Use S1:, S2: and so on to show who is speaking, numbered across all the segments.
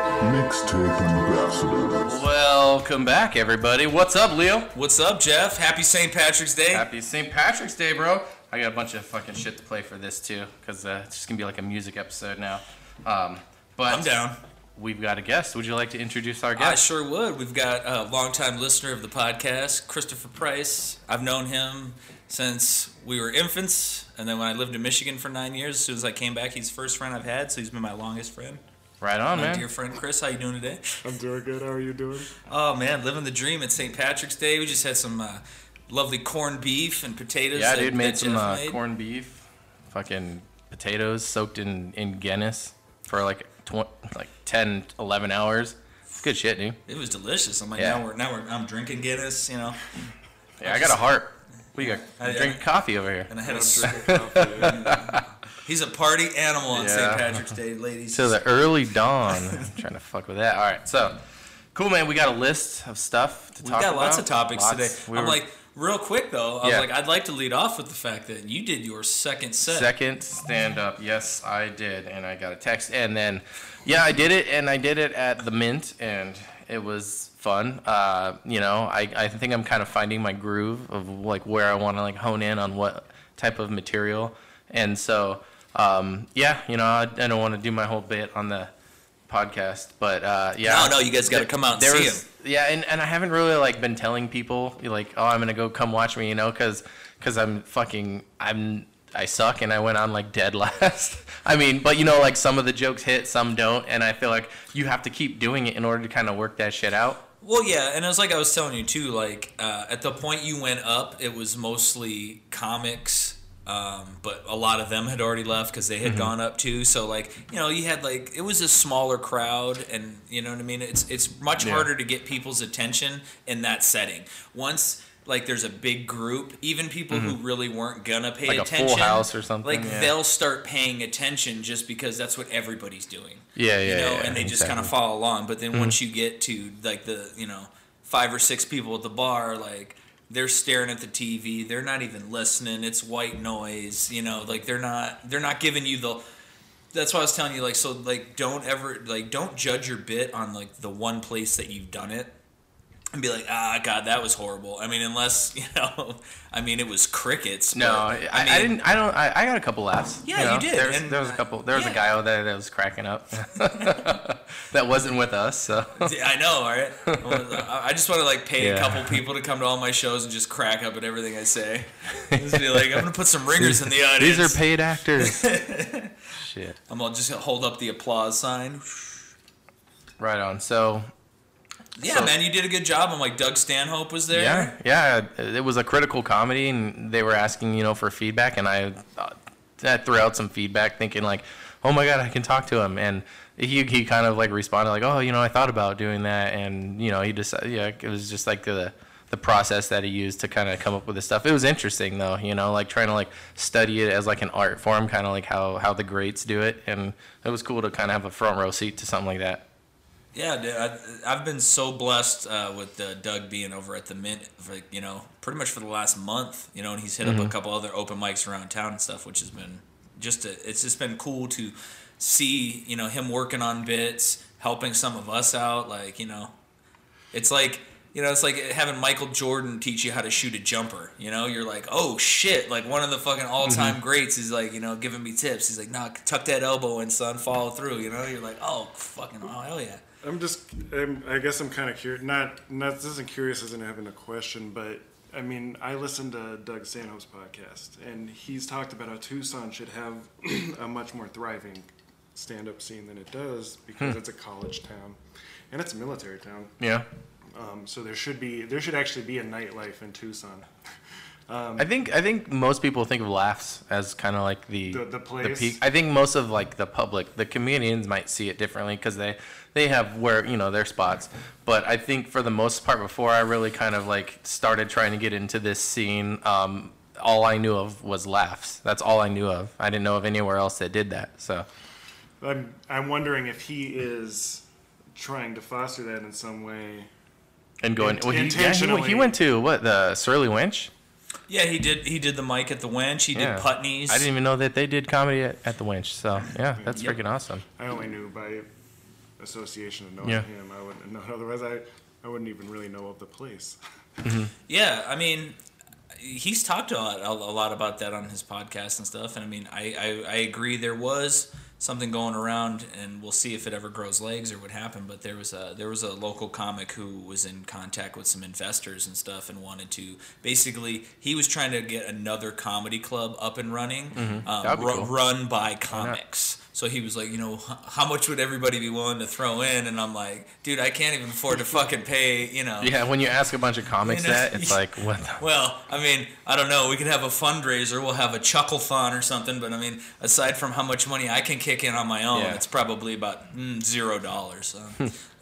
S1: Mixtape Ambassadors.
S2: Welcome back, everybody. What's up, Leo?
S3: What's up, Jeff? Happy St. Patrick's Day.
S2: Happy St. Patrick's Day, bro. I got a bunch of fucking shit to play for this too, because uh, it's just gonna be like a music episode now. Um, but
S3: I'm down.
S2: We've got a guest. Would you like to introduce our
S3: I
S2: guest?
S3: sure would. We've got a longtime listener of the podcast, Christopher Price. I've known him since we were infants, and then when I lived in Michigan for nine years, as soon as I came back, he's the first friend I've had, so he's been my longest friend.
S2: right on,
S3: My
S2: man.
S3: dear friend Chris, how you doing today?
S4: I'm doing good. How are you doing?
S3: Oh man, living the dream. It's St. Patrick's Day. We just had some uh, lovely corned beef and potatoes.
S2: yeah,
S3: that-
S2: dude,
S3: that
S2: made some
S3: Jeff
S2: uh, corned beef, fucking potatoes soaked in in Guinness for like tw- like 10, 11 hours. It's good shit, dude.
S3: It was delicious. I'm like,
S2: Yeah.
S3: now we're now we're I'm drinking Guinness, you know,
S2: Yeah, I got a heart. We got
S3: I-
S2: drink coffee over here.
S3: and I had
S4: I'm
S3: a. s-
S4: drinking coffee. yeah.
S3: He's a party animal on
S2: Yeah.
S3: St. Patrick's Day, ladies.
S2: to the early dawn. trying to fuck with that. All right, so cool, man. We got a list of stuff to
S3: We've
S2: talk
S3: got
S2: about.
S3: lots of topics
S2: Lots.
S3: today.
S2: We
S3: I'm
S2: were
S3: like, real quick though, I
S2: Yeah.
S3: was like, I'd like to lead off with the fact that you did your second set.
S2: second stand up. Yes, I did, and I got a text, and then yeah, I did it, and I did it at the Mint, and it was fun. Uh, you know, I I think I'm kind of finding my groove of like where I want to like hone in on what type of material, and so. Um, yeah, you know, I, I don't want to do my whole bit on the podcast, but uh, yeah.
S3: No, no, you guys gotta come out and
S2: there
S3: see
S2: was-
S3: him.
S2: Yeah, and, and I haven't really like been telling people like, oh, I'm gonna go come watch me, you know, because because I'm fucking I'm I suck and I went on like dead last. I mean, but you know, like some of the jokes hit, some don't, and I feel like you have to keep doing it in order to kind of work that shit out.
S3: Well, yeah, and it was like I was telling you too. Like uh, at the point you went up, it was mostly comics, um, but a lot of them had already left because they had
S2: Mm-hmm.
S3: gone up too. So like you know, you had like it was a smaller crowd, and you know what I mean. It's it's much
S2: Yeah.
S3: harder to get people's attention in that setting. Once like there's a big group, even people who really weren't gonna pay
S2: Mm-hmm. Like a Full
S3: attention,
S2: House or something,
S3: Like
S2: yeah.
S3: they'll start paying attention just because that's what everybody's doing
S2: Yeah, yeah,
S3: you know,
S2: yeah,
S3: and they just
S2: exactly. Mm-hmm.
S3: kind of follow along. But then once you get to like the you know five or six people at the bar, like they're staring at the TV, they're not even listening. It's white noise, you know, like they're not they're not giving you the. That's why I was telling you, like, so, like, don't ever, like, don't judge your bit on like the one place that you've done it, and be like, ah, God, that was horrible. I mean, unless you know, I mean, it was crickets.
S2: No, I,
S3: but,
S2: I,
S3: mean,
S2: didn't. I don't. I, I got a couple laughs.
S3: Yeah, you did,
S2: There was,
S3: and-
S2: there was a couple. There was a
S3: yeah.
S2: guy out there that was cracking up. that wasn't with us. So
S3: Yeah, I know, right? Well, I I just want to like pay
S2: Yeah.
S3: a couple people to come to all my shows and just crack up at everything I say. Just be like, I'm gonna put some ringers in the audience.
S2: these are paid actors. shit.
S3: I'm gonna just hold up the applause sign.
S2: Right on. So
S3: Yeah,
S2: So-
S3: man, you did a good job. I'm like Doug Stanhope was there.
S2: Yeah, yeah. It was a critical comedy, and they were asking, you know, for feedback, and I, uh, I threw out some feedback, thinking like, oh my god, I can talk to him, and he he kind of like responded like, oh, you know, I thought about doing that, and you know, he just yeah, it was just like the the process that he used to kind of come up with this stuff. It was interesting though, you know, like trying to like study it as like an art form, kind of like how how the greats do it, and it was cool to kind of have a front row seat to something like that.
S3: Yeah, dude, I, I've been so blessed uh, with uh, Doug being over at the Mint, for, like, you know, pretty much for the last month, you know, and he's hit up a couple other open mics around town and stuff, which has been just, a, it's just been cool to see, you know, him working on bits, helping some of us out, like, you know, it's like, you know, it's like having Michael Jordan teach you how to shoot a jumper. You know, you're like, oh shit! Like one of the fucking all time greats is like, you know, giving me tips. He's like, nah, tuck that elbow in, son, follow through. You know, you're like, oh fucking, oh hell yeah.
S4: I'm just. I'm, I guess I'm kind of curious. Not. Not. This isn't curious. Isn't having a question, but I mean, I listened to Doug Stanhope's podcast, and he's talked about how Tucson should have a much more thriving stand-up scene than it does because it's a college town, and it's a military town.
S2: Yeah.
S4: Um, so there should be. There should actually be a nightlife in Tucson.
S2: I think I think most people think of laughs as kind of like the
S4: The- the place.
S2: peak. I think most of like the public, the comedians might see it differently because they they have where you know their spots. But I think for the most part, before I really kind of like started trying to get into this scene, um, all I knew of was laughs. That's all I knew of. I didn't know of anywhere else that did that. So
S4: I'm. I'm wondering if he is trying to foster that in some way.
S2: and going
S4: Int-
S2: well, he, yeah, he, went- he
S4: intentionally.
S2: went to what the Surly Winch.
S3: Yeah, he did. He did the mic at the Wench. He
S2: Yeah.
S3: did Putney's.
S2: I didn't even know that they did comedy at, at the Winch. So yeah, that's
S3: Yep.
S2: freaking awesome.
S4: I only knew by association of knowing
S2: Yeah.
S4: him. I wouldn't know. Otherwise, I, I wouldn't even really know of the place.
S3: Yeah, I mean, he's talked a lot, a lot about that on his podcast and stuff. And I mean, I, I, I agree. There was something going around, and we'll see if it ever grows legs or what happened. But there was a there was a local comic who was in contact with some investors and stuff, and wanted to basically he was trying to get another comedy club up and running, um,
S2: Mm-hmm. That'd be
S3: ru-
S2: cool.
S3: run by comics. So he was like, you know, h- how much would everybody be willing to throw in? And I'm like, dude, I can't even afford to fucking pay, you know.
S2: Yeah, when you ask a bunch of comics
S3: You know,
S2: that, it's like what the
S3: Well, I mean, I don't know. We could have a fundraiser. We'll have a chucklethon or something. But I mean, aside from how much money I can kick in on my own,
S2: Yeah. Hmm.
S3: it's probably about mm, zero dollars. So,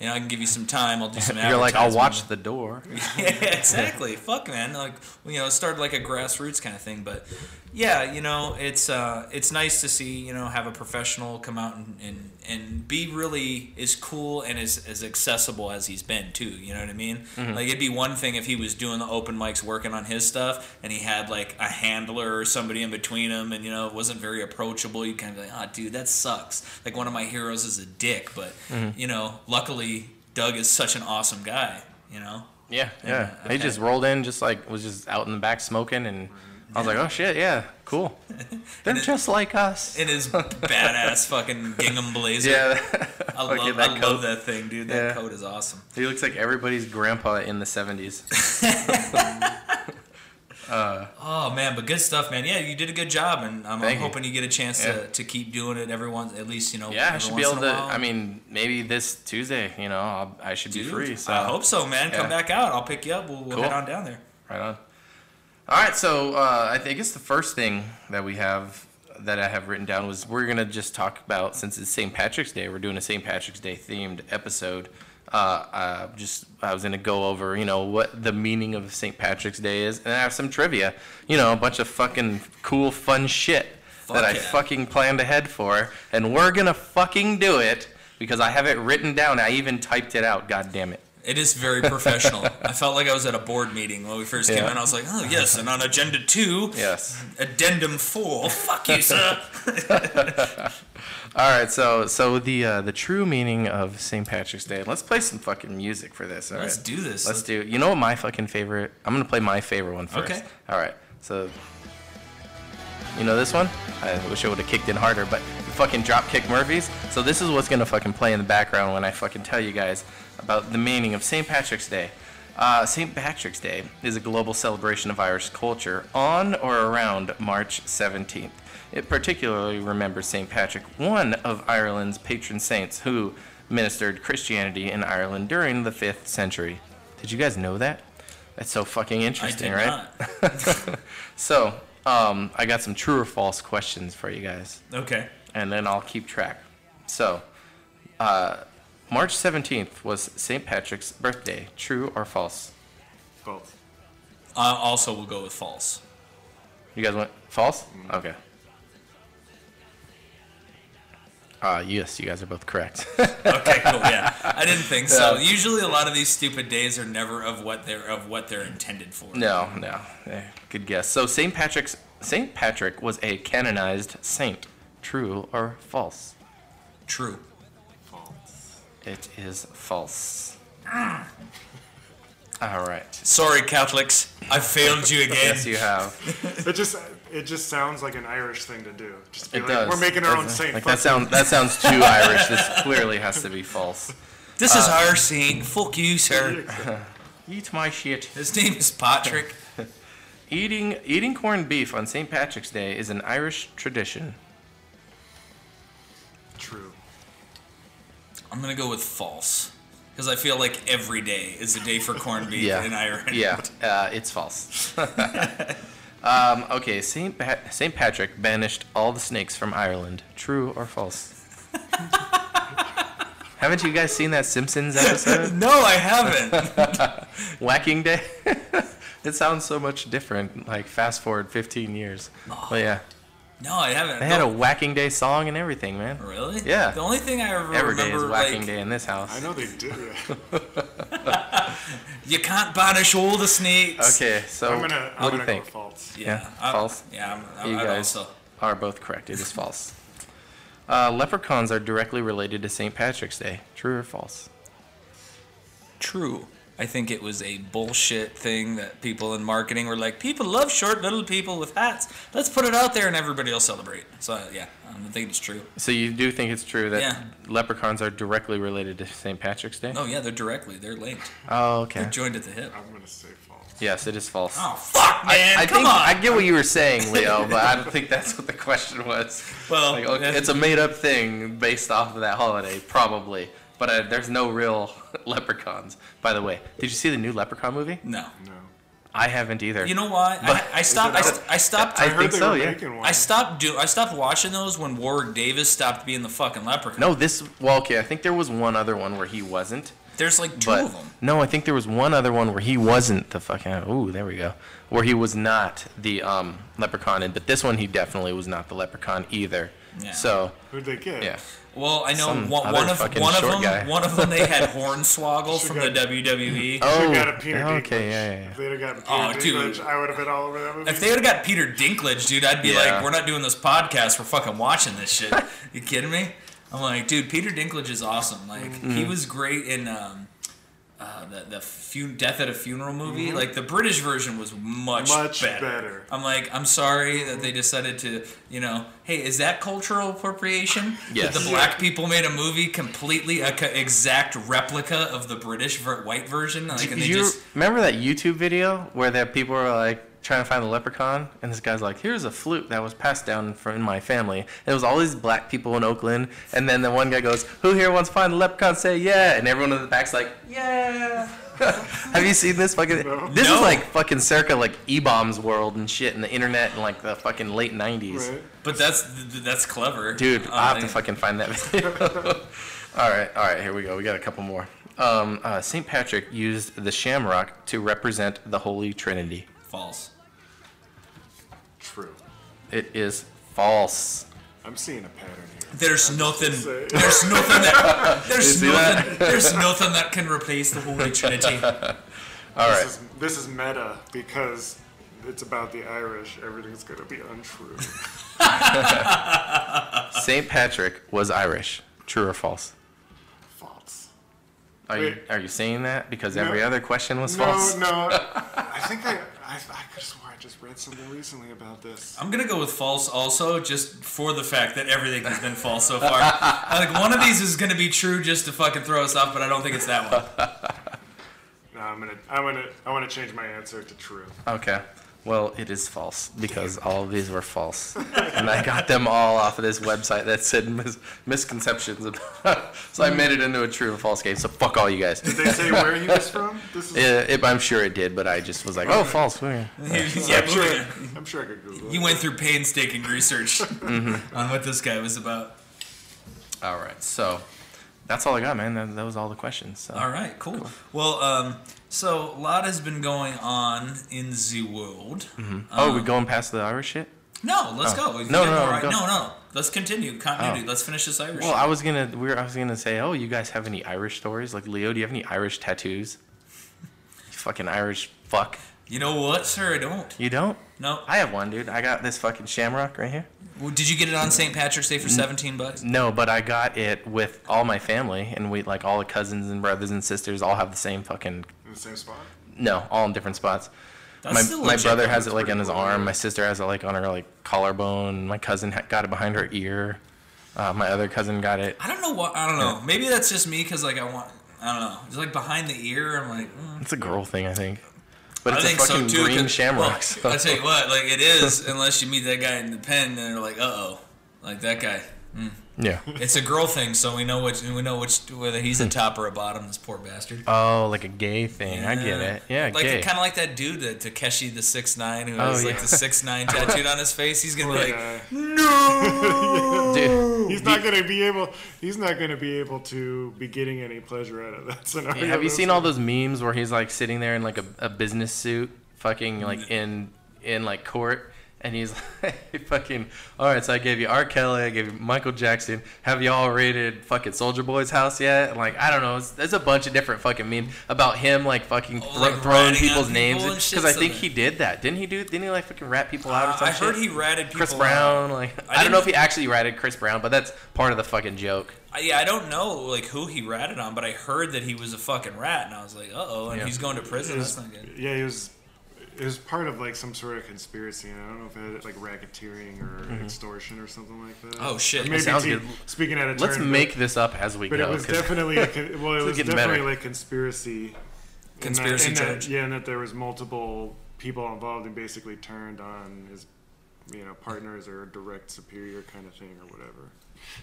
S3: you know, I can give you some time. I'll do some.
S2: You're like, I'll
S3: advertisement."
S2: watch the door.
S3: yeah, exactly. Fuck, man. Like, you know, it started like a grassroots kind of thing, but yeah, you know, it's uh, it's nice to see you know have a professional come out and and, and be really as cool and as, as accessible as he's been too. You know what I mean? Like, it'd be one thing if he was doing the open mics, working on his stuff, and he had like a handler or somebody in between him, and you know, it wasn't very approachable. You kind of like, ah, dude, that sucks. Like, one of my heroes is a dick, but you know, luckily. Doug is such an awesome guy, you know?
S2: Yeah, yeah.
S3: Yeah,
S2: They
S3: okay.
S2: just rolled in, just like was just out in the back smoking, and I was like, oh shit, yeah, cool. They're
S3: it-
S2: just like us.
S3: in his badass fucking gingham blazer.
S2: Yeah,
S3: I
S2: Fucking
S3: love,
S2: that
S3: I
S2: coat.
S3: love that thing, dude. That
S2: Yeah.
S3: coat is awesome.
S2: he looks like everybody's grandpa in the '70s.
S3: Oh man, but good stuff, man. Yeah, you did a good job, and I'm, I'm
S2: Thank you.
S3: hoping you get a chance
S2: Yeah.
S3: to, to keep doing it. Every once, at least you know.
S2: Yeah, I
S3: every
S2: should be
S3: once
S2: able
S3: in a
S2: to.
S3: while.
S2: I mean, maybe this Tuesday, you know, I'll, I should
S3: Dude,
S2: be free. So
S3: I hope so, man. Come
S2: yeah.
S3: back out. I'll pick you up. We'll, we'll
S2: Cool.
S3: head on down there.
S2: Right on. All right, so uh, I think it's the first thing that we have that I have written down was we're gonna just talk about since it's St. Patrick's Day, we're doing a St. Patrick's Day themed episode. Uh, uh, just I was gonna go over you know what the meaning of St. Patrick's Day is, and I have some trivia. You know, a bunch of fucking cool, fun shit that
S3: Fuck
S2: I
S3: yeah.
S2: fucking planned ahead for, and we're gonna fucking do it because I have it written down. I even typed it out. God damn it.
S3: It is very professional. I felt like I was at a board meeting when we first came
S2: Yeah.
S3: in. I was like, oh yes, and on agenda two,
S2: Yes.
S3: addendum four. Fuck you, sir.
S2: All right, so so the uh, the true meaning of St. Patrick's Day. Let's play some fucking music for this. All right,
S3: Let's do this.
S2: Let's do. You know what my fucking favorite? I'm gonna play my favorite one first.
S3: Okay.
S2: All right. So, you know this one? I wish I would have kicked in harder, but the fucking Dropkick Murphys. So this is what's gonna fucking play in the background when I fucking tell you guys about the meaning of St. Patrick's Day. Uh, St. Patrick's Day is a global celebration of Irish culture on or around March 17th. It particularly remembers St. Patrick, one of Ireland's patron saints who ministered Christianity in Ireland during the 5th century. Did you guys know that? That's so fucking
S3: I
S2: interesting,
S3: did
S2: right?
S3: not.
S2: So, um, I got some true or false questions for you guys,
S3: Okay.
S2: and then I'll keep track. So, uh, March 17th was St. Patrick's birthday. True or false?
S4: Both.
S3: Uh, also, we'll go with false.
S2: You guys went false? Okay. Uh, yes, you guys are both correct.
S3: Okay, cool. Yeah, I didn't think so. Usually, a lot of these stupid days are never of what they're of what they're intended for.
S2: no, no. Eh, Good guess. So, St. Patrick's St. Patrick was a canonized saint. True or false?
S3: True.
S4: False.
S2: It is false. Ah. All right.
S3: Sorry, Catholics, I failed you again.
S2: Yes, you have.
S4: It just it just sounds like an Irish thing to do. Just be
S2: It
S4: like,
S2: does.
S4: we're making our own
S2: Doesn't-
S4: saint.
S2: Like
S4: fuck
S2: that sounds that sounds too Irish. This clearly has to be false.
S3: This is our scene. Fuck you, sir.
S2: Eat my shit.
S3: His name is Patrick.
S2: Eating eating corned beef on St. Patrick's Day is an Irish tradition.
S4: True.
S3: I'm gonna go with false because I feel like every day is a day for corned beef in Ireland.
S2: Yeah, uh, it's false. um, okay, St. Pat St. Patrick banished all the snakes from Ireland. True or false? Haven't you guys seen that Simpsons episode?
S3: No, I haven't.
S2: Whacking Day. it sounds so much different. Like fast forward 15 years. But yeah,
S3: No, I haven't.
S2: they had a
S3: No.
S2: Whacking Day song and everything, man.
S3: really?
S2: Yeah.
S3: The only thing I ever
S2: Every day is
S3: remember,
S2: Whacking
S3: like,
S2: Day in this
S4: I
S2: house.
S4: know they do.
S3: you can't banish all the snakes.
S2: Okay, so
S4: I'm gonna I'm
S2: what do you
S4: gonna go
S2: think?
S4: false.
S3: Yeah.
S2: Yeah, false.
S3: I, yeah. I'm,
S2: you
S3: I, I'd
S2: guys
S3: also.
S2: are both correct. It is false. Uh, leprechauns are directly related to St. Patrick's Day. True or false?
S3: True. I think it was a bullshit thing that people in marketing were like, people love short little people with hats. Let's put it out there and everybody will celebrate. So, uh, yeah, um, I think it's true.
S2: So you do think it's true that
S3: Yeah.
S2: leprechauns are directly related to St. Patrick's Day?
S3: Oh, yeah, they're directly, they're linked.
S2: Oh, okay.
S3: They're joined at the hip.
S4: I'm gonna say false.
S2: Yes, it is false.
S3: Oh, fuck, man.
S2: I
S3: Come
S2: think
S3: on.
S2: I get what you were saying, Leo, but I don't think that's what the question was.
S3: Well,
S2: Like, okay,
S3: that's-
S2: it's a made-up thing based off of that holiday, probably. But uh, there's no real leprechauns. By the way, did you see the new Leprechaun movie?
S3: no.
S4: No.
S2: I haven't either.
S3: You know why?
S2: But-
S3: I, I stopped. I,
S4: Is it
S3: st- I stopped.
S2: I
S4: I,
S3: I,
S4: heard
S2: think
S4: they
S2: so,
S4: were
S2: yeah.
S4: making one.
S3: stopped. Do I stopped watching those when Warwick Davis stopped being the fucking leprechaun?
S2: no, this. Well, okay, I think there was one other one where he wasn't.
S3: There's like two
S2: but
S3: of them.
S2: no, I think there was one other one where he wasn't the fucking. Ooh, there we go. Where he was not the um, leprechaun, in, but this one he definitely was not the leprechaun either.
S3: Yeah.
S2: So
S4: Who'd they get?
S2: yeah.
S3: Well, I know
S2: Some
S3: one,
S2: other
S3: one of
S2: fucking
S3: one of
S2: short
S3: them.
S2: guy.
S3: One of them they had Hornswoggle from the E.
S4: Sugar.
S3: WWE.
S4: Should
S2: Oh,
S4: have got a Peter
S2: okay,
S4: Dinklage.
S2: yeah, yeah,
S4: If they'd have gotten
S3: Oh,
S4: Peter
S3: dude.
S4: Dinklage, I would have been all over that movie.
S3: If they would have got Peter Dinklage, dude, I'd be
S2: Yeah.
S3: like, we're not doing this podcast. We're fucking watching this shit. you kidding me? I'm like, dude, Peter Dinklage is awesome. Like, he
S2: Mm-hmm.
S3: was great in um, uh, the the fu- Death at a Funeral movie.
S2: Mm-hmm.
S3: Like, the British version was much
S4: Much
S3: better.
S4: better.
S3: I'm like, I'm sorry that they decided to, you know, hey, is that cultural appropriation?
S2: Yes.
S3: That the
S2: Yeah.
S3: black people made a movie completely a co- exact replica of the British ver- white version. Like, and
S2: Do
S3: they
S2: you
S3: just
S2: remember that YouTube video where that people were like trying to find the leprechaun, and this guy's like, "Here's a flute that was passed down from my family." And it was all these black people in Oakland, and then the one guy goes, "Who here wants to find the leprechaun?" Say yeah, and everyone in the back's like, "Yeah." Have you seen this fucking?
S4: No.
S2: This is
S3: No.
S2: like fucking circa like e-bombs world and shit, and the internet and like the fucking late '90s.
S4: Right.
S3: But that's that's clever,
S2: Dude,
S4: Oh,
S3: Uh,
S2: I'll have to
S3: they-
S2: fucking find that video. all right, all right, here we go. We got a couple more. Um, uh, St. Patrick used the shamrock to represent the Holy Trinity.
S3: False.
S4: True.
S2: It is false.
S4: I'm seeing a pattern here.
S3: There's nothing.
S4: say.
S3: There's nothing that. There's
S2: You see that?
S3: nothing. There's nothing that can replace the Holy Trinity.
S2: All
S4: This
S2: right.
S4: is this is meta because it's about the Irish. Everything's gonna be untrue.
S2: St. Patrick was Irish. True or false?
S4: False.
S2: Are you,
S4: Wait.
S2: are you saying that? Because
S4: No.
S2: every other question was
S4: No,
S2: false.
S4: no. I think I, I, I could swear I just read something recently about this.
S3: I'm gonna go with false, also, just for the fact that everything has been false so far. I think one of these is gonna be true just to fucking throw us off, but I don't think it's that one.
S4: No, I'm gonna, I'm gonna, I want to change my answer to true.
S2: Okay. Well, it is false because all of these were false. and I got them all off of this website that said mis- misconceptions. About so I made it into a true or false game. So fuck all you guys.
S4: Did they say where he was from? This is.
S2: Yeah, it, I'm sure it did, but I just was like, oh, false. we're-
S3: yeah,
S4: I'm
S3: moving
S4: sure.
S3: on.
S4: I'm sure I could Google.
S3: You
S4: it.
S3: went through painstaking research
S2: Mm-hmm.
S3: on what this guy was about.
S2: All right. So that's all I got, man. That, that was all the questions. So.
S3: All right, cool. Well, um, so a lot has been going on in the world.
S2: Oh,
S3: um,
S2: we going past the Irish shit?
S3: No, let's
S2: Oh.
S3: go. We've
S2: No,
S3: got
S2: no,
S3: more, right?
S2: go.
S3: no, no. Let's continue continuity.
S2: Oh.
S3: Let's finish this Irish.
S2: Well,
S3: shit.
S2: I was gonna, we were, I was gonna say, oh, you guys have any Irish stories? Like, Leo, do you have any Irish tattoos? You fucking Irish fuck.
S3: you know what, sir? I don't.
S2: You don't?
S3: No.
S2: I have one, dude. I got this fucking shamrock right here.
S3: Well, Did you get it on St. Patrick's
S2: Mm.
S3: Day for seventeen bucks?
S2: No, but I got it with all my family, and we like all the cousins and brothers and sisters all have the same fucking.
S4: in the same spot.
S2: No, all in different spots.
S3: That's
S2: my
S3: still
S2: my
S3: legit.
S2: brother has it like on
S4: pretty
S2: his
S4: cool,
S2: arm.
S4: yeah.
S2: My sister has it like on her like collarbone. My cousin ha- got it behind her ear. Uh, my other cousin got it.
S3: I don't know what. I don't know. Maybe that's just me because like I want. I don't know. It's like behind the ear. I'm like. mm.
S2: It's a girl thing, I think. But it's
S3: I think
S2: a
S3: so
S2: fucking
S3: too.
S2: green
S3: 'cause-
S2: shamrock.
S3: well,
S2: so-
S3: I tell you what, like it is. Unless you meet that guy in the pen, then they're like, uh oh, like that guy.
S2: yeah.
S3: It's a girl thing, so we know which we know which whether he's
S2: Hmm.
S3: a top or a bottom. This poor bastard.
S2: Oh, like a gay thing. I get
S3: Yeah.
S2: it. Yeah,
S3: like
S2: gay.
S3: kind of like that dude, that Takeshi the six nine, who
S2: Oh,
S3: has like
S2: yeah.
S3: the six nine tattooed on his face. He's gonna be like,
S4: Yeah.
S2: Dude,
S4: He's not gonna be able. He's not gonna be able to be getting any pleasure out of that scenario.
S2: have you seen all those memes
S3: Mm.
S2: where he's like sitting there in like a, a business suit, fucking like in in like court, And he's like, fucking, all right, so I gave you R. Kelly, I gave you Michael Jackson. Have y'all raided fucking Soldier Boy's house yet? And like, I don't know. It's, there's a bunch of different fucking meme about him, like, fucking
S3: Oh,
S2: thro-
S3: like
S2: throwing
S3: ratting out
S2: people's
S3: people
S2: names.
S3: and
S2: Because
S3: shit's
S2: I
S3: in
S2: think
S3: there.
S2: he did that. Didn't he do, didn't he, like, fucking rat people out or
S3: Uh,
S2: something?
S3: I heard he ratted people
S2: Chris
S3: out.
S2: Brown, like, I, don't
S3: didn't-
S2: know if he actually ratted Chris Brown, but that's part of the fucking joke.
S3: I, yeah, I don't know like who he ratted on, but I heard that he was a fucking rat, and I was like, uh oh, and
S2: Yeah.
S3: he's going to prison.
S4: It
S3: That's
S4: was,
S3: not good.
S4: yeah, it was. It was part of like some sort of conspiracy, and I don't know if it had like racketeering or
S2: Mm-hmm.
S4: extortion or something like that.
S3: Oh, shit.
S4: Or
S3: That
S4: Maybe
S2: sounds
S4: te-
S2: good.
S4: Speaking at a
S2: Let's
S4: turn, but-
S2: make this up as we
S4: But,
S2: go.
S4: it was
S2: 'cause-
S4: definitely a con- well, it
S2: is
S4: was
S2: getting
S4: definitely
S2: better.
S4: like conspiracy. in that-
S3: Conspiracy
S4: in that-
S3: charge.
S4: yeah, and that there was multiple people involved and basically turned on his, you know, partners or direct superior kind of thing or whatever.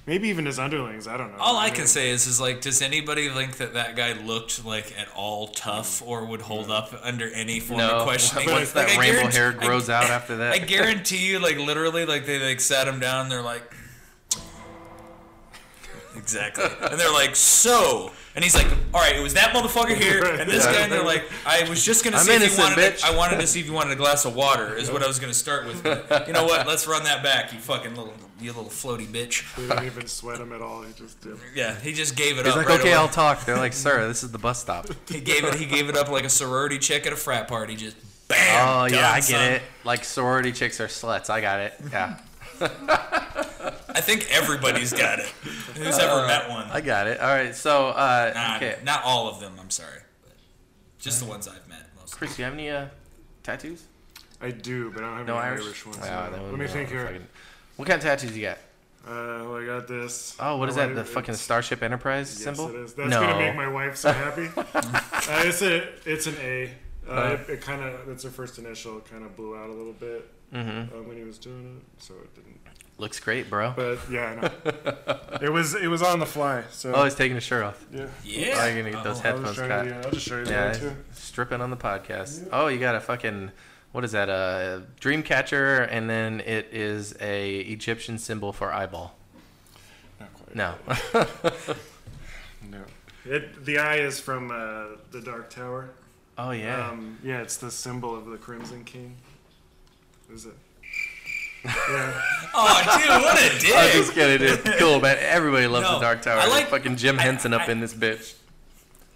S4: Maybe even his underlings. I don't know.
S3: All I
S4: mean,
S3: can say is, is like, does anybody think that that guy looked like at all tough or would hold up under any form
S2: no,
S3: of questioning?
S2: once
S3: Like,
S2: that
S3: I
S2: ramble
S3: guarantee-
S2: hair
S3: I-
S2: grows out after that.
S3: I guarantee you, like literally, like they like sat him down. And they're like, exactly, and they're like, so, and he's like, all right, it was that motherfucker here, and this guy. And they're like, I was just gonna
S2: I'm
S3: see if you
S2: innocent,
S3: wanted,
S2: bitch.
S3: A, I wanted to see if you wanted a glass of water, is what I was gonna start with. But you know what? Let's run that back, you fucking little, you little floaty bitch.
S4: They didn't even sweat him at all. He just did.
S3: Yeah, he just gave it
S2: He's
S3: up.
S2: like,
S3: right
S2: okay,
S3: away.
S2: I'll talk. They're like, sir, this is the bus stop.
S3: He gave it. He gave it up like a sorority chick at a frat party. Just bam.
S2: Oh
S3: done,
S2: yeah, I
S3: son.
S2: get it. Like sorority chicks are sluts. I got it. Yeah,
S3: I think everybody's got it. Who's ever met one?
S2: I got it. All right. So uh,
S3: Nah,
S2: okay,
S3: not all of them. I'm sorry, but just the ones I've met. Mostly.
S2: Chris, you have any uh, tattoos?
S4: I do, but I don't have
S2: No
S4: any
S2: Irish.
S4: Irish, ones.
S2: Oh,
S4: so
S2: that
S4: Let
S2: wouldn't
S4: me
S2: be
S4: think
S2: all
S4: here.
S2: fucking- What kind of tattoos you got?
S4: Uh, well, I got this.
S2: Oh, what is
S4: My
S2: that? The
S4: wife-
S2: fucking
S4: it's-
S2: Starship Enterprise
S4: yes,
S2: symbol?
S4: it is. That's
S2: no.
S4: gonna make my wife so happy. uh, it's a, it's an A. Uh,
S2: Uh-huh.
S4: it it kind of, it's her first initial. It kind of blew out a little bit
S2: Mm-hmm.
S4: uh, when he was doing it, so it didn't.
S2: Looks great, bro.
S4: But yeah, I know. it was, it was on the fly. So
S2: Oh, he's taking his shirt off.
S4: yeah,
S3: Yeah.
S2: Oh, you're gonna get those
S4: I
S2: head-
S3: heads.
S2: Headphones
S4: was trying
S2: cut.
S4: to. do that. I'll just show you
S2: Yeah,
S4: that too.
S2: stripping on the podcast. Oh, you got a fucking what is that? A dream catcher, and then it is a Egyptian symbol for eyeball.
S4: Not quite.
S2: No,
S4: No. It, the eye is from uh, the Dark Tower.
S2: oh yeah.
S4: Um, yeah, it's the symbol of the Crimson King. Is it? Yeah.
S3: Oh, dude, what a
S2: I'm
S3: dick!
S2: just kidding. It's cool, man. Everybody loves
S3: No,
S2: the Dark Tower.
S3: I
S2: There's
S3: like-
S2: fucking Jim
S3: I-
S2: Henson up
S3: I-
S2: in this bitch.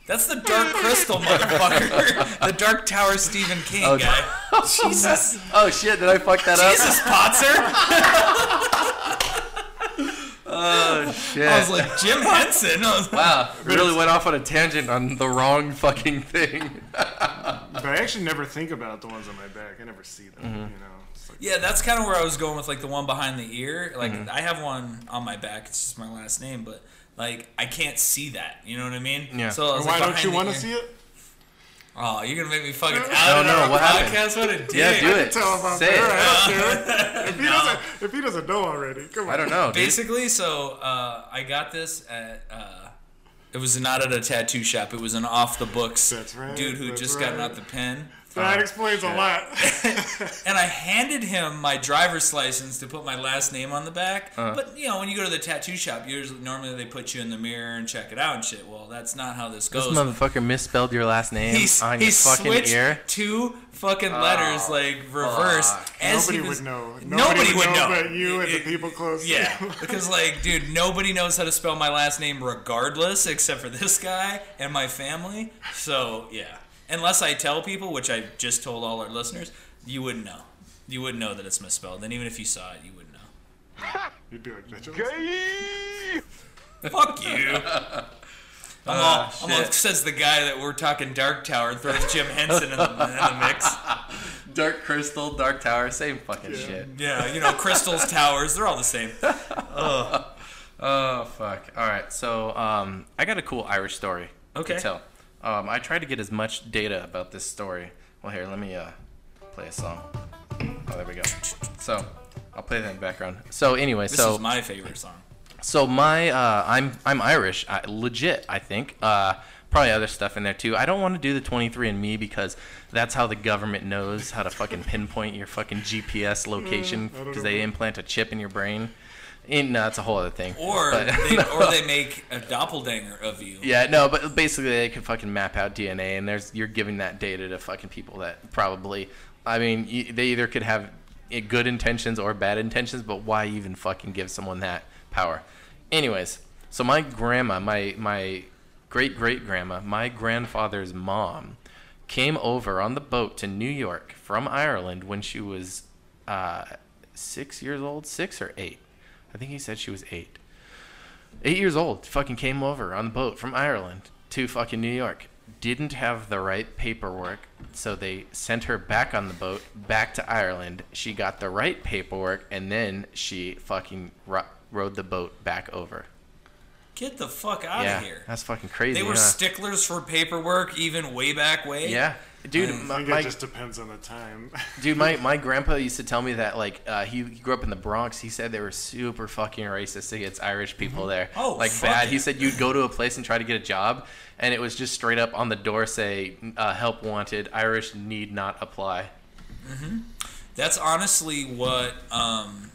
S3: That's the Dark Crystal motherfucker. the Dark Tower Stephen King
S2: Oh,
S3: guy. Jesus,
S2: Oh shit! Did I fuck that up?
S3: Jesus Potzer.
S2: Oh, Shit!
S3: I was like Jim Henson. I was like,
S2: wow, Uh, really went off on a tangent on the wrong fucking thing.
S4: But I actually never think about the ones on my back. I never see them. You know. It's like,
S3: Yeah, that's kind of where I was going with like the one behind the ear. Like
S2: Mm-hmm.
S3: I have one on my back. It's just my last name, but like I can't see that. You know what I mean?
S2: Yeah.
S3: So I was
S4: Why
S3: like,
S4: don't you
S3: want to
S4: see it?
S3: Oh, you're gonna make me fucking out
S2: No,
S3: on
S2: no,
S3: our
S2: what happened?
S3: podcast? What a dick!
S2: Yeah, do it.
S4: Tell him I'm
S2: Say
S4: there. I
S2: it.
S4: have to. If he doesn't, if he doesn't know already, come on.
S2: I don't know. Dude.
S3: Basically, so uh, I got this at. Uh, it was not at a tattoo shop. It was an off the books
S4: That's right,
S3: dude who
S4: that's
S3: just gotten
S4: right.
S3: out the pen.
S4: That explains a lot.
S3: And I handed him my driver's license to put my last name on the back.
S2: Uh-huh.
S3: But you know, when you go to the tattoo shop, usually normally they put you in the mirror and check it out and shit. Well, that's not how this
S2: This
S3: goes.
S2: motherfucker misspelled your last name
S3: he
S2: on
S3: he
S2: your fucking
S3: switched
S2: ear.
S3: two fucking letters like reverse.
S2: fuck.
S3: As he
S4: Oh, Nobody
S3: was-
S4: would know.
S3: Nobody would know.
S4: But you and the
S3: It-
S4: people close. to
S3: Yeah,
S4: you.
S3: because like, dude, nobody knows how to spell my last name regardless, except for this guy and my family. So yeah, unless I tell people, which I just told all our listeners, you wouldn't know. You wouldn't know that it's misspelled, and even if you saw it, you wouldn't know.
S4: You'd be like, "Mitchell,
S3: Fuck you.
S4: Ah,
S3: I'm all,
S2: Ah,
S3: I'm all-
S2: shit.
S3: says the guy that we're talking Dark Tower and throws Jim Henson in the, in the mix.
S2: Dark Crystal, Dark Tower, same fucking shit.
S3: Yeah, you know, crystals, towers, they're all the same.
S2: Oh fuck! All right, so um, I got a cool Irish story.
S3: Okay.
S2: To tell. Um, I tried to get as much data about this story. Well, here, let me uh, play a song. Oh, there we go. So, I'll play that in the background. So, anyway,
S3: This
S2: so
S3: is my favorite song.
S2: so my uh, I'm I'm Irish, I, legit. I think uh, probably other stuff in there too. I don't want to do the 23andMe because that's how the government knows how to fucking pinpoint your fucking GPS
S3: Mm.
S2: location
S4: don't
S2: because
S4: know.
S2: they implant a chip in your brain. And no, that's a whole other thing.
S3: Or
S2: But-
S3: they, or they make a doppelganger of you.
S2: yeah, no, but basically they can fucking map out DNA, and there's you're giving that data to fucking people that probably, I mean, y- they either could have i- good intentions or bad intentions, but why even fucking give someone that power? Anyways, so my grandma, my my great great grandma, my grandfather's mom, came over on the boat to New York from Ireland when she was uh, six years old, six or eight. I think he said she was eight eight years old, fucking came over on the boat from Ireland to fucking New York. Didn't have the right paperwork, so they sent her back on the boat back to Ireland. She got the right paperwork, and then she fucking ro- rode the boat back over.
S3: Get the fuck out
S2: yeah,
S3: of here.
S2: that's fucking crazy.
S3: They were
S2: huh?
S3: sticklers for paperwork even way back way.
S2: yeah, dude.
S4: I
S2: My,
S4: think
S2: my-
S4: it just depends on the time.
S2: Dude, my, my grandpa used to tell me that like uh, he, he grew up in the Bronx. He said they were super fucking racist against Irish people there.
S3: Oh,
S2: like
S3: fuck
S2: bad.
S3: it.
S2: He said you'd go to a place and try to get a job, and it was just straight up on the door say uh, "Help wanted. Irish need not apply."
S3: That's honestly what um,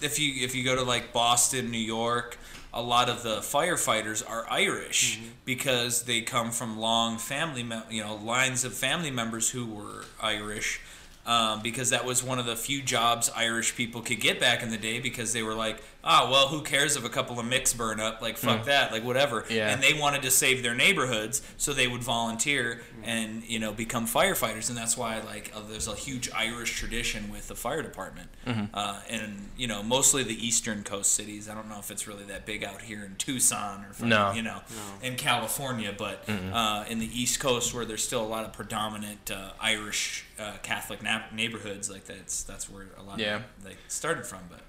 S3: if you if you go to like Boston, New York, a lot of the firefighters are Irish because they come from long family, mem- you know, lines of family members who were Irish. Um, because that was one of the few jobs Irish people could get back in the day because they were like, ah, well, who cares if a couple of micks burn up? Like, fuck that, like, whatever.
S2: Yeah.
S3: And they wanted to save their neighborhoods, so they would volunteer and, you know, become firefighters. And that's why, like, uh, there's a huge Irish tradition with the fire department.
S2: Mm-hmm.
S3: Uh, and, you know, mostly the eastern coast cities. I don't know if it's really that big out here in Tucson or, fucking,
S2: No.
S3: you know, in California, but uh, in the East Coast where there's still a lot of predominant uh, Irish uh, Catholic na- neighborhoods, like that's that's where a lot
S2: Yeah.
S3: of they started from. But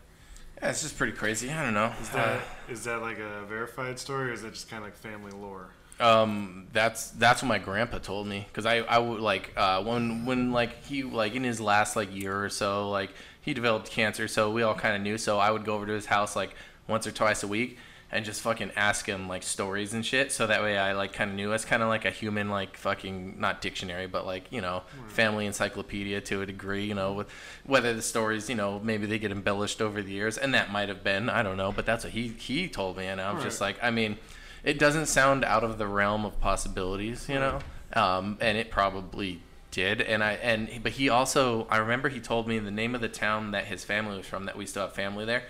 S2: Yeah, it's just pretty crazy. I don't know.
S4: Is that, is that like a verified story, or is that just kind of like family lore?
S2: Um, that's that's what my grandpa told me because I I would like uh when when like he like in his last like year or so like he developed cancer so we all kind of knew so I would go over to his house like once or twice a week and just fucking ask him like stories and shit so that way I like kind of knew it's kind of like a human like fucking not dictionary but like you know family encyclopedia to a degree you know with whether the stories you know maybe they get embellished over the years and that might have been I don't know but that's what he he told me and I'm just
S4: Right.
S2: like I mean it doesn't sound out of the realm of possibilities, you know. Um, and it probably did. And I and but he also I remember he told me the name of the town that his family was from that we still have family there,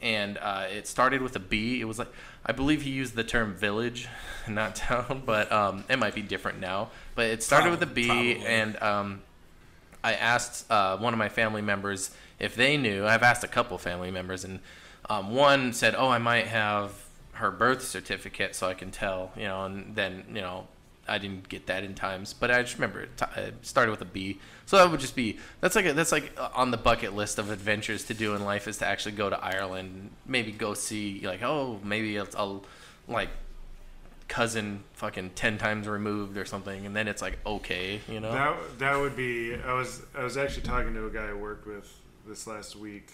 S2: and uh, it started with a B. It was like I believe he used the term village, not town, but um, it might be different now. But it started with a
S3: Prob-
S2: B,
S3: probably.
S2: and um, I asked uh, one of my family members if they knew. I've asked a couple family members, and um, one said, "Oh, I might have her birth certificate, so I can tell." You know, and then you know, I didn't get that in times, but I just remember it, t- it started with a B, so that would just be that's like a, that's like uh, on the bucket list of adventures to do in life is to actually go to Ireland, maybe go see like oh maybe it's a like cousin fucking 10 times removed or something and then it's like okay you know
S4: That that would be. I was I was actually talking to a guy I worked with this last week.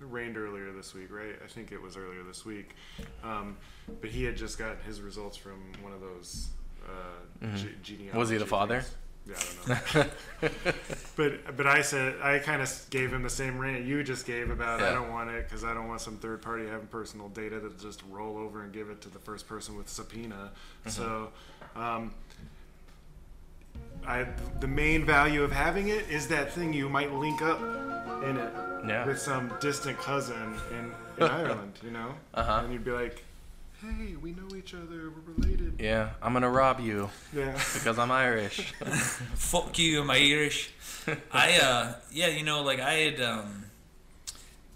S4: It rained earlier this week, right? I think it was earlier this week. Um, but he had just gotten his results from one of those. Uh, ge- genealogy
S2: Mm-hmm. Was he the
S4: things.
S2: father?
S4: Yeah, I don't know. but but I said I kind of gave him the same rant you just gave about I
S2: Yeah.
S4: don't want it because I don't want some third party having personal data that just roll over and give it to the first person with subpoena.
S2: Mm-hmm.
S4: So. Um, I, the main value of having it is that thing you might link up in it
S2: Yeah.
S4: with some distant cousin in, in Ireland, you know?
S2: Uh-huh.
S4: And you'd be like, hey, we know each other, we're related.
S2: Yeah, I'm gonna rob you
S4: Yeah.
S2: because I'm Irish.
S3: fuck you, I'm Irish. I uh yeah, you know, like I had um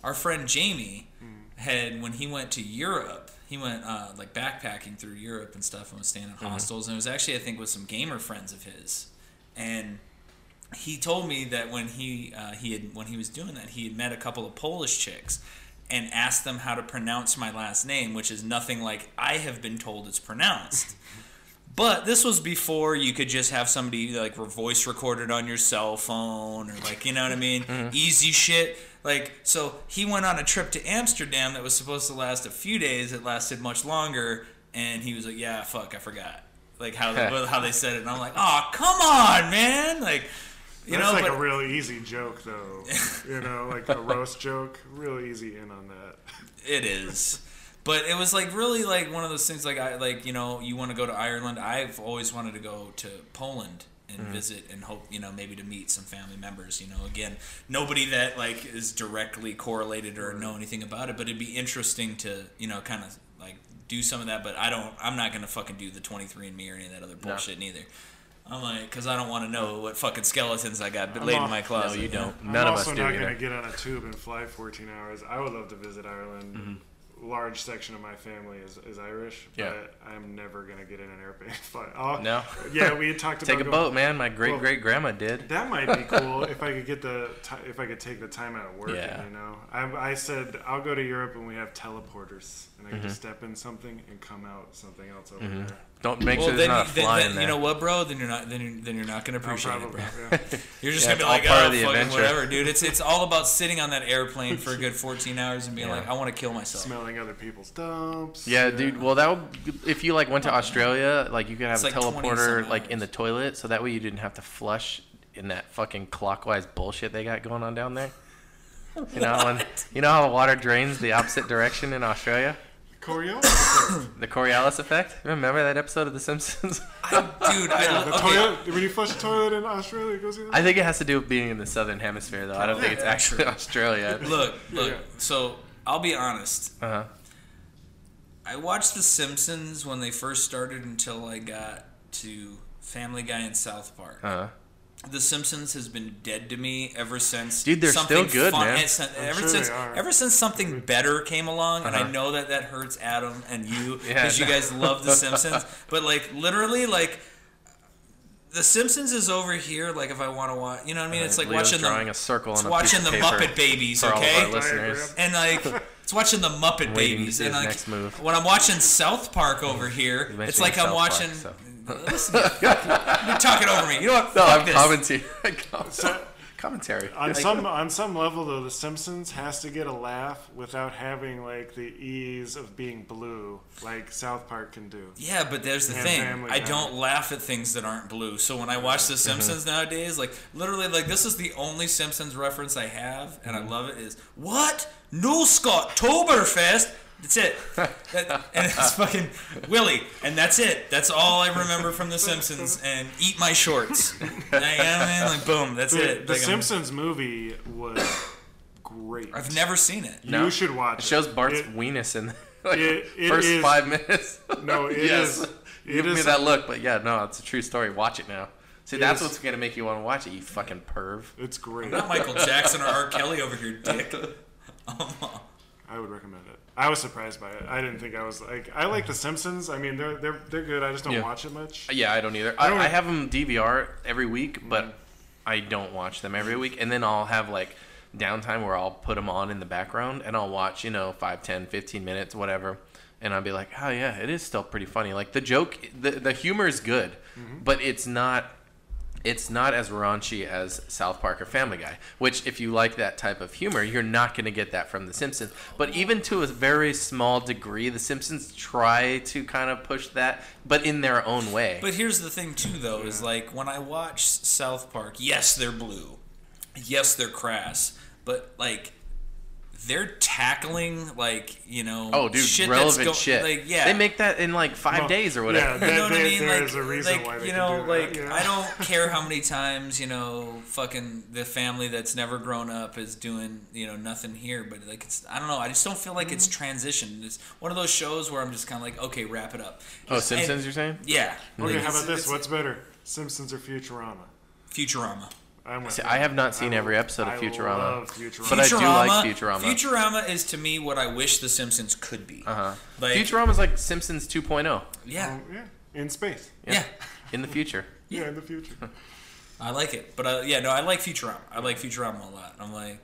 S3: our friend Jamie had when he went to Europe, he went uh like backpacking through Europe and stuff and was staying in hostels and it was actually I think with some gamer friends of his. And he told me that when he uh, he had when he was doing that he had met a couple of Polish chicks and asked them how to pronounce my last name, which is nothing like I have been told it's pronounced. But this was before you could just have somebody like voice recorded on your cell phone or like you know what I mean, easy shit. Like so, he went on a trip to Amsterdam that was supposed to last a few days. It lasted much longer, and he was like, "Yeah, fuck, I forgot." Like how they, how they said it, and I'm like, "Oh, come on, man!" Like you
S4: That's
S3: know,
S4: like
S3: but,
S4: a real easy joke, though. you know, like a roast joke. Real easy in on that.
S3: It is. But it was like really like one of those things like I like you know you want to go to Ireland. I've always wanted to go to Poland and
S4: Mm.
S3: visit and hope you know maybe to meet some family members you know again nobody that like is directly correlated or know anything about it but it'd be interesting to you know kind of like do some of that but i don't i'm not gonna fucking do the 23andme or any of that other bullshit neither i'm like because i don't want to know what fucking skeletons i got laid in
S4: off-
S3: my
S4: No,
S3: closet
S2: you
S3: know?
S2: don't.
S4: I'm
S2: None of
S4: also
S2: us do
S4: not
S2: either.
S4: going to get on a tube and fly 14 hours. I would love to visit Ireland. Large section of my family is, is Irish,
S2: Mm-hmm. Yeah.
S4: but I'm never going to get in an airplane. and fly. Oh,
S2: No.
S4: yeah, we had talked about
S2: Take a
S4: going-
S2: boat, man. My great
S4: Well-
S2: great grandma did.
S4: That might be cool if I could get the ti if I could take the time out of work.
S2: Yeah.
S4: You know, I, I said I'll go to Europe when we have teleporters, and
S2: Mm-hmm.
S4: I can just step in something and come out something else over there.
S2: Don't make
S3: well
S2: sure there's
S3: then,
S2: not a
S3: you- then,
S2: fly
S3: then
S2: in there.
S3: you know what bro then you're not then you're, then you're not gonna
S4: I'll
S3: appreciate it
S4: probably,
S3: bro
S4: yeah.
S3: You're just
S2: Yeah,
S3: gonna be
S2: it's
S3: like,
S2: all part
S3: oh,
S2: of the
S3: fucking
S2: adventure."
S3: whatever, dude. It's it's all about sitting on that airplane for a good 14 hours and being
S2: Yeah.
S3: like, I want to kill myself.
S4: smelling other people's dumps.
S2: Yeah, dude. Well, that would if you like went to Australia, like you could have
S3: It's
S2: a
S3: like 20
S2: teleporter
S3: some
S2: like in
S3: hours.
S2: the toilet, so that way you didn't have to flush in that fucking clockwise bullshit they got going on down there. You know, how when, you know how the water drains the opposite direction in Australia?
S4: Coriolis.
S2: The Coriolis effect? Remember that episode of The Simpsons?
S3: Dude, I
S4: yeah,
S3: love
S4: the
S3: okay.
S4: toilet. When you flush the toilet in Australia, it goes in.
S2: I think it has to do with being in the southern hemisphere, though. I don't think it's actually Australia.
S3: Look, look.
S4: Yeah.
S3: So I'll be honest.
S2: Uh-huh.
S3: I watched The Simpsons when they first started until I got to Family Guy and South Park.
S2: Uh-huh.
S3: The Simpsons has been dead to me ever since.
S2: Dude, they're
S3: something
S2: still good,
S3: fun-
S2: man.
S3: eh, sen-
S4: I'm
S3: ever
S4: sure
S3: since,
S4: they are.
S3: ever since something better came along, and
S2: Uh-huh.
S3: I know that that hurts Adam and you
S2: Yeah,
S3: because
S2: no.
S3: you guys love The Simpsons, but like literally, like. The Simpsons is over here. Like, if I want to watch, you know what I mean? It's like
S2: Leo's
S3: watching
S2: drawing
S3: the,
S2: a circle on
S3: it's
S2: a piece
S3: watching
S2: of
S3: the
S2: paper
S3: Muppet Babies.
S2: for all of
S3: okay,
S2: our listeners.
S4: Diagram.
S3: and like it's watching the Muppet
S2: waiting
S3: Babies,
S2: to see
S3: and
S2: his
S3: like
S2: next move.
S3: when I'm watching South Park over here,
S2: mentioned
S3: it's like I'm
S2: South Park,
S3: watching.
S2: so.
S3: Listen, you're talking over me. You know what?
S2: No,
S3: Fuck
S2: I'm
S3: this.
S2: commenting.
S4: So-
S2: commentary.
S4: on some on some level though, The Simpsons has to get a laugh without having like the ease of being blue, like South Park can do.
S3: Yeah, but there's the
S4: And
S3: thing.
S4: Family Mm-hmm.
S3: I
S4: Guy.
S3: don't laugh at things that aren't blue. So when I watch The Simpsons nowadays, like literally, like this is the only Simpsons reference I have, and
S4: Mm-hmm.
S3: I love it. Is what? No, Scott Toberfest. That's it. That- and it's fucking Willie, and that's it. That's all I remember from The Simpsons. And eat my shorts. Like, you know what I mean? Like boom, that's
S4: The,
S3: it.
S4: the
S3: Like, I'm-
S4: Simpsons movie was great.
S3: I've never seen it.
S2: No.
S4: You should watch
S2: It shows Bart's
S4: It-
S2: weenus in like,
S4: it- it
S2: first
S4: is-
S2: five minutes.
S4: No, it
S2: yes.
S4: is.
S2: You
S4: it
S2: Give me
S4: is-
S2: that look, but yeah, no, it's a true story. Watch it now. See, that's
S4: is-
S2: what's gonna make you want to watch it. You fucking perv.
S4: It's great.
S3: Not Michael Jackson or R. Kelly over here, dick. Oh,
S4: I would recommend it. I was surprised by it. I didn't think I was like. I like The Simpsons. I mean, they're they're they're good. I just don't
S2: Yeah.
S4: watch it much.
S2: Yeah, I don't either. I,
S4: don't-
S2: I have them DVR every week, but I don't watch them every week. And then I'll have like downtime where I'll put them on in the background and I'll watch, you know, 5, 10, 15 minutes, whatever. And I'll be like, oh, yeah, it is still pretty funny. Like the joke, the, the humor is good, but it's not. It's not as raunchy as South Park or Family Guy, which, if you like that type of humor, you're not going to get that from The Simpsons. But even to a very small degree, The Simpsons try to kind of push that, but in their own way.
S3: But here's the thing too, though, is like when I watch South Park. Yes, they're blue. Yes, they're crass. But like, they're tackling like you know.
S2: Oh, dude,
S3: shit that's
S2: relevant
S3: go-
S2: shit.
S3: Like, yeah,
S2: they make that in like five
S4: Well,
S2: days or
S4: yeah,
S2: whatever.
S4: that-
S3: You know what I
S4: there-
S3: mean?
S4: there
S3: like,
S4: is a reason
S3: like,
S4: why they
S3: you
S4: can
S3: know,
S4: do that,
S3: like
S4: you know?
S3: I don't care how many times you know, fucking the family that's never grown up is doing you know nothing here, but like it's I don't know. I just don't feel like it's
S4: Mm-hmm.
S3: transitioned. It's one of those shows where I'm just kind of like, okay, wrap it up.
S2: Oh,
S3: And-
S2: Simpsons, you're saying?
S3: yeah.
S4: Okay,
S3: Like,
S4: how
S3: it's-
S4: about this?
S3: it's
S4: What's better, Simpsons or Futurama?
S3: Futurama?
S4: I'm with
S2: See,
S4: you.
S2: I have not seen
S4: I
S2: every
S4: lo-
S2: episode of
S4: I
S2: Futurama.
S4: love Futurama.
S2: But I do like Futurama.
S3: Futurama is to me what I wish The Simpsons could be.
S2: Uh-huh.
S3: Like,
S2: Futurama's like Simpsons 2.0
S3: yeah,
S4: Um, yeah, in space.
S3: yeah,
S2: in the future.
S4: Yeah, in the future.
S3: I like it. But uh, yeah, no, I like Futurama. I like Futurama a lot. I'm like,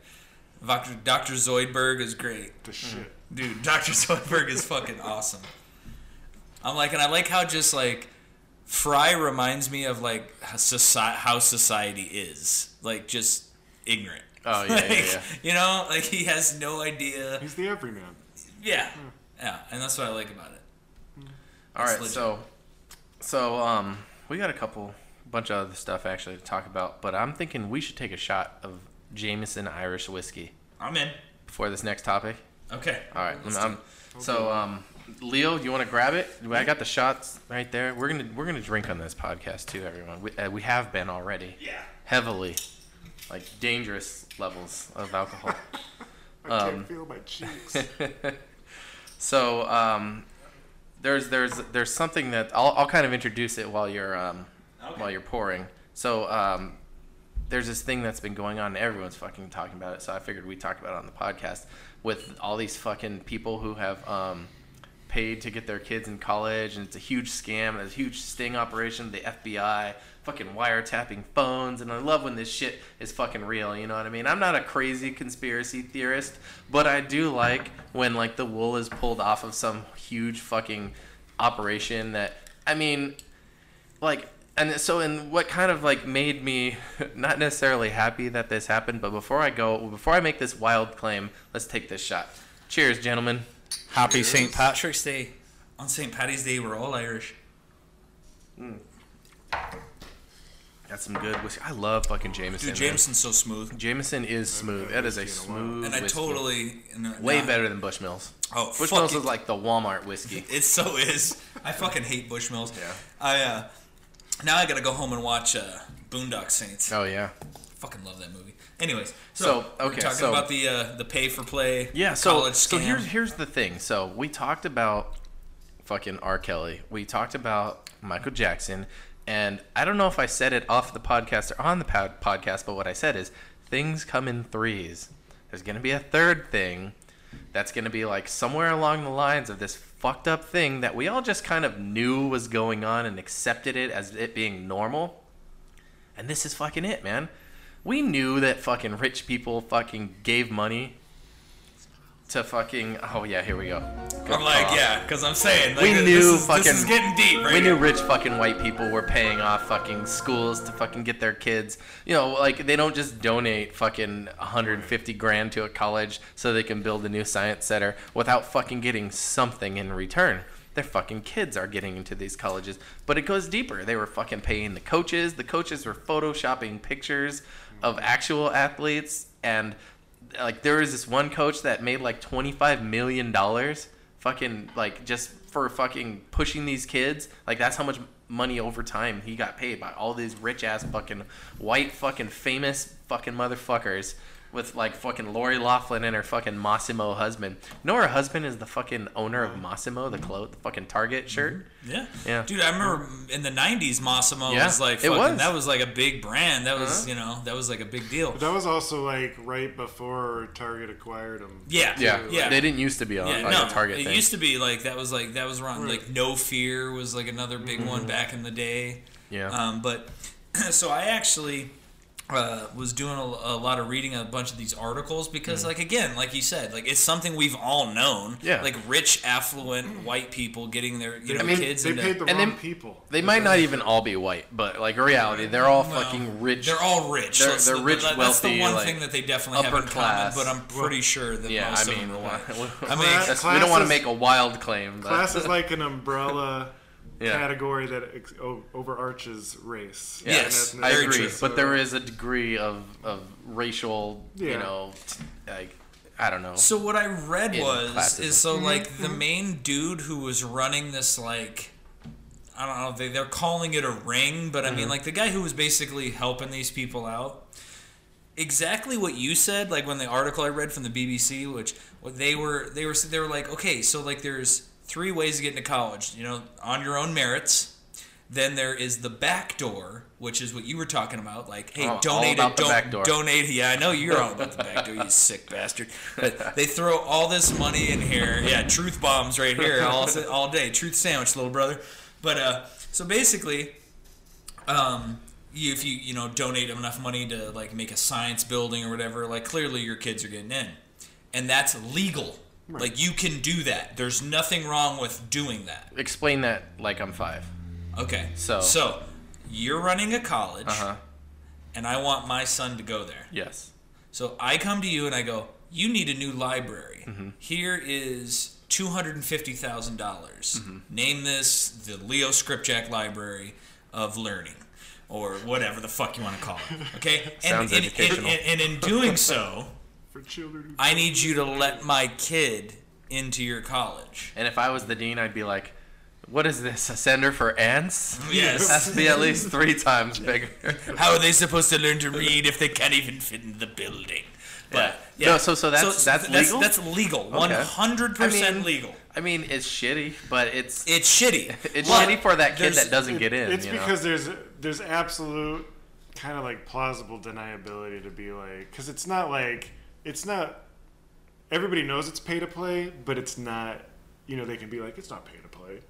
S3: Doctor Doctor Zoidberg is great,
S4: The shit.
S3: dude. Doctor Zoidberg is fucking awesome. I'm like, and I like how just like Fry reminds me of like how society, how society is, like just ignorant.
S2: Oh, yeah, yeah,
S3: Like,
S2: yeah.
S3: You know, like he has no idea.
S4: He's the everyman.
S3: Yeah, yeah, and that's what I like about it.
S2: All right,
S3: legit.
S2: so so um we got a couple bunch of other stuff actually to talk about, but I'm thinking we should take a shot of Jameson Irish whiskey
S3: I'm in.
S2: before this next topic.
S3: Okay.
S2: All right,
S3: Let's
S2: I'm-
S3: do
S2: so um Leo, do you want to grab it? I got the shots right there. We're gonna we're gonna drink on this podcast too, everyone. We, uh, we have been already.
S4: Yeah.
S2: Heavily, like dangerous levels of alcohol.
S4: I
S2: Um,
S4: can't feel my cheeks.
S2: So um, there's there's there's something that I'll, I'll kind of introduce it while you're um,
S3: Okay.
S2: while you're pouring. So um, there's this thing that's been going on. And everyone's fucking talking about it. So I figured we'd talk about it on the podcast with all these fucking people who have um, paid to get their kids in college, and it's a huge scam, a huge sting operation. The FBI fucking wiretapping phones, and I love when this shit is fucking real. You know what I mean? I'm not a crazy conspiracy theorist, but I do like when like the wool is pulled off of some huge fucking operation that. I mean, like and so and what kind of like made me not necessarily happy that this happened but before i go before i make this wild claim let's take this shot cheers gentlemen
S5: Happy St. Patrick's Day.
S3: On St. Patty's Day, we're all Irish.
S2: got some good whiskey i love fucking jameson
S3: Dude,
S2: man.
S3: Jameson's so smooth.
S2: jameson is smooth that is a
S4: whiskey in a while.
S2: smooth
S3: And I
S2: whiskey.
S3: totally no,
S2: way
S3: nah.
S2: better than bushmills
S3: Oh, fuck
S2: bushmills
S3: it.
S2: is like the walmart whiskey
S3: It so is. I fucking hate Bushmills.
S2: Yeah.
S3: I uh, now I gotta go home and watch uh, Boondock Saints.
S2: oh yeah
S3: Fucking love that movie. Anyways,
S2: So,
S3: so,
S2: okay,
S3: we're talking
S2: so-
S3: about the uh, the pay for play.
S2: Yeah, so
S3: college
S2: so
S3: scam.
S2: here's here's the thing. So we talked about fucking R. Kelly. We talked about Michael Jackson, and I don't know if I said it off the podcast or on the pod- podcast, but what I said is things come in threes. There's gonna be a third thing that's gonna be like somewhere along the lines of this fucked up thing that we all just kind of knew was going on and accepted it as it being normal. And this is fucking it, man. We knew that fucking rich people fucking gave money to fucking. Oh yeah, here we go. Good
S3: I'm like,
S2: call.
S3: yeah, because I'm saying like,
S2: We
S3: this
S2: knew
S3: is-
S2: fucking-
S3: This is getting deep, right?
S2: We knew
S3: here.
S2: rich fucking white people were paying off fucking schools to fucking get their kids. You know, like they don't just donate fucking 150 grand to a college so they can build a new science center without fucking getting something in return. Their fucking kids are getting into these colleges, but it goes deeper. They were fucking paying the coaches. The coaches were photoshopping pictures of actual athletes and like there was this one coach that made like 25 million dollars fucking like just for fucking pushing these kids like that's how much money over time he got paid by all these rich ass fucking white fucking famous fucking motherfuckers with like fucking Lori Laughlin and her fucking Massimo husband. You know her husband is the fucking owner of Massimo, the clothes, the fucking Target shirt.
S3: Yeah.
S2: Yeah. Mm-hmm.
S3: Dude, I remember in the 90s, Massimo
S2: Yeah,
S3: was like,
S2: it
S3: fucking,
S2: was. Uh-huh.
S3: that was like a big brand. That was, you know, that was like a big deal.
S4: That was also like right before Target acquired them.
S3: Yeah. Yeah. Yeah.
S2: They didn't used to be on
S3: Yeah,
S2: like
S3: no,
S2: a Target
S3: it
S2: thing.
S3: used to be like that was like that was around like No Fear was like another big one back in the day.
S2: Mm-hmm. Yeah.
S3: Um, but so I actually uh, was doing a, a lot of reading a bunch of these articles because, like again, like you said, like it's something we've all known.
S2: Mm-hmm. Yeah.
S3: Like rich, affluent white people getting their you know
S2: mean,
S3: kids
S4: They
S3: into.
S4: paid the
S2: And
S4: wrong
S2: then-
S4: people.
S2: they might not even all be white, but like in reality, they're all
S3: Well,
S2: fucking rich.
S3: They're all rich.
S2: They're-
S3: That's
S2: they're
S3: the-
S2: rich,
S3: that- That's
S2: wealthy,
S3: the one
S2: like,
S3: thing that they definitely have
S2: upper
S3: in common.
S2: class.
S3: But I'm pretty sure that
S2: Yeah,
S3: most
S2: I
S3: of
S2: mean,
S3: them are white.
S2: I
S3: I
S2: mean,
S3: mean,
S4: Class-
S2: that's- we don't want to
S4: classes-
S2: make a wild claim. But
S4: Class is like an umbrella
S2: Yeah.
S4: category that ex- o- overarches race.
S2: Yeah.
S3: Yes,
S4: And
S2: I
S4: that's-
S3: Very
S2: agree,
S3: true.
S2: but there is a degree of of racial, you
S4: Yeah.
S2: know, t- like I don't know.
S3: So what I read
S2: in
S3: was
S2: classism.
S3: is so like the main dude who was running this like I don't know they they're calling it a ring, but I
S2: Mm-hmm.
S3: mean like the guy who was basically helping these people out. Exactly what you said, like when the article I read from the BBC, which what they were they were they were like okay, so like there's three ways to get into college, you know, on your own merits. Then there is the back door, which is what you were talking about. Like, hey,
S2: I'm Oh, all
S3: donate
S2: about
S3: it,
S2: the
S3: don't,
S2: back door.
S3: don't donate. Yeah, I know you're all about the back door, you sick bastard. But they throw all this money in here. Yeah, truth bombs right here all, all day. Truth sandwich, little brother. But uh, so basically, um, you, if you you know donate enough money to like make a science building or whatever, like clearly your kids are getting in, and that's legal. Like you can do that. There's nothing wrong with doing that.
S2: Explain that like I'm five.
S3: Okay.
S2: So-
S3: so you're running a college,
S2: Uh-huh.
S3: and I want my son to go there.
S2: Yes.
S3: So I come to you and I go, you need a new library.
S2: Mm-hmm.
S3: Here is two hundred and fifty thousand dollars.
S2: Mm-hmm.
S3: Name this the Leo Scriptjack Library of Learning, or whatever the fuck you want to call it. Okay, and,
S2: Sounds
S3: and- and-
S2: educational.
S3: and- and in doing so,
S4: For children.
S3: I need you to let my kid into your college.
S2: And if I was the dean, I'd be like, what is this? A sender for ants? It
S3: Yes.
S2: has to be at least three times bigger.
S3: How are they supposed to learn to read if they can't even fit in the building? But
S2: Yeah.
S3: yeah.
S2: No, so- so that's- that's legal?
S3: That's, legal. One hundred
S2: I mean-
S3: percent legal.
S2: I mean, it's shitty, but it's
S3: It's shitty.
S2: it's
S3: But
S2: shitty for that kid
S3: there's-
S2: that doesn't get in.
S4: It's
S2: you know?
S4: because there's there's absolute kind of like plausible deniability to be like because it's not like it's not everybody knows it's pay to play, but it's not. You know, they can be like it's not pay to play.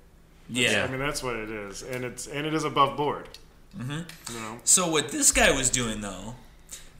S3: Yeah.
S4: I mean, that's what it is, and it's and it is above board. Mm-hmm. You know,
S3: So what this guy was doing though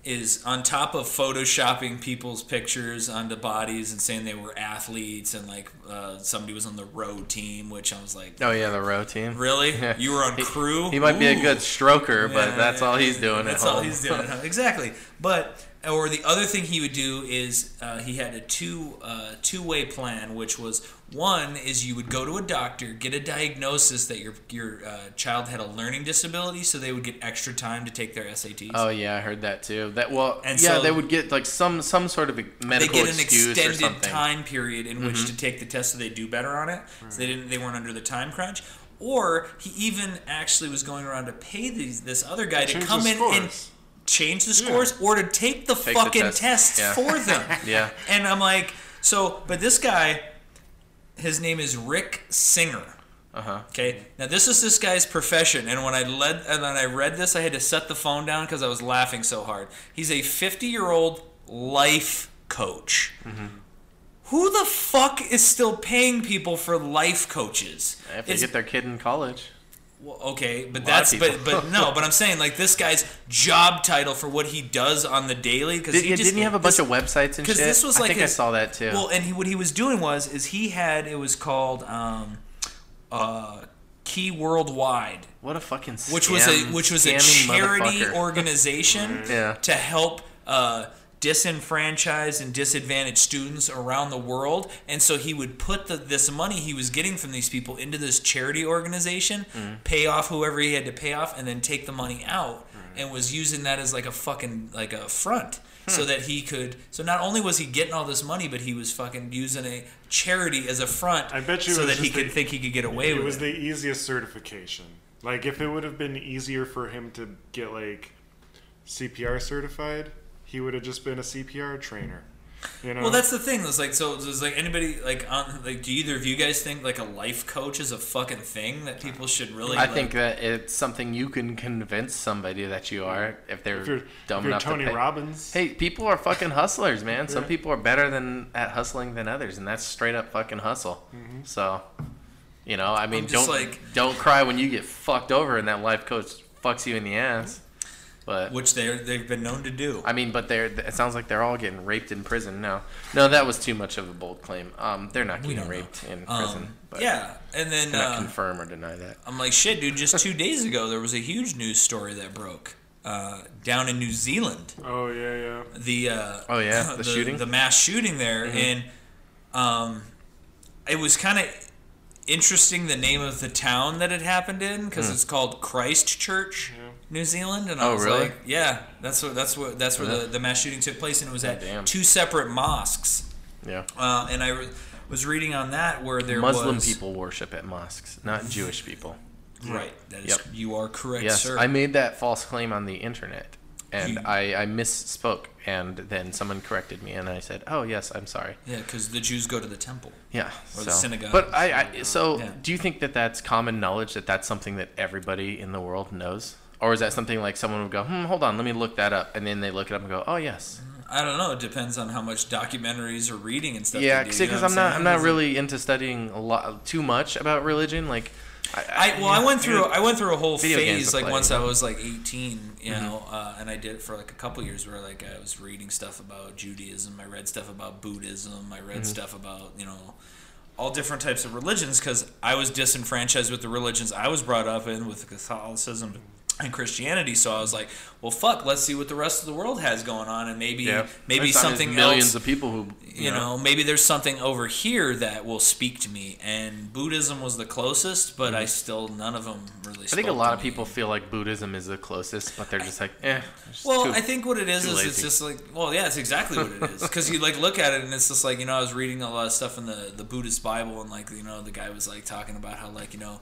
S3: is on top of photoshopping people's pictures onto bodies and saying they were athletes and like uh, somebody was on the row team, which I was like,
S2: Oh yeah, the row team.
S3: really? You were on
S2: He-
S3: crew?
S2: He, might be a
S3: Ooh.
S2: good stroker,
S3: Yeah,
S2: but that's all he's doing
S3: That's
S2: at home.
S3: all he's doing. at home. exactly. But or the other thing he would do is uh, he had a two uh, two way plan, which was one is you would go to a doctor, get a diagnosis that your your uh, child had a learning disability, so they would get extra time to take their SATs.
S2: Oh yeah, I heard that too. That well,
S3: And
S2: yeah,
S3: so-
S2: they would get like some some sort of a
S3: they
S2: medical
S3: get an
S2: excuse or
S3: extended
S2: something. Mm-hmm.
S3: time period in which to take the test so they do better on it. So they didn't they weren't under the time crunch. Or he even actually was going around to pay these this other guy to
S4: Change
S3: come
S4: the
S3: in and
S4: scores.
S3: change the scores or to take the
S2: the
S3: fucking
S2: test.
S3: tests
S2: Yeah.
S3: for them.
S2: Yeah.
S3: And I'm like, so but this guy his name is Rick Singer.
S2: Uh-huh.
S3: Okay. Now this is this guy's profession, and when I led and when I read this, I had to set the phone down because I was laughing so hard. He's a 50 year old life coach. Who the fuck is still paying people for life coaches?
S2: If they
S3: It's-
S2: get their kid in college,
S3: well, okay, but
S2: lot of
S3: that's but
S2: people.
S3: but no, but I'm saying like this guy's job title for what he does on the daily because
S2: Did,
S3: he
S2: yeah,
S3: just,
S2: didn't he have a bunch of websites and shit?
S3: because this was
S2: I
S3: like
S2: think I
S3: his-
S2: saw that too.
S3: Well, and he, what he was doing was is he had it was called um, uh, Key Worldwide,
S2: what a fucking scam,
S3: which was a which was a
S2: scamming
S3: charity
S2: motherfucker.
S3: organization
S2: Yeah.
S3: to help uh, disenfranchised and disadvantaged students around the world. And so he would put the, this money he was getting from these people into this charity organization,
S4: Mm-hmm.
S3: pay off whoever he had to pay off, and then take the money out.
S4: Mm-hmm.
S3: And was using that as like a fucking like a front.
S4: Hmm.
S3: So that he could, so not only was he getting all this money, but he was fucking using a charity as a front.
S4: I bet you it
S3: so that
S4: was
S3: he
S4: just
S3: could
S4: the-
S3: think he could get away
S4: it
S3: with
S4: was
S3: it.
S4: the easiest certification. Like, if it would have been easier for him to get like CPR certified, he would have just been a CPR trainer. You know,
S3: Well, that's the thing. It's like so. Does like anybody like on like? Do either of you guys think like a life coach is a fucking thing that people should really?
S2: I
S3: like,
S2: think that it's something you can convince somebody that you are if they're
S4: if you're,
S2: dumb
S4: if you're
S2: enough
S4: Tony
S2: to pay.
S4: Robbins.
S2: Hey, people are fucking hustlers, man. Some people are better than at hustling than others, and that's straight up fucking hustle. So, you know, I mean,
S3: Mm-hmm. just
S2: don't
S3: like-
S2: don't cry when you get fucked over and that life coach fucks you in the ass. But
S3: which they they've been known to do.
S2: I mean, but they're it sounds like they're all getting raped in prison now. No, that was too much of a bold claim. Um, they're not
S3: We
S2: getting
S3: don't know.
S2: raped in
S3: Um,
S2: prison. but
S3: yeah, and then
S2: cannot
S3: uh,
S2: confirm or deny that.
S3: I'm like, shit, dude. Just two days ago, there was a huge news story that broke uh, down in New Zealand.
S4: Oh yeah, yeah.
S3: the uh,
S2: Oh, yeah, the shooting? Mm-hmm.
S3: the mass shooting there, and um, it was kind of interesting the name of the town that it happened in because it's called Christchurch, New Zealand, and I
S2: Mm. Mm-hmm. Oh,
S3: was
S2: really?
S3: like, yeah, that's where that's where that's where the, the mass shooting took place, and it was at
S2: Oh, damn.
S3: two separate mosques,
S2: Yeah,
S3: uh, and I re- was reading on that where there
S2: Muslim
S3: was,
S2: people worship at mosques, not Jewish people.
S3: right? That is,
S2: Yep.
S3: you are correct,
S2: Yes,
S3: sir.
S2: I made that false claim on the internet, and
S3: You-
S2: I, I misspoke, and then someone corrected me, and I said, "Oh yes, I'm sorry."
S3: yeah, because the Jews go to the temple.
S2: Yeah,
S3: Or
S2: so.
S3: the synagogue.
S2: But I, I so
S3: Yeah.
S2: do you think that that's common knowledge that that's something that everybody in the world knows, or is that something like someone would go, "Hmm, hold on, let me look that up," and then they look it up and go, "Oh yes."
S3: I don't know. It depends on how much documentaries or reading and stuff.
S2: yeah,
S3: they do,
S2: because
S3: you know what
S2: I'm not
S3: saying?
S2: I'm not
S3: Because-
S2: really into studying a lot too much about religion, like.
S3: I well, I went through I went through a whole
S2: Video games
S3: phase
S2: to
S3: like
S2: play,
S3: once
S2: you
S3: I was like 18, you
S2: Mm-hmm.
S3: know, uh, and I did it for like a couple years where like I was reading stuff about Judaism, I read stuff about Buddhism, I read
S2: Mm-hmm.
S3: stuff about you know all different types of religions because I was disenfranchised with the religions I was brought up in with Catholicism and Christianity. So I was like, well, fuck, let's see what the rest of the world has going on, and maybe
S2: Yeah.
S3: maybe
S2: It's not-
S3: something
S2: millions
S3: else.
S2: of people who
S3: you know, maybe there's something over here that will speak to me. And Buddhism was the closest, but I still none of them really.
S2: Mm-hmm. I think a lot of people feel like Buddhism is the closest, but they're just like, eh. it's
S3: Well,
S2: too-
S3: I think what it is
S2: too
S3: is it's
S2: lazy.
S3: just like, well, yeah, it's exactly what it is. Because you like look at it and it's just like you know, I was reading a lot of stuff in the the Buddhist Bible and like you know, the guy was like talking about how like you know.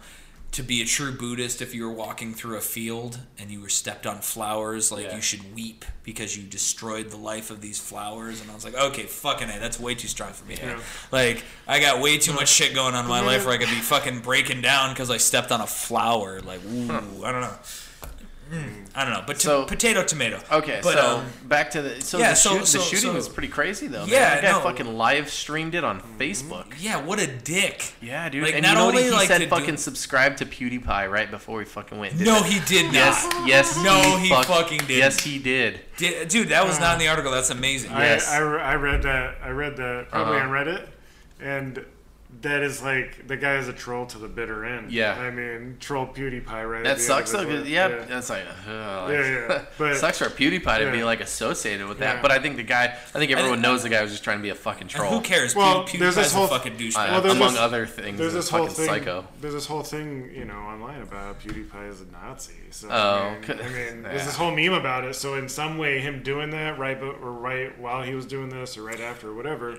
S3: To be a true Buddhist, if you were walking through a field and you were stepped on flowers, like
S2: Yeah.
S3: you should weep because you destroyed the life of these flowers. And I was like, okay, fucking it, that's way too strong for me. Like I got way too much shit going on in my life where I could be fucking breaking down because I stepped on a flower. Like, ooh, I don't know. Mm, I don't know, but to,
S2: So-
S3: potato tomato.
S2: Okay,
S3: but,
S2: so
S3: um,
S2: back to the so
S3: yeah,
S2: the,
S3: so-
S2: shoot,
S3: so-
S2: the shooting
S3: so-
S2: was pretty crazy though. man.
S3: Yeah,
S2: that guy
S3: no.
S2: fucking live streamed it on Facebook.
S3: yeah, what a dick.
S2: Yeah, dude.
S3: Like,
S2: and
S3: not
S2: you know
S3: only
S2: what he,
S3: like
S2: said?
S3: the
S2: Fucking
S3: dude-
S2: subscribe to PewDiePie right before we fucking went. did
S3: No,
S2: it?
S3: he did
S2: Yes,
S3: not.
S2: yes.
S3: No, he
S2: fuck-
S3: fucking didn't.
S2: Yes, he did.
S3: Di- dude, that was not in the article. That's amazing.
S4: I,
S2: Yes.
S4: I, I read that. I read that probably
S2: Uh-huh.
S4: on Reddit, and that is like the guy is a troll to the bitter end.
S2: Yeah.
S4: I mean, troll PewDiePie right. at the
S2: That
S4: end
S2: sucks
S4: of
S2: though.
S4: his
S2: 'cause-
S4: life.
S2: yeah, that's like, ugh, like-
S4: Yeah, yeah, but-
S2: sucks for PewDiePie to be
S4: Yeah.
S2: like associated with that.
S4: Yeah.
S2: But I think the guy, I think everyone
S3: think-
S2: knows the guy was just trying to be a fucking troll,
S3: Who cares?
S4: Well,
S3: Pew-
S4: there's this
S3: PewDiePie's
S4: whole-
S3: a fucking
S2: uh,
S3: douchebag.
S4: Well, there's
S2: among
S4: this-
S2: other things.
S4: There's
S2: is
S4: this
S2: fucking
S4: whole thing.
S2: psycho.
S4: There's this whole thing, you know, online about PewDiePie as a Nazi. So,
S2: Oh,
S4: I mean,
S2: okay.
S4: I mean,
S2: Yeah.
S4: there's this whole meme about it. So in some way, him doing that right, but or right while he was doing this, or right after, or whatever,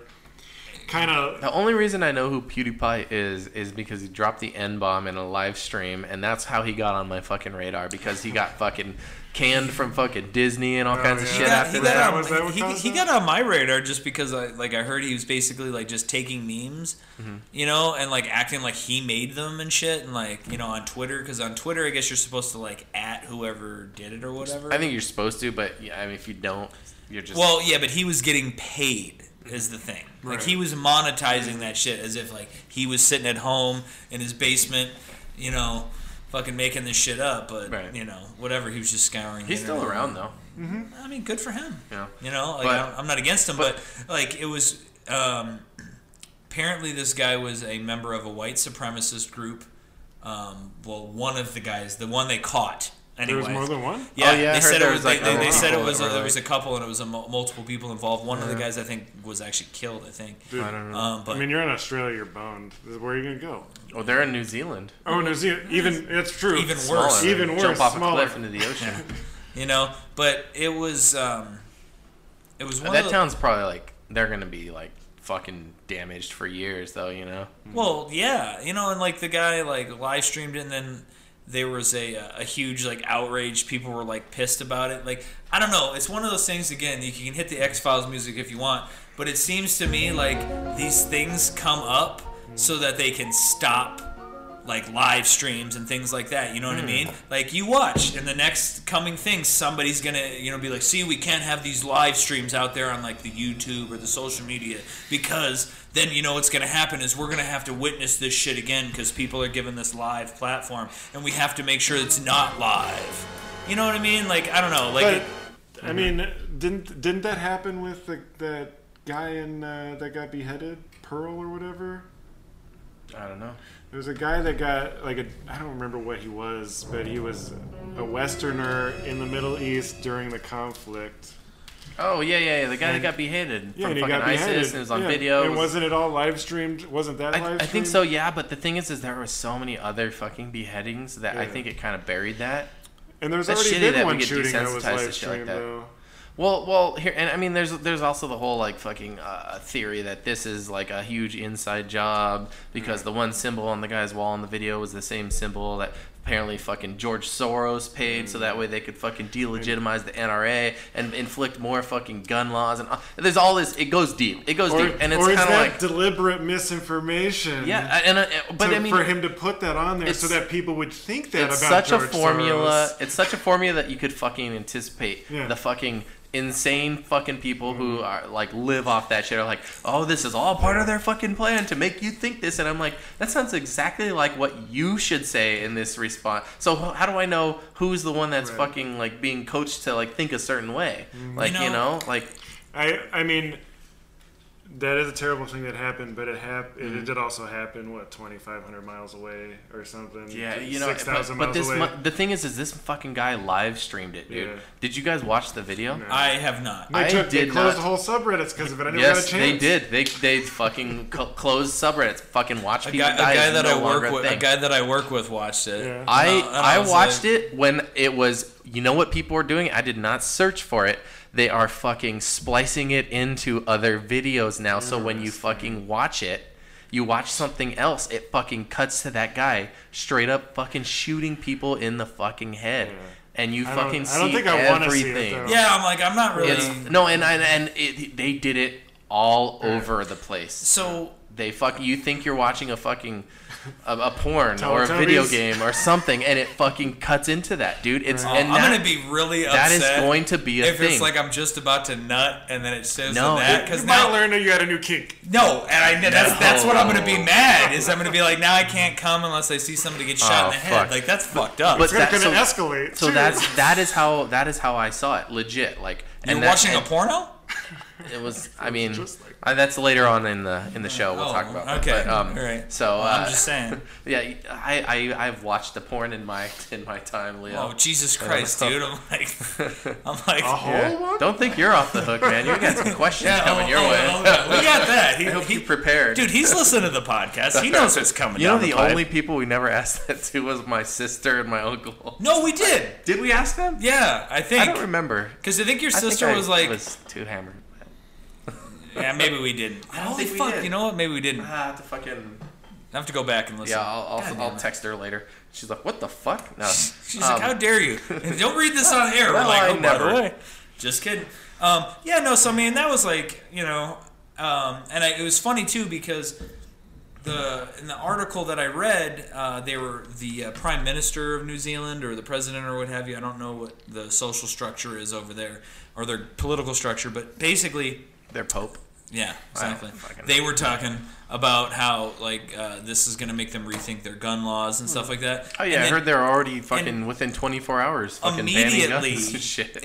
S4: kind of.
S2: The only reason I know who PewDiePie is is because he dropped the N bomb in a live stream, and that's how he got on my fucking radar because he got fucking canned from fucking Disney and all kinds of
S4: Oh, yeah.
S2: shit
S4: He
S3: got-
S2: after
S3: he
S2: that.
S4: Was
S3: got
S4: that
S3: on,
S4: what
S3: he,
S4: caused
S3: he
S4: that?
S3: got on my radar just because I like I heard he was basically like just taking memes,
S4: Mm-hmm.
S3: you know, and like acting like he made them and shit, and like you know on Twitter because on Twitter I guess you're supposed to like at whoever did it or whatever.
S2: I think you're supposed to, but yeah, I mean, if you don't, you're just
S3: Well, yeah, but he was getting paid is the thing. Like
S4: Right.
S3: he was monetizing that shit as if like he was sitting at home in his basement, you know, fucking making this shit up. But
S2: Right.
S3: you know, whatever. He was just scouring. the
S2: he's still
S3: internet.
S2: around though.
S3: I mean, good for him.
S2: Yeah.
S3: You know, like
S2: But-
S3: I'm- I'm not against him, but,
S2: but-
S3: like it was. Um, apparently, this guy was a member of a white supremacist group. Um, well, one of the guys, the one they caught.
S4: There
S3: Anyway,
S4: was more than one.
S2: Oh, yeah,
S3: yeah,
S2: I
S3: they
S2: heard
S3: said it
S2: there
S3: was.
S2: was,
S3: they
S2: like,
S3: they,
S2: other
S3: they said it
S2: people
S3: was.
S2: that
S3: A,
S2: were,
S3: there was a
S2: like-
S3: couple, and it was a mul- multiple people involved. One of the guys, I think, was actually killed. I think.
S4: Dude, uh,
S2: I don't know.
S3: Um, but
S4: I mean, you're in Australia, you're boned. Where are you gonna go?
S2: Oh, they're in New Zealand.
S4: Oh, New Zealand. Even that's true.
S3: Even worse.
S2: Smaller.
S4: Even
S2: They'd
S4: worse,
S2: Jump off
S4: smaller.
S2: a cliff into the ocean.
S3: you know, but it was. Um, it was one of
S2: that
S3: the,
S2: town's probably like they're gonna be like fucking damaged for years though. You know.
S3: Well, yeah, you know, and like the guy like live streamed it, and then there was a uh, a huge like outrage. People were like pissed about it. Like I don't know. It's one of those things again. You can hit the X Files music if you want, but it seems to me like these things come up so that they can stop like live streams and things like that. You know what
S2: Hmm.
S3: I mean? Like you watch, and the next coming thing, somebody's gonna you know be like, "See, we can't have these live streams out there on like the YouTube or the social media because then you know what's gonna happen is we're gonna have to witness this shit again because people are given this live platform, and we have to make sure it's not live." You know what I mean? Like I don't know. Like
S4: But
S2: Mm-hmm.
S4: I mean, didn't didn't that happen with the that guy in uh, that got beheaded, Pearl or whatever?
S2: I don't know.
S4: There was a guy that got like a I don't remember what he was, but he was a Westerner in the Middle East during the conflict.
S2: Oh yeah, yeah, yeah. The guy that got beheaded
S4: Yeah,
S2: from
S4: and he
S2: fucking
S4: got
S2: ISIS
S4: beheaded.
S2: and it was on
S4: yeah.
S2: video.
S4: And wasn't it all live streamed? Wasn't that
S2: I,
S4: live?
S2: I think
S4: streamed?
S2: so, yeah. But the thing is, is there were so many other fucking beheadings that I
S4: Yeah.
S2: think it kind of buried that.
S4: And there's
S2: That's
S4: already
S2: shitty
S4: been
S2: that we
S4: one
S2: get
S4: shooting that was
S2: desensitized to
S4: live
S2: shit like
S4: streamed
S2: that.
S4: though.
S2: Well, well, here and I mean, there's there's also the whole like fucking uh, theory that this is like a huge inside job because the one symbol on the guy's wall in the video was the same symbol that apparently fucking George Soros paid, so
S4: Mm.
S2: that way they could fucking delegitimize the NRA and inflict more fucking gun laws and uh, there's all this. It goes deep. It goes
S4: Or,
S2: deep, and it's
S4: or
S2: kind
S4: is
S2: of
S4: that
S2: like
S4: deliberate misinformation?
S2: yeah, I- and uh, but
S4: to-
S2: I mean
S4: for him to put that on there so
S2: it's-
S4: that people would think that
S2: it's
S4: about
S2: such a
S4: George
S2: formula.
S4: Soros.
S2: It's such a formula that you could fucking anticipate
S4: Yeah. Mm-hmm.
S2: the fucking insane fucking people who are like live off that shit are like, oh, this is all part of their fucking plan to make you think this, and I'm like, that sounds exactly like what you should say in this response. So h- how do I know who's the one that's
S4: Right. Mm-hmm.
S2: fucking like being coached to like think a certain way? Like you
S3: You
S2: know,
S3: know-
S2: like
S4: I I mean, That is a terrible thing that happened, but it hap- it-
S2: Mm-hmm.
S4: It did also happen. What twenty five hundred miles away or something?
S2: Yeah, you know,
S4: six
S2: but,
S4: thousand
S2: but
S4: miles
S2: this
S4: away.
S2: mu- the thing is, is this fucking guy live streamed it, dude.
S4: Yeah.
S2: Did you guys watch the video?
S4: No.
S3: I have not.
S4: they
S2: I
S4: took, they
S2: did
S4: closed
S2: not-
S4: the whole subreddits because of it. I never got a
S2: Yes,
S4: chance.
S2: they did. They they fucking cl- closed subreddits. Fucking watch
S3: A
S2: people
S3: guy, a
S2: die
S3: guy
S2: is
S3: that
S2: no
S3: I work
S2: longer
S3: with,
S2: thing.
S3: a guy that I work with, watched it.
S4: Yeah.
S2: I
S3: And and
S2: I,
S3: was
S2: watched
S3: like-
S2: it when it was. You know what people were doing? I did not search for it. They are fucking splicing it into other videos now. So when you fucking watch it, you watch something else. It fucking cuts to that guy straight up fucking shooting people in the fucking head, and you
S4: I don't-
S2: fucking
S4: I
S2: see
S4: don't think I wanna see it,
S2: everything.
S4: though.
S3: Yeah, I'm like, I'm not really.
S2: It's, no, and and, and it, they did it all over the place.
S3: so
S2: They fuck. You think you're watching a fucking a, a porn
S4: Teletubbies.
S2: or a video game or something, and it fucking cuts into that, dude. It's
S3: uh,
S2: and
S3: I'm
S2: that,
S3: gonna be really
S2: that
S3: upset
S2: is going to be a
S3: if
S2: thing.
S3: it's like I'm just about to nut and then it says
S2: No,
S3: that
S2: it-
S4: You
S3: because
S4: might
S3: now
S4: learn that you had a new kink.
S3: no, and I that's that's what I'm gonna be
S2: No.
S3: mad is I'm gonna be like now I can't come unless I see somebody get shot
S2: Oh,
S3: in the head
S2: fuck.
S3: like that's fucked up.
S2: But
S4: It's
S2: that-
S4: going to
S2: so-
S4: escalate.
S2: so
S4: too.
S2: that's that is how that is how I saw it, legit. Like
S3: You're
S2: and that-
S3: watching a
S2: and
S3: porno?
S2: It was. I mean,
S4: just like-
S2: I, that's later on in the in the show. We'll
S3: Oh,
S2: talk about. that,
S3: okay.
S2: But, um,
S3: All right.
S2: So
S3: Well,
S2: uh,
S3: I'm just saying.
S2: Yeah, I I I've watched the porn in my in my time, Leo.
S3: Oh Jesus Christ, dude! I'm like, I'm like,
S4: a whole
S2: Yeah.
S4: one.
S2: Don't think you're off the hook, man. You got some questions
S3: yeah,
S2: coming
S3: oh,
S2: your
S3: oh,
S2: way.
S3: oh, yeah, we got that. He,
S2: I hope
S3: he-
S2: you prepared.
S3: dude, he's listening to the podcast. He knows what's coming.
S2: you know
S3: down
S2: the,
S3: pipe.
S2: only people we never asked that to was my sister and my uncle.
S3: No, we did.
S2: Did we ask them?
S3: Yeah, I
S2: I
S3: think
S2: don't remember.
S3: because I think your
S2: I think
S3: sister
S2: I
S3: was like,
S2: was too hammered.
S3: yeah, maybe we didn't.
S2: don't
S3: Holy
S2: think we
S3: fuck!
S2: did.
S3: You know what? Maybe we didn't. I
S2: Ah, the fucking
S3: have to go back and listen.
S2: yeah. I'll
S3: God
S2: I'll,
S3: damn
S2: I'll
S3: it.
S2: text her later. She's like, "What the fuck?" No.
S3: She's
S2: Um,
S3: like, how dare you? And don't read this on air. We're
S2: Well,
S3: like,
S2: I
S3: oh, by the
S2: never.
S3: way. Just kidding. Um, yeah, no. So I mean, that was like, you know, um, and I, it was funny too because the in the article that I read, uh, they were the uh, prime minister of New Zealand or the president or what have you. I don't know what the social structure is over there or their political structure, but basically.
S2: their pope.
S3: Yeah, exactly.
S2: fucking
S3: They were talking about how like uh, this is going to make them rethink their gun laws and stuff like that.
S2: Oh
S3: And
S2: yeah, I
S3: then
S2: heard they're already fucking within 24 hours fucking banning
S3: immediately.
S2: guns and shit.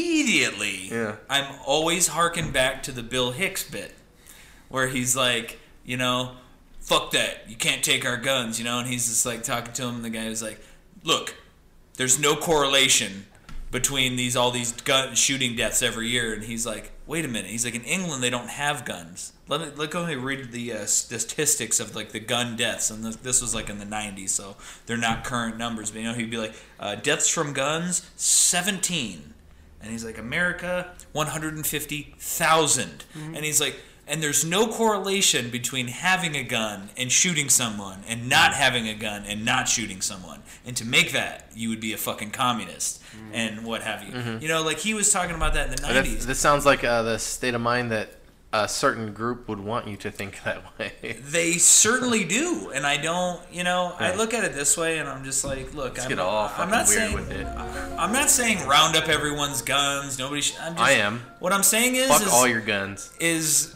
S3: Immediately.
S2: Yeah.
S3: I'm always harking back to the Bill Hicks bit, where he's like, you know, fuck that. You can't take our guns, you know. And he's just like talking to him. And the guy was like, look, there's no correlation between these all these gun shooting deaths every year and he's like wait a minute he's like in england they don't have guns let me let go ahead and read the uh, statistics of like the gun deaths and this, this was like in the 90s so they're not current numbers but you know he'd be like uh, deaths from guns 17 and he's like america 150000 and he's like and there's no correlation between having a gun and shooting someone and not having a gun and not shooting someone and to make that you would be a fucking communist and what have you you know like he was talking about that in the 90s
S2: That- this sounds like uh, Mm-hmm. the state of mind that a certain group would want you to think that way.
S3: They certainly do, and I don't. You know, I
S2: Right.
S3: look at it this way, and I'm just like, look, I'm,
S2: get all
S3: I'm
S2: fucking
S3: not
S2: weird
S3: saying
S2: with it.
S3: I'm not saying round up everyone's guns. Nobody. Sh- I'm just,
S2: I am.
S3: What I'm saying is,
S2: Fuck
S3: is,
S2: all your guns.
S3: is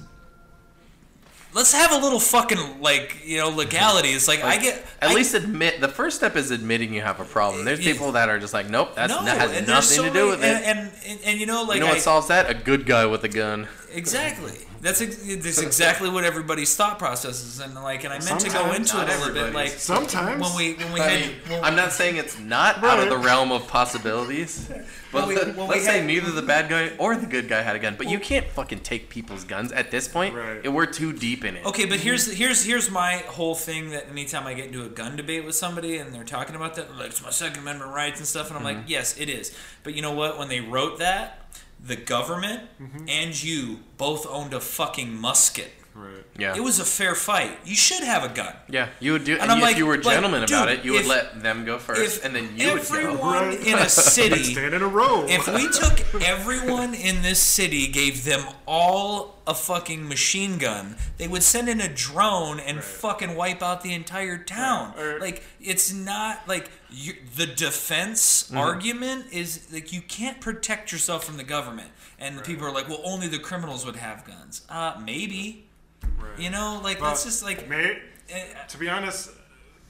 S3: let's have a little fucking like you know legality. It's like, I get
S2: At
S3: I-
S2: least admit the first step is admitting you have a problem. There's
S3: Yeah.
S2: people that are just like, nope, that's,
S3: no,
S2: that has nothing
S3: and there's so
S2: to do
S3: many-
S2: with
S3: and,
S2: it.
S3: And, and and you know like
S2: you know
S3: I-
S2: what solves that? A good guy with a gun.
S3: Exactly. That's ex- that's exactly what everybody's thought process is, and like, and I meant to go
S4: Sometimes,
S3: into it a
S2: not
S3: little bit, like
S2: everybody's.
S4: Sometimes
S3: when we when we
S2: I
S3: had
S2: mean,
S3: when,
S2: I'm not saying it's not out of the
S4: Right.
S2: realm of possibilities, but
S3: Well, we-
S2: let,
S3: well, we
S2: us say
S3: had-
S2: neither the bad guy or the good guy had a gun. But you can't fucking take people's guns at this point.
S4: Right.
S2: And we're too deep in it.
S3: Okay, but here's here's here's my whole thing that anytime I get into a gun debate with somebody and they're talking about that, like it's my Second Amendment rights and stuff, and I'm
S2: Mm-hmm.
S3: like, yes, it is. But you know what? When they wrote that, the government
S2: Mm-hmm.
S3: and you both owned a fucking musket.
S4: Right.
S2: Yeah.
S3: It was a fair fight. You should have a gun.
S2: Yeah, you would do, and,
S3: I'm
S2: if
S3: like-
S2: you were
S3: like,
S2: gentlemen about
S3: dude,
S2: it, you would
S3: if-
S2: let them go first,
S3: If
S2: and then you would go.
S3: everyone
S4: Right.
S3: in a city
S4: stand in a row.
S3: If we took everyone in this city, gave them all a fucking machine gun, they would send in a drone and fucking wipe out the entire town.
S4: Right. Or-
S3: Like it's not like you, the defense
S4: Mm-hmm.
S3: argument is like you can't protect yourself from the government, and people are like, well, only the criminals would have guns. Uh, maybe. You know, like that's
S4: But-
S3: just like.
S4: May,
S3: eh,
S4: to be honest,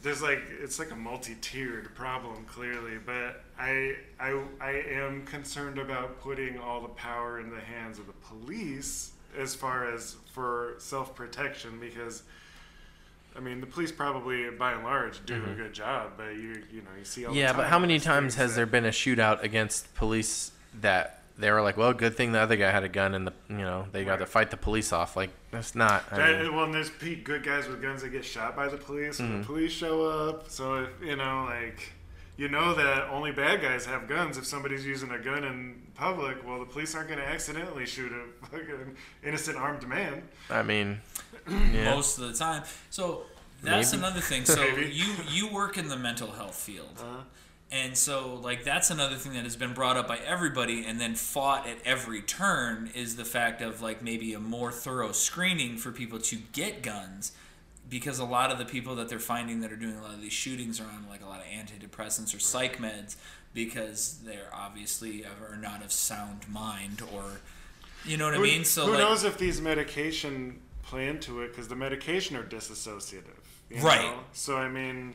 S4: there's like it's like a multi-tiered problem clearly, but I I I am concerned about putting all the power in the hands of the police as far as for self protection because. I mean, the police probably, by and large, do a good job, but you you know you see all. the
S2: Mm-hmm. Yeah, but
S4: time
S2: how many
S4: those
S2: times
S4: things
S2: has
S4: that-
S2: there been a shootout against police that they were like, well, good thing the other guy had a gun and the you know they got to fight the police off. Like that's not. I
S4: That,
S2: mean- Mm-hmm.
S4: well, and there's pe- good guys with guns that get shot by the police when the police show up. So, if, you know, like, you know that only bad guys have guns. If somebody's using a gun in public, well, the police aren't going to accidentally shoot a fucking innocent armed man.
S2: I mean, yeah.
S3: most of the time. So that's
S2: Maybe.
S3: another thing. So
S4: Maybe. Uh-huh.
S3: you you work in the mental health field. And so like that's another thing that has been brought up by everybody and then fought at every turn is the fact of like maybe a more thorough screening for people to get guns because a lot of the people that they're finding that are doing a lot of these shootings are on like a lot of antidepressants or psych meds because they're obviously of- are not of sound mind or you know what I
S4: Who-
S3: mean? So
S4: who
S3: like
S4: knows if these medication play into it because the medication are disassociative. you
S3: Right.
S4: know? So, I mean,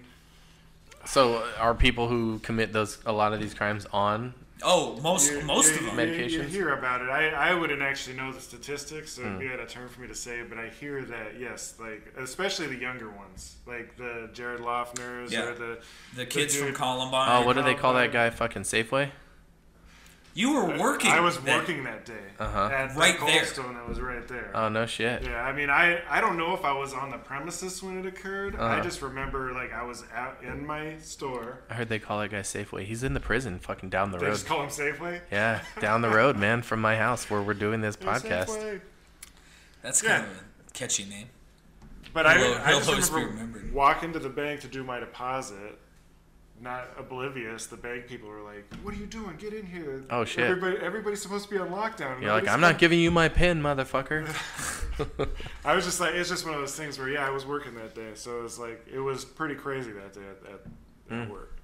S2: so are people who commit those a lot of these crimes on?
S3: oh most
S4: you-
S3: most
S4: you-
S3: of them
S4: you- You,
S2: Medications. Hmm.
S4: hear about it. I, I wouldn't actually know the statistics, so it'd be out of turn for me to say, but I hear that, yes, like, especially the younger ones, like the Jared Loeffners
S3: Yeah.
S4: or the.
S3: The kids from
S4: dude-
S3: Columbine.
S2: Oh, what do
S4: know,
S2: they call that
S4: but-
S2: guy? Fucking Safeway.
S3: you were working.
S4: I was
S3: that-
S4: working that day
S2: Uh-huh.
S4: at the
S3: Right
S4: Cold
S3: there.
S4: Stone that was right there.
S2: Oh no shit.
S4: yeah, I mean, I, I don't know if I was on the premises when it occurred. I
S2: Uh-huh.
S4: just remember, like, I was out in my store.
S2: I heard they call that guy Safeway. He's in the prison, fucking down the
S4: They
S2: road.
S4: just call him Safeway?
S2: yeah, down the road, man, from my house where we're doing this
S4: Hey,
S2: podcast.
S4: Safeway.
S3: That's
S4: Yeah.
S3: kind of a catchy name.
S4: But I,
S3: He'll-
S4: I
S3: he'll
S4: just
S3: always be
S4: remember
S3: remembered.
S4: walking to the bank to do my deposit, not oblivious. The bank people were like, "What are you doing? Get in here!"
S2: Oh, shit.
S4: Everybody, everybody's supposed to be on lockdown.
S2: You're like,
S4: Nobody's
S2: I'm not
S4: coming."
S2: giving you my pin, motherfucker.
S4: I was just like, it's just one of those things where, yeah, I was working that day, so it was like, it was pretty crazy that day at, at,
S2: Mm.
S4: at work.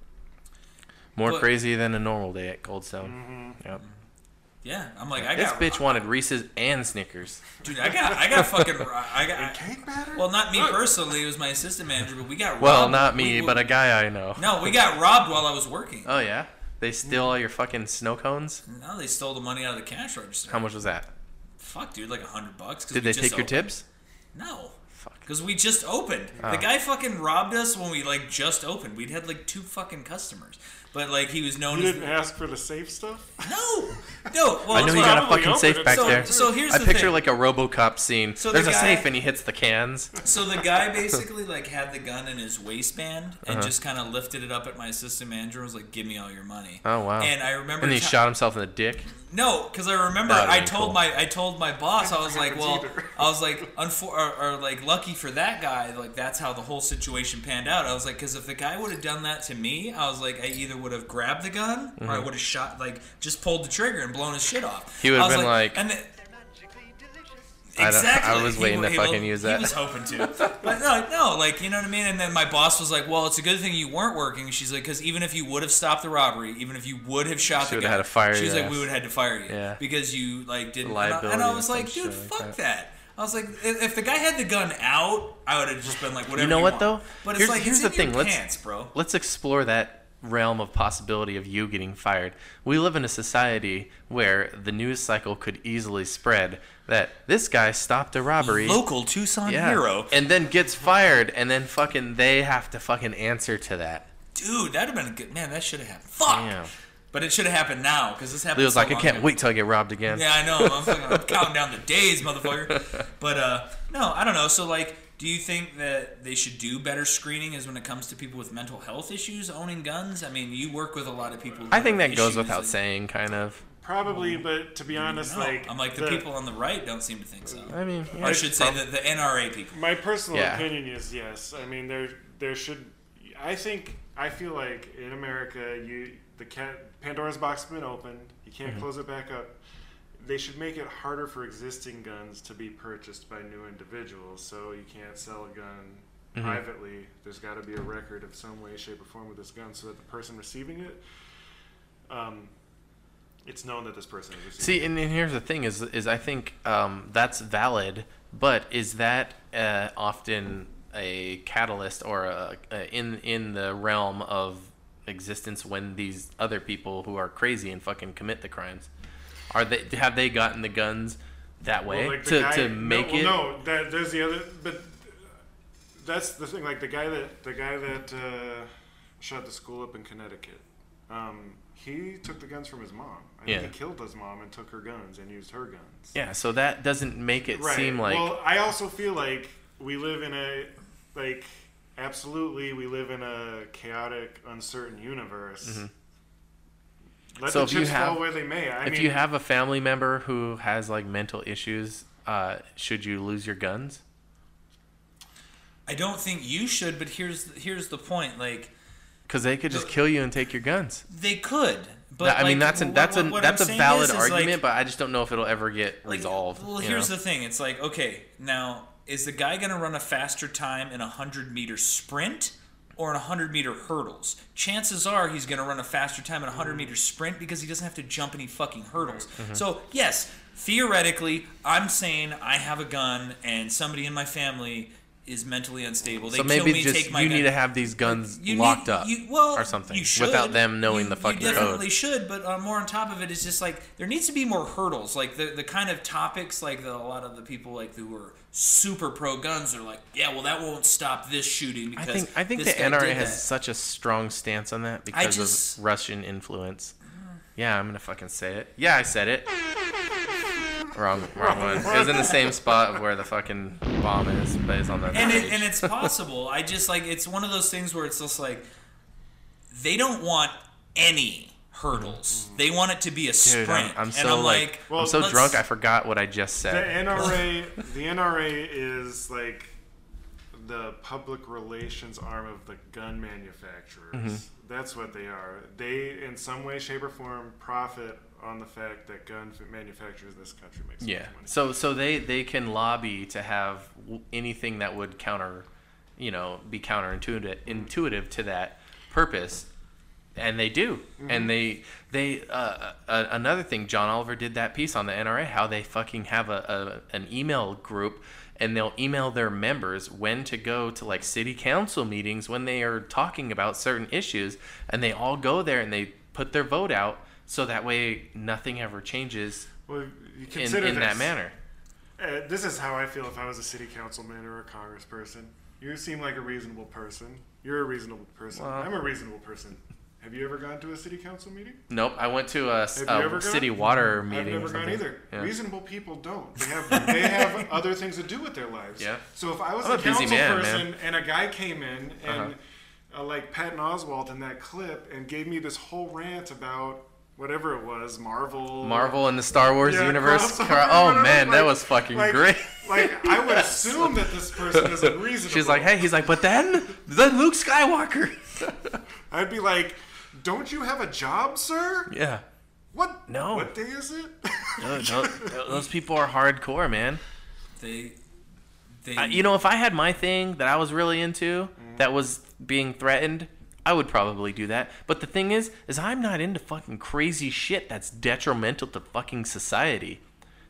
S2: More
S3: But-
S2: crazy than a normal day at Cold
S3: Mm-hmm.
S4: Mm-hmm.
S2: Stone.
S4: Mm.
S2: Yep.
S3: Yeah, I'm like I
S2: This
S3: got
S2: bitch wanted Reese's and Snickers.
S3: dude. I got I got fucking ro- I got
S4: Cake batter?
S3: well not me personally. It was my assistant manager, but we got
S2: Well,
S3: robbed.
S2: not
S3: We-
S2: me,
S3: we-
S2: but a guy I know.
S3: no, we got robbed while I was working.
S2: Oh yeah, they steal all your fucking snow cones.
S3: no, they stole the money out of the cash register.
S2: How much was that?
S3: Fuck, dude, like a hundred bucks. 'cause
S2: Did
S3: we
S2: they
S3: just
S2: take your
S3: opened.
S2: tips?
S3: No.
S2: Fuck.
S3: Because we just opened.
S2: Oh.
S3: The guy fucking robbed us when we like just opened. We'd had like two fucking customers, but like he was known
S4: You
S3: as
S4: didn't ask for the safe stuff?
S3: no, no. Well,
S2: I know
S3: it's
S2: you
S3: like-
S2: got a
S4: probably
S2: fucking
S4: open
S2: safe
S4: it.
S2: back
S3: so,
S2: there.
S3: So here's
S2: I
S3: the
S2: picture
S3: thing.
S2: like a RoboCop scene.
S3: So the
S2: There's a
S3: guy-
S2: safe and he hits the cans.
S3: So the guy basically like had the gun in his waistband
S2: Uh-huh.
S3: and just kind of lifted it up at my assistant manager and was like, "Give me all your money."
S2: Oh wow.
S3: And I remember
S2: And he
S3: ta-
S2: shot himself in the dick.
S3: No, because I remember
S2: That'd
S3: I
S2: be
S3: told
S2: cool.
S3: my I told my boss I was like,
S4: happens
S3: well,
S4: either.
S3: I was like, unfor- or, or like lucky for that guy, like that's how the whole situation panned out. I was like, because if the guy would have done that to me, I was like, I either would have grabbed the gun or I would have shot, like just pulled the trigger and blown his shit off.
S2: Mm-hmm. He would've
S3: I was
S2: been like-
S3: and the-
S6: They're magically delicious.
S2: I don't- I
S3: Exactly.
S2: was waiting to
S3: he,
S2: fucking
S3: he,
S2: use
S3: He
S2: that.
S3: was hoping to, but no, no, like you know what I mean. And then my boss was like, "Well, it's a good thing you weren't working." She's like, "Because even if you would have stopped the robbery, even if you would have shot
S2: She
S3: the
S2: would've
S3: guy,
S2: had to fire
S3: she was
S2: your
S3: like, we
S2: ass.
S3: would have had to fire you,
S2: Yeah.
S3: because you like didn't." and I-
S2: Liability
S3: And I
S2: or
S3: was
S2: some
S3: like,
S2: shit
S3: "Dude,
S2: like
S3: fuck
S2: that."
S3: that. I was like, "If if the guy had the gun out, I would have just been like, whatever."
S2: You know what
S3: want."
S2: though?
S3: But
S2: here's
S3: it's like,
S2: here's
S3: it's
S2: the thing.
S3: in Your
S2: Let's
S3: pants, bro.
S2: let's explore that realm of possibility of you getting fired. We live in a society where the news cycle could easily spread that this guy stopped a robbery.
S3: Local Tucson
S2: Yeah.
S3: hero,
S2: And then gets fired, and then fucking they have to fucking answer to that.
S3: dude. That'd have been a good man. That should have happened. Fuck.
S2: Damn.
S3: But it should have happened now because this happened.
S2: Leo's
S3: so
S2: like, I
S3: long
S2: can't
S3: ago."
S2: wait till I get robbed again.
S3: Yeah, I know. I'm, fucking, I'm counting down the days, motherfucker. But uh, no, I don't know. So like, do you think that they should do better screening as when it comes to people with mental health issues owning guns? I mean, you work with a lot of people.
S2: I think that goes
S3: issues,
S2: without
S3: and-
S2: saying, kind of.
S4: Probably, but to be honest,
S3: No,
S4: like.
S3: I'm like the, people on the right don't seem to think so.
S2: I mean,
S3: or I should say
S2: prob-
S3: that the NRA people.
S4: My personal
S2: Yeah.
S4: opinion is yes. I mean, there there should. I think I feel like in America, you the cat Pandora's box has been opened. You can't close it back up. They should make it harder for existing guns to be purchased by new individuals. So you can't sell a gun privately. There's got to be a record of some way, shape, or form with this gun, so that the person receiving it, um, it's known that this person is receiving.
S2: See, and, and here's the thing: is is I think um, that's valid, but is that uh, often a catalyst or a, a in in the realm of existence when these other people who are crazy and fucking commit the crimes are they have they gotten the guns that way
S4: Well, like the
S2: to,
S4: guy-
S2: to make
S4: no,
S2: it.
S4: well, No, that, there's the other, but uh, that's the thing. Like the guy that the guy that uh, shut the school up in Connecticut, um, he took the guns from his mom. I
S2: Yeah.
S4: think he killed his mom and took her guns and used her guns.
S2: Yeah, so that doesn't make it
S4: Right.
S2: seem like
S4: well, I also feel like we live in a like absolutely we live in a chaotic, uncertain universe. Let
S2: Mm-hmm. So
S4: the
S2: if you
S4: chips
S2: have-
S4: fall where they may. I
S2: if
S4: mean,
S2: you have a family member who has like mental issues, uh, should you lose your guns?
S3: I don't think you should, but here's here's the point. Like
S2: Because they could just kill you and take your guns.
S3: they could, but
S2: That- I mean,
S3: like,
S2: that's a,
S3: what-
S2: that's a
S3: what- what
S2: that's
S3: I'm
S2: a
S3: saying
S2: valid
S3: is- is, like,
S2: argument, but I just don't know if it'll ever get
S3: like,
S2: resolved.
S3: Well,
S2: you
S3: here's
S2: know?
S3: the thing. It's like okay, now is the guy gonna run a faster time in a hundred meter sprint? Or in a hundred meter hurdles, chances are he's going to run a faster time in a hundred meter sprint because he doesn't have to jump any fucking hurdles.
S2: Mm-hmm.
S3: So yes, theoretically, I'm saying I have a gun and somebody in my family is mentally unstable. They
S2: so
S3: kill
S2: maybe
S3: me,
S2: just
S3: take my
S2: you
S3: gun.
S2: need to have these guns
S3: you
S2: locked
S3: need-
S2: up
S3: you- well,
S2: or something
S3: you should.
S2: without them knowing
S3: You-
S2: the fucking
S3: You definitely
S2: code.
S3: should, but uh, more on top of it is just like there needs to be more hurdles, like the the kind of topics, like the, a lot of the people like who were super pro guns are like, yeah, well that won't stop this shooting
S2: I
S3: because
S2: think I think the
S3: this guy did
S2: NRA has
S3: that."
S2: such a strong stance on that because
S3: just- Uh-huh.
S2: of Russian influence. Yeah, I'm gonna fucking say it. Yeah, I said it. Wrong, wrong one. It was in the same spot of where the fucking bomb is, but it's on the.
S3: and it,
S2: page.
S3: and it's possible. I just like it's one of those things where it's just like they don't want any hurdles. They want it to be a
S2: Mm-hmm. Dude,
S3: sprint.
S2: I'm- I'm,
S3: and
S2: so
S3: I'm
S2: like,
S3: like,
S2: I'm
S4: Well,
S2: so
S3: let's-
S2: drunk I forgot what I just
S4: the
S2: said.
S4: NRA the NRA is like the public relations arm of the gun manufacturers.
S2: Mm-hmm.
S4: That's what they are. They in some way shape or form profit on the fact that gun f- manufacturers in this country make so
S2: Yeah.
S4: much money.
S2: So so they they can lobby to have w- anything that would counter, you know, be counterintuitive intuitive to that purpose, and they do. And they they uh, uh, another thing. John Oliver did that piece on the NRA how they fucking have a, a an email group. And they'll email their members when to go to like city council meetings when they are talking about certain issues, and they all go there and they put their vote out so that way nothing ever changes
S4: Well, you
S2: in,
S4: consider
S2: in that
S4: this.
S2: manner.
S4: Uh, this is how I feel if I was a city councilman or a congressperson. You seem like a reasonable person. You're a reasonable person.
S2: Well-
S4: I'm a reasonable person. Have you ever gone to a city council meeting?
S2: Nope, I went to a, s-
S4: Have you
S2: a
S4: ever gone?
S2: city water meeting.
S4: I've
S2: or
S4: never gone
S2: something.
S4: either.
S2: Yeah.
S4: Reasonable people don't. They have they have other things to do with their lives.
S2: Yeah.
S4: So if I was
S2: I'm
S4: a,
S2: a busy
S4: council
S2: man,
S4: person
S2: man. Uh-huh.
S4: and a guy came in and uh, like Patton Oswald in that clip and gave me this whole rant about whatever it was, Marvel,
S2: Marvel and the Star Wars
S4: Yeah,
S2: universe.
S4: crossover,
S2: cro- oh
S4: whatever,
S2: man, that
S4: like-
S2: was fucking
S4: like-
S2: great.
S4: Like I would assume that this person is unreasonable.
S2: She's like, hey, he's like, but then, then Luke Skywalker.
S4: I'd be like, don't you have a job, sir?
S2: yeah.
S4: What?
S2: No.
S4: What day is it?
S2: No, no, Oh, those people are hardcore, man.
S3: They, they,
S2: I, you know, if I had my thing that I was really into that was being threatened, I would probably do that. But the thing is, is I'm not into fucking crazy shit that's detrimental to fucking society.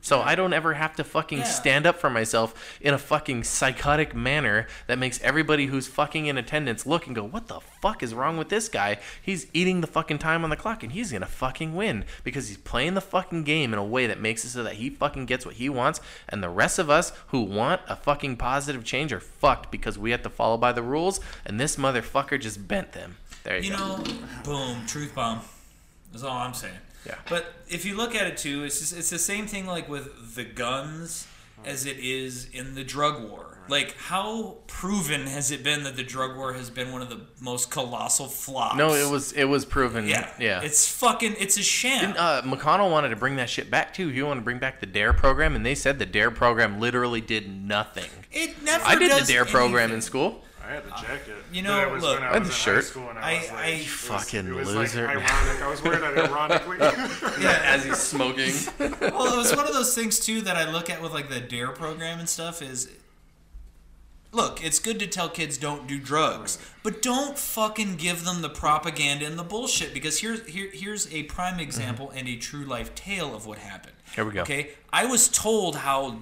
S2: So I don't ever have to fucking
S3: Yeah.
S2: stand up for myself in a fucking psychotic manner that makes everybody who's fucking in attendance look and go, "What the fuck is wrong with this guy? He's eating the fucking time on the clock and he's going to fucking win because he's playing the fucking game in a way that makes it so that he fucking gets what he wants and the rest of us who want a fucking positive change are fucked because we have to follow by the rules and this motherfucker just bent them." There you,
S3: You
S2: go.
S3: know, boom, truth bomb. That's all I'm saying.
S2: Yeah.
S3: But if you look at it too, it's just, it's the same thing like with the guns as it is in the drug war. Like how proven has it been that the drug war has been one of the most colossal flops?
S2: no, it was it was proven.
S3: yeah
S2: yeah.
S3: It's fucking it's a sham.
S2: uh, McConnell wanted to bring that shit back too. He wanted to bring back the Dare program, and they said the Dare program literally did nothing.
S3: it never.
S2: I did
S3: does
S2: the Dare program
S3: anything.
S2: in school.
S4: I had the jacket.
S3: you
S4: but
S3: know,
S4: it was
S3: look,
S4: when
S2: I
S4: I
S2: had
S4: was
S2: the
S4: in
S2: shirt.
S4: High school and
S3: I-
S4: I, was like,
S3: I-
S4: it was-
S2: Fucking
S4: it was,
S2: loser.
S4: Like ironic. I was wearing it ironically.
S3: Yeah.
S2: he's smoking.
S3: well, it was one of those things too that I look at with like the Dare program and stuff is. Look, it's good to tell kids don't do drugs, but don't fucking give them the propaganda and the bullshit because here's here, here's a prime example and a true life tale of what happened.
S2: Mm-hmm. Here we go.
S3: Okay, I was told how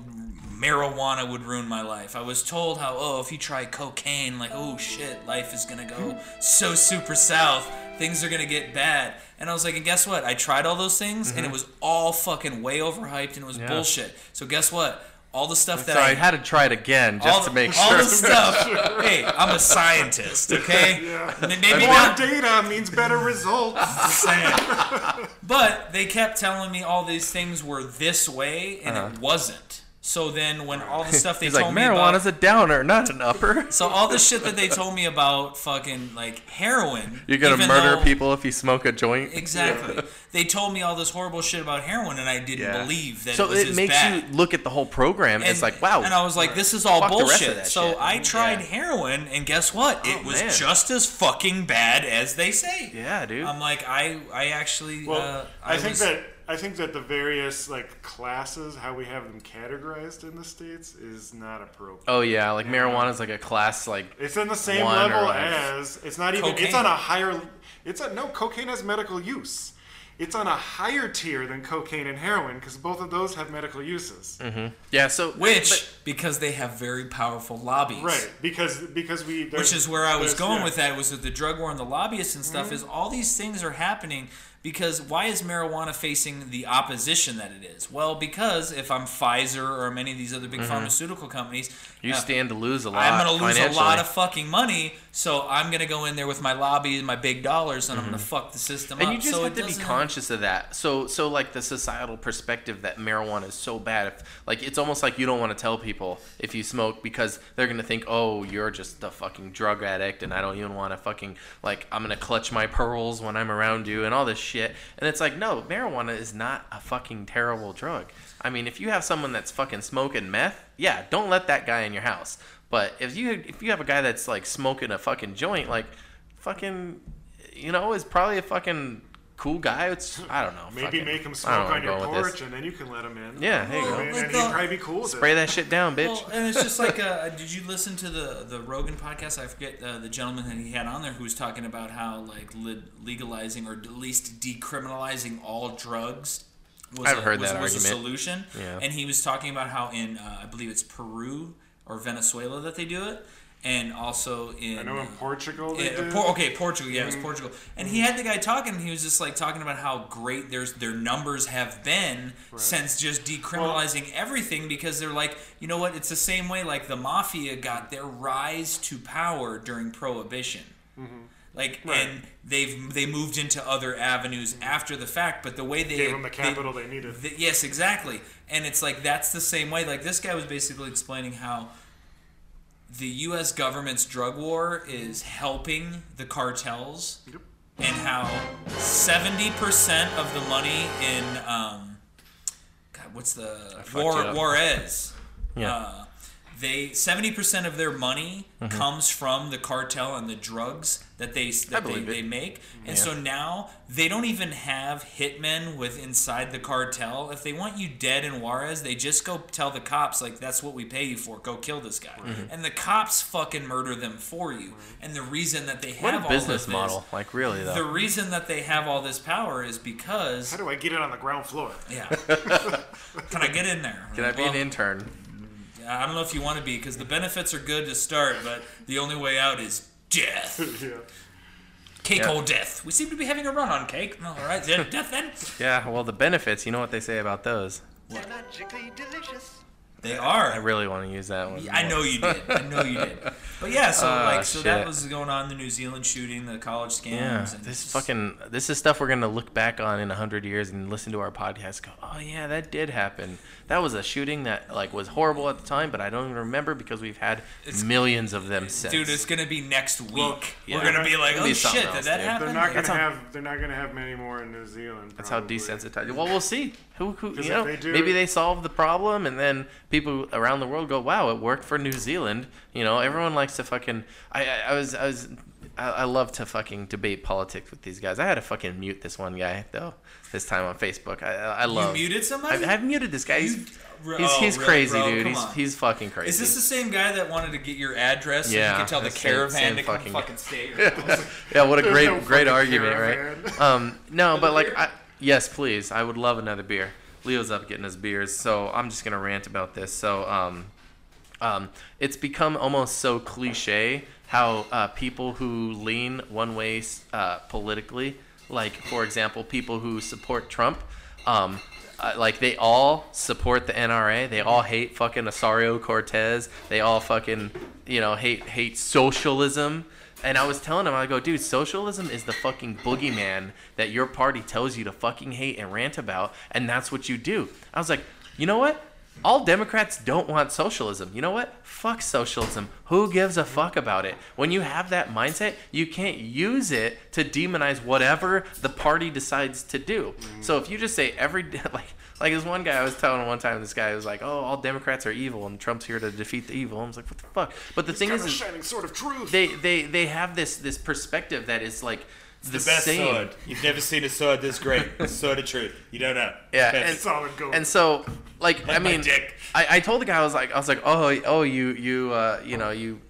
S3: marijuana would ruin my life. I was told how oh if you try cocaine, like oh shit, life is gonna go so super south. things are gonna get bad. And I was like, and guess what? I tried all those things, and it was all fucking way overhyped, and it was
S2: Mm-hmm. Yeah.
S3: bullshit. So guess what? All the stuff that
S2: So I
S3: I
S2: had to try it again just
S3: all
S2: to make
S3: the, all
S2: sure.
S3: the stuff. hey, I'm a scientist, okay?
S4: Yeah.
S3: M- Maybe
S4: More
S3: not
S4: data means better results.
S3: Uh, But they kept telling me all these things were this way, and it wasn't. So then, when all the stuff they
S2: Uh-huh. He's like,
S3: told me
S2: marijuana's
S3: about,
S2: a downer, not an upper.
S3: so all the shit that they told me about fucking like heroin,
S2: You're gonna
S3: even
S2: murder
S3: though-
S2: people if you smoke a joint.
S3: Exactly. They told me all this horrible shit about heroin, and I didn't
S2: Yeah.
S3: believe that.
S2: so
S3: it, was as
S2: makes
S3: bad.
S2: you look at the whole program.
S3: And,
S2: it's like, wow.
S3: And I was like, this is all
S2: Fuck the rest of
S3: bullshit.
S2: that
S3: So
S2: shit.
S3: I tried
S2: Yeah.
S3: heroin, and guess what? It
S2: Oh,
S3: was
S2: man.
S3: just as fucking bad as they say.
S2: yeah, dude.
S3: I'm like, I, I actually.
S4: Well,
S3: uh,
S4: I, think
S3: was-
S4: that I think that the various like classes, how we have them categorized in the states, is not appropriate.
S2: oh yeah, like marijuana's like a class. Like
S4: It's in the same
S2: One or
S4: level
S2: like-
S4: as it's not even. It's
S3: Cocaine.
S4: on a higher. It's a no. Cocaine has medical use. It's on a higher tier than cocaine and heroin because both of those have medical uses.
S2: Mm-hmm. yeah. So
S3: Which, because they have very powerful lobbies.
S4: Right, because because we
S3: Which is where I was going with
S4: with
S3: that was with the drug war and the lobbyists and stuff is all these things are happening because why is marijuana facing the opposition that it is? Well, because if I'm Pfizer or many of these other big pharmaceutical companies,
S2: but you
S3: uh,
S2: stand to lose a lot.
S3: I'm going to lose a lot
S2: financially.
S3: of fucking money, so I'm going to go in there with my lobby and my big dollars and I'm going to fuck the system
S2: Mm-hmm. And
S3: up.
S2: you just
S3: so
S2: have
S3: it
S2: to be
S3: doesn't-
S2: conscious of that. So, so like the societal perspective that marijuana is so bad. If, like it's almost like you don't want to tell people if you smoke because they're gonna think, oh, you're just a fucking drug addict, and I don't even want to fucking like I'm gonna clutch my pearls when I'm around you and all this shit. And it's like, no, marijuana is not a fucking terrible drug. I mean, if you have someone that's fucking smoking meth, yeah, don't let that guy in your house. But if you if you have a guy that's like smoking a fucking joint, like fucking you know, is probably a fucking cool guy. It's I don't know.
S4: Maybe
S2: fucking-
S4: make him
S2: I don't
S4: smoke
S2: know
S4: on
S2: where
S4: your
S2: I'm going with
S4: porch,
S2: this.
S4: and then you can let him in.
S2: Yeah, there you
S4: I
S2: go.
S4: mean,
S3: Like
S4: and
S3: the-
S4: he'd probably be cool with
S2: Spray
S4: it.
S2: that shit down, bitch.
S3: Well, and it's just like, uh, did you listen to the the Rogan podcast? I forget uh, the gentleman that he had on there who was talking about how like le- legalizing or at least decriminalizing all drugs was
S2: I've
S3: a,
S2: heard
S3: was,
S2: that
S3: was a
S2: argument.
S3: solution.
S2: Yeah.
S3: And he was talking about how in uh, I believe it's Peru or Venezuela that they do it, and also in uh,
S4: I know in Portugal they
S3: yeah,
S4: do.
S3: Por- okay, Portugal. Yeah, it was
S4: Mm-hmm.
S3: Portugal. And he had the guy talking, and he was just like talking about how great their their numbers have been since just decriminalizing everything because they're like, you know what? It's the same way like the mafia got their rise to power during prohibition.
S4: Mm-hmm.
S3: Like and they've they moved into other avenues after the fact, but the way they
S4: Mm-hmm. Gave them the
S3: they-
S4: capital they needed.
S3: Th- yes, exactly. And it's like that's the same way. Like this guy was basically explaining how the U.S. government's drug war is helping the cartels,
S4: Yep.
S3: and how seventy percent of the money in um, God, what's the
S2: fucked you
S3: war
S2: up.
S3: Juarez?
S2: Yeah. Mm-hmm.
S3: Uh, they seventy percent of their money comes from the cartel and the drugs that they that they,
S2: believe it.
S3: they make, and so now they don't even have hitmen with inside the cartel. If they want you dead in Juarez, they just go tell the cops like that's what we pay you for. Go kill this guy,
S2: Mm-hmm.
S3: and the cops fucking murder them for you. And the reason that they
S2: what
S3: have
S2: a
S3: all of
S2: business
S3: this-
S2: model. Like really
S3: The
S2: though.
S3: reason that they have all this power is because
S4: How do I get it on the ground floor?
S3: yeah. Can I get in there?
S2: Can I be
S3: Well,
S2: an intern?
S3: I don't know if you want to be because the benefits are good to start, but the only way out is death.
S4: yeah.
S3: Cake
S2: Yeah.
S3: old death. We seem to be having a run on cake. All right, then, death then.
S2: Yeah. Well, the benefits. You know what they say about those.
S6: They're logically delicious.
S3: They are.
S2: I really want to use that one.
S3: I
S2: more.
S3: know you did. I know you did. But yeah, so
S2: Ah,
S3: like, so that
S2: shit.
S3: was going on the New Zealand shooting, the college scams.
S2: Yeah,
S3: and
S2: this
S3: just-
S2: fucking this is stuff we're gonna look back on in a hundred years and listen to our podcast. Go, oh yeah, that did happen. That was a shooting that like was horrible at the time, but I don't even remember because we've had millions of them since.
S3: Dude, it's gonna be next week.
S2: yeah.
S3: We're gonna be like,
S2: It'll
S3: oh
S2: be something
S3: shit, did
S2: else,
S3: that
S2: dude.
S3: happen?
S4: They're not
S3: Like,
S4: gonna
S2: how-
S4: have. They're not gonna have many more in New Zealand.
S2: That's how
S4: probably.
S2: desensitized. Well, we'll see. Who, who
S4: 'Cause
S2: you
S4: if
S2: know?
S4: they do-
S2: Maybe they solve the problem, and then people around the world go, "Wow, it worked for New Zealand." You know, everyone likes to fucking. I, I, I was, I was, I, I love to fucking debate politics with these guys. I had to fucking mute this one guy though. This time on Facebook, I, I I love.
S3: muted somebody?
S2: I, I've muted this guy. He's,
S3: You-
S2: he's,
S3: oh,
S2: he's
S3: really,
S2: crazy,
S3: bro?
S2: dude.
S3: Come
S2: He's,
S3: on.
S2: he's fucking crazy.
S3: Is this the same guy that wanted to get your address so
S2: Yeah,
S3: you could tell the
S2: the same-
S3: caravan
S2: same
S3: to come
S2: fucking
S3: fucking,
S2: guy.
S3: stay at your house?
S2: yeah, what a
S4: There's
S2: great
S4: no
S2: great
S4: fucking
S2: argument,
S4: caravan.
S2: right? Um, no, but like, I, yes, please, I would love another beer. Leo's up getting his beers, so I'm just gonna rant about this. So, um, um, it's become almost so cliche how uh, people who lean one way uh, politically, like for example, people who support Trump, um, uh, like they all support the NRA. They all hate fucking Osario Cortez. They all fucking you know hate hate socialism. And I was telling him, I go, dude, socialism is the fucking boogeyman that your party tells you to fucking hate and rant about, and that's what you do. I was like, you know what? All Democrats don't want socialism. You know what? Fuck socialism. Who gives a fuck about it? When you have that mindset, you can't use it to demonize whatever the party decides to do. So if you just say every like like this one guy I was telling one time, this guy was like, "Oh, all Democrats are evil, and Trump's here to defeat the evil." I was like, "What the fuck?" But the thing
S4: Kind
S2: is,
S4: of
S2: is
S4: shining sword of truth.
S2: they they they have this this perspective that is like the,
S7: the best
S2: same.
S7: sword. You've never seen a sword this great. The sword of truth. You don't know.
S2: Yeah,
S7: Best.
S2: and,
S4: solid gold.
S2: and so like I
S7: Like my
S2: mean,
S7: dick.
S2: I, I told the guy I was like I was like oh oh you you uh, you know you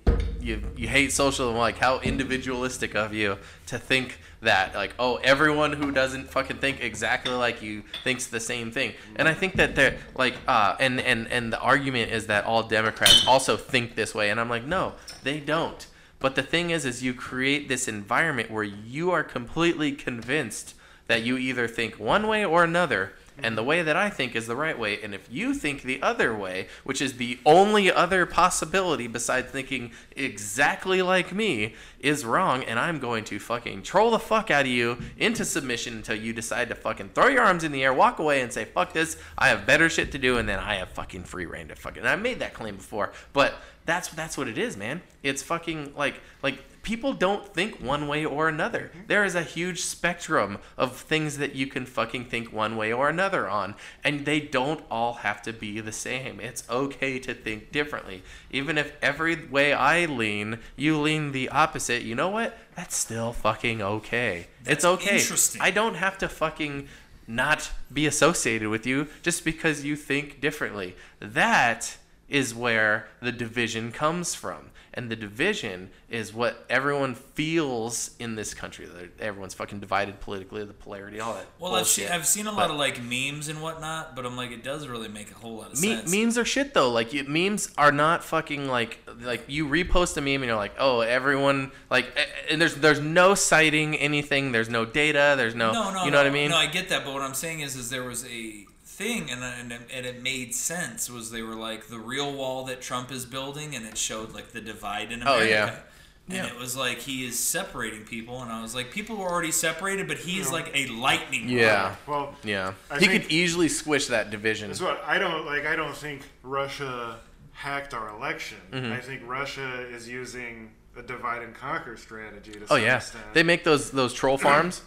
S2: you you hate socialism like how individualistic of you to think that like oh everyone who doesn't fucking think exactly like you thinks the same thing and I think that they're like uh and and and the argument is that all Democrats also think this way and I'm like no they don't but the thing is is you create this environment where you are completely convinced that you either think one way or another and the way that I think is the right way. And if you think the other way, which is the only other possibility besides thinking exactly like me, is wrong, and I'm going to fucking troll the fuck out of you into submission until you decide to fucking throw your arms in the air, walk away, and say, fuck this, I have better shit to do, and then I have fucking free reign to fucking. And I made that claim before, but that's that's what it is, man. It's fucking like like people don't think one way or another. There is a huge spectrum of things that you can fucking think one way or another on, and they don't all have to be the same. It's okay to think differently. Even if every way I lean, you lean the opposite, you know what? That's still fucking okay. it's
S3: That's
S2: okay.
S3: interesting.
S2: I don't have to fucking not be associated with you just because you think differently. That is where the division comes from. And the division is what everyone feels in this country. They're- Everyone's fucking divided politically, the polarity, all that.
S3: Well, I've
S2: bullshit.
S3: seen, I've seen a lot
S2: But-
S3: of like memes and whatnot, but I'm like, it does really make a whole lot of
S2: Me-
S3: sense.
S2: memes are shit though. Like you, memes are not fucking like like you repost a meme and you're like, oh, everyone like, a- and there's there's no citing anything. There's no data. There's no,
S3: no, no,
S2: you know
S3: no,
S2: what I mean?
S3: No, I get that, but what I'm saying is, is there was a thing, and and and it made sense. Was they were like the real wall that Trump is building, and it showed like the divide in
S2: Oh,
S3: America.
S2: yeah.
S3: And it was like he is separating people, and I was like, people were already separated, but he is like a lightning. rod.
S2: yeah.
S4: well,
S2: Yeah,
S4: I
S2: he
S4: think-
S2: could easily squish that division.
S4: That's what I don't like. I don't think Russia hacked our election.
S2: Mm-hmm.
S4: I think Russia is using a divide and conquer strategy. To
S2: Oh
S4: some
S2: yeah,
S4: extent.
S2: they make those those troll farms.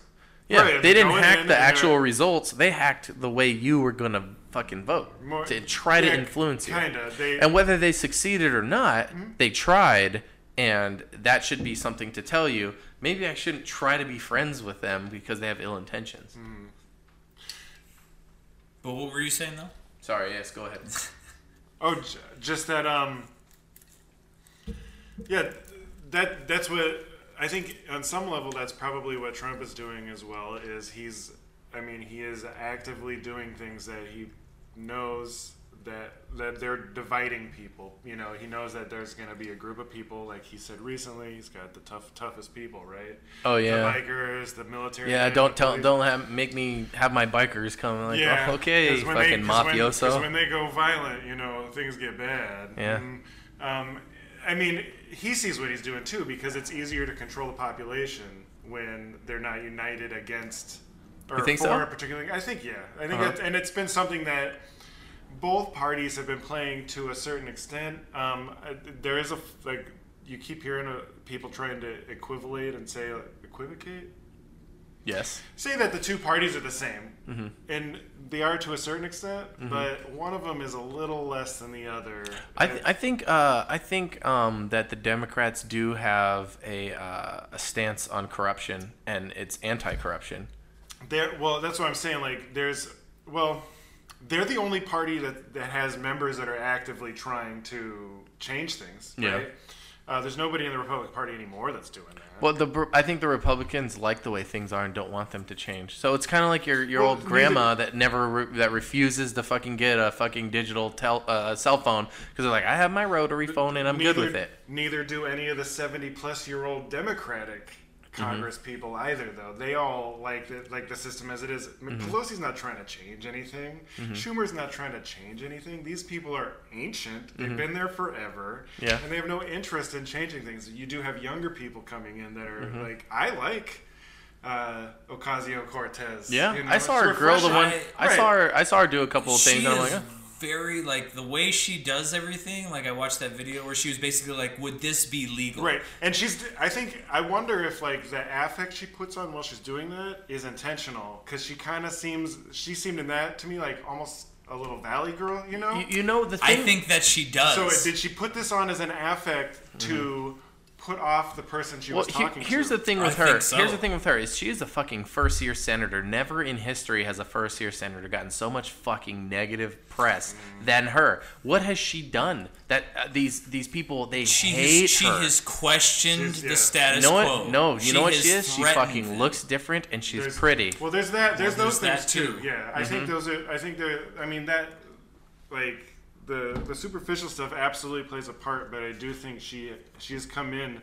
S2: Yeah,
S4: Right,
S2: they didn't
S4: go in
S2: hack
S4: and
S2: the
S4: they're-
S2: actual results. They hacked the way you were gonna fucking vote
S4: More-
S2: to try
S4: yeah,
S2: to influence you.
S4: Kinda. Mm-hmm. They
S2: And whether they succeeded or not, they tried, and that should be something to tell you. Maybe I shouldn't try to be friends with them because they have ill intentions.
S4: Mm.
S3: But what were you saying though?
S2: Sorry, yes, go ahead.
S4: Oh, j- just that. Um. Yeah, that that's what I think. On some level, that's probably what Trump is doing as well. Is he's, I mean, he is actively doing things that he knows that that they're dividing people. You know, he knows that there's going to be a group of people, like he said recently. He's got the tough toughest people, right?
S2: Oh
S4: The
S2: yeah,
S4: bikers, the military.
S2: yeah.
S4: men,
S2: Don't
S4: the
S2: tell,
S4: police-
S2: don't have, make me have my bikers come. Like,
S4: yeah.
S2: oh, okay,
S4: 'cause when
S2: fucking
S4: they, 'cause when- 'cause
S2: mafioso.
S4: when they go violent, you know, things get bad.
S2: Yeah.
S4: And, um, I mean, he sees what he's doing too because it's easier to control the population when they're not united against or
S2: You think
S4: for
S2: so?
S4: a particular. I think yeah. I think
S2: Uh-huh.
S4: that, and it's been something that both parties have been playing to a certain extent. Um, I- there is a f- like you keep hearing uh, people trying to equivalate and say equivocate
S2: yes.
S4: say that the two parties are the same,
S2: Mm-hmm.
S4: and they are to a certain extent, but one of them is a little less than the other.
S2: I, th- I think uh, I think um, that the Democrats do have a, uh, a stance on corruption and it's anti-corruption.
S4: There, well, that's what I'm saying. Like, there's, well, they're the only party that that has members that are actively trying to change things,
S2: Yeah.
S4: right? Uh, there's nobody in the Republican Party anymore that's doing that.
S2: Well, the br- I think the Republicans like the way things are and don't want them to change. So it's kind of like your your
S4: Well,
S2: old grandma that never re- that refuses to fucking get a fucking digital tel- uh, cell phone because they're like, I have my rotary phone and I'm good with it.
S4: Neither do any of the 70 plus year old Democratic
S2: Mm-hmm.
S4: Congress people either, though. They all like the, like the system as it is. I
S2: Mm-hmm.
S4: mean, Pelosi's not trying to change anything. Schumer's not trying to change anything. These people are ancient. They've been there forever.
S2: Mm-hmm. Yeah.
S4: And they have no interest in changing things. You do have younger people coming in that are
S2: Mm-hmm.
S4: like, I like. Uh, Ocasio Cortez.
S2: Yeah, I saw her grill the one. I saw her. I saw her do a couple of things.
S3: She
S2: And I'm
S3: is
S2: like, "Oh."
S3: very like the way she does everything. Like I watched that video where she was basically like, "Would this be legal?"
S4: Right, and she's. I think I wonder if like the affect she puts on while she's doing that is intentional, because she kind of seems. She seemed in that to me like almost a little valley girl, you know.
S2: you, you know the
S3: I
S2: thing.
S3: think that she does.
S4: so did she put this on as an affect to put off the person
S2: Mm-hmm.
S4: she
S2: Well,
S4: was
S2: he-
S4: talking
S2: here's
S4: to?
S2: the thing
S3: I
S2: with her.
S3: think so.
S2: Here's the thing with her is she is a fucking first year senator. Never in history has a first year senator gotten so much fucking negative press
S3: Mm.
S2: than her. What has she done that uh, these these people they
S3: she
S2: hate
S3: has, she
S2: her?
S3: has questioned
S4: She's- yeah.
S3: the status
S2: no,
S3: quo.
S2: one, no, you know what
S3: has
S2: she is? She
S3: threatened
S2: fucking
S3: them.
S2: looks different and she's
S4: There's-
S2: pretty. Mm-hmm.
S4: Well, there's that. There's
S3: Well,
S4: those
S3: there's
S4: things
S3: that
S4: too.
S3: too.
S4: Yeah, I think those are. I think they're. I mean that, like the the superficial stuff absolutely plays a part, but I do think she she has come in.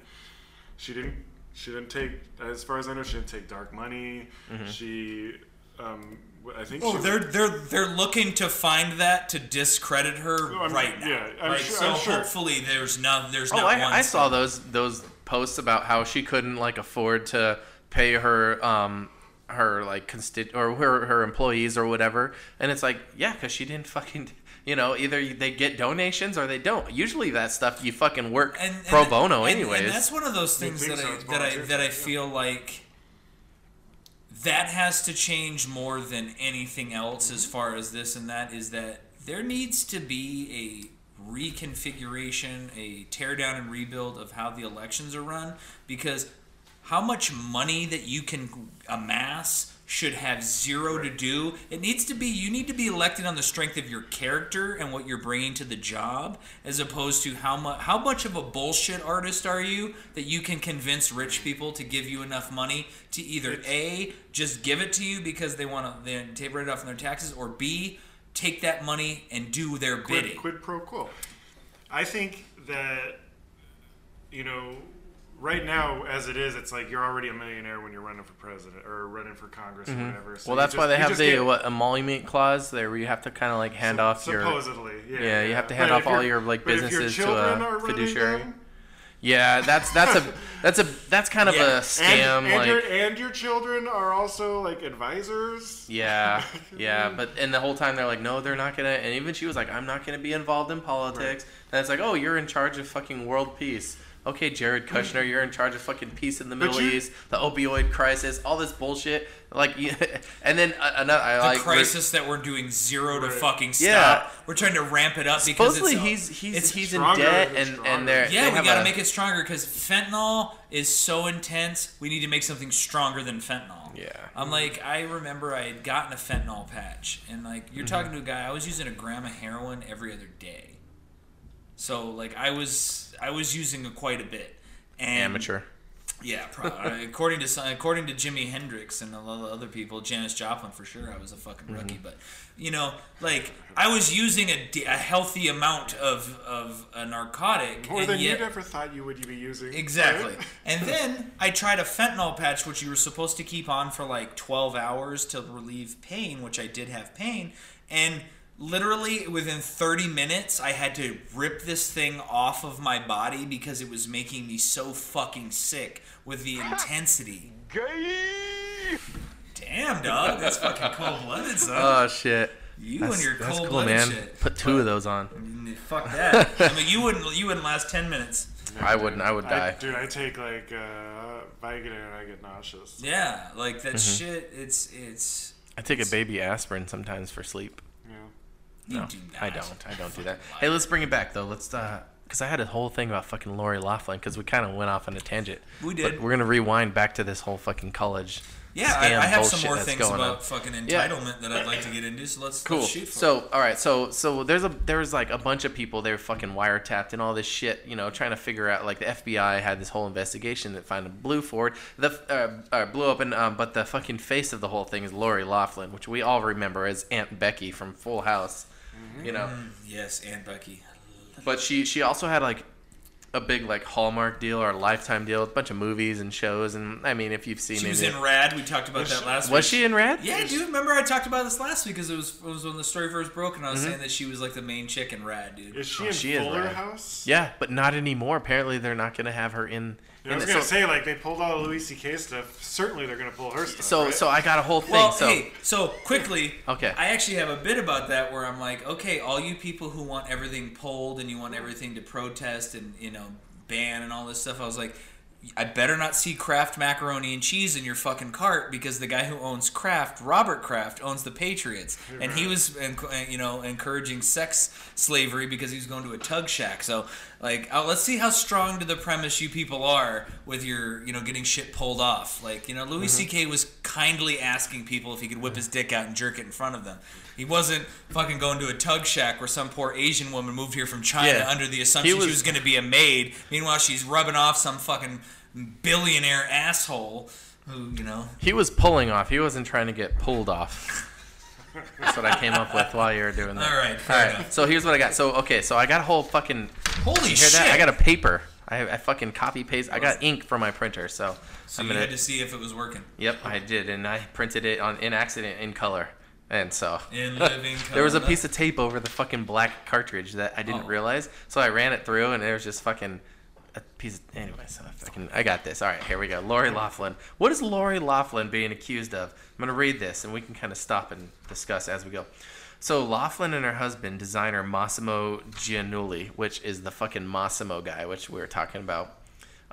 S4: She didn't. She didn't take, as far as I know, she didn't take dark money.
S2: Mm-hmm.
S4: She, um, I think.
S3: Oh,
S4: she
S3: they're they're they're looking to find that to discredit her
S4: I'm-
S3: right now.
S4: yeah, I'm
S3: Like,
S4: sure-
S3: so
S4: I'm sure.
S3: hopefully there's not there's
S2: Oh,
S3: not one.
S2: I, I saw those those posts about how she couldn't like afford to pay her um her like consti- or her her employees or whatever, and it's like yeah, because she didn't fucking you know either they get donations or they don't. Usually that stuff you fucking work
S3: and, and-
S2: pro bono
S3: and-
S2: anyways.
S3: And that's one of those things
S4: think
S3: that
S4: so,
S3: I
S4: it's
S3: that I
S4: volunteer.
S3: that I feel like that has to change more than anything else as far as this and that is that there needs to be a reconfiguration, a tear down and rebuild of how the elections are run because how much money that you can amass should have zero to do. It needs to be you need to be elected on the strength of your character and what you're bringing to the job, as opposed to how much how much of a bullshit artist are you that you can convince rich people to give you enough money to either a just give it to you because they want to they take it off in their taxes, or b take that money and do their bidding.
S4: quid, quid pro quo. I think that you know, right now as it is, it's like you're already a millionaire when you're running for president or running for Congress or whatever.
S2: Mm-hmm.
S4: So
S2: well,
S4: you
S2: that's why
S4: just-
S2: they
S4: you
S2: have
S4: just
S2: the
S4: get-
S2: what, emolument clause there, where you have to kind of like hand off your
S4: supposedly. Yeah,
S2: yeah, you have to hand
S4: But
S2: off
S4: if
S2: all your, like,
S4: but if
S2: businesses to a
S4: children are running
S2: fiduciary.
S4: them,
S2: yeah. That's that's a that's a that's kind of
S3: Yeah.
S2: a scam.
S4: and, and
S2: like
S4: your and your children are also like advisors.
S2: Yeah, yeah, but and the whole time they're like, no, they're not gonna. And even she was like, I'm not gonna be involved in politics. And it's like, oh, you're in charge of fucking world peace. Okay, Jared Kushner, you're in charge of fucking peace in the Middle
S4: you-
S2: East, the opioid crisis, all this bullshit. Like, you, and then uh, another, I
S3: the
S2: like
S3: crisis that we're doing zero to
S4: Right.
S3: fucking stop.
S2: Yeah.
S3: We're trying to ramp it up because
S2: Supposedly
S3: it's,
S2: he's he's
S3: it's
S2: he's in
S4: stronger,
S2: debt
S4: it's
S2: and
S4: stronger.
S2: and they're
S3: Yeah,
S2: they have
S3: we gotta
S2: a-
S3: make it stronger because fentanyl is so intense. We need to make something stronger than fentanyl.
S2: Yeah.
S3: I'm like, I remember I had gotten a fentanyl patch, and like, you're
S2: Mm-hmm.
S3: talking to a guy. I was using a gram of heroin every other day, so like, I was I was using it quite a bit. And
S2: amateur.
S3: Yeah, probably. according to some- according to Jimi Hendrix and a lot of other people, Janis Joplin for sure. I was a
S2: Mm-hmm.
S3: fucking rookie, but you know, like I was using a, d- a healthy amount of of a narcotic,
S4: More
S3: and
S4: than
S3: yet,
S4: you'd ever thought you would be using.
S3: Exactly.
S4: right?
S3: And then I tried a fentanyl patch, which you were supposed to keep on for like 12 hours to relieve pain, which I did have pain. And literally within 30 minutes, I had to rip this thing off of my body because it was making me so fucking sick with the intensity. Damn, dog. That's fucking cold blooded, son.
S2: Oh shit.
S3: you
S2: That's,
S3: and your
S2: that's
S3: cold
S2: cool,
S3: blooded
S2: man.
S3: shit. Mm,
S2: Put two of those on.
S3: Fuck that. I mean, you wouldn't. You wouldn't last ten minutes.
S2: I wouldn't. I would
S4: I,
S2: die.
S4: dude, I take like uh, Vicodin and I get nauseous.
S3: Yeah, like that
S2: Mm-hmm.
S3: shit. It's it's.
S2: I take a baby aspirin sometimes for sleep.
S4: Yeah.
S3: You
S2: No,
S3: do not.
S2: I don't. I don't do that. Hey, let's bring it back though. Let's uh, because I had a whole thing about fucking Lori Laughlin because we kind of went off on a tangent.
S3: We
S2: But
S3: did.
S2: we're gonna rewind back to this whole fucking college
S3: Yeah, I,
S2: scam
S3: I have some
S2: bullshit
S3: more
S2: that's
S3: things
S2: going
S3: about
S2: on.
S3: fucking
S2: Yeah.
S3: entitlement that I'd like to get into. So let's,
S2: Cool.
S3: let's shoot for it.
S2: So, all right. So, so there's a there's like a bunch of people they were fucking wiretapped and all this shit. You know, trying to figure out like the FBI had this whole investigation that found a blue Ford, the uh, uh, blew open. Um, but the fucking face of the whole thing is Lori Laughlin, which we all remember as Aunt Becky from Full House. You know,
S3: yes, and Becky.
S2: but she she also had like a big like Hallmark deal or a Lifetime deal, a bunch of movies and shows. And I mean, if you've seen
S3: She
S2: any,
S3: was in Rad. We talked about that last.
S2: was
S3: week.
S2: she in Red?
S3: Yeah, dude. Remember I talked about this last week because it was it was when the story first broke, and I
S2: Mm-hmm.
S3: was saying that she was like the main chick in Rad, dude.
S4: Is she
S2: Oh,
S4: in
S2: she is
S4: Fuller
S2: rad.
S4: House?
S2: Yeah, but not anymore. Apparently, they're not gonna have her in.
S4: Yeah, I
S2: in
S4: was
S2: it.
S4: gonna
S2: So-
S4: say like they pulled all Louis C.K. stuff. Certainly they're gonna pull her stuff.
S2: So
S4: right?
S2: so I got a whole thing.
S3: Well,
S2: so
S3: hey, so quickly,
S2: Okay.
S3: I actually have a bit about that where I'm like, okay, all you people who want everything polled and you want everything to protest and you know ban and all this stuff, I was like, I better not see Kraft macaroni and cheese in your fucking cart because the guy who owns Kraft, Robert Kraft, owns the Patriots, and he was en- you know encouraging sex slavery because he was going to a tug shack. So like, oh, let's see how strong to the premise you people are with your you know getting shit pulled off. Like you know, Louis
S2: Mm-hmm.
S3: C.K. was kindly asking people if he could whip his dick out and jerk it in front of them. He wasn't fucking going to a tug shack where some poor Asian woman moved here from China
S2: Yeah.
S3: under the assumption
S2: was-
S3: she was going to be a maid. Meanwhile, she's rubbing off some fucking billionaire asshole who, you know.
S2: he was pulling off. He wasn't trying to get pulled off. That's what I came up with while you were doing that.
S3: All right, fair
S2: All right.
S3: enough.
S2: So here's what I got. So okay, so I got a whole fucking
S3: Holy
S2: hear
S3: shit!
S2: that? I got a paper. I, I fucking copy paste. I got ink for my printer, so,
S3: so
S2: I'm
S3: you
S2: gonna.
S3: had to see if it was working.
S2: Yep, I did, and I printed it on in accident in color, and so.
S3: In living
S2: There was a
S3: color.
S2: piece of tape over the fucking black cartridge that I didn't
S3: Oh.
S2: realize, so I ran it through, and there was just fucking a piece. Of, anyway, so I fucking I got this. All right, here we go. Lori Laughlin. What is Lori Laughlin being accused of? I'm gonna read this, and we can kind of stop and discuss as we go. So Laughlin and her husband, designer Massimo Giannulli, which is the fucking Massimo guy, which we were talking about.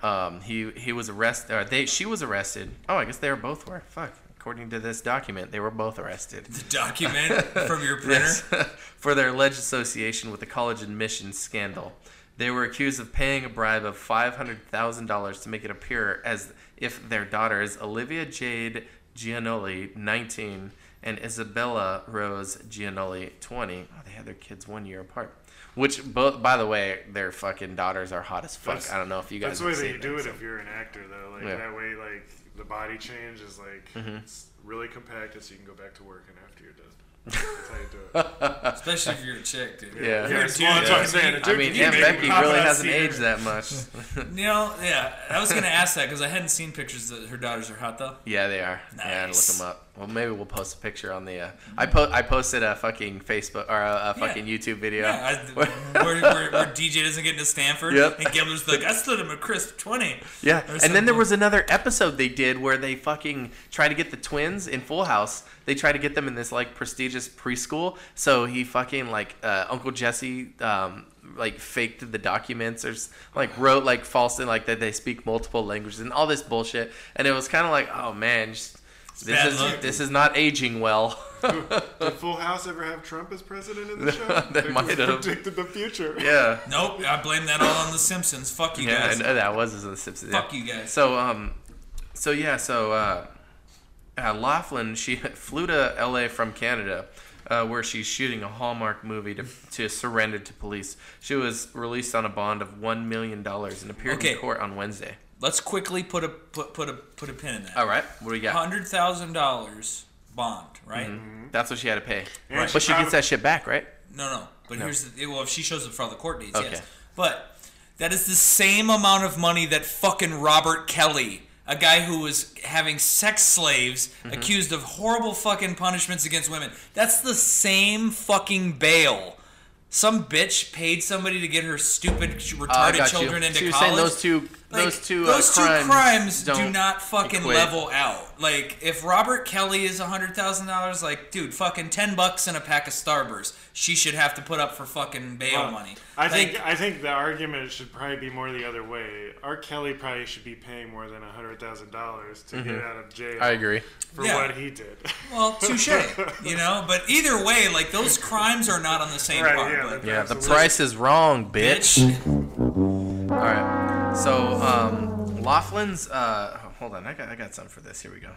S2: Um, he he was arrested. Or they she was arrested. Oh, I guess they were both were. Fuck. According to this document, they were both arrested
S3: the document from your printer.
S2: this for their alleged association with the college admissions scandal. They were accused of paying a bribe of $500,000 to make it appear as if their daughters, Olivia Jade Gianoli, 19, and Isabella Rose Gianoli, 20, oh, they had their kids one year apart. Which, bo- by the way, their fucking daughters are hot as fuck.
S4: That's-
S2: I don't know if you guys
S4: That's the way
S2: have
S4: that
S2: seen
S4: you
S2: them,
S4: do it
S2: so-
S4: if you're an actor, though. Like
S2: Yeah. Mm-hmm.
S4: that way, like the body change is like it's really compacted, so you can go back to working after you're done. That's how you do it.
S3: Especially if you're a chick, dude.
S2: Yeah.
S4: yeah,
S3: Dude,
S4: well, that's what I'm
S3: yeah.
S4: saying. A dude
S2: I mean,
S4: can
S2: Aunt
S4: make
S2: Becky
S4: pop
S2: really
S4: out
S2: hasn't
S4: senior.
S2: aged that much.
S3: You know, yeah. I was gonna ask that because I hadn't seen pictures that her daughters are hot though.
S2: Yeah, they are. Yeah, look
S3: Nice.
S2: them up. Well, maybe we'll post a picture on the. Uh, I po- I posted a fucking Facebook or a, a fucking YouTube video.
S3: Yeah, I,
S2: where-
S3: where, where, where DJ doesn't get into Stanford,
S2: Yep.
S3: and Gilbert's like, I slid him a crisp twenty.
S2: yeah.
S3: Or
S2: and then there
S3: something.
S2: was another episode they did where they fucking try to get the twins in Full House. They try to get them in this like prestigious preschool. So he fucking like uh, Uncle Jesse um, like faked the documents or s- like wrote like false and like that they speak multiple languages and all this bullshit. And it was kind of like, oh man, just, this
S3: bad
S2: is
S3: luck.
S2: this is not aging well.
S4: Did Full House ever have Trump as president in the show?
S2: They might have.
S4: predicted the future.
S2: yeah.
S3: Nope, I blame that all on The Simpsons. Fuck you
S2: Yeah,
S3: guys.
S2: I know that was in the Simpsons. yeah.
S3: Fuck you guys.
S2: So um, so yeah, so uh, uh, Laughlin she flew to L.A. from Canada, uh, where she's shooting a Hallmark movie to to surrender to police. She was released on a bond of one million dollars and appeared
S3: Okay.
S2: in court on Wednesday.
S3: Let's quickly put a put put a put a pin in that.
S2: All right, what do we got?
S3: Hundred thousand dollars bond, right?
S2: That's what she had to pay.
S4: And
S2: But she gets
S4: probably-
S2: that shit back, right?
S3: No, no. But here's the well, if she shows up for all the court dates,
S2: Okay.
S3: yes. But that is the same amount of money that fucking Robert Kelly, a guy who was having sex slaves
S2: Mm-hmm.
S3: accused of horrible fucking punishments against women. That's the same fucking bail. Some bitch paid somebody to get her stupid sh-
S2: Oh, I
S3: retarded
S2: got you.
S3: children into
S2: she was
S3: college.
S2: saying those two,
S3: Like,
S2: those two,
S3: those
S2: uh,
S3: two
S2: crimes,
S3: crimes do
S2: don't
S3: not fucking
S2: equate.
S3: level out. Like, if Robert Kelly is hundred thousand dollars, like, dude, fucking ten bucks and a pack of Starburst, she should have to put up for fucking bail
S4: Well,
S3: money.
S4: I
S3: like,
S4: think I think the argument should probably be more the other way. R. Kelly probably should be paying more than hundred thousand dollars to get out of jail
S2: Mm-hmm. I agree.
S4: for
S3: Yeah.
S4: what he did.
S3: well, touche, you know. But either way, like, those crimes are not on the same
S4: Right,
S3: part.
S4: yeah,
S3: like,
S4: they're
S2: Yeah, the
S4: Absolutely.
S2: price is wrong, bitch.
S3: bitch.
S2: All right. So um, Laughlin's. Uh, hold on, I got I got something for this. Here we go.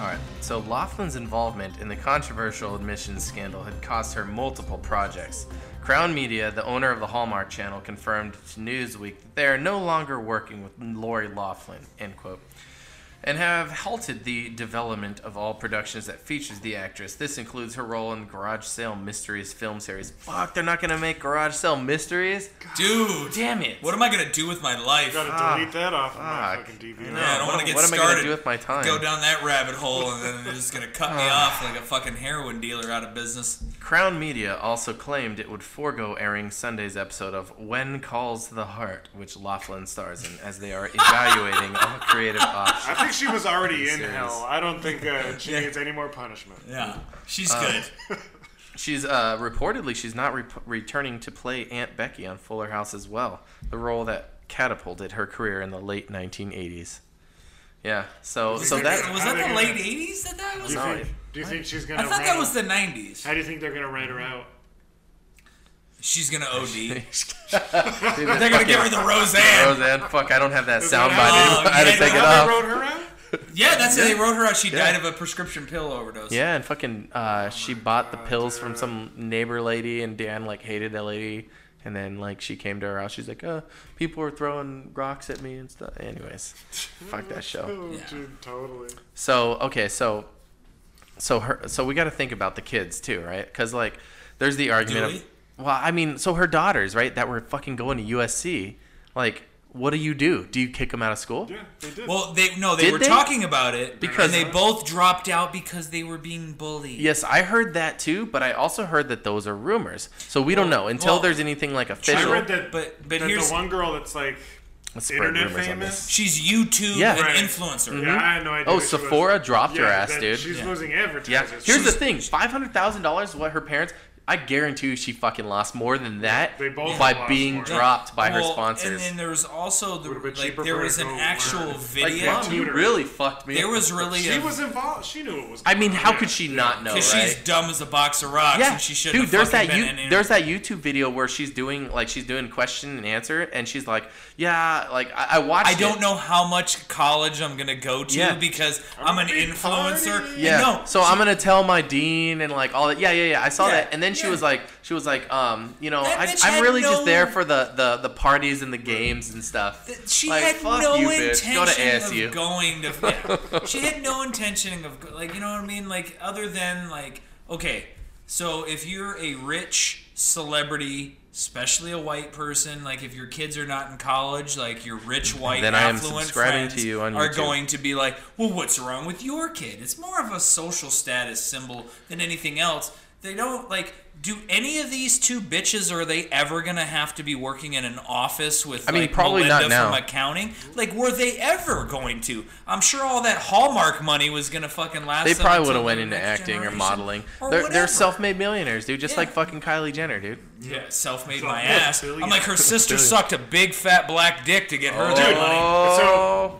S2: All right. So Laughlin's involvement in the controversial admissions scandal had cost her multiple projects. Crown Media, the owner of the Hallmark Channel, confirmed to Newsweek that they are no longer working with Lori Laughlin. End quote. And have halted the development of all productions that features the actress. This includes her role in Garage Sale Mysteries film series. Fuck, they're not gonna make Garage Sale Mysteries.
S3: Dude,
S2: Damn it!
S3: What am I gonna do with my life?
S4: Gotta
S2: Ah,
S4: delete that off of my
S2: fuck.
S4: fucking
S3: Yeah,
S4: DVR.
S3: I don't
S2: What am-
S3: want to get
S2: what am I
S3: started.
S2: gonna do with my time?
S3: Go down that rabbit hole, and then they're just gonna cut me
S2: Ah.
S3: off like a fucking heroin dealer out of business.
S2: Crown Media also claimed it would forego airing Sunday's episode of When Calls the Heart, which Laughlin stars in, as they are evaluating all creative options.
S4: I think she was already in
S2: Serious.
S4: hell. I don't think uh, she
S3: Yeah.
S4: needs any more punishment.
S3: Yeah, she's
S2: Uh,
S3: good.
S2: She's uh, reportedly she's not re- returning to play Aunt Becky on Fuller House as well, the role that catapulted her career in the late 1980s. Yeah, so so that
S3: was
S4: how
S3: that
S4: they
S3: the
S4: gonna-
S3: late '80s that that
S4: Do
S3: was?
S4: you,
S2: No,
S4: think, do you think she's gonna?
S3: I thought
S4: write
S3: that
S4: her-
S3: was the '90s.
S4: How do you think they're gonna write her out?
S3: She's gonna OD.
S2: they're
S3: They're gonna give her the Roseanne.
S2: Roseanne. Oh, Fuck, I don't have that soundbite.
S3: Oh,
S2: I had to
S3: yeah,
S2: take it
S3: how
S2: off.
S4: They wrote her out.
S3: Yeah, that's how they wrote her out. She
S2: Yeah.
S3: died of a prescription pill overdose.
S2: Yeah, and fucking uh, she bought the pills from some neighbor lady, and Dan like hated that lady, and then like she came to her house. She's like, "Uh, people were throwing rocks at me and stuff." Anyways, fuck that show.
S4: Oh,
S3: Yeah.
S4: dude, totally.
S2: So okay, so so her so we got to think about the kids too, right? Because like there's the argument
S3: Do
S2: of well, I mean, so her daughters, right, that were fucking going to USC, like. What do you do? Do you kick them out of school?
S4: Yeah, they did.
S3: Well, they no, they
S2: Did
S3: were
S2: they?
S3: talking about it
S2: Because-
S3: because they both dropped out because they were being bullied.
S2: Yes, I heard that too, but I also heard that those are rumors. So we don't know until
S3: well,
S2: there's anything like
S4: I
S2: official.
S4: read that,
S3: But- but
S4: that
S3: here's-
S4: the one girl that's like
S2: Let's spread
S4: internet
S2: rumors on
S4: famous.
S2: this.
S3: She's YouTube
S2: Yeah.
S3: an
S4: Right.
S3: influencer.
S4: Yeah, I had no idea.
S2: Oh,
S4: who she was.
S2: Sephora dropped her
S4: Yeah,
S2: ass,
S4: that-
S2: dude.
S4: She's
S3: Yeah.
S4: losing
S2: Yeah.
S4: advertisers.
S2: Here's the
S4: She's-
S2: thing: five hundred thousand dollars. What her parents? I guarantee you, she fucking lost more than that
S4: They both
S2: by
S4: lost
S2: being
S4: more.
S3: Yeah.
S2: dropped by her
S3: Well, And
S2: sponsors.
S3: then there was also the,
S4: Would've been
S3: like
S4: cheaper
S3: there
S4: for her
S3: was
S4: to
S3: an
S4: go
S3: actual
S4: learn.
S2: like,
S3: video.
S2: mom, you
S4: Tutor.
S2: really fucked me.
S3: there was really
S4: She
S3: a,
S4: was involved. She knew it was.
S2: I
S4: going
S2: mean,
S4: on,
S2: how
S4: yeah.
S2: could she not know, right?
S3: because she's dumb as a box of rocks
S2: yeah,
S3: and she should
S2: dude.
S3: have
S2: There's that
S3: fucking been
S2: you,
S3: in-
S2: there's that YouTube video where she's doing like she's doing question and answer, and she's like, "Yeah, like I, I watched."
S3: I don't
S2: it.
S3: know how much college I'm gonna go to
S2: Yeah.
S3: because I'm, an
S4: gonna be
S3: influencer.
S4: partying.
S2: Yeah.
S3: No,
S2: so I'm gonna tell my dean and like all that. Yeah, yeah, yeah. I saw
S3: Yeah,
S2: that, and then she
S3: yeah.
S2: was like, she was like, um, you know,
S3: That
S2: I,
S3: bitch
S2: I'm
S3: had
S2: really just
S3: no-
S2: there for the, the the parties and the games and stuff.
S3: Th- She
S2: Like,
S3: had
S2: fuck
S3: no
S2: you, bitch.
S3: intention
S2: Go to
S3: of
S2: ASU.
S3: going to. yeah. she had no intention of go- like you know what I mean. Like other than like okay, so if you're a rich celebrity, especially a white person, like if your kids are not in college, like your rich white
S2: Then I am
S3: affluent
S2: subscribing
S3: friends
S2: to you on
S3: are
S2: YouTube.
S3: going to be like, well, what's wrong with your kid? It's more of a social status symbol than anything else. They don't like. Do any of these two bitches are they ever gonna have to be working in an office with?
S2: I mean,
S3: like,
S2: probably not
S3: Melinda
S2: now.
S3: From accounting, like, were they ever going to? I'm sure all that Hallmark money was gonna fucking last.
S2: They
S3: them
S2: probably would
S3: until
S2: have went
S3: the
S2: into
S3: next
S2: acting or
S3: generation
S2: modeling.
S3: or
S2: they're they're
S3: whatever.
S2: self-made millionaires, dude. Just
S3: Yeah.
S2: like fucking Kylie Jenner, dude.
S3: Yeah, self-made my
S4: Self-made
S3: ass.
S4: billion.
S3: I'm like, her sister sucked a big fat black dick to get her
S2: Oh.
S3: that money.
S2: Oh,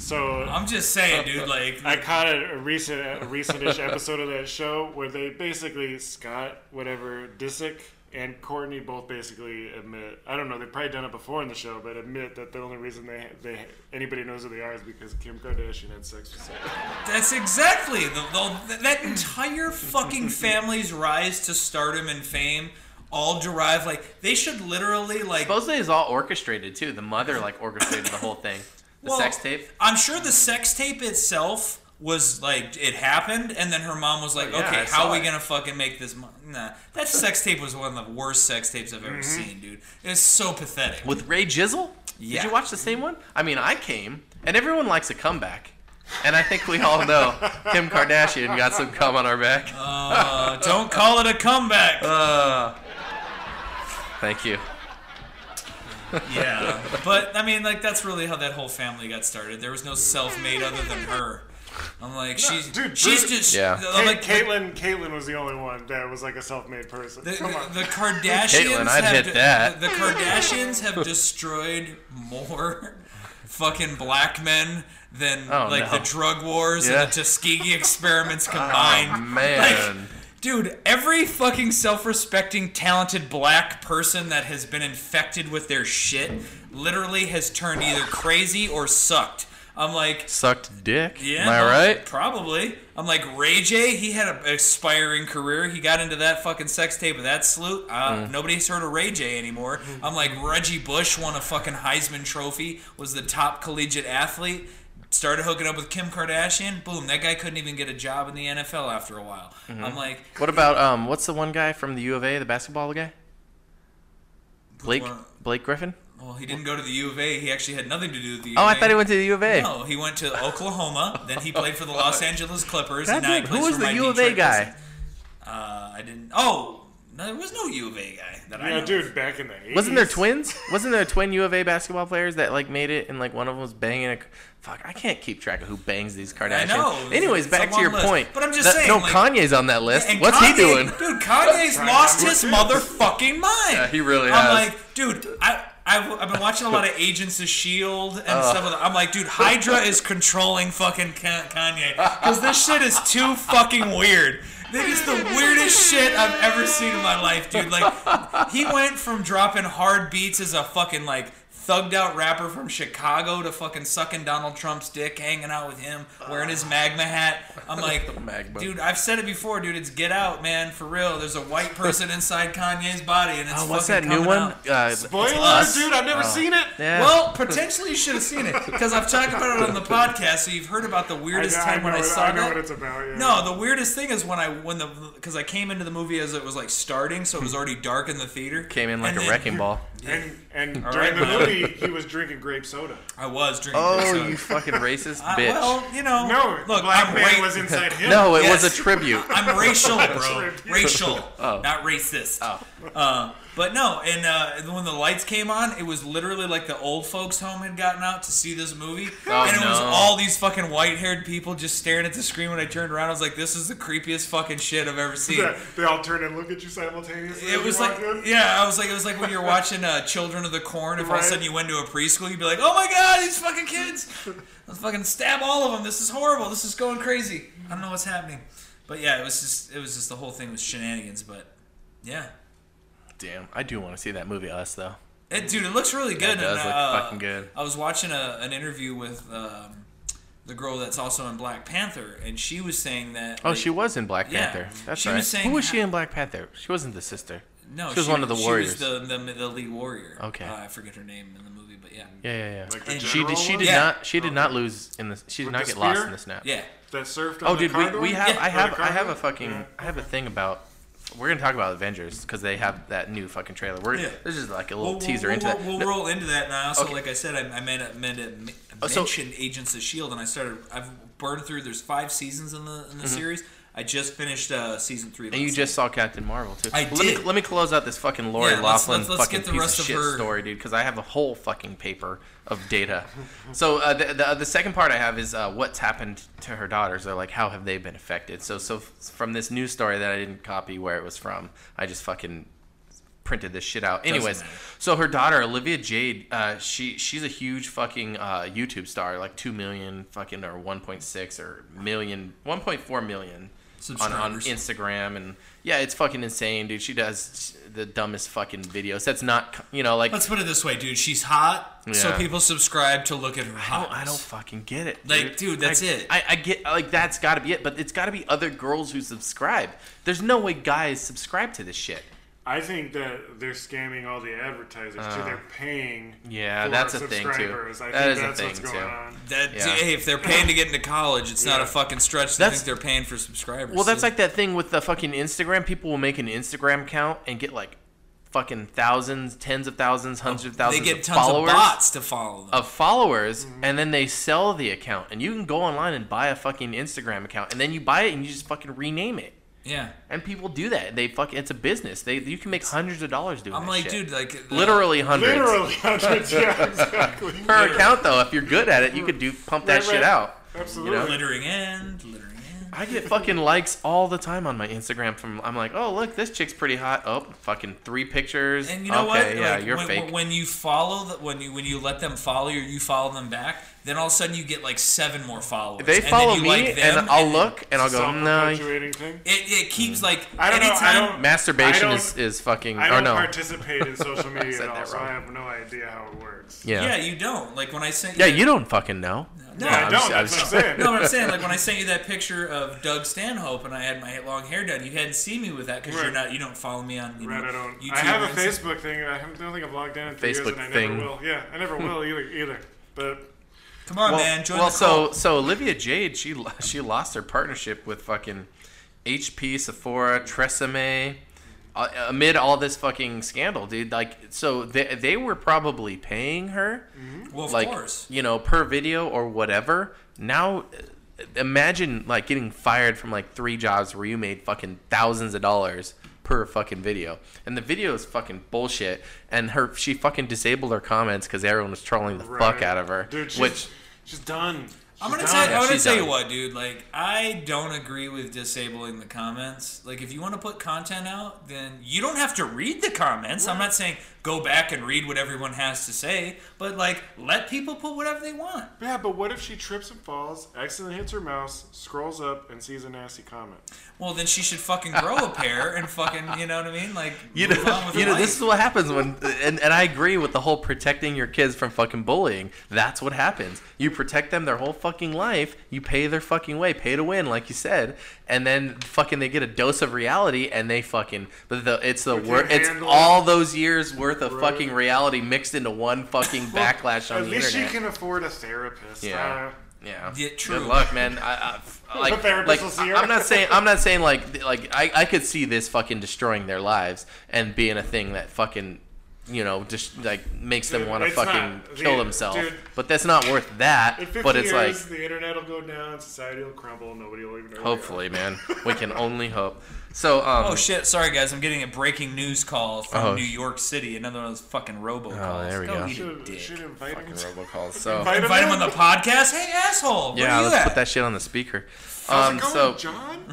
S4: So
S3: I'm just saying, dude. Like,
S4: I caught a, a recent a recentish episode of that show where they basically Scott whatever Disick and Courtney both basically admit I don't know they've probably done it before in the show but admit that the only reason they they anybody knows who they are is because Kim Kardashian had sex with someone.
S3: That's exactly the, the, that entire fucking family's rise to stardom and fame all derive like they should literally like
S2: supposedly it's all orchestrated too. The mother like orchestrated the whole thing. The
S3: Well,
S2: sex tape.
S3: I'm sure the sex tape itself was like it happened, and then her mom was like,
S2: yeah, I
S3: "Okay,
S2: saw
S3: how are we
S2: it."
S3: gonna fucking make this?" Mo-? Nah, that sex tape was one of the worst sex tapes I've ever
S2: Mm-hmm.
S3: seen, dude. It's so pathetic.
S2: With Ray Jizzle?
S3: Yeah.
S2: Did you watch the same one? I mean, I came, and everyone likes a comeback. And I think we all know Kim Kardashian got some cum on our back.
S3: Uh, don't call it a
S2: uh,
S3: comeback.
S2: Thank you.
S3: yeah, but I mean, like that's really how that whole family got started. There was no self-made other than her. I'm like, she's
S4: dude,
S3: she's
S4: Bruce-
S3: just
S2: Yeah.
S3: I'm like,
S4: Kate- Caitlyn Caitlyn was the only one that was like a self made person.
S3: The,
S4: Come on.
S3: the Kardashians
S2: Caitlyn, I'd
S3: have
S2: hit
S3: de-
S2: that.
S3: The, the Kardashians have destroyed more fucking black men than
S2: Oh,
S3: like
S2: no.
S3: the drug wars
S2: Yeah.
S3: and the Tuskegee experiments combined.
S2: Oh, man.
S3: Dude, every fucking self-respecting, talented black person that has been infected with their shit literally has turned either crazy or sucked. I'm like,
S2: Sucked dick.
S3: yeah,
S2: Am I right?
S3: Probably. I'm like Ray J. He had an expiring career. He got into that fucking sex tape of that sleut. Uh,
S2: Mm.
S3: Nobody's heard of Ray J. anymore. I'm like Reggie Bush won a fucking Heisman Trophy. Was the top collegiate athlete. Started hooking up with Kim Kardashian. Boom, that guy couldn't even get a job in the NFL after a while.
S2: Mm-hmm.
S3: I'm like,
S2: What about um? What's the one guy from the U of A, the basketball guy? Blake
S3: one?
S2: Blake Griffin.
S3: well, he didn't go to the U of A. He actually had nothing to do with the. U
S2: Oh,
S3: of
S2: I
S3: A.
S2: thought he went to the U of A.
S3: No, he went to Oklahoma. then he played for the Los Angeles Clippers.
S2: That
S3: and now he
S2: dude-
S3: plays
S2: who was
S3: for
S2: the
S3: my
S2: U of A
S3: Detroit
S2: guy?
S3: Pistons. Uh, I didn't. Oh, no, there was no U of A guy that I know.
S7: Yeah, dude, back in the 80s.
S2: Wasn't there twins? Wasn't there twin U of A basketball players that like made it and like one of them was banging a fuck? I can't keep track of who bangs these Kardashians.
S3: know.
S2: Anyways,
S3: It's a
S2: back to
S3: long
S2: your
S3: list.
S2: point.
S3: But I'm just
S2: That-
S3: saying,
S2: No,
S3: like-
S2: Kanye's on that list.
S3: And
S2: What's he
S3: Kanye,
S2: doing?
S3: Dude, Kanye's lost his motherfucking mind.
S2: Yeah, he really
S3: I'm
S2: has.
S3: like, dude, I. I've, I've been watching a lot of Agents of S.H.I.E.L.D. E and stuff like that. I'm like, dude, Hydra is controlling fucking Ka- Kanye. Because this shit is too fucking weird. That is the weirdest shit I've ever seen in my life, dude. Like, he went from dropping hard beats as a fucking, like, thugged out rapper from Chicago to fucking sucking Donald Trump's dick, hanging out with him, wearing his magma hat. I'm like,
S2: Magma.
S3: dude, I've said it before, dude. It's Get Out, man. For real. There's a white person inside Kanye's body, and it's
S2: Oh, what's that
S3: fucking
S2: new
S3: coming
S2: one?
S3: out.
S2: Uh,
S7: Spoiler,
S3: Us. Oh.
S7: dude, I've never seen it.
S2: yeah.
S3: Well, potentially you should have seen it because I've talked about it on the podcast, so you've heard about the
S7: I
S3: weirdest
S7: know, I
S3: time
S7: know,
S3: when I
S7: what-
S3: saw
S7: I know
S3: that.
S7: what it's about. Yeah.
S3: No, the weirdest thing is when I when the because I came into the movie as it was like starting, so it was already dark in the theater.
S2: came in like
S3: And
S2: a
S3: then
S2: wrecking ball.
S7: And, and
S3: All
S7: during
S3: right,
S7: the
S3: well.
S7: movie, he was drinking grape soda.
S3: I was drinking.
S2: Oh,
S3: Prosecco.
S2: you fucking racist
S3: I-
S2: bitch.
S3: Well, you know.
S7: No,
S3: look,
S7: the black
S3: I'm
S7: man
S3: ra-
S7: was inside him.
S2: no, it was
S3: yes.
S2: a tribute.
S3: I'm racial, bro.
S7: Tribute.
S3: racial,
S2: Oh.
S3: not racist. Uh, but no, and uh, when the lights came on, it was literally like the old folks' home had gotten out to see this movie,
S2: Oh,
S3: and it was
S2: no.
S3: all these fucking white-haired people just staring at the screen. When I turned around, I was like, "This is the creepiest fucking shit I've ever seen."
S7: Yeah, they all turn and look at you simultaneously.
S3: It
S7: as
S3: was
S7: you
S3: like,
S7: walk in.
S3: yeah, I was like, it was like when you're watching uh, Children of the Corn. If all of a
S7: Right.
S3: sudden you went to a preschool, you'd be like, oh my god, these fucking kids, let's fucking stab all of them. This is horrible. This is going crazy. I don't know what's happening. But yeah, it was just, it was just the whole thing was shenanigans. But yeah,
S2: Damn, I do want to see that movie Us though.
S3: it, dude, it looks really good.
S2: it does
S3: and,
S2: look
S3: uh,
S2: fucking good.
S3: I was watching a, an interview with um, the girl that's also in Black Panther, and she was saying that.
S2: Oh,
S3: like,
S2: she was in Black
S3: Yeah.
S2: Panther. That's
S3: She
S2: right.
S3: was saying
S2: Who was
S3: how-
S2: she in Black Panther? She wasn't the sister.
S3: no,
S2: she was one of the warriors.
S3: She was the, the, the lead warrior.
S2: Okay.
S3: Uh, I forget her name in the movie, but yeah.
S2: Yeah, yeah, yeah.
S4: Like the
S3: And
S2: she
S4: general
S2: did. She
S4: one?
S2: did
S3: Yeah.
S2: not. She did not lose in the. She did
S4: With
S2: not
S4: the
S2: get lost
S4: spear?
S2: in the snap.
S3: Yeah.
S4: that surfed on
S2: Oh,
S4: the
S2: did we?
S4: corridor?
S2: We have.
S3: Yeah.
S2: I have.
S4: Or the
S2: I have a
S4: cargo?
S2: fucking.
S4: Yeah.
S2: I have a thing about. We're gonna talk about Avengers because they have that new fucking trailer. We're
S3: Yeah.
S2: this is like a little
S3: We'll-
S2: teaser
S3: we'll,
S2: into
S3: we'll,
S2: that.
S3: We'll
S2: No,
S3: roll into that, and I also,
S2: Okay.
S3: like I said, I, I meant I meant to me-
S2: Oh, so-
S3: mention Agents of Shield, and I started. I've burned through. There's five seasons in the in the series. I just finished uh, season three.
S2: Mm-hmm. and you
S3: last
S2: just saw Captain Marvel too.
S3: I
S2: let Me,
S3: did.
S2: let me close out this fucking Lori
S3: Yeah, let's-
S2: Laughlin
S3: let's- let's
S2: fucking
S3: get the
S2: piece
S3: rest
S2: of
S3: of
S2: shit
S3: her-
S2: story, dude. Because I have a whole fucking paper of data. so uh, the, the the second part I have is uh, what's happened to her daughters. Or like how have they been affected? So so f- from this news story that I didn't copy where it was from, I just fucking printed this shit out. Anyways,
S3: matter.
S2: so her daughter Olivia Jade, uh, she she's a huge fucking uh, YouTube star, like two million fucking or one point six or million, one point four million on, on
S3: Subscribers.
S2: Instagram, and yeah, it's fucking insane, dude. She does the dumbest fucking videos. That's not you know like
S3: Let's put it this way, dude. She's hot, so
S2: Yeah.
S3: people subscribe to look at her.
S2: I
S3: Hot.
S2: don't, I don't fucking get it.
S3: Like, dude, that's
S2: I-
S3: it.
S2: I, I get like that's got to be it, but it's got to be other girls who subscribe. There's no way guys subscribe to this shit.
S7: I think that they're scamming all the advertisers too. They're paying.
S2: Uh. Yeah,
S7: for
S2: that's a thing, too.
S7: subscribers. I
S2: That
S7: think
S2: is a
S7: that's
S2: thing,
S7: what's
S2: too.
S7: going on.
S3: That,
S2: Yeah.
S3: Hey, if they're paying to get into college, it's not a
S7: Yeah.
S3: fucking stretch to
S2: That's-
S3: think they're paying for subscribers.
S2: Well, that's
S3: So-
S2: like that thing with the fucking Instagram. People will make an Instagram account and get like fucking thousands, tens of thousands, hundreds of
S3: they
S2: thousands
S3: get
S2: of
S3: tons
S2: followers Oh.
S3: of bots to follow them.
S2: of followers,
S3: Mm-hmm.
S2: and then they sell the account. And you can go online and buy a fucking Instagram account, and then you buy it and you just fucking rename it.
S3: yeah.
S2: And people do that. They fuck. It's a business. They you can make hundreds of dollars doing.
S3: I'm
S2: that
S3: like,
S2: shit.
S3: dude, like uh,
S2: literally hundreds
S7: Literally hundreds. yeah, exactly.
S2: per account though. If you're good at it, you could do pump that
S7: Right,
S2: shit
S7: right.
S2: out.
S7: Absolutely.
S2: You know?
S3: littering end, littering end.
S2: I get fucking likes all the time on my Instagram from I'm like, oh look, this chick's pretty hot. Oh, fucking three pictures.
S3: And you know
S2: okay,
S3: what?
S2: Yeah,
S3: Like,
S2: you're
S3: when,
S2: fake.
S3: When you follow the, when you when you let them follow you, or you follow them back. Then all of a sudden you get like seven more followers.
S2: they
S3: and then
S2: follow
S3: you
S2: me,
S3: like them,
S2: and I'll
S3: then
S2: look, Mm. and I'll go, no. you-
S7: self-perpetuating thing.
S3: It, it keeps like
S7: I don't know, I
S3: anytime,
S7: don't- I
S2: Masturbation
S7: don't-
S2: is, is fucking.
S7: I
S2: or
S7: don't
S2: no.
S7: participate in social
S2: I
S7: media
S2: said
S7: at all,
S2: that
S7: so I
S2: wrong.
S7: have no idea how it works.
S2: yeah.
S3: Yeah,
S2: yeah.
S3: you don't like when I sent.
S2: you don't fucking know.
S3: No,
S7: I
S2: I'm
S7: don't.
S2: just- I'm
S7: that's
S2: just-
S7: what I'm saying.
S3: No, but I'm saying like when I sent you that picture of Doug Stanhope and I had my long hair done, you hadn't seen me with that because you're
S7: Right.
S3: not you don't follow me on you
S7: Right,
S3: know,
S7: I don't.
S3: YouTube.
S7: I have
S3: or
S7: a
S3: Insta-
S7: Facebook thing. and I haven't- don't think I've logged in in three years,
S2: Facebook
S7: and I
S2: thing.
S7: never will. Yeah, I never will either. Either, but
S3: Come on,
S2: Well,
S3: man, join
S2: well
S3: the
S2: so
S3: cult.
S2: so Olivia Jade, she lo- she lost her partnership with fucking HP, Sephora, Tresemme, uh, amid all this fucking scandal, dude. Like, so they they were probably paying her,
S3: well, of
S2: like
S3: course.
S2: you know, per video or whatever. Now, uh, imagine like getting fired from like three jobs where you made fucking thousands of dollars per fucking video, and the video is fucking bullshit. And her she fucking disabled her comments because everyone was trolling the fuck
S7: Right.
S2: out of her,
S7: dude, she's,
S2: which.
S7: she's done.
S3: I'm
S7: She's
S3: gonna
S7: done.
S3: tell. I'm gonna
S2: She's
S3: tell
S2: done.
S3: you what, dude. Like, I don't agree with disabling the comments. Like, if you want to put content out, then you don't have to read the comments. I'm not saying go back and read what everyone has to say, but like, let people put whatever they want.
S7: Yeah, but what if she trips and falls, accidentally hits her mouse, scrolls up, and sees a nasty comment?
S3: Well, then she should fucking grow a pair and fucking, you know what I mean? Like,
S2: You
S3: move on
S2: know,
S3: with
S2: you
S3: her
S2: know this is
S3: life.
S2: what happens when, and, and I agree with the whole protecting your kids from fucking bullying. That's what happens. You protect them their whole fucking life. You pay their fucking way, pay to win, like you said, and then fucking they get a dose of reality, and they fucking. But the it's the
S7: your
S2: wor- It's
S7: handle.
S2: all those years worth of fucking reality mixed into one fucking backlash on
S7: At
S2: the
S7: least
S2: internet.
S7: she can afford a therapist.
S2: Yeah.
S7: Uh,
S2: Yeah.
S3: Yeah, true.
S2: Good luck, man. I, I like,
S7: therapist
S2: like
S7: will see
S2: I,
S7: her.
S2: am not saying I'm not saying like like I, I could see this fucking destroying their lives and being a thing that fucking you know just like makes them
S7: Dude,
S2: want to
S7: it's
S2: fucking
S7: not-
S2: kill
S7: dude,
S2: themselves.
S7: dude.
S2: but that's not worth that.
S7: Uh, in 50
S2: But it's like
S7: years, the internet will go down, society will crumble, nobody will even know. we are.
S2: hopefully, man, we can only hope. So um
S3: Oh shit! Sorry guys, I'm getting a breaking news call from
S2: Oh.
S3: New York City. Another one of those fucking robocalls.
S2: there we
S3: go.
S2: go.
S3: Eat a
S7: Should, should
S3: dick.
S7: invite him.
S2: fucking robocalls. So
S7: Invite
S3: Invite him on the podcast. Hey asshole, where
S2: yeah,
S3: are you
S2: let's
S3: at?
S2: put that shit on the speaker.
S7: How's
S2: Um
S7: it going,
S2: so
S7: John?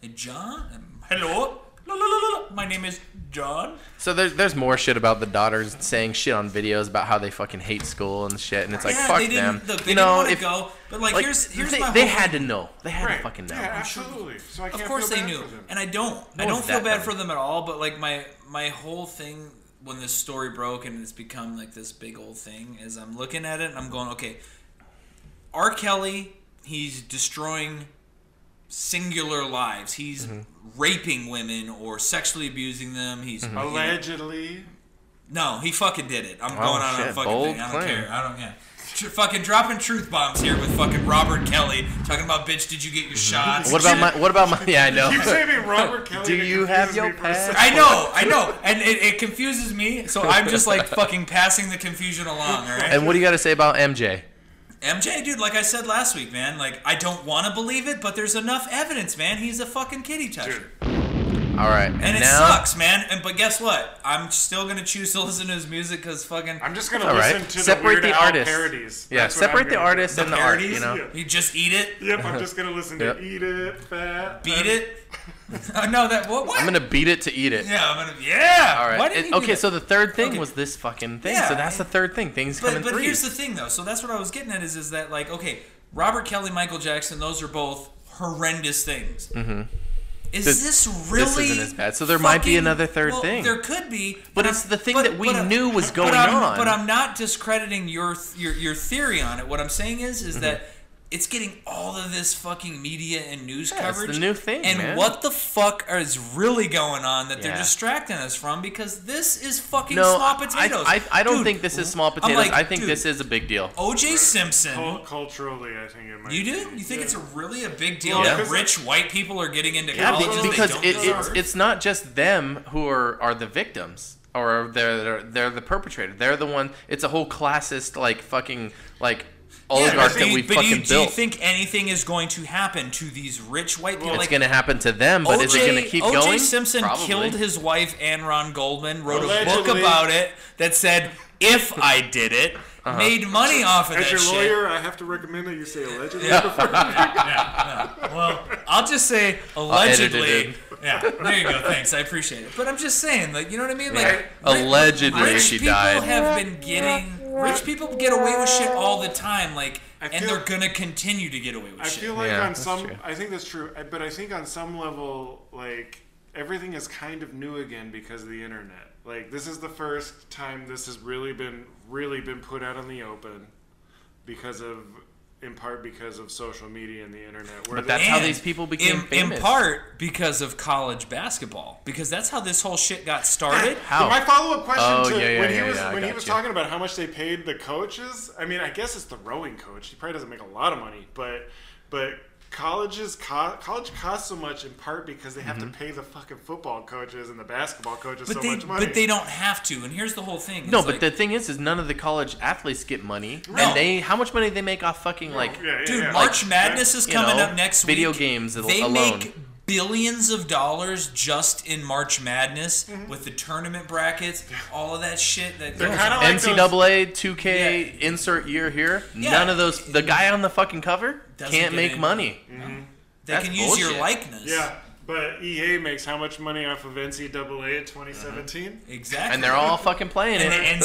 S3: Hey, John. Um, Hello. La, la, la, la, la. My name is John.
S2: so there's there's more shit about the daughters saying shit on videos about how they fucking hate school and shit and it's like
S3: yeah,
S2: fuck
S3: they didn't.
S2: them.
S3: Look, they
S2: you know,
S3: didn't
S2: if
S3: want to go. But like,
S2: Like,
S3: here's here's
S2: they,
S3: my.
S2: they
S3: whole
S2: had to know. They had
S7: Right.
S2: to fucking know.
S7: Yeah, absolutely. So I
S3: Of
S7: can't
S3: course
S7: feel
S3: they
S7: bad
S3: knew,
S7: for them.
S3: and I don't. I
S2: No
S3: don't
S2: one's
S3: feel
S2: that
S3: bad
S2: dumb.
S3: for them at all. But like my my whole thing when this story broke and it's become like this big old thing is I'm looking at it and I'm going, okay, R. Kelly, he's destroying singular lives. He's
S2: Mm-hmm.
S3: raping women or sexually abusing them. He's you know,
S7: Allegedly,
S3: no, he fucking did it. I'm
S2: Oh,
S3: going on a
S2: shit,
S3: fucking
S2: bold
S3: thing. I don't
S2: claim.
S3: care. I don't care. Tr- fucking dropping truth bombs here with fucking Robert Kelly talking about bitch. Did you get your shots?
S2: Mm-hmm. What about my? What about my? Yeah, I
S7: you
S2: know.
S7: say me Robert Kelly.
S2: Do
S7: it
S2: you have
S7: confuses
S2: your
S7: me for a
S2: pass?
S7: second.
S3: I know, I know, and it, it confuses me. So I'm just like fucking passing the confusion along. All right,
S2: And what do you got to say about MJ?
S3: MJ, dude, like I said last week, man, like I don't want to believe it, but there's enough evidence, man. He's a fucking kitty toucher,
S7: Dude,
S2: All right,
S3: and it
S2: now
S3: sucks, man. And but guess what? I'm still gonna choose to listen to his music because fucking
S7: I'm just gonna
S2: all
S7: listen
S2: right.
S7: to
S2: separate
S7: the, Weird Al
S2: artists.
S7: parodies.
S2: Yeah,
S7: That's what I'm
S2: separate the
S7: gonna do.
S2: artists
S3: the
S2: and the art.
S3: parodies.
S2: You know.
S3: You just eat it,
S7: Yep, I'm just gonna listen to
S2: Yep.
S7: Eat It, Fat.
S3: beat
S2: Uh,
S3: it. oh, no, that what? what?
S2: I'm gonna beat it to eat it.
S3: Yeah, I'm gonna. Yeah.
S2: All right.
S3: Why did
S2: And-
S3: he do
S2: okay,
S3: that?
S2: so the third thing
S3: Okay.
S2: was this fucking thing.
S3: Yeah,
S2: so that's the
S3: and-
S2: third thing. Things
S3: but
S2: coming
S3: but
S2: through.
S3: here's the thing though. So that's what I was getting at is is that like okay, Robert Kelly, Michael Jackson, those are both horrendous things. Mm-hmm. Is
S2: This-
S3: this, really?
S2: isn't as bad. So there might be
S3: fucking-
S2: another third
S3: well,
S2: thing.
S3: There could be,
S2: But
S3: I'm-
S2: it's the thing
S3: but-
S2: that we
S3: but I'm-
S2: knew was going
S3: but I'm,
S2: on.
S3: But I'm not discrediting your th- your your theory on it. What I'm saying is
S2: Mm-hmm.
S3: is that. It's getting all of this fucking media and news
S2: Yeah, it's the
S3: coverage.
S2: new thing,
S3: And
S2: man.
S3: what the fuck is really going on that
S2: Yeah.
S3: they're distracting us from? Because this is fucking
S2: no, I-
S3: small potatoes.
S2: I, I, don't
S3: Dude,
S2: think this is small
S3: I'm
S2: potatoes.
S3: like,
S2: I think
S3: dude,
S2: this is a big deal.
S3: OJ Simpson.
S7: Cul- Culturally, I think it might.
S3: You do?
S7: be.
S3: You think
S7: Yeah.
S3: it's a really a big deal
S2: Yeah.
S3: that rich white people are getting into
S2: Yeah,
S3: colleges
S2: be- because
S3: they don't
S2: it, it's,
S3: deserve?
S2: it's not just them who are, are the victims or they're, they're they're the perpetrator. They're the one. It's a whole classist like fucking like
S3: Yeah,
S2: oligarch
S3: but
S2: that
S3: do
S2: we
S3: you- but do
S2: fucking
S3: you, Do you
S2: built.
S3: think anything is going to happen to these rich white people?
S2: it's
S3: like,
S2: going to happen to them, but is it going to keep
S3: O.J.
S2: going?
S3: Simpson
S2: Probably.
S3: killed his wife, Anne Ron Goldman, wrote a book
S7: Allegedly.
S3: about it that said if I did it,
S2: Uh-huh.
S3: made money off of
S7: As
S3: that
S7: your
S3: shit.
S7: lawyer, I have to recommend that you say allegedly before
S3: Well, I'll just say
S2: edit it
S3: allegedly. Yeah, there you go. Thanks, I appreciate it. But I'm just saying, like, you know what I mean? Like, ri-
S2: Allegedly
S3: rich
S2: she
S3: people
S2: died.
S3: have been getting rich people get away with shit all the time, like, and
S7: feel-
S3: they're gonna continue to get away with
S7: I
S3: shit.
S7: feel like
S2: Yeah,
S7: on
S2: that's
S7: some,
S2: true.
S7: I think that's true, I- but I think on some level, like everything is kind of new again because of the internet. Like this is the first time this has really been really been put out in the open because of, in part because of social media and the internet. Where
S2: But
S7: the-
S2: that's how
S3: And
S2: these people became
S3: in,
S2: famous.
S3: In part because of college basketball, because that's how this whole shit got started.
S2: How?
S7: My follow-up question
S2: Oh,
S7: to
S2: yeah, yeah,
S7: when
S2: yeah,
S7: he was
S2: yeah, I
S7: when he
S2: got
S7: was
S2: you.
S7: talking about how much they paid the coaches. I mean, I guess it's the rowing coach. He probably doesn't make a lot of money, but but colleges co- college costs so much in part because they
S2: Mm-hmm.
S7: have to pay the fucking football coaches and the basketball coaches
S3: But
S7: so
S3: they,
S7: much money.
S3: but they don't have to. And here's the whole thing.
S2: No,
S3: It's
S2: but
S3: like-
S2: the thing is, is none of the college athletes get money,
S3: No.
S2: and they how much money they make off fucking like
S7: yeah, yeah,
S3: Dude,
S7: yeah.
S3: March Madness is
S2: you
S3: coming
S2: know,
S3: up next week.
S2: video games al-
S3: They
S2: alone.
S3: make billions of dollars just in March Madness with the tournament brackets, all of that shit. That
S7: Mm-hmm. They're
S3: goes-
S7: kinda like
S2: NCAA
S7: those-
S2: 2K insert year here.
S3: Yeah.
S2: None of those. The guy on the fucking cover
S3: Doesn't
S2: can't
S3: get
S2: make
S3: any-
S2: money.
S3: they
S2: that's
S3: can use your
S2: bullshit.
S3: likeness.
S7: yeah, but EA makes how much money off of
S2: Mm-hmm.
S7: NCAA in 2017?
S3: exactly.
S2: And they're all fucking playing
S3: And the
S2: it.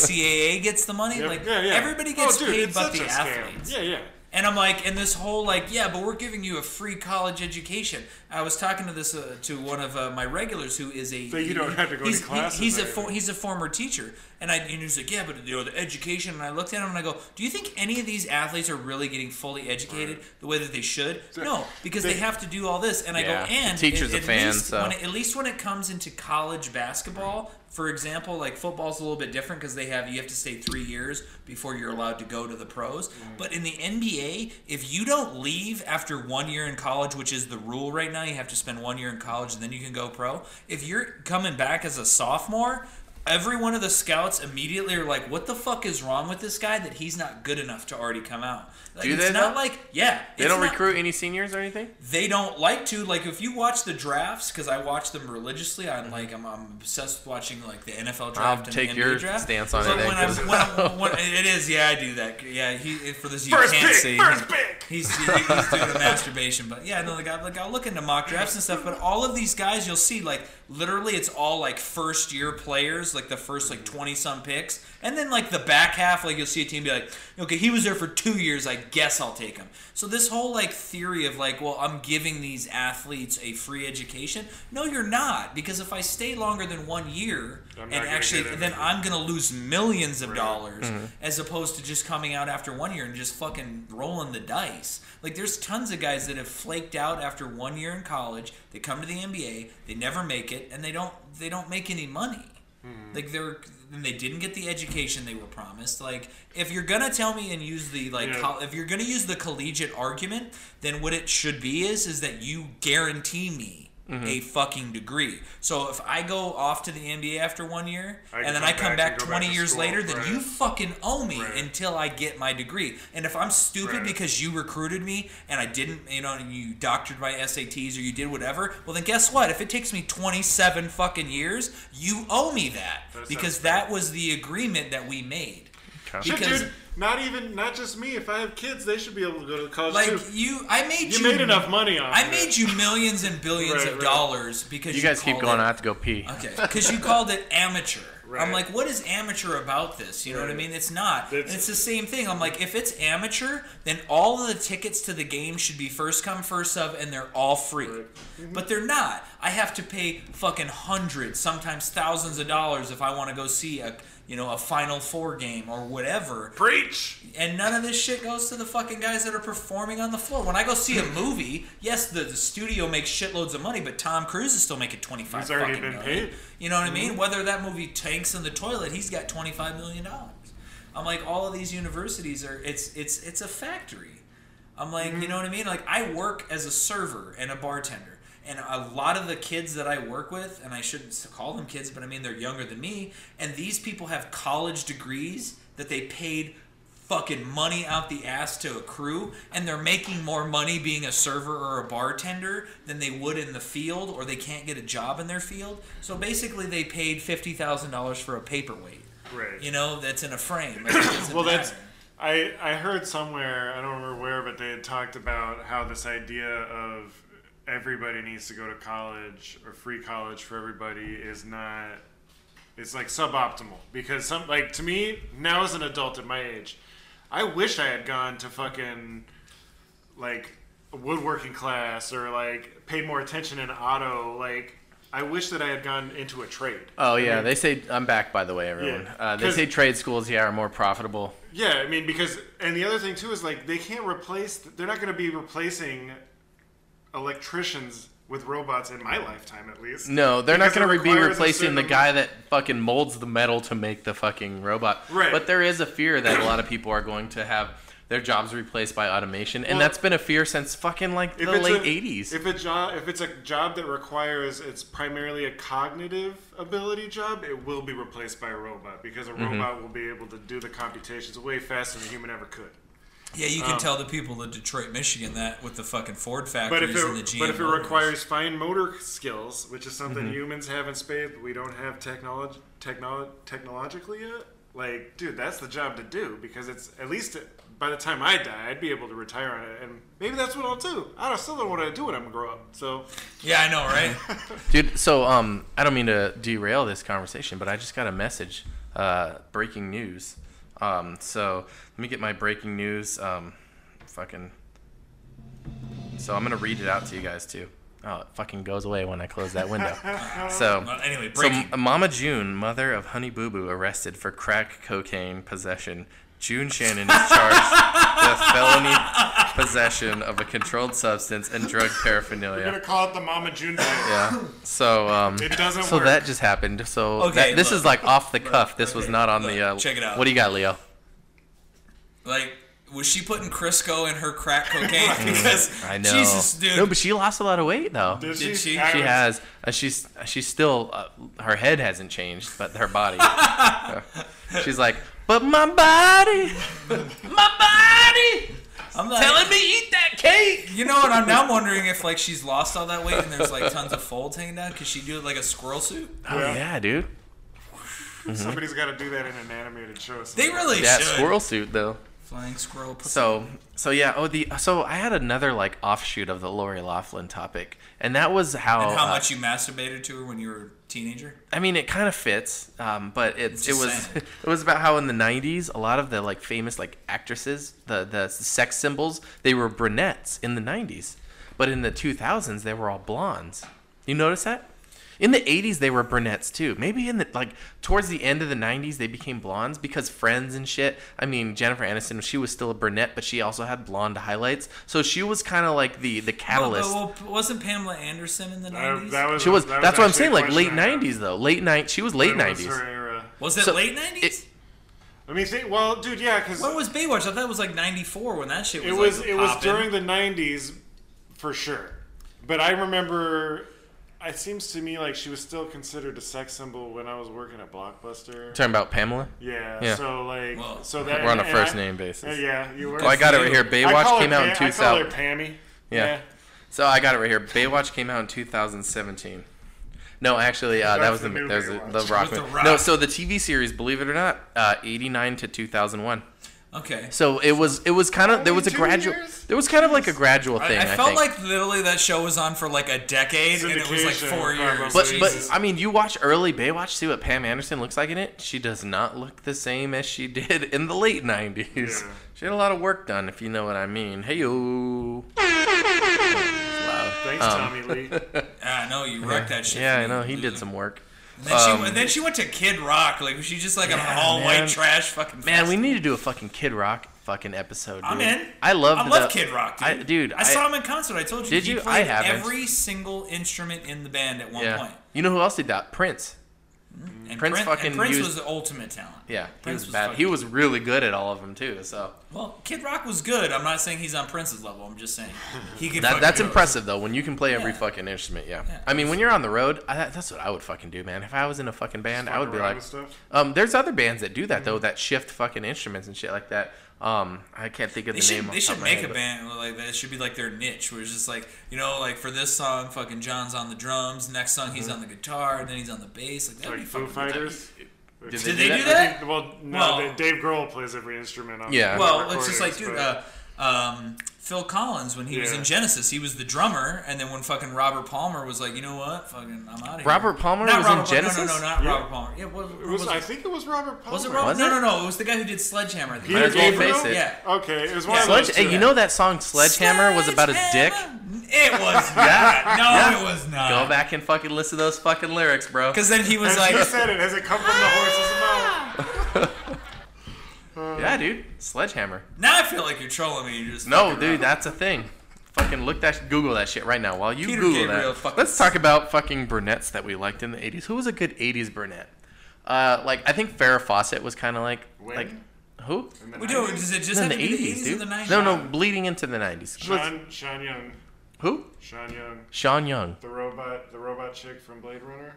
S3: NCAA gets the money.
S7: Yeah,
S3: like
S7: yeah, yeah.
S3: everybody
S7: Oh,
S3: gets
S7: dude,
S3: paid,
S7: it's
S3: but
S7: such
S3: the
S7: a scam.
S3: athletes.
S7: Yeah, yeah.
S3: And I'm like, and this whole like, yeah, but we're giving you a free college education. I was talking to this uh, to one of uh, my regulars who is a.
S7: So you don't have to go to
S3: he's,
S7: classes
S3: He, he's a
S7: anymore.
S3: fo- he's a former teacher, and I and he was like, yeah, but you know the education. And I looked at him and I go, do you think any of these athletes are really getting fully educated the way that they should? No, because they,
S7: they-
S3: have to do all this. And I
S2: Yeah,
S3: go, and
S2: the teacher's a
S3: at, at
S2: fan,
S3: least
S2: so-
S3: when it- at least when it comes into college basketball, for example, like football's a little bit different because they have you have to stay three years before you're allowed to go to the pros.
S2: Mm-hmm.
S3: But in the NBA, if you don't leave after one year in college, which is the rule right now, you have to spend one year in college and then you can go pro. If you're coming back as a sophomore. Every one of the scouts immediately are like, "What the fuck is wrong with this guy that he's not good enough to already come out?" Like,
S2: Do
S3: it's
S2: they,
S3: not
S2: though?
S3: like, yeah,
S2: They
S3: it's
S2: don't
S3: not-
S2: recruit any seniors or anything.
S3: they don't like to like if you watch the drafts because I watch them religiously. I'm like I'm, I'm obsessed with watching like the NFL draft
S2: I'll
S3: and the
S2: take
S3: NBA
S2: your
S3: draft.
S2: stance on
S3: But
S2: it. then,
S3: when I'm,
S2: 'cause-
S3: when I'm, when it is, yeah, I do that. Yeah, he for those of you who
S7: First
S3: can't
S7: pick,
S3: see,
S7: first pick.
S3: he's, he's doing the masturbation. But yeah, no, like, I, like I'll look into mock drafts and stuff. But all of these guys, you'll see, like literally, it's all like first year players, like the first like twenty some picks, and then like the back half, like you'll see a team be like, okay, he was there for two years, I guess I'll take him. So this whole like theory of like, well, I'm giving these athletes a free education. No, you're not, because if I stay longer than one year
S7: I'm
S3: and
S7: not gonna
S3: actually,
S7: get
S3: then
S7: anything.
S3: I'm gonna lose millions of dollars as opposed to just coming out after one year and just fucking rolling the dice. Like there's tons of guys that have flaked out after one year in college. They come to the NBA, they never make it, and they don't they don't make any money.
S7: Hmm.
S3: Like they're and they didn't get the education they were promised. Like if you're gonna tell me and use the like
S7: Yeah.
S3: col- if you're gonna use the collegiate argument, then what it should be is is that you guarantee me. A fucking degree. So if I go off to the NBA after one year,
S7: I can
S3: and then
S7: come
S3: I come
S7: back
S3: back
S7: and go
S3: 20
S7: back to
S3: years
S7: school,
S3: later, then
S7: right.
S3: you fucking owe me
S7: Right.
S3: until I get my degree. And if I'm stupid
S7: Right.
S3: because you recruited me and I didn't, you know, and you doctored my SATs or you did whatever, well, then guess what? If it takes me 27 fucking years, you owe me that,
S7: That
S3: because
S7: sounds fair.
S3: that was the agreement that we made.
S7: Shit,
S3: Because-
S7: dude, not even not just me. If I have kids, they should be able to go to college
S3: Like
S7: too.
S3: you, I made you.
S7: You made enough money off.
S3: I
S7: of it.
S3: made you millions and billions
S7: Right,
S3: of
S7: right.
S3: dollars because
S2: you guys keep
S3: called
S2: going.
S3: it-
S2: I have to go pee.
S3: Okay, because you called it amateur. I'm
S7: Right.
S3: like, what is amateur about this? You know what I
S7: Right.
S3: mean? It's not. And It's,
S7: It's-
S3: the same thing. I'm like, if it's amateur, then all of the tickets to the game should be first come, first of, and they're all free. But they're not. I have to pay fucking hundreds, sometimes thousands of dollars if I want to go see a you know a Final Four game or whatever
S7: preach.
S3: and none of this shit goes to the fucking guys that are performing on the floor. When I go see a movie, yes, the, the studio makes shitloads of money, but Tom Cruise is still making twenty five.
S7: He's already
S3: fucking
S7: been
S3: million.
S7: paid. Mm-hmm.
S3: You know what I mean? Whether that movie tanks in the toilet, he's got twenty five million dollars. I'm like, all of these universities are. It's it's it's a factory. I'm like,
S4: Mm-hmm.
S3: you know what I mean? Like, I work as a server and a bartender. And a lot of the kids that I work with, and I shouldn't call them kids, but I mean, they're younger than me. And these people have college degrees that they paid fucking money out the ass to accrue. And they're making more money being a server or a bartender than they would in the field, or they can't get a job in their field. So basically, they paid $50,000 for a paperweight.
S4: Right.
S3: you know, that's in a frame. Like, it doesn't
S4: well, that's
S3: matter.
S4: I I heard somewhere I don't remember where, but they had talked about how this idea of everybody needs to go to college or free college for everybody is not it's like suboptimal because some like to me now as an adult at my age, I wish I had gone to fucking like a woodworking class or like paid more attention in auto like. I wish that I had gone into a trade.
S2: Oh yeah, they say I'm back by the way, everyone.
S4: Yeah.
S2: Uh, they
S4: 'Cause-
S2: say trade schools yeah are more profitable.
S4: Yeah, I mean because and the other thing too is like they can't replace they're not going to be replacing electricians with robots in my lifetime at least.
S2: No, they're not
S4: Because it
S2: going to be
S4: requires a
S2: replacing
S4: certain
S2: the
S4: amount-
S2: guy that fucking molds the metal to make the fucking robot.
S4: Right.
S2: But there is a fear that a lot of people are going to have their jobs replaced by automation, and
S4: Well-
S2: that's been a fear since fucking like the
S4: it's
S2: late
S4: a-
S2: '80s.
S4: If a job if it's a job that requires it's primarily a cognitive ability job, it will be replaced by a robot because a
S2: Mm-hmm.
S4: robot will be able to do the computations way faster than a human ever could.
S3: Yeah, you can tell the people of Detroit, Michigan that with the fucking Ford
S4: Um, But
S3: factories
S4: if
S3: and the
S4: it,
S3: GM.
S4: but if it
S3: motors.
S4: requires fine motor skills, which is something
S2: Mm-hmm.
S4: humans have in spades, but we don't have technology technolo- technologically yet. Like, dude, that's the job to do because it's at least by the time I die, I'd be able to retire on it, and maybe that's what I'll do. I don't, still don't want to do when I'm grow up. So,
S3: Yeah, I know, right?
S2: Dude, so um, I don't mean to derail this conversation, but I just got a message, uh, breaking news. Um, so let me get my breaking news. Um, fucking. So I'm gonna read it out to you guys too. Oh, it fucking goes away when I close that window. So
S3: Well, anyway,
S2: so
S3: breaking.
S2: M- Mama June, mother of Honey Boo Boo, arrested for crack cocaine possession. June Shannon is charged with felony possession of a controlled substance and drug paraphernalia.
S4: I'm gonna call it the Mama June. diet.
S2: Yeah. So um,
S4: It doesn't
S2: So
S4: work.
S2: that just happened. So
S3: Okay,
S2: that- this
S3: look,
S2: is like off the cuff. This was
S3: okay,
S2: not on the. Uh,
S3: look, check it out.
S2: What do you got, Leo?
S3: like, was she putting Crisco in her crack cocaine?
S4: Mm,
S3: because
S2: I know.
S3: Jesus, dude.
S2: No, but she lost a lot of weight though.
S4: Did
S3: Did she?
S4: I
S2: She
S4: was-
S2: has. Uh, she's she's still. Uh, her head hasn't changed, but her body. she's like, but my body, my body,
S3: I'm like,
S2: telling me eat that cake.
S3: You know what? I'm now wondering if like she's lost all that weight and there's like tons of folds hanging down. Could she do it like a squirrel suit?
S2: Oh
S4: Yeah.
S2: yeah, dude.
S4: Somebody's got to do that in an animated show.
S3: Mm-hmm. They really
S2: That
S3: should.
S2: squirrel suit though.
S3: Flying squirrel. Pussy.
S2: So so yeah. Oh the so I had another like offshoot of the Lori Laughlin topic, and that was how
S3: and how
S2: uh,
S3: much you masturbated to her when you were a teenager?
S2: I mean, it kind of fits, um, but it, it
S3: Just
S2: was
S3: saying.
S2: it was about how in the '90s, a lot of the like famous like actresses, the the sex symbols, they were brunettes in the '90s, but in the 2000s, they were all blondes. You notice that? In the '80s, they were brunettes too. Maybe in the like towards the end of the '90s, they became blondes because Friends and shit. I mean, Jennifer Aniston, she was still a brunette, but she also had blonde highlights, so she was kind of like the the catalyst.
S3: Well, well, wasn't Pamela Anderson in the
S4: Uh,
S3: 90s?
S4: that was.
S2: she was.
S4: that
S2: that's what I'm
S4: actually
S2: saying.
S4: a
S2: Like late
S4: question I had.
S2: '90s though. Late night. She was late
S4: When was
S2: '90s.
S4: her era?
S3: Was it
S2: So,
S3: late 90s?
S2: it-
S4: I mean, think, well, dude, yeah, because
S3: when was Baywatch? I thought it was like 94 when that shit was
S4: it was
S3: like,
S4: it was
S3: poppin'.
S4: during the 90s for sure but i remember it seems to me like she was still considered a sex symbol when i was working at blockbuster
S2: Talking about Pamela?
S4: yeah,
S2: Yeah.
S4: so like
S3: Well,
S4: so that
S2: We're on a
S4: and- and I-
S2: first name basis.
S4: uh, yeah you were
S2: Oh, I got it
S3: you.
S2: right here.
S4: I
S2: Baywatch
S4: call her
S2: came out in
S4: Pam- I call her
S2: 2000.
S4: pammy
S2: Yeah. So I got it right here. Baywatch came out in 2017. No, actually, uh, that
S4: That's
S2: was the,
S4: the new
S2: there's the,
S4: Baywatch.
S2: the Rock.
S3: With The
S2: movie.
S3: Rock.
S2: No, so the TV series, believe it or not, uh, 89 to 2001.
S3: Okay.
S2: So it was it was kind of there was a
S4: two
S2: gradual
S4: years?
S2: there was kind of like a gradual
S3: I-
S2: thing.
S3: I,
S2: I,
S3: felt
S2: think.
S3: like literally that show was on for like a decade and it was like
S4: Syndication,
S3: four
S4: probably.
S2: But
S3: years.
S2: but
S3: Jesus.
S2: I mean, you watch early Baywatch, see what Pam Anderson looks like in it. She does not look the same as she did in the late '90s.
S4: Yeah.
S2: She had a lot of work done, if you know what I mean. Hey yo.
S4: thanks
S2: Um,
S4: tommy lee
S3: Ah, no, you wrecked that shit.
S2: Yeah,
S3: for
S2: I
S3: me,
S2: know he
S3: loser.
S2: did some work.
S3: And then, she,
S2: um,
S3: and then she went to Kid Rock. Like, was she just like an
S2: Yeah,
S3: all
S2: man.
S3: white trash fucking
S2: Man, we
S3: fest?
S2: need to do a fucking Kid Rock fucking episode. Dude.
S3: I'm in.
S2: I love.
S3: I love Kid Rock, dude.
S2: I, dude,
S3: I, saw him in concert. I told you.
S2: Did
S3: he
S2: you? I
S3: Played
S2: haven't.
S3: Every single instrument in the band at one
S2: Yeah.
S3: point.
S2: You know who else did that? Prince.
S3: And
S2: Prince
S3: Prince,
S2: fucking
S3: and Prince
S2: used-
S3: was the ultimate talent.
S2: Yeah, he
S3: Prince
S2: was,
S3: was
S2: bad.
S3: fucking-
S2: He was really good at all of them too. So
S3: Well, Kid Rock was good. I'm not saying he's on Prince's level. I'm just saying he could.
S2: that,
S3: fucking
S2: that's
S3: do it.
S2: impressive though. When you can play every
S3: Yeah.
S2: fucking instrument. Yeah.
S3: Yeah.
S2: I mean, when you're on the road, I, that's what I would fucking do, man. If I was in a fucking band, I would be
S4: Around
S2: like,
S4: with stuff.
S2: um, there's other bands that do that
S3: Mm-hmm.
S2: though, that shift fucking instruments and shit like that. Um, I can't think of
S3: They
S2: the
S3: should,
S2: name. off
S3: they
S2: the top
S3: should
S2: of my
S3: make
S2: head,
S3: a
S2: but-
S3: band like that. It should be like their niche, where it's just like you know, like for this song, fucking John's on the drums. Next song, he's on the guitar, and then he's on the bass. Like that'd
S4: Mm-hmm. like
S3: be
S4: foo
S3: fucking.
S4: fighters
S2: Did
S3: Did they do
S2: that?
S3: that?
S4: Well, no,
S3: Well-
S4: they- Dave Grohl plays every instrument on.
S2: Yeah.
S4: the
S3: Well, it's just like, dude,
S4: recordings,
S3: uh, um, Phil Collins when he was
S4: Yeah.
S3: in Genesis, he was the drummer, and then when fucking Robert Palmer was like, you know what, fucking, I'm out of here.
S2: Robert Palmer
S3: Not
S2: was
S3: Robert,
S2: in
S3: Palmer, No, no,
S2: Genesis?
S3: no, not
S4: Yeah.
S3: Robert Palmer. Yeah, what,
S4: but it was,
S3: was
S4: I
S3: it?
S4: think it was Robert Palmer.
S3: Was it Robert?
S2: Was
S3: no,
S2: it?
S3: no, no. It was the guy who did Sledgehammer. The
S2: Might as well
S4: Gabriel?
S2: face it.
S3: Yeah.
S4: Okay, it was one of
S2: Sledge-
S4: those.
S2: hey,
S4: two.
S2: you know that song Sledgehammer was about his dick?
S3: Sledgehammer? It was not. No, it was not.
S2: Go back and fucking listen to those fucking lyrics, bro.
S3: Because then he was
S4: As
S3: like,
S4: he said it. Has it come from the horse's
S2: Ah!
S4: mouth?
S2: Yeah, dude. Sledgehammer.
S3: now I feel like you're trolling me. You're just
S2: No,
S3: fucking
S2: dude,
S3: around.
S2: that's a thing. Fucking look that, Google that shit right now. While you
S3: Peter
S2: Google
S3: Gabriel
S2: that,
S3: fucking-
S2: let's talk about fucking brunettes that we liked in the '80s. Who was a good '80s brunette? Uh, like I think Farrah Fawcett was kind of like
S4: When?
S2: like who?
S3: We do. Does it just
S2: in the
S3: have to be the
S2: 80s,
S3: 80s or
S2: dude.
S3: the 90s?
S2: No, no, bleeding into the 90s. Let's-
S4: Sean, Sean Young,
S2: Who?
S4: Sean Young,
S2: Sean Young.
S4: the robot, the robot chick from Blade Runner.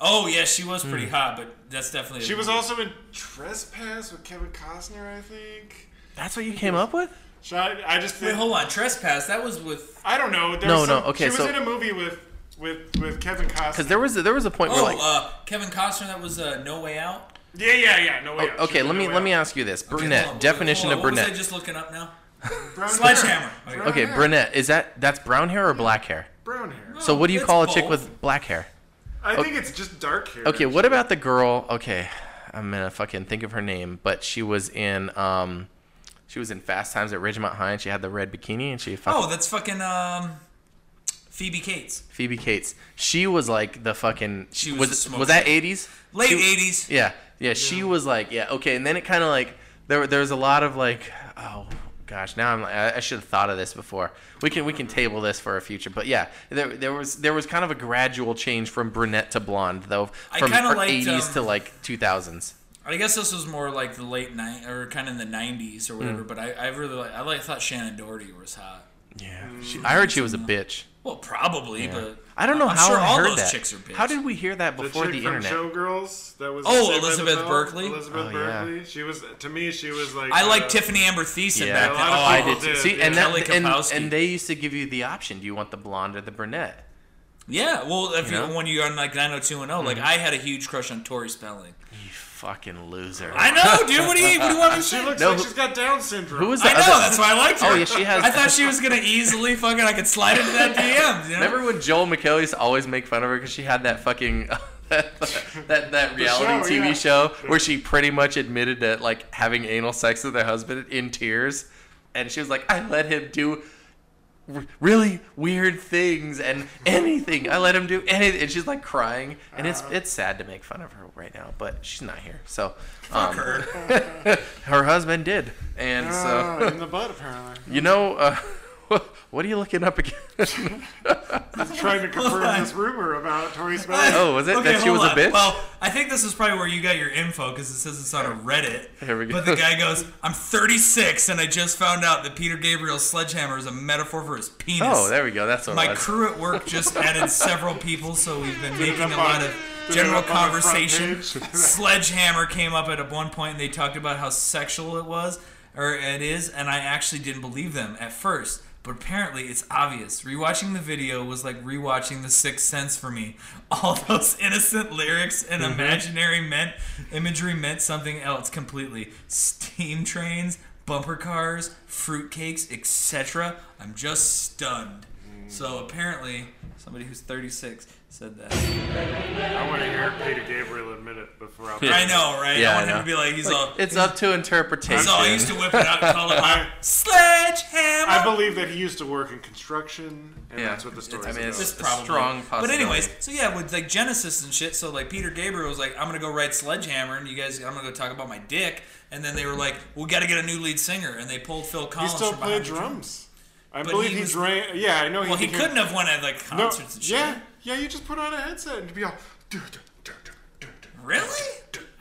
S3: Oh yeah, she was pretty
S2: Hmm.
S3: hot, but that's definitely.
S4: She was also in Trespass with Kevin Costner, I think.
S2: That's what you came up with?
S4: Sean, I just
S3: Wait,
S4: think,
S3: hold on. Trespass. That was with.
S4: I don't know. There
S2: No,
S4: was
S2: no,
S4: some-
S2: okay,
S4: She was
S2: so-
S4: in a movie with with with Kevin Costner.
S2: Because there was there was a point
S3: Oh,
S2: where like
S3: uh, Kevin Costner. That was uh, No Way Out.
S4: yeah, yeah, yeah. No way. out. She
S2: Oh, okay, let
S4: was in
S2: me
S4: No Way
S2: let me
S4: Out.
S2: ask you this:
S3: uh, Okay,
S2: brunette
S3: hold on,
S2: definition
S3: hold on,
S2: of
S3: What was I
S2: brunette.
S3: just looking up now?
S4: Brown
S3: Sledgehammer.
S4: hair.
S3: Okay.
S4: Brown
S2: Okay,
S4: hair.
S2: brunette is that that's brown hair or black hair?
S4: Brown hair.
S2: So what do you
S3: It's
S2: call a chick
S3: both.
S2: with black hair?
S4: I think it's just dark hair.
S2: Oh, Okay, what about the girl? Okay, I'm gonna fucking think of her name, but she was in um, she was in Fast Times at Ridgemont High, and she had the red bikini, and she fucking
S3: Oh, that's fucking um, Phoebe Cates.
S2: Phoebe Cates. She was like the fucking.
S3: She was a
S2: was
S3: smoke
S2: was that 80s?
S3: Late
S2: She-
S3: eighties.
S2: Yeah, yeah. She was like, yeah, okay. And then it kind of like there there was a lot of like, oh gosh, now I'm like, I, I should have thought of this before. We can we can table this for a future, but yeah, there there was there was kind of a gradual change from brunette to blonde though,
S3: I
S2: from
S3: kinda
S2: from
S3: liked,
S2: 80s to
S3: um,
S2: like 2000s.
S3: I guess this was more like the late night or kind of the nineties or
S2: Mm.
S3: whatever. But I, I really like. I like thought Shannon Doherty was hot.
S2: Yeah, I heard she was a bitch.
S3: Well, probably, but
S2: I don't know
S3: I'm
S2: how
S3: sure
S2: I
S3: all
S2: heard
S3: those
S2: that.
S3: chicks are bitch.
S2: How did we hear that
S4: The
S2: before
S4: chick
S2: the
S4: from
S2: internet?
S4: Showgirls. That was
S3: Oh,
S4: saved by the
S3: Elizabeth
S4: Bell.
S3: Berkley?
S4: Elizabeth
S2: Oh, yeah.
S4: Berkeley. She was to me. She was like
S3: I like
S4: uh,
S3: Tiffany Amber Thiessen
S2: Yeah,
S3: back
S4: a
S3: then.
S4: lot of
S3: Oh,
S2: I
S4: people
S2: did. too.
S4: did,
S2: See,
S4: yeah.
S2: and that,
S3: Kelly
S2: and,
S3: Kapowski.
S2: and they used to give you the option: do you want the blonde or the brunette?
S3: Yeah, well, if you,
S2: know? Mm.
S3: when you're on like 90210, like I had a huge crush on Tori Spelling.
S2: You fucking loser.
S3: I know, dude. What do you what do you want me to
S4: She
S3: say?
S4: looks
S2: No,
S4: like
S2: who-
S4: she's got Down syndrome.
S2: Who was the
S3: I know.
S2: other-
S3: That's why I liked her.
S2: Oh yeah, she has.
S3: I thought she was gonna easily fucking. I could slide into that DM. You know?
S2: Remember when Joel McHale used to always make fun of her because she had that fucking that that, reality
S4: show,
S2: TV
S4: yeah.
S2: show where she pretty much admitted that like having anal sex with her husband in tears, and she was like, I let him do r- really weird things and anything. I let him do anything, and she's like crying, and it's
S4: Uh-huh.
S2: it's sad to make fun of her right now, but she's not here, so um,
S3: her.
S2: her husband did, and so.
S4: Oh, in the butt apparently.
S2: You know, uh, what are you looking up again?
S4: Trying to confirm
S3: on.
S4: this rumor about Tori Spelling.
S2: Oh, was it that she was
S3: hold
S2: a
S3: on.
S2: bitch?
S3: Well, I think this is probably where you got your info because it says it's on a Reddit.
S2: Here we go.
S3: But the guy goes, "I'm 36 and I just found out that Peter Gabriel's sledgehammer is a metaphor for his penis."
S2: oh, there we go. That's what it
S3: My
S2: was.
S3: crew at work just added several people, so we've been making a
S4: up
S3: lot
S4: on-
S3: of
S4: did it
S3: general
S4: up on the front
S3: conversation.
S4: page?
S3: Sledgehammer came up at one point, and they talked about how sexual it was, or it is, and I actually didn't believe them at first. But apparently, it's obvious. Rewatching the video was like rewatching The Sixth Sense for me. All those innocent lyrics and
S4: Mm-hmm.
S3: imaginary meant imagery meant something else completely. Steam trains, bumper cars, fruitcakes, etc. I'm just stunned.
S4: Mm.
S3: So apparently, somebody who's 36 said that.
S4: I want to hear Peter Gabriel admit it before I'm.
S3: I know, right?
S2: Yeah,
S3: I want
S2: I
S3: him
S2: know.
S3: to be like, he's all.
S2: It's up to interpretation.
S3: he's all. I used to whip it out and call it my sledgehammer.
S4: I believe that he used to work in construction, and
S2: Yeah.
S4: that's what the story
S2: I
S4: is
S2: mean, it's
S4: about.
S2: just- a strong
S3: But anyways,
S2: possibility.
S3: so yeah, with like Genesis and shit. So like Peter Gabriel was like, I'm gonna go write Sledgehammer, and you guys, I'm gonna go talk about my dick. And then they were like, we got to get a new lead singer, and they pulled Phil
S4: He
S3: Collins.
S4: still
S3: from behind
S4: played
S3: the drum.
S4: drums. I
S3: But
S4: believe
S3: he
S4: he,
S3: was-
S4: drank. Yeah, I know.
S3: Well, he
S4: became-
S3: couldn't have won at like
S4: No,
S3: concerts and shit.
S4: yeah, yeah. You just put on a headset and you'd be all. "Duh, duh, duh, duh, duh, duh."
S3: Really?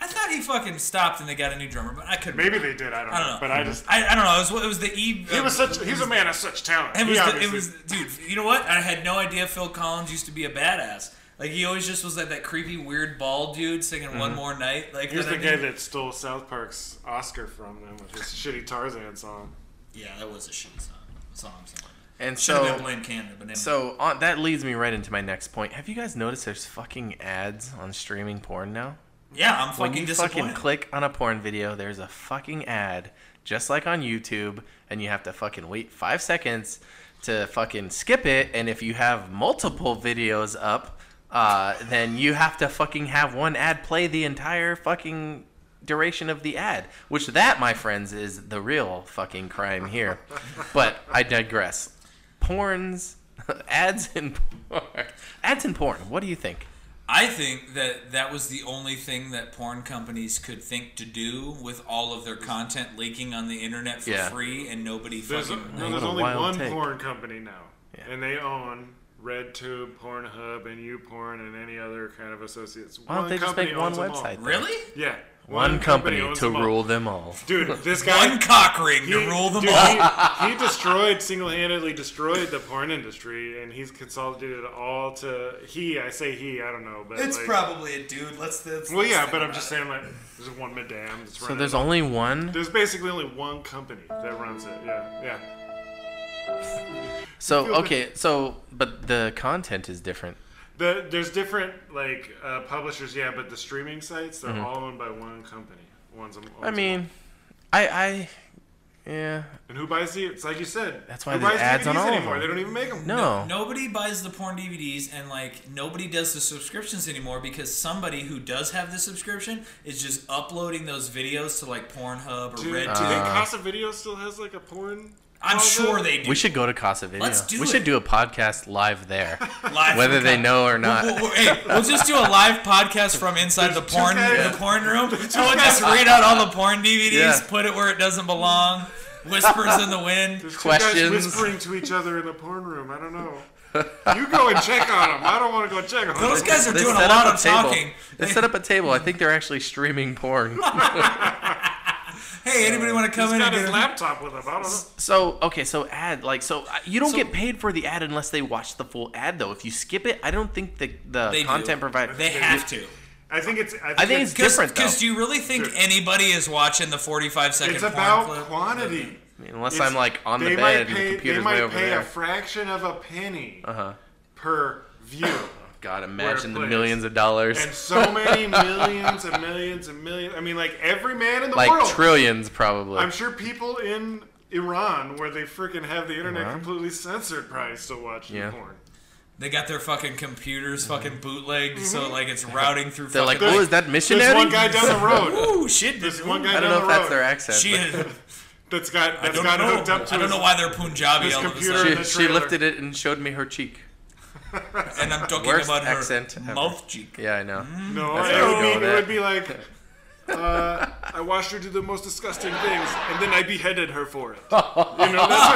S3: I thought he fucking stopped and they got a new drummer, but I could.
S4: Maybe they did. I don't,
S3: I don't know.
S4: But I just.
S3: I, I don't know. It was it was the E.
S4: He was such. He's a man of such talent.
S3: It
S4: He
S3: was, the, it
S4: obviously-
S3: was, dude. You know what? I had no idea Phil Collins used to be a badass. Like he always just was like that creepy, weird, bald dude singing "One More Night." Like
S4: He was
S3: that
S4: Mm-hmm. the
S3: I
S4: guy
S3: didn't-
S4: that stole South Park's Oscar from them with his shitty Tarzan song.
S3: Yeah, that was a shit song. That's all I'm saying.
S2: and
S3: Should have been
S2: so,
S3: Blame Canada, but anyway.
S2: so uh, on, that leads me right into my next point. Have you guys noticed there's fucking ads on streaming porn now?
S3: Yeah, I'm
S2: When
S3: fucking
S2: you fucking
S3: disappointed.
S2: click on a porn video, there's a fucking ad, just like on YouTube, and you have to fucking wait five seconds to fucking skip it. And if you have multiple videos up, uh, then you have to fucking have one ad play the entire fucking duration of the ad. Which that, my friends, is the real fucking crime here. but I digress. Porns, ads in porn. Ads in porn. What do you think?
S3: I think that that was the only thing that porn companies could think to do with all of their content leaking on the internet for
S2: Yeah.
S3: free, and nobody
S4: There's,
S3: fucking.
S4: no, there's
S2: a
S4: only
S2: wild
S4: one
S2: take.
S4: porn company now,
S2: Yeah.
S4: and they own RedTube, Pornhub, and YouPorn, and any other kind of associates.
S2: Why don't they just make one
S4: owns them all.
S2: website? then?
S3: really?
S4: Yeah,
S2: One company
S4: owns
S2: to
S4: them all.
S2: rule them all.
S4: Dude, this guy
S3: One cock ring to
S4: He-
S3: rule them
S4: dude,
S3: all.
S4: He, he destroyed single-handedly destroyed the porn industry, and he's consolidated it all to he. I say he. I don't know, but
S8: It's
S4: like,
S8: probably a dude. Let's. let's
S4: well,
S8: let's
S4: yeah.
S8: think
S4: But I'm
S8: about
S4: just
S8: it.
S4: saying, like, there's one madame. That's
S2: So
S4: running
S2: there's
S4: it.
S2: only one.
S4: There's basically only one company that runs it. Yeah, yeah.
S2: So okay, so but the content is different.
S4: The, there's different like uh, publishers, yeah, but the streaming sites they're all owned by one company. One's owns
S2: I
S4: them
S2: mean, I I yeah
S4: all. and who buys the? It's like you said.
S2: That's why
S4: who
S2: there's
S4: buys
S2: ads on
S4: DVDs
S2: all of
S4: anymore.
S2: them.
S4: They don't even make them.
S2: no.
S3: Nobody buys the porn DVDs, and like nobody does the subscriptions anymore because somebody who does have the subscription is just uploading those videos to like Pornhub or
S4: Do,
S3: Red.
S4: do you think Casa Video still has like a porn?
S3: I'm
S4: closet?
S3: sure they do.
S2: We should go to Casa Video.
S3: Let's do
S2: we should
S3: it.
S2: do a podcast live there,
S3: Live
S2: whether
S3: from
S2: they
S3: Ca-
S2: know or
S3: We'll,
S2: not.
S3: we'll- hey, we'll just do a live podcast from inside the porn
S4: guys-
S3: the porn room. We'll just read out all the porn DVDs,
S2: Yeah.
S3: put it where it doesn't belong. Whispers in the wind.
S4: There's two guys
S2: Questions?
S4: whispering to each other in the porn room. I don't know. You go and check on them. I don't want to go check on them.
S3: Those guys are
S2: They
S3: doing a
S2: set up
S3: lot of
S2: table.
S3: talking.
S2: They set up a table. I think they're actually streaming porn.
S3: Hey, anybody want to come
S4: He's
S3: in and
S4: got
S3: get
S4: his
S3: a-
S4: laptop with him. I don't know.
S2: So okay, so ad like so uh, you don't
S3: So-
S2: get paid for the ad unless they watch the full ad though. If you skip it, I don't think the the
S3: They do.
S2: content provider
S3: They have to.
S4: I think it's. I think,
S2: I think
S4: it's.
S2: it's different though.
S3: Because do you really think
S4: Sure.
S3: anybody is watching the 45 second
S4: It's
S3: porn
S4: about
S3: clip?
S4: quantity.
S2: unless
S4: It's-
S2: I'm like on the
S4: they might
S2: bed and
S4: pay-
S2: the computer's
S4: They might
S2: way over
S4: pay
S2: there. Uh-huh.
S4: a fraction of a penny per view.
S2: God, imagine the
S4: plays.
S2: millions of dollars.
S4: And so many millions and millions and millions. I mean, like every man in the
S2: like
S4: world.
S2: trillions probably.
S4: I'm sure people in Iran, where they freaking have the internet completely censored, probably still watching
S2: Yeah.
S4: porn.
S3: They got their fucking computers fucking bootlegged, so
S4: Mm-hmm.
S3: like it's routing through.
S2: Mm-hmm. They're like,
S3: fucking,
S2: oh, is that missionary?
S4: There's one guy down the road.
S3: ooh, shit.
S4: There's one guy
S2: I don't know if
S4: down the road
S2: that's their accent.
S3: She,
S2: but
S3: is-
S4: that's got
S3: I
S4: that's
S3: don't
S4: got
S3: know.
S4: hooked up to
S3: I don't know
S4: his-
S3: why they're Punjabi
S4: his
S3: all of a
S4: computer.
S3: sudden.
S2: she,
S4: the
S2: she
S4: trailer.
S2: lifted it and showed me her cheek.
S3: And I'm talking
S2: Worst
S3: about her
S2: accent ever.
S3: mouth cheek.
S2: Yeah, I know.
S4: No,
S2: That's
S4: it
S2: how we
S4: would,
S2: go
S4: mean,
S2: with
S4: it
S2: that.
S4: would be like uh, I watched her do the most disgusting things, and then I beheaded her for it. You know, that's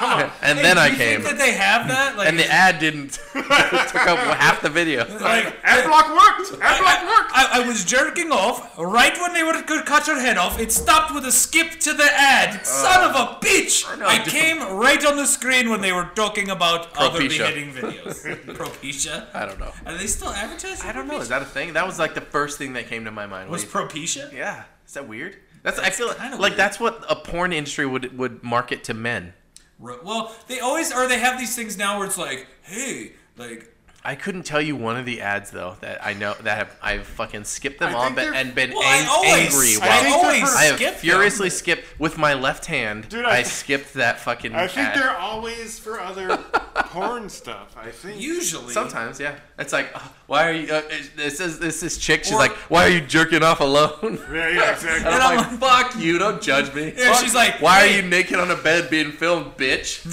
S4: what
S2: And
S3: Hey,
S2: then
S3: do
S2: I
S3: you
S2: came,
S3: Think that they have that? Like,
S2: and the ad didn't took up half the video.
S4: it would be. Like, ad block worked. Ad block worked.
S3: I, I was jerking off right when they were could cut your head off. It stopped with a skip to the
S2: Uh,
S3: ad. Son of a bitch! I came right on the screen when they were talking about other
S2: Propecia.
S3: beheading videos. Propecia.
S2: I don't know.
S3: Are they still advertising?
S2: I don't know.
S3: Propecia?
S2: Is that a thing? That was like the first thing that came to my mind. What
S3: was
S2: do you-
S3: Propecia?
S2: yeah, is that weird? That's, I feel
S3: kinda
S2: like
S3: weird.
S2: that's what a porn industry would would market to men.
S3: Ro- Well, they always or they have these things now where it's like, hey, like
S2: I couldn't tell you one of the ads though that I know that have, I've fucking skipped them
S4: I
S2: all
S4: think
S2: but,
S4: they're-
S2: and been
S3: well,
S2: ang-
S3: I always,
S2: angry.
S3: I,
S2: while-
S4: think
S3: always
S4: they're for-
S2: I have
S3: skip them.
S2: furiously skipped with my left hand.
S4: Dude,
S2: I,
S4: I-
S2: skipped that fucking.
S4: I think
S2: ad.
S4: they're always for other porn stuff. I think.
S3: Usually,
S2: Sometimes, yeah. It's like, "Ugh, why are you? Uh, it- this is this is chick. She's
S3: Or-
S2: like, why are you jerking off alone?
S4: yeah, yeah, exactly.
S2: And
S3: And
S2: I'm
S3: I'm
S2: like, fuck you, don't judge me.
S3: Yeah,
S2: Fuck-
S3: she's like,
S2: why
S3: "Hey."
S2: are you naked on a bed being filmed, bitch?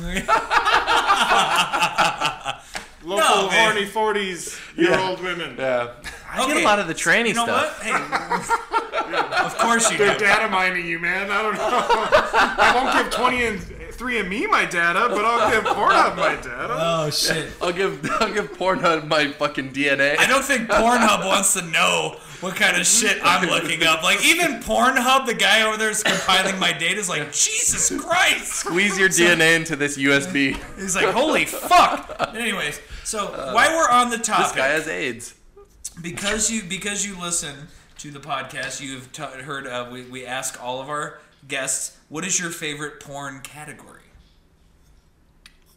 S4: Local
S3: man.
S4: horny forties year old women.
S2: Yeah. I get
S3: Okay,
S2: a lot of the tranny
S3: you know
S2: stuff.
S3: what? Hey, of course you
S4: They're
S3: do.
S4: data mining you, man. I don't know. I won't give twenty and three and me my data, but I'll give Pornhub my data.
S3: Oh shit.
S2: I'll give I'll give Pornhub my fucking DNA.
S3: I don't think Pornhub wants to know what kind of shit I'm looking up. Like even Pornhub, the guy over there is compiling my data is like, Jesus Christ.
S2: Squeeze your DNA into this USB.
S3: He's like, holy fuck. Anyways, so while we're on the
S2: This
S3: topic,
S2: guy has AIDS.
S3: because you because you listen to the podcast, you've t- heard uh, we we ask all of our guests what is your favorite porn category.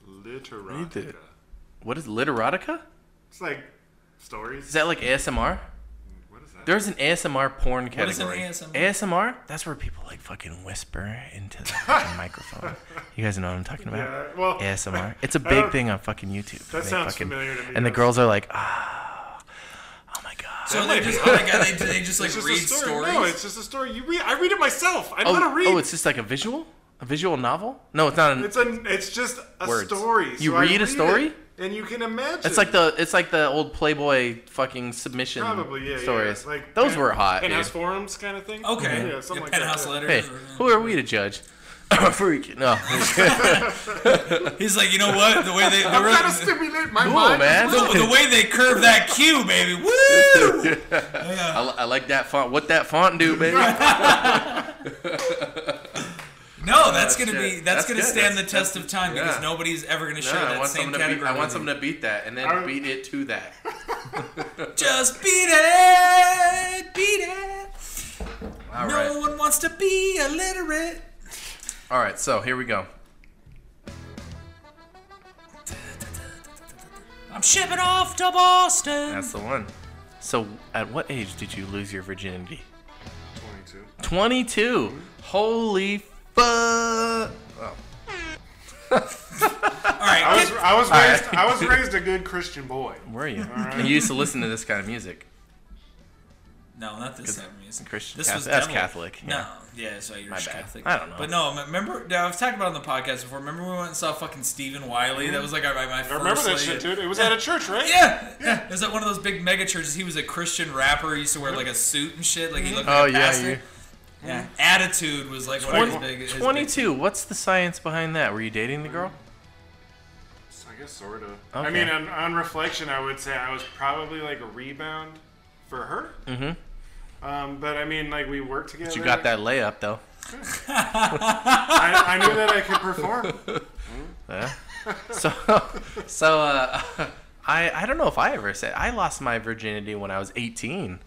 S4: Literotica.
S2: What is literotica?
S4: It's like stories.
S2: Is that like ASMR?
S4: What is that?
S2: There's an ASMR porn
S3: What is an
S2: category.
S3: ASMR?
S2: ASMR? That's where people like fucking whisper into the fucking microphone. You guys know what I'm talking about?
S4: Yeah, well,
S2: ASMR. It's a
S4: I
S2: big
S4: don't-
S2: thing on fucking YouTube.
S4: That
S2: They
S4: sounds
S2: fucking-
S4: familiar to me,
S2: And the
S4: yes.
S2: girls are like, ah, oh my god.
S3: So they just, oh my god, they, they just like
S4: It's just
S3: read
S4: a story.
S3: stories.
S4: No, it's just a story. You read. I read it myself. I know
S2: Oh,
S4: how to read.
S2: oh, it's just like a visual? A visual novel? No, it's not an.
S4: It's a. It's just a
S2: Words.
S4: story.
S2: You
S4: so I
S2: read a
S4: it,
S2: story?
S4: and you can imagine.
S2: It's like the it's like the old Playboy fucking submission
S4: probably yeah
S2: stories.
S4: Yeah. Like
S2: Those
S4: pen-
S2: were hot. dude.
S4: Penthouse forums kind of thing.
S3: okay.
S4: Yeah, something like
S3: penthouse
S4: that. yeah.
S2: Hey,
S3: letters.
S2: who are we to judge? Freak. No.
S3: He's like, you know what? The way they the,
S4: I'm trying to
S3: way-
S4: stimulate my
S2: Cool,
S4: mind.
S2: man.
S3: the, the way they curve that Q, baby. Woo!
S2: I, li- I like that font. What that font do, baby?
S3: No, that's gonna be
S2: Oh, shit.
S3: that's,
S2: That's
S3: gonna
S2: good.
S3: stand
S2: That's-
S3: the test of time because
S2: yeah.
S3: nobody's ever gonna share
S2: No, I
S3: that
S2: want
S3: same
S2: someone to beat.
S3: category.
S2: I want someone to beat that and then
S4: I-
S2: beat it to that.
S3: Just beat it, beat it.
S2: All
S3: no
S2: right.
S3: one wants to be illiterate.
S2: All right. So here we go.
S3: I'm shipping off to Boston.
S2: That's the one. So at what age did you lose your virginity?
S4: 22.
S2: Twenty-two. Holy fuck.
S3: All right,
S4: I
S3: get-
S4: was, I was
S2: right.
S4: raised. I was raised a good Christian boy.
S2: Were you? And you used to listen to this kind of music.
S3: No, not this type of music.
S2: Christian-
S3: This
S2: Catholic- that's
S3: Demel.
S2: Catholic, yeah.
S3: No, yeah, so you're
S2: bad.
S3: Catholic.
S2: I don't know.
S3: But no, m- remember? now, I've talked about it on the podcast before. Remember when we went and saw fucking Stephen Wiley? That was like our, my, my first.
S4: I remember that
S3: like-
S4: shit, dude. It was at a church, right?
S3: Yeah, yeah. It was at one of those big mega churches. He was a Christian rapper. He used to wear like a suit and shit. Like he looked like
S2: Oh
S3: a
S2: yeah.
S3: pastor.
S2: You, Mm-hmm.
S3: yeah. Attitude was like one of his big. his big-
S2: Twenty-two. What's the science behind that? Were you dating the girl?
S4: So I guess sort of.
S2: Okay.
S4: I mean, on, on reflection, I would say I was probably like a rebound for her. Mm-hmm. Um, but I mean, like we worked together.
S2: You got that layup though.
S4: I, I knew that I could perform.
S2: Yeah. So, so uh, I I don't know if I ever said I lost my virginity when I was 18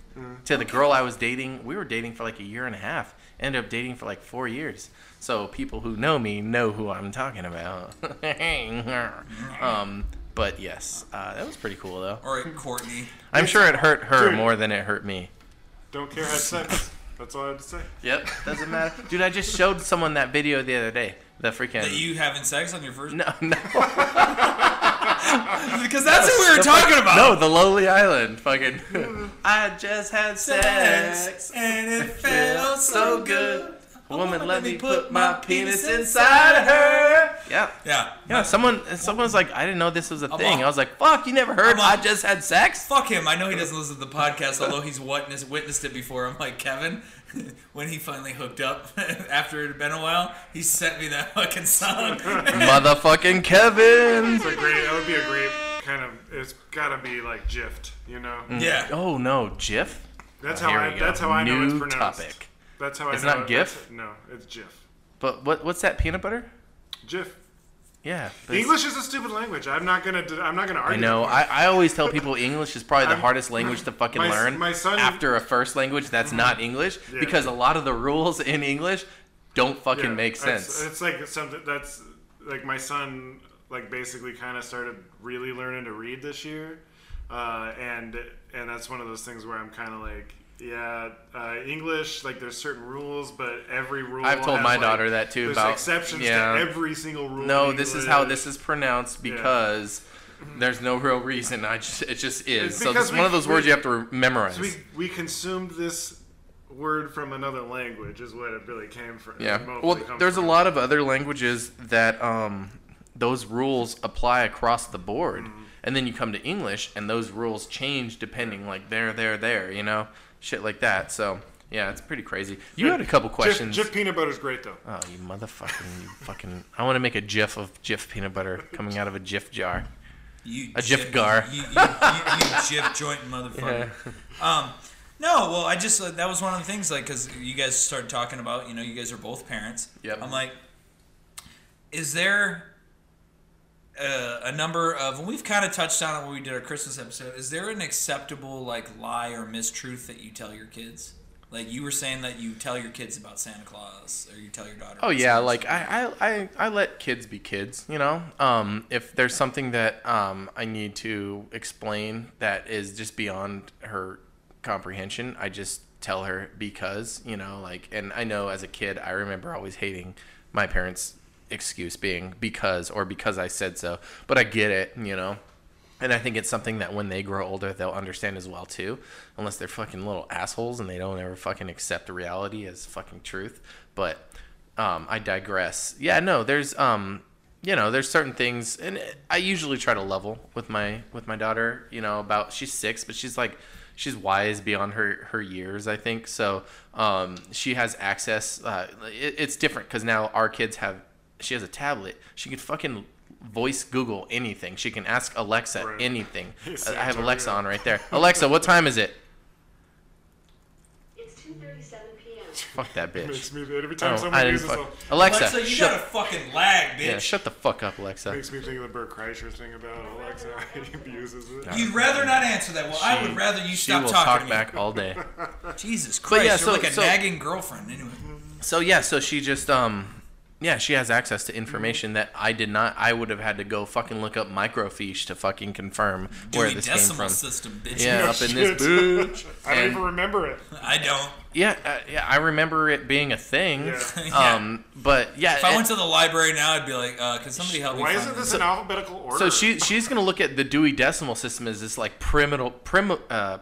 S2: to the girl I was dating. We were dating for like a year and a half. Ended up dating for like four years. So people who know me know who I'm talking about. um, but yes, uh, that was pretty cool though.
S3: All right, Courtney.
S2: I'm sure it hurt her
S4: Dude.
S2: more than it hurt me.
S4: Don't care how sex. That's all I had to say.
S2: Yep, doesn't matter, dude. I just showed someone that video the other day. The freaking
S3: That you having sex on your first?
S2: no, no.
S3: Because that's what we were talking about.
S2: No, the Lonely Island. Fucking. I just had sex.
S3: and it
S2: Felt
S3: felt so good.
S2: Woman, let me put my penis inside of her. Yeah.
S3: Yeah.
S2: Yeah, someone someone's like, I didn't know this was a thing.
S3: on.
S2: I was like, fuck, you never heard
S3: I'm
S2: I
S3: on.
S2: just had sex?
S3: Fuck him. I know he doesn't listen to the podcast, although he's witnessed, witnessed it before. I'm like, Kevin, when he finally hooked up after it had been a while, he sent me that fucking song.
S2: Motherfucking Kevin.
S4: It's a great. That would be a great kind of. It's gotta be like gift, you know.
S3: yeah.
S2: Oh no, GIF?
S4: That's
S2: Oh,
S4: how
S2: here
S4: I.
S2: we go.
S4: That's how I know it's
S2: New
S4: pronounced.
S2: topic.
S4: That's how I
S2: It's
S4: know.
S2: not
S4: it-
S2: gif?
S4: that's- No, it's GIF.
S2: But what what's that peanut butter?
S4: GIF.
S2: Yeah. that's-
S4: English is a stupid language. I'm not gonna. I'm not gonna
S2: I
S4: argue.
S2: know.
S4: with you.
S2: I, I always tell people English is probably the
S4: I'm-
S2: hardest language to fucking
S4: my-
S2: learn
S4: my son-
S2: after a first language that's not English
S4: Yeah.
S2: because a lot of the rules in English don't fucking
S4: Yeah,
S2: make
S4: that's-
S2: sense.
S4: It's, like something that's like my son like basically kind of started really learning to read this year, uh, and and that's one of those things where I'm kind of like. Yeah, uh, English. Like, there's certain rules, but every rule.
S2: I've told
S4: has,
S2: my
S4: like,
S2: daughter that, too,
S4: There's
S2: about-
S4: exceptions
S2: yeah.
S4: to every single rule.
S2: no,
S4: in
S2: this is how
S4: English.
S2: this is pronounced because there's no real reason. I just it just is.
S4: It's
S2: so
S4: because
S2: it's
S4: we-
S2: one of those words
S4: we-
S2: you have to re- memorize.
S4: So we we consumed this word from another language is what it really came from.
S2: yeah.
S4: mostly
S2: Well,
S4: comes
S2: there's a
S4: from.
S2: lot of other languages that um those rules apply across the board.
S4: Mm-hmm.
S2: And then you come to English and those rules change depending like there there there, you know? Shit like that. So, yeah, it's pretty crazy. You had a couple questions.
S4: Jif, Jif peanut butter is great though.
S2: Oh, you motherfucking, you fucking. I want to make a gif of Jif peanut butter coming out of a Jif jar.
S3: You
S2: A Jif Gar.
S3: You, you, you, you Jif joint motherfucker. Um, no, well, I just uh, that was one of the things like because you guys started talking about you know you guys are both parents.
S2: Yep.
S3: I'm like, is there a, a number of and we've kind of touched on it when we did our Christmas episode? Is there an acceptable like lie or mistruth that you tell your kids? Like you were saying that you tell your kids about Santa Claus or you tell your daughter.
S2: Oh
S3: about
S2: yeah,
S3: Santa
S2: like
S3: Claus.
S2: I, I, I, I let kids be kids, you know. Um, if there's something that um, I need to explain that is just beyond her comprehension. I just tell her because, you know, like, and I know as a kid, I remember always hating my parents' excuse being because or because I said so. But I get it, you know. And I think it's something that when they grow older, they'll understand as well too, unless they're fucking little assholes and they don't ever fucking accept reality as fucking truth. But um, I digress. Yeah, no, there's um, you know, there's certain things, and I usually try to level with my with my daughter. You know, about she's six, but she's like she's wise beyond her her years i think so um, she has access uh, it, it's different because now our kids have she has a tablet she can fucking voice google anything she can ask alexa
S4: Right.
S2: anything I- i have
S4: Santa,
S2: alexa
S4: yeah.
S2: on right there alexa what time is it
S9: It's 2:37 p.m.
S2: fuck that bitch
S4: Makes me every
S2: Oh, I
S4: time
S2: don't-
S4: someone
S2: I didn't
S4: uses
S2: fuck-
S4: it,
S2: alexa,
S3: Alexa, you
S2: shut,
S3: got a fucking lag, bitch.
S2: yeah, shut the fuck up alexa
S4: makes me think of the Burt Kreischer thing about Alexa how he abuses it.
S3: You'd rather not answer that. Well, I
S2: She-
S3: would rather you
S2: she
S3: stop
S2: will
S3: talking
S2: talk
S3: to me.
S2: back all day
S3: Jesus Christ,
S2: yeah,
S3: you're
S2: so-
S3: like a
S2: so-
S3: nagging girlfriend. Anyway,
S2: so yeah so she just um yeah she has access to information that i did not i would have had to go fucking look up microfiche to fucking confirm where
S3: Dewey
S2: this came
S3: Decimal
S2: from
S3: System, bitch.
S2: yeah
S4: No
S2: up in this
S4: shit.
S2: booch
S4: I don't
S2: And-
S4: even remember it.
S3: I don't.
S2: yeah uh, yeah i remember it being a thing
S4: Yeah.
S3: Yeah.
S2: um but yeah
S3: If I
S2: it-
S3: went to the library now, I'd be like, uh, "Can somebody help me?"
S4: Why
S3: find
S4: isn't
S3: this?
S4: this in alphabetical order?
S2: so she she's gonna look at the Dewey Decimal System as this like primitive prim, uh,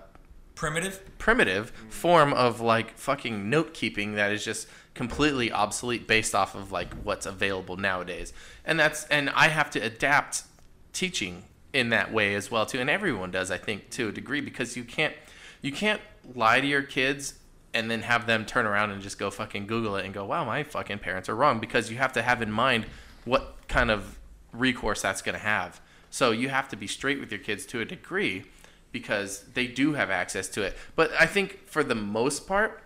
S3: primitive?
S2: primitive form of like fucking note keeping that is just completely obsolete based off of like what's available nowadays. And that's and I have to adapt teaching in that way as well too. And everyone does, I think, to a degree because you can't you can't lie to your kids and then have them turn around and just go fucking Google it and go, wow, my fucking parents are wrong because you have to have in mind what kind of recourse that's going to have. So you have to be straight with your kids to a degree because they do have access to it. But I think for the most part,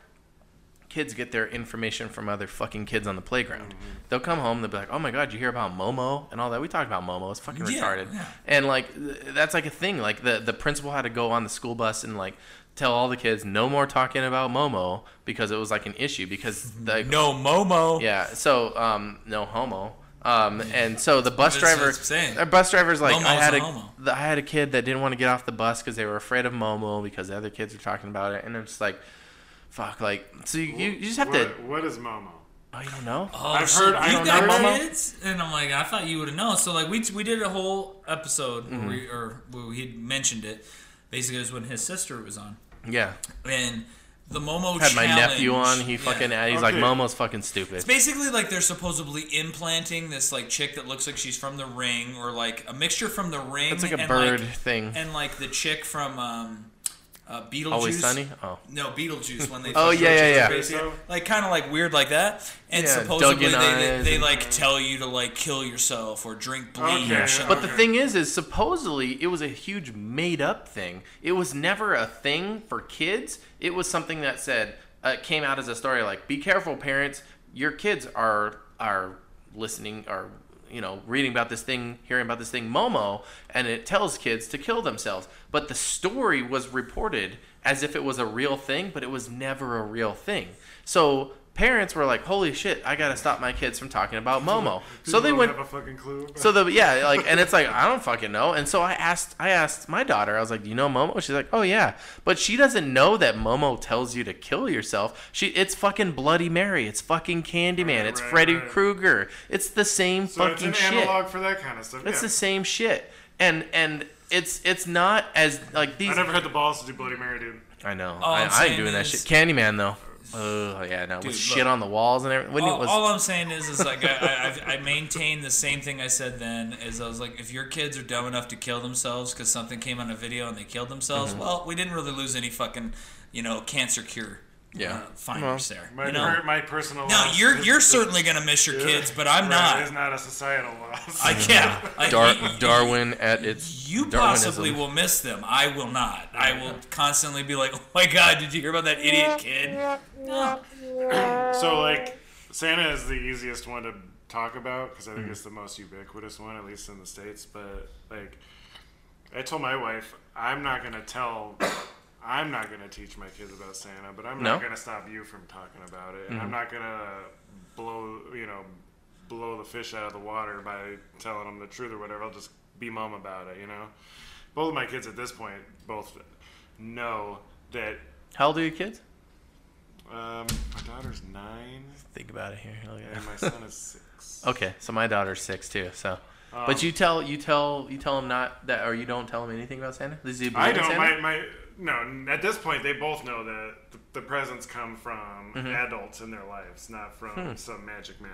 S2: kids get their information from other fucking kids on the playground.
S3: Mm-hmm.
S2: They'll come home, they'll be like, "Oh my god, you hear about Momo and all that? We talked about Momo. It's fucking
S3: Yeah,
S2: retarded."
S3: yeah.
S2: And like th- that's like a thing. Like the the principal had to go on the school bus and like tell all the kids no more talking about Momo because it was like an issue because the
S3: No, Momo.
S2: yeah. So um, no homo. Um, and so the bus
S3: That's what
S2: driver,
S3: I'm saying.
S2: our bus driver's like,
S3: Momo's
S2: I had
S3: a
S2: a,
S3: homo."
S2: the- I had a kid that didn't want to get off the bus because they were afraid of Momo because the other kids were talking about it, and I'm just like, fuck, like, so you, you you just have
S4: what,
S2: to,
S4: What is Momo?
S2: oh, you don't know,
S3: Oh,
S4: I've
S3: so
S4: heard- I
S3: You've
S4: don't
S3: got
S4: know.
S3: kids, and I'm like, I thought you would have known. So like, we we did a whole episode
S2: Mm-hmm.
S3: where we or where he mentioned it. Basically, it was when his sister was on,
S2: yeah.
S3: and the Momo
S2: Had my nephew on,
S3: challenge-
S2: he
S3: yeah.
S2: fucking, he's like,
S4: Okay.
S2: Momo's fucking stupid.
S3: It's basically like they're supposedly implanting this like chick that looks like she's from the ring or like a mixture from the ring.
S2: It's like a
S3: and,
S2: bird
S3: like-
S2: thing.
S3: and like the chick from um, uh, Beetlejuice.
S2: Always sunny. Oh,
S3: No, Beetlejuice when they.
S2: Oh,
S3: first
S2: yeah,
S3: showed
S2: yeah,
S3: you
S2: yeah.
S3: the face, Like kind of like weird like that, and
S2: Yeah,
S3: supposedly
S2: Duggan
S3: they, they,
S2: eyes
S3: they
S2: and-
S3: like tell you to like kill yourself or drink bleach.
S4: Okay,
S3: or shit
S4: okay.
S2: But the thing is, is supposedly it was a huge made up thing. It was never a thing for kids. It was something that said uh, came out as a story like, "Be careful, parents. Your kids are are listening are you know reading about this thing, hearing about this thing, Momo, and it tells kids to kill themselves." But the story was reported as if it was a real thing, but it was never a real thing. So. Parents were like, "Holy shit! I gotta stop my kids from talking about Momo." So they
S4: Don't
S2: went
S4: Have a fucking clue.
S2: so the yeah, like, and it's like I don't fucking know. And so I asked, I asked my daughter. I was like, "Do you know Momo?" She's like, "Oh yeah," but she doesn't know that Momo tells you to kill yourself. She, it's fucking Bloody Mary. It's fucking Candyman.
S4: Right,
S2: it's
S4: right,
S2: Freddy
S4: right.
S2: Krueger. It's the same
S4: So it's
S2: fucking
S4: an
S2: shit.
S4: analog for that kind of stuff.
S2: It's
S4: yeah.
S2: the same shit. And and it's it's not as like these.
S4: I never had the balls to do Bloody Mary, dude.
S2: I know.
S3: All
S2: I,
S3: Oh, I'm
S2: I ain't
S3: saying
S2: doing that shit.
S3: is-
S2: Candyman though. Oh yeah, no.
S3: Dude,
S2: with shit
S3: look.
S2: on the walls and everything. When
S3: all,
S2: it was
S3: all I'm saying is, is like I, I, I've- I maintain the same thing I said then. Is I was like, if your kids are dumb enough to kill themselves because something came on a video and they killed themselves,
S2: Mm-hmm.
S3: well, we didn't really lose any fucking, you know, cancer cure.
S2: Yeah.
S3: uh, finders there.
S4: My,
S3: you know?
S4: per- my personal.
S3: now
S4: loss
S3: you're
S4: is-
S3: you're
S4: is-
S3: certainly gonna miss your
S4: yeah.
S3: kids, but I'm
S4: Right,
S3: not.
S4: It's not a societal loss.
S3: I can't. I-
S2: Dar-
S3: you-
S2: Darwin at its
S3: You
S2: Darwinism.
S3: possibly will miss them. I will not. I will constantly be like, "Oh my god, did you hear about that idiot kid?" Oh, No.
S4: So like, Santa is the easiest one to talk about because I think it's the most ubiquitous one, at least in the states. But like, I told my wife I'm not gonna tell, I'm not gonna teach my kids about Santa, but I'm
S2: No?
S4: not gonna stop you from talking about it, and I'm not gonna blow, you know, blow the fish out of the water by telling them the truth or whatever. I'll just be mum about it, you know. Both of my kids at this point both know that
S2: How old are your kids?
S4: um, my daughter's nine
S2: Think about it here. Hell yeah.
S4: and my son is six.
S2: Okay, so my daughter's six too. So,
S4: Oh.
S2: but you tell you tell you tell him not that, or you don't tell him anything about Santa. Does he believe
S4: I
S2: in
S4: don't.
S2: Santa?
S4: My, my no. At this point, they both know that the, the presents come from
S2: Mm-hmm.
S4: adults in their lives, not from some magic man.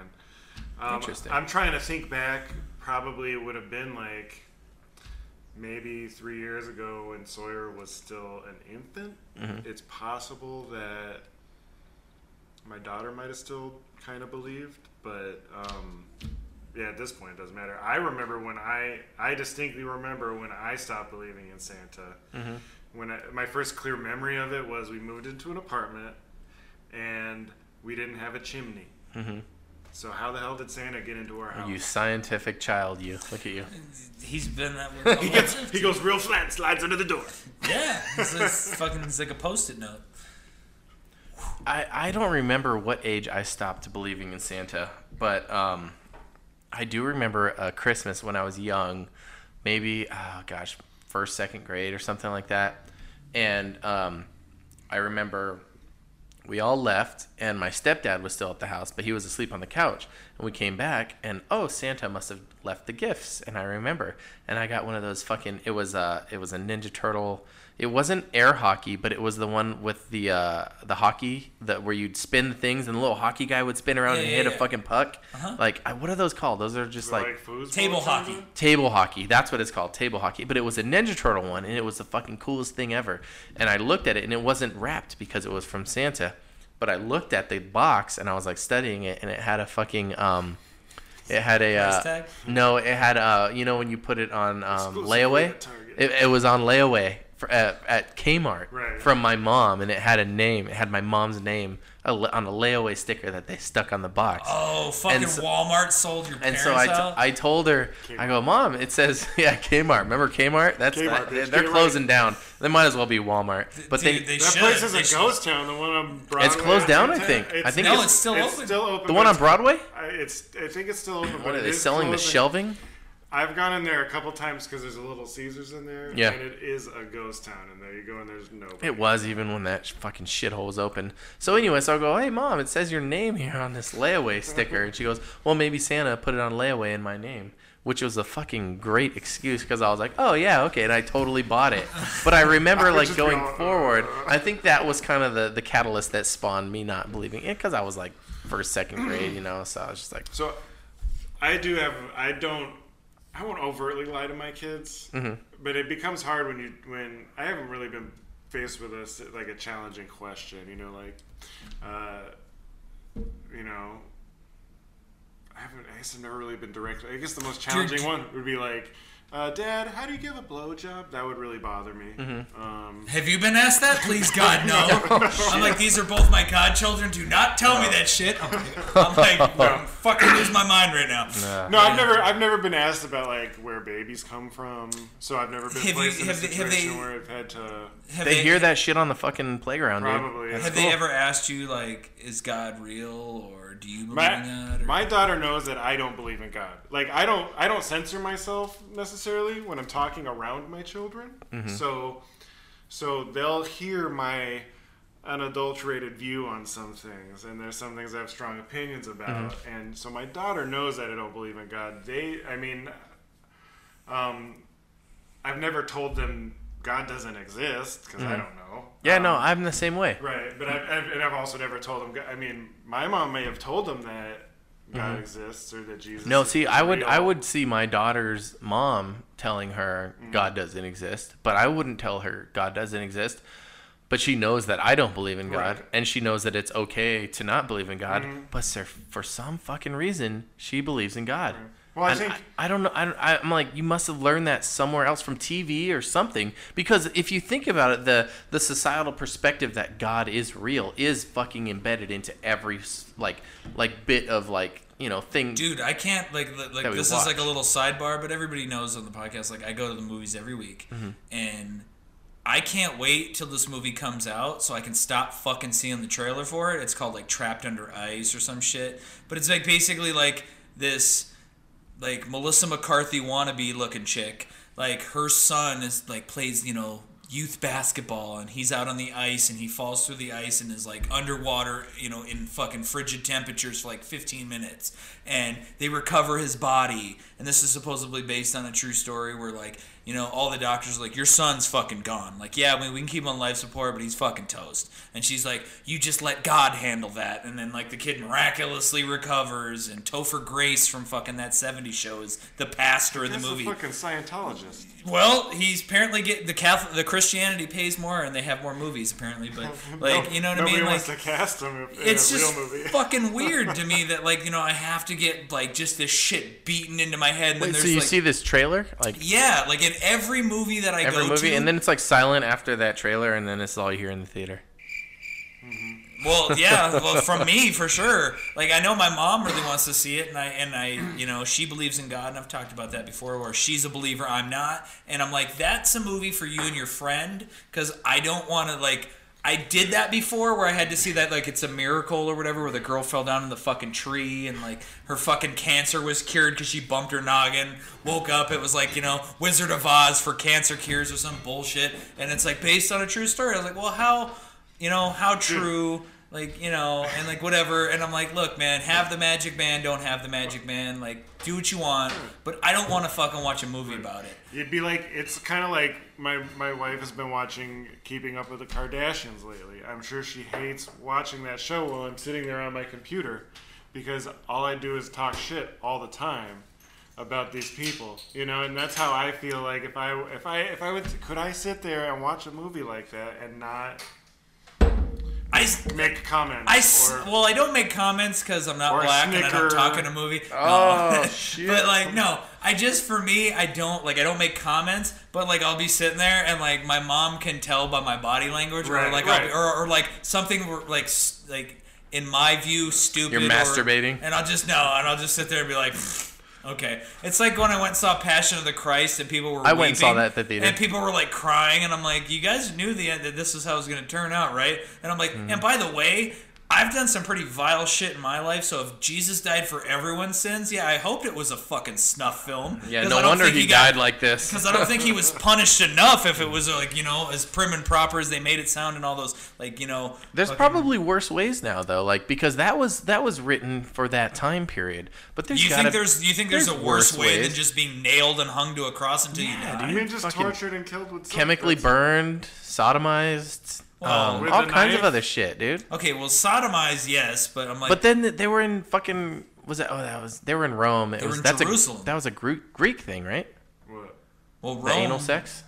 S4: Um,
S2: Hmm. Interesting.
S4: I'm trying to think back. Probably it would have been like maybe three years ago when Sawyer was still an infant.
S2: Mm-hmm.
S4: It's possible that my daughter might have still kind of believed, but. Um, yeah, at this point it doesn't matter. I remember when I I distinctly remember when I stopped believing in Santa.
S2: Mm-hmm.
S4: When I, my first clear memory of it was we moved into an apartment and we didn't have a chimney. So how the hell did Santa get into our house?
S2: Mm-hmm. You scientific child, you. Look at you.
S3: He's been that way.
S4: He gets he goes real flat and slides under the door.
S3: Yeah, it's like, fucking it's like a post-it note.
S2: I, I don't remember what age I stopped believing in Santa, but um, I do remember a Christmas when I was young, maybe, oh gosh, first, second grade or something like that. And um, I remember we all left, and my stepdad was still at the house, but he was asleep on the couch. And we came back, and oh, Santa must have left the gifts. And I remember, and I got one of those fucking. It was a it was a Ninja Turtle. It wasn't air hockey, but it was the one with the uh, the hockey that where you'd spin the things, and the little hockey guy would spin around
S3: Yeah,
S2: and
S3: yeah,
S2: hit a
S3: yeah.
S2: fucking puck.
S3: Uh-huh.
S2: Like I, what are those called? Those are just like
S4: Like, foosball
S3: Table
S4: or something?
S3: hockey.
S2: table hockey. That's what it's called, table hockey. But it was a Ninja Turtle one, and it was the fucking coolest thing ever. And I looked at it, and it wasn't wrapped because it was from Santa. But I looked at the box, and I was like studying it, and it had a fucking um, it had a
S3: Price
S2: uh,
S3: tag?
S2: no, it had uh, you know when you put it on um,
S4: Exclusively
S2: layaway,
S4: at Target.
S2: it, it was on layaway for, at, at Kmart
S4: Right.
S2: from my mom, and it had a name. It had my mom's name a la- on a layaway sticker that they stuck on the box.
S3: Oh, fucking
S2: And so-
S3: Walmart sold your
S2: And
S3: parents
S2: so I, t-
S3: out.
S2: I told her, I go, Mom, it says, yeah, Kmart. Remember Kmart? That's
S4: Kmart,
S2: they're,
S4: bitch,
S2: they're
S4: Kmart.
S2: closing down. They might as well be Walmart. But
S3: Dude,
S2: they,
S3: they
S4: That
S3: should.
S4: place is
S3: They
S4: a
S3: should.
S4: ghost town. The one on Broadway.
S2: it's closed down, I
S4: Santa-
S2: think. I think
S3: No, it's still
S4: it's
S3: open.
S4: still open.
S2: the one
S4: but
S2: on
S4: it's-
S2: Broadway.
S4: I- It's I think it's still open.
S2: What
S4: but
S2: are
S4: it
S2: they
S4: is
S2: selling? The
S4: closing.
S2: shelving?
S4: I've gone in there a couple times because there's a Little Caesars in there.
S2: Yeah.
S4: And it is a ghost town in there. You go and there's nobody.
S2: It was even when that sh- fucking shithole was open. So anyway, so I go, Hey, Mom, it says your name here on this layaway sticker, and she goes, Well, maybe Santa put it on layaway in my name. Which was a fucking great excuse because I was like, "Oh yeah, okay," and I totally bought it. But I remember
S4: would
S2: like
S4: just
S2: going
S4: go, uh,
S2: forward, I think that was kind of the, the catalyst that spawned me not believing it because I was like first second grade, you know. So I was just like,
S4: So I do have I don't I won't overtly lie to my kids, but it becomes hard when you when I haven't really been faced with this like a challenging question, you know, like uh, you know I haven't I guess I've never really been directly I guess the most challenging one would be like uh, Dad, how do you give a blowjob? That would really bother me. Um,
S3: Have you been asked that? Please, God, no.
S4: Oh,
S3: I'm like, these are both my godchildren. Do not tell me that shit. I'm like, I'm like, bro, I'm fucking lose my mind right now.
S4: no, I've never, I've never been asked about like where babies come from, so I've never been
S3: Have you-
S4: placed in a
S3: have they- have
S4: situation
S3: they-
S4: where I've had to.
S3: Have
S2: "They hear that shit on the fucking playground, dude."
S4: Probably.
S2: That's
S3: Have
S2: cool.
S3: they ever asked you like, is God real or do you believe in
S4: My,
S3: God? Or,
S4: my daughter knows that I don't believe in God. Like I don't I don't censor myself necessarily when I'm talking around my children.
S2: Mm-hmm.
S4: So so they'll hear my unadulterated view on some things and there's some things I have strong opinions about.
S2: Mm-hmm.
S4: And so my daughter knows that I don't believe in God. They I mean um I've never told them God doesn't exist cuz I don't know.
S2: Mm-hmm. yeah,
S4: Um,
S2: no, I'm the same way.
S4: Right, but I've, I've, and I've also never told them. I mean, my mom may have told them that God exists or that Jesus.
S2: Mm-hmm. No,
S4: is
S2: see, I would
S4: real.
S2: I would see my daughter's mom telling her
S4: Mm-hmm.
S2: God doesn't exist, but I wouldn't tell her God doesn't exist. But she knows that I don't believe in God,
S4: Right. Mm-hmm.
S2: and she knows that it's okay to not believe in God. But sir, for some fucking reason, she believes in God.
S4: Well, Mm-hmm. I
S2: And
S4: think-
S2: I, don't know. I don't, I, I'm like, you must have learned that somewhere else from TV or something. Because if you think about it, the the societal perspective that God is real is fucking embedded into every s- like like bit of like you know thing
S3: dude i can't like li- like
S2: That we
S3: this
S2: watch.
S3: is like a little sidebar but everybody knows on the podcast like i go to the movies every week
S2: Mm-hmm.
S3: and i can't wait till this movie comes out so i can stop fucking seeing the trailer for it it's called like trapped under ice or some shit but it's like basically like this like melissa mccarthy wannabe looking chick like her son is like plays you know youth basketball and he's out on the ice and he falls through the ice and is like underwater, you know, in fucking frigid temperatures for like 15 minutes and they recover his body and this is supposedly based on a true story where like, you know, all the doctors are like your son's fucking gone. Like, yeah, I mean, we can keep him on life support, but he's fucking toast. And she's like, "You just let God handle that." And then like the kid miraculously recovers and Topher Grace from fucking that 70 show is the pastor of the
S4: That's
S3: movie.
S4: a fucking Scientologist.
S3: Well, he's apparently get the Catholic, the Christianity pays more, and they have more movies apparently. But like, you know what I
S4: Nobody
S3: mean? Like,
S4: wants to cast him if- in
S3: it's
S4: a uh,
S3: just
S4: real movie.
S3: fucking weird to me that like you know I have to get like just this shit beaten into my head. And then
S2: Wait,
S3: there's
S2: so you
S3: like,
S2: see this trailer? Like
S3: yeah, like in every movie that I
S2: every
S3: go
S2: movie,
S3: to,
S2: and then it's like silent after that trailer, and then it's all you hear in the theater.
S3: Well, yeah, well, from me for sure. Like I know my mom really wants to see it, and I and I, you know, she believes in God, and I've talked about that before. Where she's a believer, I'm not, and I'm like, that's a movie for you and your friend, because I don't want to like. I did that before where I had to see that like it's a miracle or whatever where the girl fell down in the fucking tree and like her fucking cancer was cured because she bumped her noggin. Woke up, it was like you know Wizard of Oz for cancer cures or some bullshit, and it's like based on a true story. I was like, well, how you know how true like you know and like whatever and i'm like look man have the magic man don't have the magic man like do what you want but i don't want to fucking watch a movie about it
S4: It'd be like it's kind of like my my wife has been watching Keeping Up with the Kardashians lately. I'm sure she hates watching that show while I'm sitting there on my computer because all I do is talk shit all the time about these people, you know, and that's how I feel like if I if I if I would could I sit there and watch a movie like that and not
S3: i s-
S4: make comments
S3: I s-
S4: or
S3: well i don't make comments because i'm not
S4: or a
S3: black and i don't
S4: snicker.
S3: talk in a movie No.
S2: Oh, shit.
S3: but like no i just for me i don't like i don't make comments but like i'll be sitting there and like my mom can tell by my body language or
S4: Right,
S3: like I'll be,
S4: right.
S3: or, or like something where, like s- like in my view stupid
S2: You're
S3: or-
S2: masturbating?
S3: and i'll just no and i'll just sit there and be like okay it's like when i went and saw passion of the christ and people were
S2: I went and saw
S3: weeping,
S2: that at the theater.
S3: and people were like crying and i'm like you guys knew the that this is how it was going to turn out right and i'm like
S2: Mm-hmm.
S3: and by the way I've done some pretty vile shit in my life, so if Jesus died for everyone's sins, yeah, I hoped it was a fucking snuff film.
S2: Yeah,
S3: 'Cause
S2: no
S3: I don't
S2: wonder
S3: think
S2: he,
S3: got-
S2: died like this.
S3: because I don't think he was punished enough if it was like you know as prim and proper as they made it sound and all those like you know.
S2: There's
S3: fucking-
S2: probably worse ways now though, like because that was that was written for that time period. But there's
S3: You
S2: gotta,
S3: think there's you think there's,
S2: there's
S3: a worse,
S2: worse
S3: way
S2: ways.
S3: than just being nailed and hung to a cross until you die?
S4: I mean, just
S2: fucking
S4: tortured and killed with something.
S2: chemically burned, sodomized, um,
S4: With
S2: all
S4: a
S2: kinds of
S4: knife?
S2: other shit, dude.
S3: Okay, well sodomized yes, but I'm like
S2: But then th- they were in fucking was that? Oh, that was they were in Rome. It
S3: They were
S2: was
S3: in
S2: that's
S3: Jerusalem.
S2: A, that was a Gre- Greek thing, right?
S4: What?
S3: well Rome.
S2: The anal sex.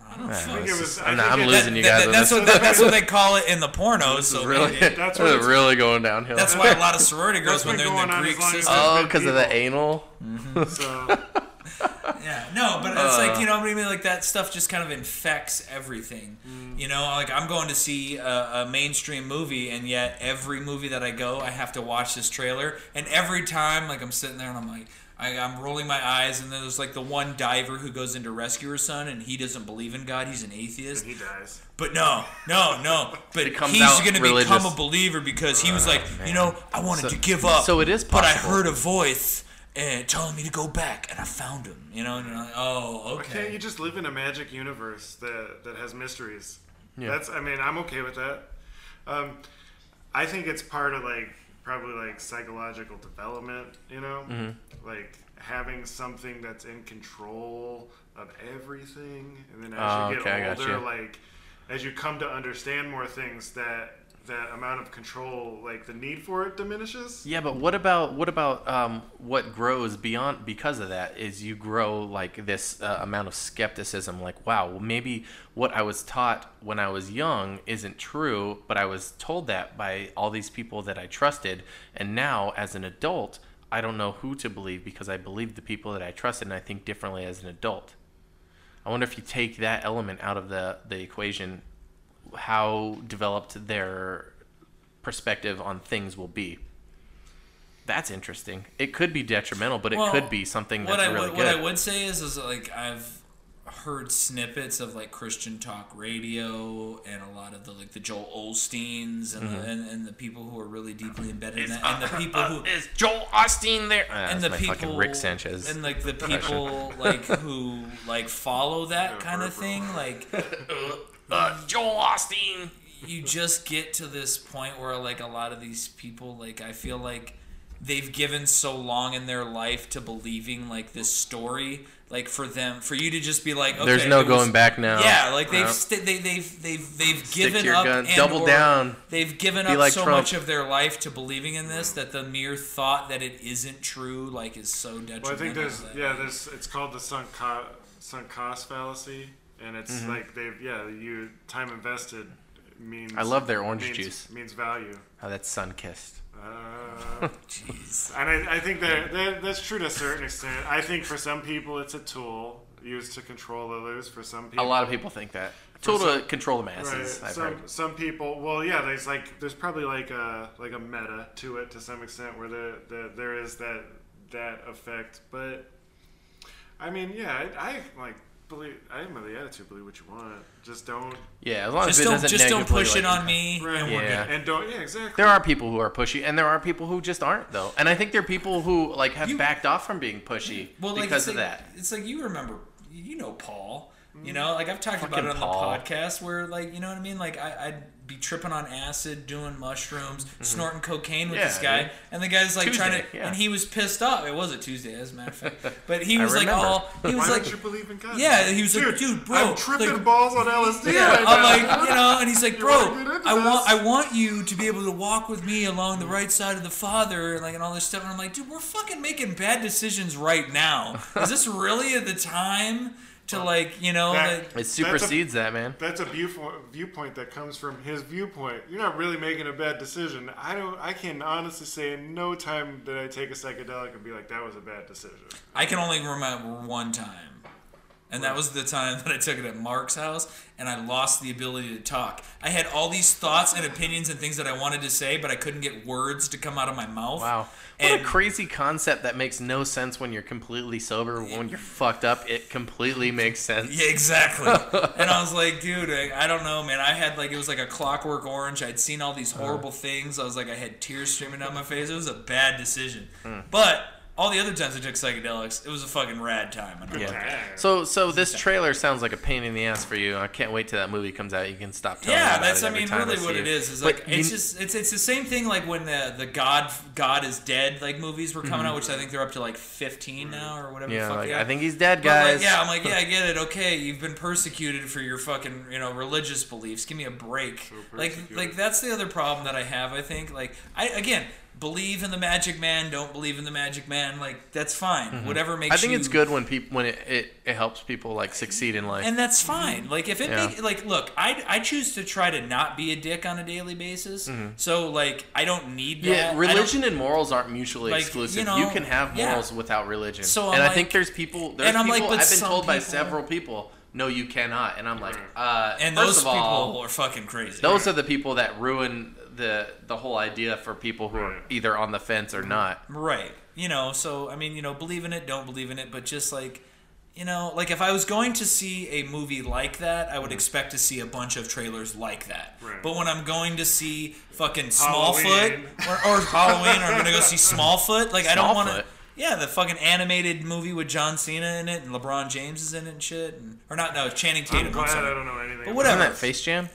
S3: I don't
S2: I
S3: know.
S2: think
S4: it was- I
S2: I'm, not,
S4: think
S2: I'm
S4: it-
S2: losing
S3: That-
S2: you
S3: that-
S2: guys. on
S3: that's
S2: this.
S3: what that- that's what they call it in the pornos. So
S2: really
S3: maybe-
S4: That's what
S2: that's
S4: it's-
S2: really going downhill.
S3: that's why a lot of sorority girls
S4: That's
S3: when
S4: been
S3: they're in the
S4: going on
S3: Greek
S4: as long as
S3: system.
S4: I've
S2: oh
S4: been
S2: because of the
S4: evil.
S2: anal.
S4: So
S3: Yeah, no, but it's
S2: Uh.
S3: like you know what I mean. Like that stuff just kind of infects everything. You know, like I'm going to see a, a mainstream movie, and yet every movie that I go, I have to watch this trailer. And every time, like I'm sitting there and I'm like, I, I'm rolling my eyes, and then there's like the one diver who goes into rescue her son, and he doesn't believe in God. He's an atheist.
S4: he dies.
S3: But no, no, no. But
S2: comes
S3: he's
S2: out
S3: going to become
S2: religious. Ah,
S3: a believer because he was like, you know, I wanted
S2: So-
S3: to give up.
S2: so it is
S3: But I
S2: possible.
S3: heard a voice and telling me to go back, and I found him. You know, and you're like, oh,
S4: Why can't you
S3: okay.
S4: just live in a magic universe that that has mysteries?
S2: Yeah.
S4: That's I mean, I'm okay with that. Um, I think it's part of like probably like psychological development, you know?
S2: Mm-hmm.
S4: Like having something that's in control of everything and then as
S2: Oh,
S4: you get
S2: okay, I got
S4: older
S2: you.
S4: like as you come to understand more things that that amount of control like the need for it diminishes.
S2: Yeah, but what about what about um, what grows beyond because of that? Is you grow like this uh, amount of skepticism, like wow, well maybe what I was taught when I was young isn't true, but I was told that by all these people that I trusted, and now as an adult, I don't know who to believe because I believe the people that I trusted, and I think differently as an adult. I wonder if you take that element out of the the equation, how developed their perspective on things will be. That's interesting. It could be detrimental, but it
S3: Well,
S2: could be something that's
S3: what I,
S2: really
S3: would-
S2: good.
S3: What I would say is, is like I've heard snippets of like Christian talk radio and a lot of the like the Joel Olsteins and,
S2: Mm-hmm.
S3: the, and, and the people who are really deeply embedded in that and the people who
S2: is Joel Austin there? Ah,
S3: and
S2: that's
S3: the
S2: my
S3: people
S2: fucking Rick Sanchez.
S3: and like the people like who like follow that kind of thing like
S2: uh, Joel Austin.
S3: you just get to this point where like a lot of these people like I feel like they've given so long in their life to believing like this story like for them for you to just be like okay,
S2: There's no
S3: it was-
S2: going back now.
S3: yeah like they've
S2: No.
S3: st- they, they've they've they've
S2: Stick to
S3: given
S2: your
S3: up
S2: guns.
S3: and
S2: Double
S3: or
S2: down.
S3: they've given
S2: Be
S3: up
S2: like
S3: so
S2: Trump.
S3: much of their life to believing in this that the mere thought that it isn't true like is so detrimental
S4: Well, I think there's
S3: that-
S4: yeah, there's it's called the sunk co- sunk cost fallacy, and it's
S2: Mm-hmm.
S4: like they've yeah, you time invested means
S2: I love their orange
S4: means,
S2: juice.
S4: means value.
S2: Oh, that's sun kissed.
S4: Uh,
S3: Jeez.
S4: and I, I think that, that that's true to a certain extent. I think for some people it's a tool used to control others. For some
S2: A
S4: people,
S2: lot of people think that. Tool to control the
S4: Right.
S2: masses. I've
S4: Some
S2: heard.
S4: some people. Well, yeah. There's like there's probably like a like a meta to it to some extent where the, the there is that that effect. But I mean, yeah. I, I like believe. I am of the attitude. Believe what you want. Just don't.
S2: Yeah, as long
S3: just
S2: as it
S3: don't
S2: doesn't
S3: just don't
S2: negatively,
S3: push
S2: like,
S3: it on me and we're
S2: Yeah.
S3: good.
S4: And don't. Yeah. Exactly.
S2: There are people who are pushy, and there are people who just aren't though. And I think there are people who like have
S3: You- Mm-hmm.
S2: backed off from being pushy
S3: well, like,
S2: because
S3: it's
S2: of
S3: like,
S2: that. Mm.
S3: It's like you remember, you know Paul. You know, like I've talked about
S2: Fucking
S3: it on
S2: Paul.
S3: the podcast where, like, you know what I mean? Like I, I'd be tripping on acid, doing mushrooms, snorting cocaine with
S2: Mm-hmm. Yeah,
S3: this guy,
S2: dude.
S3: and the guy's like trying
S2: Tuesday,
S3: to,
S2: yeah.
S3: and he was pissed off. It was a Tuesday, as a matter of fact, but he
S2: I
S3: was like,
S2: remember.
S3: all he
S4: Why
S3: was like,
S4: don't you believe in God?
S3: yeah, he was like,
S4: dude,
S3: dude, bro,
S4: I'm tripping
S3: like-
S4: balls on LSD.
S3: yeah,
S4: right
S3: I'm
S4: now.
S3: like, you know, and he's like, bro,
S4: wanna get into
S3: I want,
S4: this?
S3: I want you to be able to walk with me along the right side of the Father, like, and all this stuff. And I'm like, dude, we're fucking making bad decisions right now. Is this really the time to like, you know,
S4: That-
S3: like,
S2: It
S4: That's a-
S2: supersedes that, man.
S4: That's a viewpoint, viewpoint that comes from his viewpoint. You're not really making a bad decision. I don't. I can honestly say, in no time did I take a psychedelic and be like, "That was a bad decision."
S3: I can only remember one time. And that was the time that I took it at Mark's house, and I lost the ability to talk. I had all these thoughts and opinions and things that I wanted to say, but I couldn't get words to come out of my mouth.
S2: Wow. What
S3: And
S2: a crazy concept that makes no sense when you're completely sober. When you're fucked up, it completely makes sense.
S3: Yeah, exactly. and I was like, dude, I, I don't know, man. I had like it was like a clockwork orange. I'd seen all
S2: Uh-huh.
S3: these horrible things. I was like, I had tears streaming down my face. It was a bad decision.
S2: Hmm.
S3: But all the other times I took psychedelics, it was a fucking rad time. And I'm like,
S2: Yeah. So, so this trailer sounds like a pain in the ass for you. I can't wait till that movie comes out. You can stop telling me
S3: yeah,
S2: about
S3: that's
S2: it
S3: I
S2: every
S3: mean
S2: time
S3: really
S2: see
S3: what
S2: you.
S3: it is is
S2: But
S3: like
S2: you-
S3: it's just it's it's the same thing like when the the God God is dead like movies were coming out, which I think they're up to like 15 now or
S2: Mm-hmm. Mm.
S3: whatever. the
S2: yeah.
S3: fuck
S2: Like,
S3: they are.
S2: I think he's dead,
S3: But,
S2: guys.
S3: Like, yeah, I'm like, yeah, I get it. Okay, you've been persecuted for your fucking, you know, religious beliefs. Give me a break. like, like that's the other problem that I have. I think, like, I again believe in the magic man. Don't believe in the magic man. Like, that's fine. Whatever makes.
S2: Mm-hmm. I think
S3: you,
S2: it's good when people when it, it, it helps people like succeed in life.
S3: and that's fine. Like if it
S2: Yeah.
S3: make, like look, I I choose to try to not be a dick on a daily basis. So like I don't need that. I
S2: Mm-hmm. yeah,
S3: don't-
S2: religion and morals aren't mutually
S3: Like,
S2: exclusive.
S3: you know,
S2: you can have
S3: yeah.
S2: morals without religion.
S3: So I'm
S2: and I
S3: like-
S2: think there's people. There's
S3: and I'm like,
S2: people
S3: but
S2: I've been
S3: some
S2: told by
S3: people-
S2: several people. No, you cannot. And I'm like, uh,
S3: And
S2: first
S3: those
S2: of all,
S3: people are fucking crazy.
S2: those are the people that ruin the the whole idea for people who are
S4: Right.
S2: either on the fence
S3: Mm.
S2: or not.
S3: Right. You know, so I mean, you know, believe in it, don't believe in it, but just like, you know, like if I was going to see a movie like that, I would expect to see a bunch of trailers like that.
S4: Mm-hmm. Right.
S3: But when I'm going to see fucking Smallfoot
S4: Halloween.
S3: or, or Halloween, or I'm going to go see Smallfoot, like I don't want
S2: Smallfoot?
S3: to. Yeah, the fucking animated movie with John Cena in it and LeBron James is in it and shit, and, or not? No, Channing Tatum.
S4: I'm
S3: I'm
S4: glad
S3: sorry.
S4: I don't know anything.
S3: But
S4: about
S2: Isn't
S3: whatever.
S2: that Face Jam?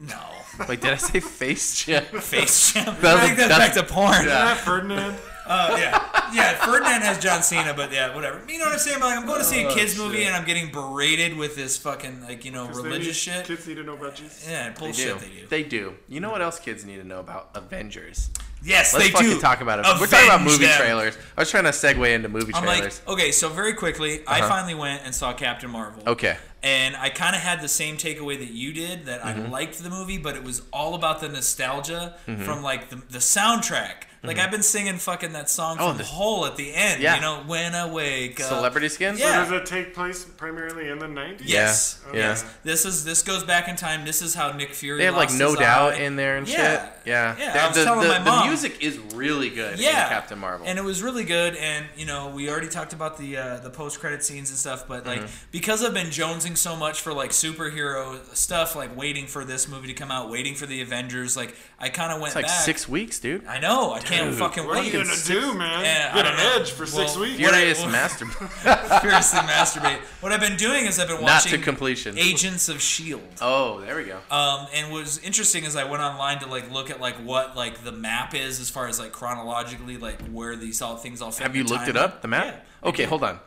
S3: No,
S2: Wait, did I say Face Jam?
S3: face jam.
S2: That was-
S3: I think that's
S2: that's-
S3: back to porn.
S4: that. Isn't that Ferdinand.
S3: Uh, yeah, yeah. Ferdinand has John Cena, but yeah, whatever. You know what I'm saying? Like, I'm going to
S2: Oh,
S3: see a kids movie and I'm getting berated with this fucking like you know
S4: 'Cause they
S3: religious
S4: need-
S3: shit.
S4: Kids need to know about Jesus.
S3: Yeah, bullshit. They do.
S2: They do. You know what else kids need to know about Avengers?
S3: yes,
S2: Let's
S3: they
S2: fucking
S3: do.
S2: talk about it. We're talking about
S3: Avenge
S2: movie
S3: them.
S2: trailers. I was trying to segue into movie
S3: I'm
S2: trailers. Uh-huh.
S3: like, okay, so very quickly, I finally went and saw Captain Marvel.
S2: okay.
S3: And I kind of had the same takeaway that you did that I
S2: Mm-hmm.
S3: liked the movie, but it was all about the nostalgia from like the, the soundtrack. Like I've been singing fucking that song
S2: Mm-hmm. Oh,
S3: from
S2: the-
S3: Hole at the end.
S2: Yeah.
S3: You know, when I wake up.
S2: Celebrity Skins?
S3: Yeah.
S7: Does it take place primarily in the 90s?
S2: Yeah.
S3: Yes.
S2: Yeah.
S3: Yes. This is this goes back in time. This is how Nick Fury.
S2: They have like
S3: lost
S2: no
S3: his
S2: doubt
S3: eye.
S2: in there and
S3: Yeah.
S2: shit. Yeah.
S3: Yeah,
S2: They-
S3: I was
S2: the,
S3: telling
S2: the,
S3: my
S2: the
S3: mom.
S2: music is really good
S3: Yeah.
S2: in Captain Marvel.
S3: And it was really good. And you know, we already talked about the uh, the post credit scenes and stuff. But like,
S2: Mm-hmm.
S3: because I've been jonesing so much for like superhero stuff, like waiting for this movie to come out, waiting for the Avengers, like I kind of went
S2: it's like
S3: back.
S2: six weeks, dude.
S3: I know. I can't fucking
S7: What are you
S3: wait.
S7: going to do, man?
S3: Yeah,
S7: Get
S3: I don't
S7: an
S3: know.
S7: edge for six
S3: Well,
S7: weeks?
S3: What I-
S2: Furious Master.
S3: Furiously masturbate. What I've been doing is I've been
S2: Not
S3: watching
S2: to completion.
S3: Agents of Shield.
S2: Oh, there we go.
S3: Um, and what was interesting is I went online to like look at like what like the map is as far as like chronologically like where these all things all fit.
S2: Have
S3: in
S2: you
S3: the
S2: looked it
S3: timeline.
S2: up? The map?
S3: Yeah.
S2: okay, hold on.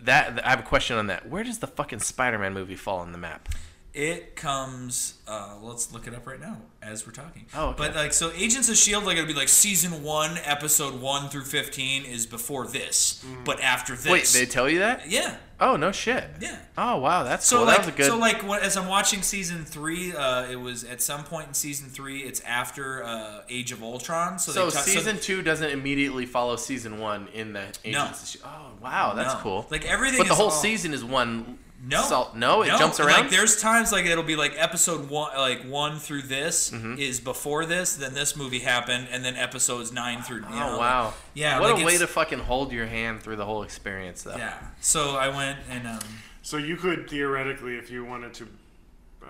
S2: That th- I have a question on that. Where does the fucking Spider-Man movie fall on the map?
S3: It comes. Uh, let's look it up right now as we're talking.
S2: Oh, okay.
S3: but like so, Agents of Shield like it'll be like season one, episode one through fifteen is before this, but after
S2: Mm. Wait,
S3: this,
S2: they tell you that?
S3: yeah,
S2: Oh no shit.
S3: Yeah.
S2: Oh wow, that's
S3: So
S2: cool.
S3: like,
S2: that was a good.
S3: so like, when, as I'm watching season three, uh, it was at some point in season three, it's after uh, Age of Ultron. So,
S2: So
S3: they ta-
S2: season two doesn't immediately follow season one in the Agents.
S3: No.
S2: of Shi- Oh wow, that's
S3: No.
S2: cool.
S3: Like, everything
S2: But the
S3: is
S2: whole
S3: all-
S2: season is one.
S3: No,
S2: Salt. No, it jumps
S3: Like,
S2: around.
S3: there's times like it'll be like episode one, like one through this
S2: Mm-hmm.
S3: is before this, then this movie happened, and then episodes nine through. You
S2: oh
S3: know,
S2: wow.
S3: like- yeah.
S2: What
S3: like,
S2: a way to
S3: it's-
S2: fucking hold your hand through the whole experience, though.
S3: Yeah. So I went and um,
S7: So you could theoretically, if you wanted to,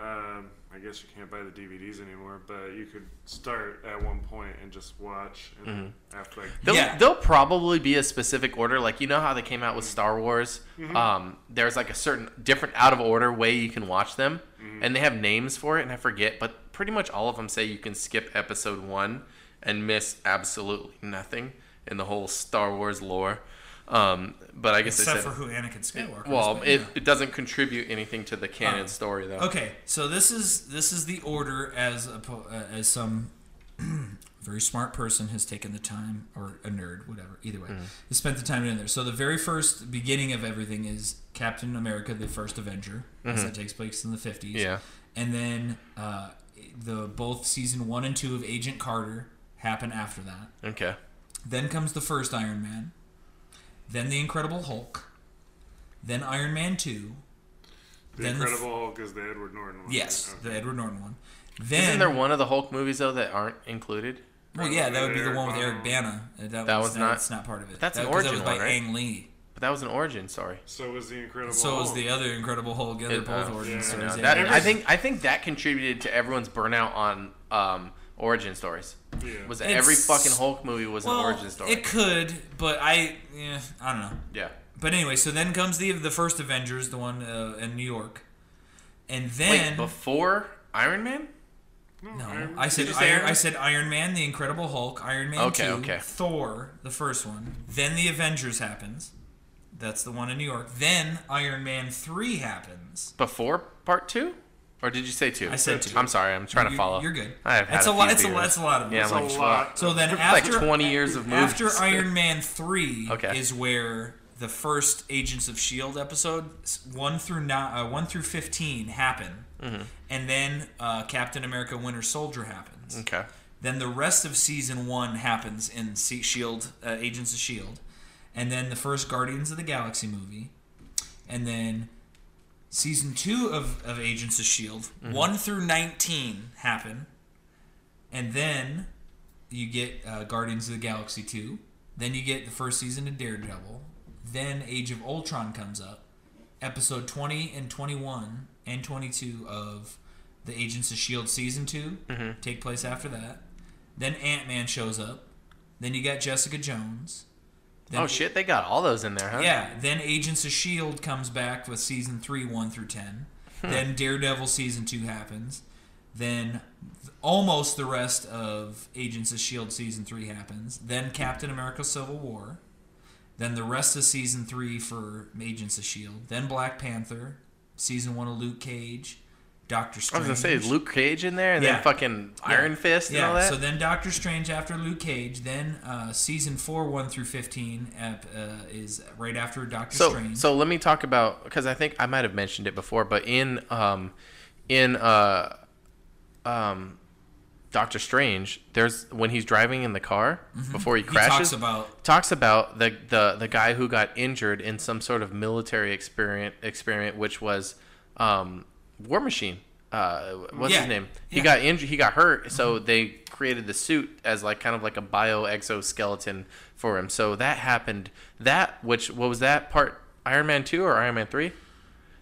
S7: um I guess you can't buy the DVDs anymore, but you could start at one point and just watch. And then
S3: Mm-hmm.
S7: after like,
S2: There'll,
S3: Yeah.
S2: there'll probably be a specific order. Like, you know how they came out with Star Wars?
S3: Mm-hmm.
S2: Um, there's like a certain different out of order way you can watch them.
S3: Mm-hmm.
S2: And they have names for it, and I forget. But pretty much all of them say you can skip episode one and miss absolutely nothing in the whole Star Wars lore. Um, but I guess
S3: except
S2: they
S3: for
S2: said.
S3: who Anakin Skywalker. is,
S2: well,
S3: but,
S2: it,
S3: yeah.
S2: it doesn't contribute anything to the canon
S3: Oh.
S2: story, though.
S3: Okay, so this is this is the order as a, uh, as some very smart person has taken the time, or a nerd, whatever. Either way, has spent the time in there. So the very first beginning of everything is Captain America: The First Avenger, as that takes place in the fifties.
S2: Yeah.
S3: and then uh, the both season one and two of Agent Carter happen after that.
S2: Okay.
S3: Then comes the first Iron Man, then the Incredible Hulk, then Iron Man two.
S7: the
S3: then the f-
S7: Incredible Hulk is the Edward Norton one.
S3: Yes,
S7: right?
S3: the
S7: Okay.
S3: Edward Norton one. Then
S2: Isn't there one of the Hulk movies, though, that aren't included?
S3: Well, yeah, that would be the
S7: Eric
S3: one with
S7: Bana.
S3: Eric Bana. Uh, That,
S2: That
S3: was,
S2: was
S3: that-
S2: not-
S3: That's not part of it.
S2: that's
S3: that,
S2: an
S3: 'cause
S2: origin
S3: That was by
S2: one, right?
S3: Ang Lee.
S2: But that was an origin, sorry.
S7: So was the Incredible
S3: So
S7: Hulk.
S3: was the other Incredible Hulk. The other
S2: It-
S3: both
S2: oh,
S3: origin
S7: yeah.
S3: stories.
S2: That,
S3: yeah.
S2: I think I think that contributed to everyone's burnout on um, origin stories.
S7: Yeah.
S2: Was that every
S3: It's-
S2: fucking Hulk movie was
S3: well,
S2: an origin story?
S3: It could, but I, yeah, I don't know.
S2: yeah.
S3: But anyway, so then comes the the first Avengers, the one uh, in New York, and
S2: Wait,
S3: then
S2: before Iron Man?
S3: no,
S7: Iron-
S3: I said
S7: Did you say
S3: Iron,
S7: Iron-
S3: I said Iron Man, the Incredible Hulk, Iron Man
S2: Okay,
S3: two,
S2: okay.
S3: Thor, the first one, then the Avengers happens. That's the one in New York. Then Iron Man three happens.
S2: Before part two? Or did you say two?
S3: I said two.
S2: I'm sorry. I'm trying to
S3: You-
S2: follow.
S3: You're good.
S2: I have had
S3: That's
S2: a,
S3: a, lot.
S2: few
S3: It's a,
S2: beers.
S3: that's a lot of
S2: Yeah,
S3: movies.
S2: I'm
S7: It's
S2: like,
S7: a lot.
S3: So then
S2: like
S3: after
S2: 20 years of movies.
S3: after Iron Man three
S2: Okay.
S3: is where the first Agents of Shield episode one through nine, uh, one through fifteen happen,
S2: Mm-hmm.
S3: and then uh, Captain America: Winter Soldier happens.
S2: Okay.
S3: Then the rest of season one happens in Se- Shield, uh, Agents of Shield, and then the first Guardians of the Galaxy movie, and then season two of, of Agents of Shield E one through nineteen happen, and then you get uh, Guardians of the Galaxy two. Then you get the first season of Daredevil. Then Age of Ultron comes up. Episode twenty and twenty one and twenty two of the Agents of Shield E season 2 take place after that. Then Ant Man shows up. Then you got Jessica Jones. Then
S2: Oh shit, they got all those in there, huh?
S3: yeah, then Agents of S.H.I.E.L.D. E comes back with season 3, 1 through 10. Then Daredevil season 2 happens. Then th- almost the rest of Agents of S.H.I.E.L.D. E season 3 happens. Then Captain America Civil War. Then the rest of season E 3 for Agents of S.H.I.E.L.D. Then Black Panther. Season 1 of Luke Cage. Doctor
S2: I
S3: Strange.
S2: was gonna say is Luke Cage in there, and
S3: Yeah.
S2: then fucking Iron Fist and
S3: yeah.
S2: all that.
S3: So then Doctor Strange after Luke Cage, then uh, season four one through fifteen ep- uh, is right after Doctor
S2: so,
S3: Strange.
S2: so let me talk about because I think I might have mentioned it before, but in um, in uh, um, Doctor Strange, there's when he's driving in the car before he
S3: Mm-hmm. he talks
S2: crashes.
S3: about
S2: talks about the, the the guy who got injured in some sort of military experiment experiment, which was um, War Machine. Uh, what's
S3: Yeah.
S2: his name? He
S3: Yeah. Mm-hmm.
S2: got injured. He got hurt. So they created the suit as like kind of like a bio exoskeleton for him. So that happened. That which what was that part? Iron Man two or Iron Man three?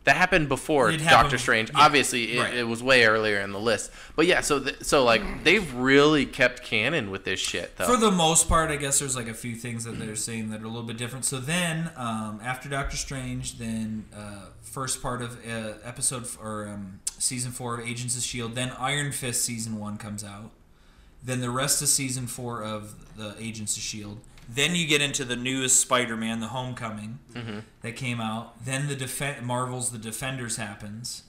S2: That happened before
S3: It happened-
S2: Doctor Strange.
S3: yeah,
S2: Obviously, it,
S3: right.
S2: it was way earlier in the list. But yeah, so th- so like they've really kept canon with this shit though.
S3: for the most part, I guess there's like a few things that they're saying that are a little bit different. So then, um, after Doctor Strange, then uh, first part of uh, episode f- or um, season four of Agents of Shield, E then Iron Fist season one comes out, then the rest of season four of the Agents of Shield. E Then you get into the newest Spider-Man, The Homecoming,
S2: Mm-hmm.
S3: that came out. Then the Defe- Marvel's The Defenders happens.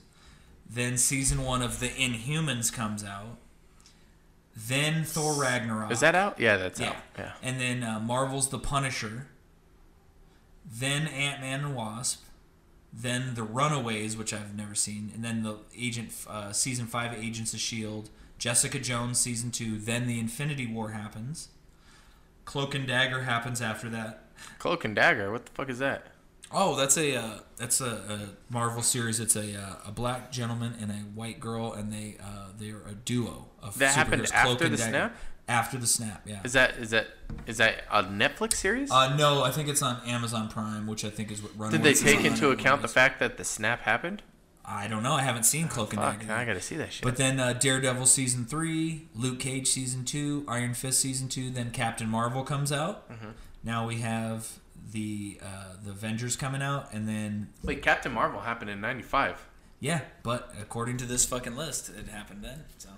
S3: Then season one of The Inhumans comes out. Then Thor Ragnarok.
S2: Is that out? Yeah, that's
S3: Oh. Yeah.
S2: out. Yeah.
S3: And then uh, Marvel's The Punisher. Then Ant Man and Wasp. Then The Runaways, which I've never seen. And then the Agent uh, season five Agents of Shield. E Jessica Jones season two. Then the Infinity War happens. Cloak and Dagger happens after that.
S2: Cloak and Dagger. What the fuck is that?
S3: Oh, that's a uh, that's a, a Marvel series. It's a uh, a black gentleman and a white girl, and they uh, they're a duo of
S2: That happened
S3: superheroes,
S2: after
S3: Cloak and
S2: the
S3: Dagger.
S2: snap?
S3: After the snap, yeah.
S2: Is that is that is that a Netflix series?
S3: Uh, no, I think it's on Amazon Prime, which I think is what Runaways
S2: Did they
S3: is
S2: take
S3: on,
S2: into
S3: I
S2: account the
S3: believe.
S2: fact that the snap happened?
S3: I don't know. I haven't seen Cloak and
S2: Fuck,
S3: Dagger.
S2: now I gotta see that shit.
S3: But then uh, Daredevil season three, Luke Cage season two, Iron Fist season two, then Captain Marvel comes out.
S2: Mm-hmm.
S3: Now we have the uh, the Avengers coming out, and then
S2: Wait, Captain Marvel happened in '95.
S3: yeah. But according to this fucking list, it happened then. So.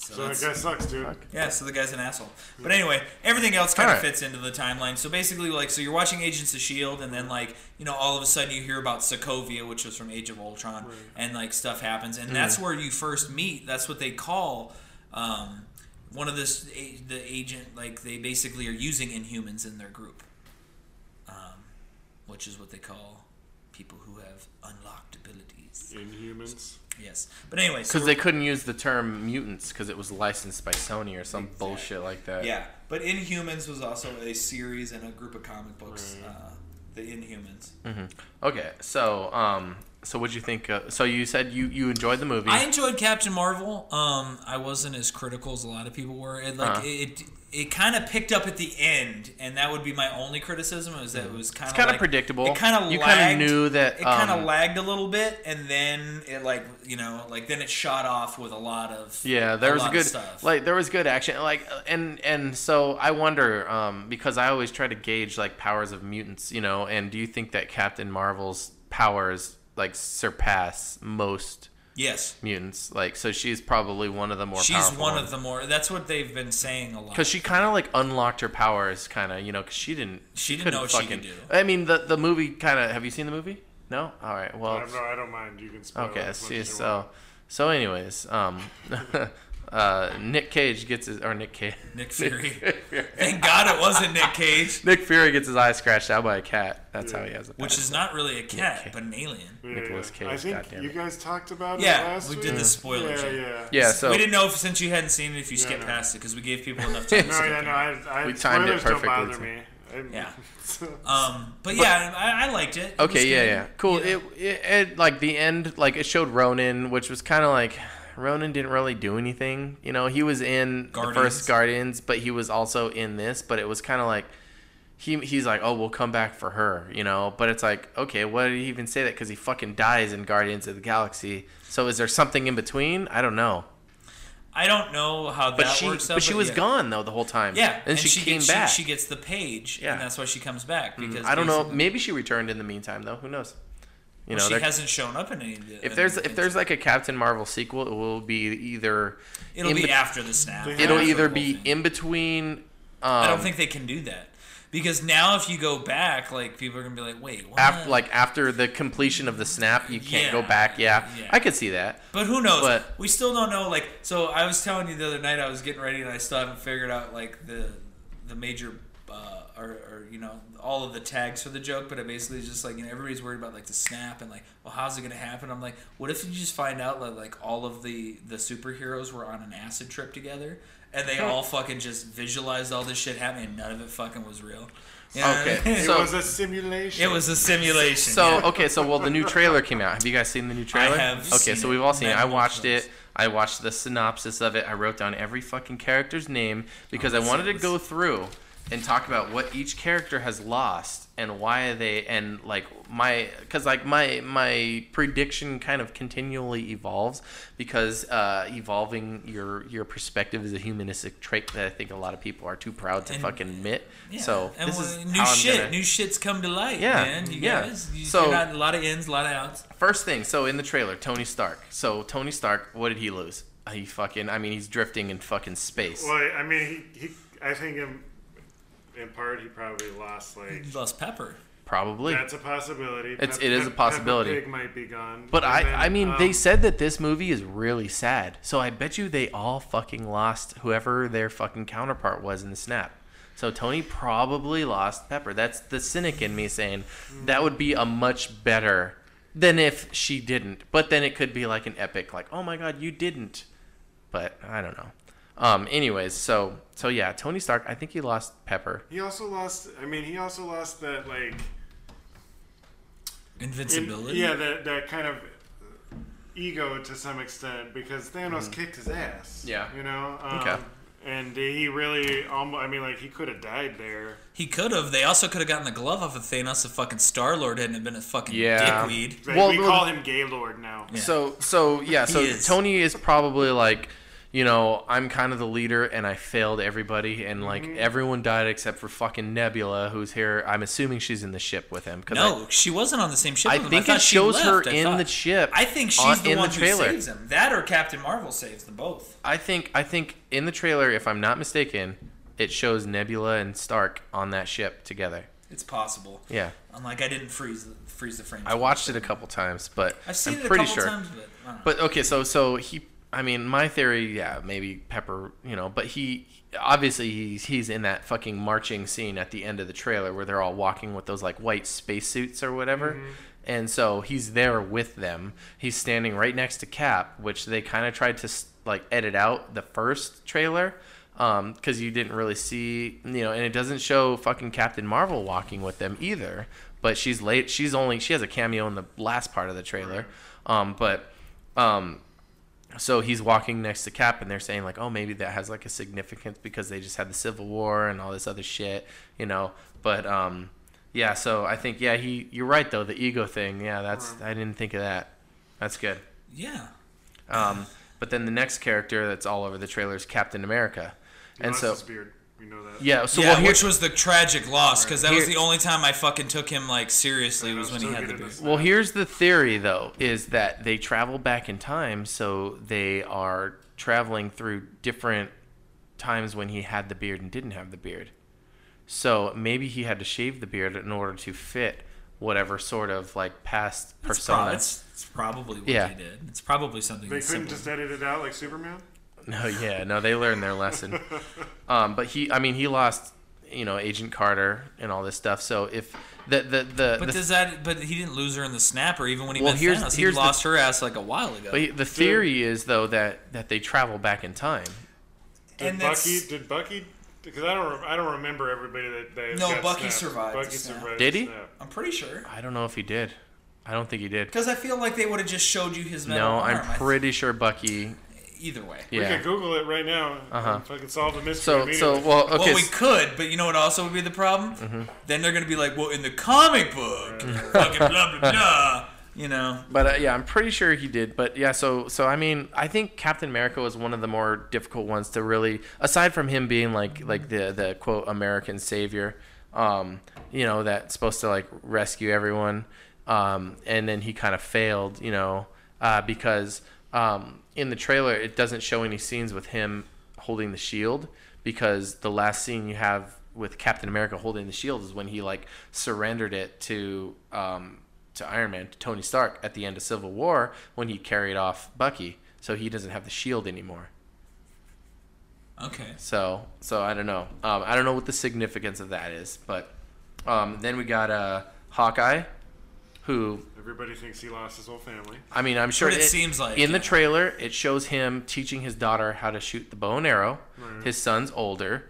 S3: So,
S7: So that
S3: that's-
S7: guy sucks, dude.
S3: Yeah, so the guy's an asshole. But anyway, everything else kind of
S2: Alright.
S3: fits into the timeline. So basically, like, so you're watching Agents of Shield, E and then like, you know, all of a sudden you hear about Sokovia, which was from Age of Ultron, and like stuff happens,
S2: Mm.
S3: and that's where you first meet. That's what they call um, one of this a- the agent. Like they basically are using Inhumans in their group, um, which is what they call people who have unlocked abilities.
S7: Inhumans.
S3: Yes, but anyway, so
S2: Because they couldn't use the term mutants because it was licensed by Sony or some bullshit like that.
S3: Yeah, but Inhumans was also a series and a group of comic books. Uh, the Inhumans.
S2: Mhm. Okay, so um, so what'd you think? Uh, so you said you you enjoyed the movie.
S3: I enjoyed Captain Marvel. Um, I wasn't as critical as a lot of people were. It like
S2: Uh-huh.
S3: it. It kind of picked up at the end, and that would be my only criticism. Is that it was kind
S2: Mhm. it's
S3: of
S2: kind of predictable.
S3: It kind of
S2: you
S3: kind of
S2: knew that.
S3: It kind of
S2: um,
S3: lagged a little bit, and then it like you know like then it shot off with a lot of
S2: Yeah, there was
S3: lot of
S2: good
S3: stuff.
S2: like there was good action like and and so I wonder um, because I always try to gauge like powers of mutants, you know, and do you think that Captain Marvel's powers like surpass most
S3: yes.
S2: mutants? Like so she's probably one of the more
S3: She's
S2: powerful
S3: one
S2: ones.
S3: of the more. That's what they've been saying a lot.
S2: Cause she kind of like unlocked her powers, kind of, you know, cause she didn't.
S3: She didn't
S2: couldn't
S3: know what she could do.
S2: I mean, the the movie kind of. Have you seen the movie? No. All right. Well,
S7: I don't know. I don't mind. You can spoil. it
S2: Okay,
S7: as much
S2: see,
S7: as you want.
S2: so, so, anyways, um, uh, Nick Cage gets his, or Nick Cage,
S3: Nick Fury. Thank God it wasn't Nick Cage,
S2: Nick Fury gets his eye scratched out by a cat. That's how he has it.
S3: which is not really a cat,
S2: Cage.
S3: but an alien.
S7: Yeah,
S2: Nicolas
S7: yeah. I
S2: Cage,
S7: think
S2: goddamn
S7: you
S2: it.
S7: guys talked about
S3: Yeah,
S7: it last
S3: we
S7: week.
S3: did the spoiler
S7: Yeah,
S3: shit.
S7: yeah.
S2: yeah. So
S3: we didn't know if since you hadn't seen it if you skipped
S7: no.
S3: past it because we gave people enough time. to
S7: No,
S3: skip
S7: yeah,
S3: it.
S7: no. I, I,
S2: We timed it
S7: spoilers don't
S2: perfectly,
S7: bother
S2: so-
S7: me. I'm-
S3: Yeah.
S7: so-
S3: Um, but, yeah, I, I liked it. It was
S2: okay, yeah,
S3: good.
S2: yeah, cool.
S3: Yeah.
S2: It, it, it like the end, like it showed Ronan, which was kind of like Ronan didn't really do anything. You know, he was in the
S3: Guardians.
S2: first Guardians, but he was also in this. But it was kind of like. He, he's like, oh, we'll come back for her, you know. But it's like, okay, why did he even say that? Because he fucking dies in Guardians of the Galaxy. So is there something in between? I don't know.
S3: I don't know how that
S2: But she,
S3: works out.
S2: but she was
S3: yeah.
S2: gone though the whole time.
S3: Yeah,
S2: and, she, came
S3: gets,
S2: back.
S3: She, gets the page,
S2: Yeah. Mm-hmm.
S3: and that's why she comes back because
S2: I don't know.
S3: basically-
S2: Maybe she returned in the meantime, though. Who knows? You know,
S3: well,
S2: there-
S3: she hasn't shown up in any. of the-
S2: if there's
S3: in-
S2: if there's like a Captain Marvel sequel, it will be either
S3: it'll
S2: in
S3: be
S2: bet-
S3: after the snap.
S7: They
S2: it'll
S7: have
S2: either
S3: the
S2: be
S3: whole thing.
S2: in between. Um,
S3: I don't think they can do that. Because now, if you go back, like people are gonna be like, "Wait, what?"
S2: After like after the completion of the snap, you can't go
S3: Yeah.
S2: back. Yeah,
S3: Yeah.
S2: I could see that.
S3: But who knows?
S2: But-
S3: we still don't know. Like, so I was telling you the other night, I was getting ready, and I still haven't figured out like the the major uh, or, or you know all of the tags for the joke. But it basically is just like you know everybody's worried about like the snap and like, well, how's it gonna happen? I'm like, what if you just find out that like all of the the superheroes were on an acid trip together and they all fucking just visualized all this shit happening and none of it fucking was real. You know what I
S2: Okay,
S3: mean?
S2: so-
S7: it was a simulation.
S3: it was a simulation.
S2: So
S3: yeah.
S2: okay, so well, the new trailer came out. Have you guys seen the new trailer?
S3: have
S2: Okay,
S3: seen
S2: so
S3: it.
S2: we've all seen it. I
S3: Multiple
S2: watched
S3: times.
S2: it. I watched the synopsis of it. I wrote down every fucking character's name because I
S3: that's-
S2: wanted to go
S3: that's-
S2: through and talk about what each character has lost and why they and like my because like my my prediction kind of continually evolves because uh, evolving your your perspective is a humanistic trait that I think a lot of people are too proud to
S3: And-
S2: fucking admit.
S3: Yeah.
S2: So
S3: and
S2: this
S3: well,
S2: is
S3: new
S2: how I'm
S3: shit.
S2: gonna-
S3: New shit's come to light,
S2: Yeah,
S3: man. You
S2: yeah.
S3: guys, you,
S2: So-
S3: you're not a lot of ins, a lot of outs.
S2: First thing, so in the trailer, Tony Stark. So Tony Stark, what did he lose? He fucking, I mean, he's drifting in fucking space.
S7: Well, I mean, he, he I think in, in part he probably lost like.
S3: You lost pepper.
S2: Probably.
S7: That's a possibility.
S2: It's-
S7: Pep-
S2: it is a
S7: Pep- Peppa
S2: possibility.
S7: Pig might be gone.
S2: But
S7: And
S2: I,
S7: then,
S2: I mean,
S7: um,
S2: they said that this movie is really sad. So I bet you they all fucking lost whoever their fucking counterpart was in the snap. So Tony probably lost Pepper. That's the cynic in me saying that would be a much better than if she didn't. But then it could be like an epic, like, oh my god, you didn't. But I don't know. Um. Anyways, so so yeah, Tony Stark. I think he lost Pepper.
S7: He also lost. I mean, he also lost that like. in-
S3: Invincibility.
S7: yeah, that that kind of ego to some extent because Thanos kicked his ass.
S2: Yeah.
S7: You know. Um,
S2: Mm-hmm. Okay.
S7: And he really almost. I mean, like he could have died there.
S3: He could have. They also could have gotten the glove off of Thanos if fucking Star Lord hadn't have been a fucking
S2: Yeah.
S3: dickweed.
S7: Like,
S2: Well,
S7: we
S2: well-
S7: call him Gaylord now.
S3: Yeah.
S2: So so yeah, so
S3: is.
S2: Tony is probably like, you know, I'm kind of the leader and I failed everybody and like
S3: Mm-hmm.
S2: everyone died except for fucking Nebula who's here. I'm assuming she's in the ship with him 'cause
S3: No, she wasn't on the same ship.
S2: I, I
S3: with him.
S2: think
S3: thought
S2: it
S3: she
S2: shows her
S3: left, I
S2: in
S3: thought.
S2: the ship.
S3: I think she's
S2: on-
S3: the one who saves him. That or Captain Marvel saves them both.
S2: I think I think in the trailer if I'm not mistaken, it shows Nebula and Stark on that ship together.
S3: It's possible.
S2: Yeah.
S3: I'm like, I didn't freeze the, freeze the frame.
S2: I watched it a couple times, but
S3: I've seen
S2: am
S3: it a
S2: pretty
S3: couple
S2: sure.
S3: times, but I don't know.
S2: But okay, so so he, I mean, my theory, yeah, maybe Pepper, you know, but he obviously he's, he's in that fucking marching scene at the end of the trailer where they're all walking with those like white spacesuits or whatever. And so he's there with them. He's standing right next to Cap, which they kind of tried to s- like edit out the first trailer because you didn't really see, you know, and it doesn't show fucking Captain Marvel walking with them either. But she's late. She's only she has a cameo in the last part of the trailer. Um, but um, so he's walking next to Cap, and they're saying like, "Oh, maybe that has like a significance because they just had the Civil War and all this other shit, you know." But um, yeah, so I think yeah, he you're right though the ego thing. Yeah, that's I didn't think of that. That's good.
S3: yeah.
S2: Um, but then the next character that's all over the trailer is Captain America,
S7: He
S2: and
S7: lost
S2: so
S7: his beard. We know that.
S2: yeah, so
S3: yeah,
S2: well, here,
S3: which was the tragic loss because that was
S2: Here-
S3: the only time I fucking took him like seriously was when he
S7: so
S3: had the
S7: good at
S3: beard.
S7: this.
S2: Well, here's the theory though: is that they travel back in time, so they are traveling through different times when he had the beard and didn't have the beard. So maybe he had to shave the beard in order to fit whatever sort of like past
S3: It's
S2: persona.
S3: prob- It's, it's probably what
S2: Yeah.
S3: they did. It's probably something.
S7: They
S3: that's
S7: couldn't
S3: similar.
S7: just edit it out like Superman.
S2: No, yeah, no, they learned their lesson. Um, but he, I mean, he lost, you know, Agent Carter and all this stuff. So if the the the,
S3: But
S2: the
S3: does that? But he didn't lose her in the snap, or even when he
S2: Well,
S3: met
S2: here's-
S3: Thanos,
S2: here's the-
S3: he lost her ass like a while ago.
S2: but the theory is though that that they travel back in time.
S7: Did
S3: And that's-
S7: Bucky? Did Bucky? Because I don't. Rem- I don't remember everybody that. that
S3: No,
S7: got
S3: Bucky
S7: snapped.
S3: survived the
S7: Bucky
S3: snap.
S7: survived.
S2: Did
S7: the
S2: he?
S7: snap.
S3: I'm pretty sure.
S2: I don't know if he did. I don't think he did.
S3: Because I feel like they would have just showed you his metal
S2: No,
S3: arm.
S2: I'm pretty sure Bucky.
S3: I- either way.
S7: We
S2: Yeah.
S7: could Google it right now.
S2: Uh-huh.
S7: And fucking solve the mystery.
S2: So so
S7: immediately.
S2: well okay.
S3: well, we could, but you know what also would be the problem?
S2: Mm-hmm.
S3: Then they're going to be like, well, in the comic book, fucking blah, blah, blah. You know?
S2: but uh, yeah, I'm pretty sure he did. But yeah, so so I mean, I think Captain America was one of the more difficult ones to really, aside from him being like like the the quote American savior, um, you know, that's supposed to like rescue everyone, um, and then he kind of failed, you know, uh, because um, in the trailer it doesn't show any scenes with him holding the shield because the last scene you have with Captain America holding the shield is when he like surrendered it to um, to Iron Man to Tony Stark at the end of Civil War when he carried off Bucky, so he doesn't have the shield anymore.
S3: Okay.
S2: So so I don't know. Um, I don't know what the significance of that is, but um, then we got uh, Hawkeye, who
S4: Everybody thinks he lost his whole family.
S2: I mean, I'm sure
S3: what it seems like,
S2: in the
S3: yeah.
S2: trailer, it shows him teaching his daughter how to shoot the bow and arrow. His son's older,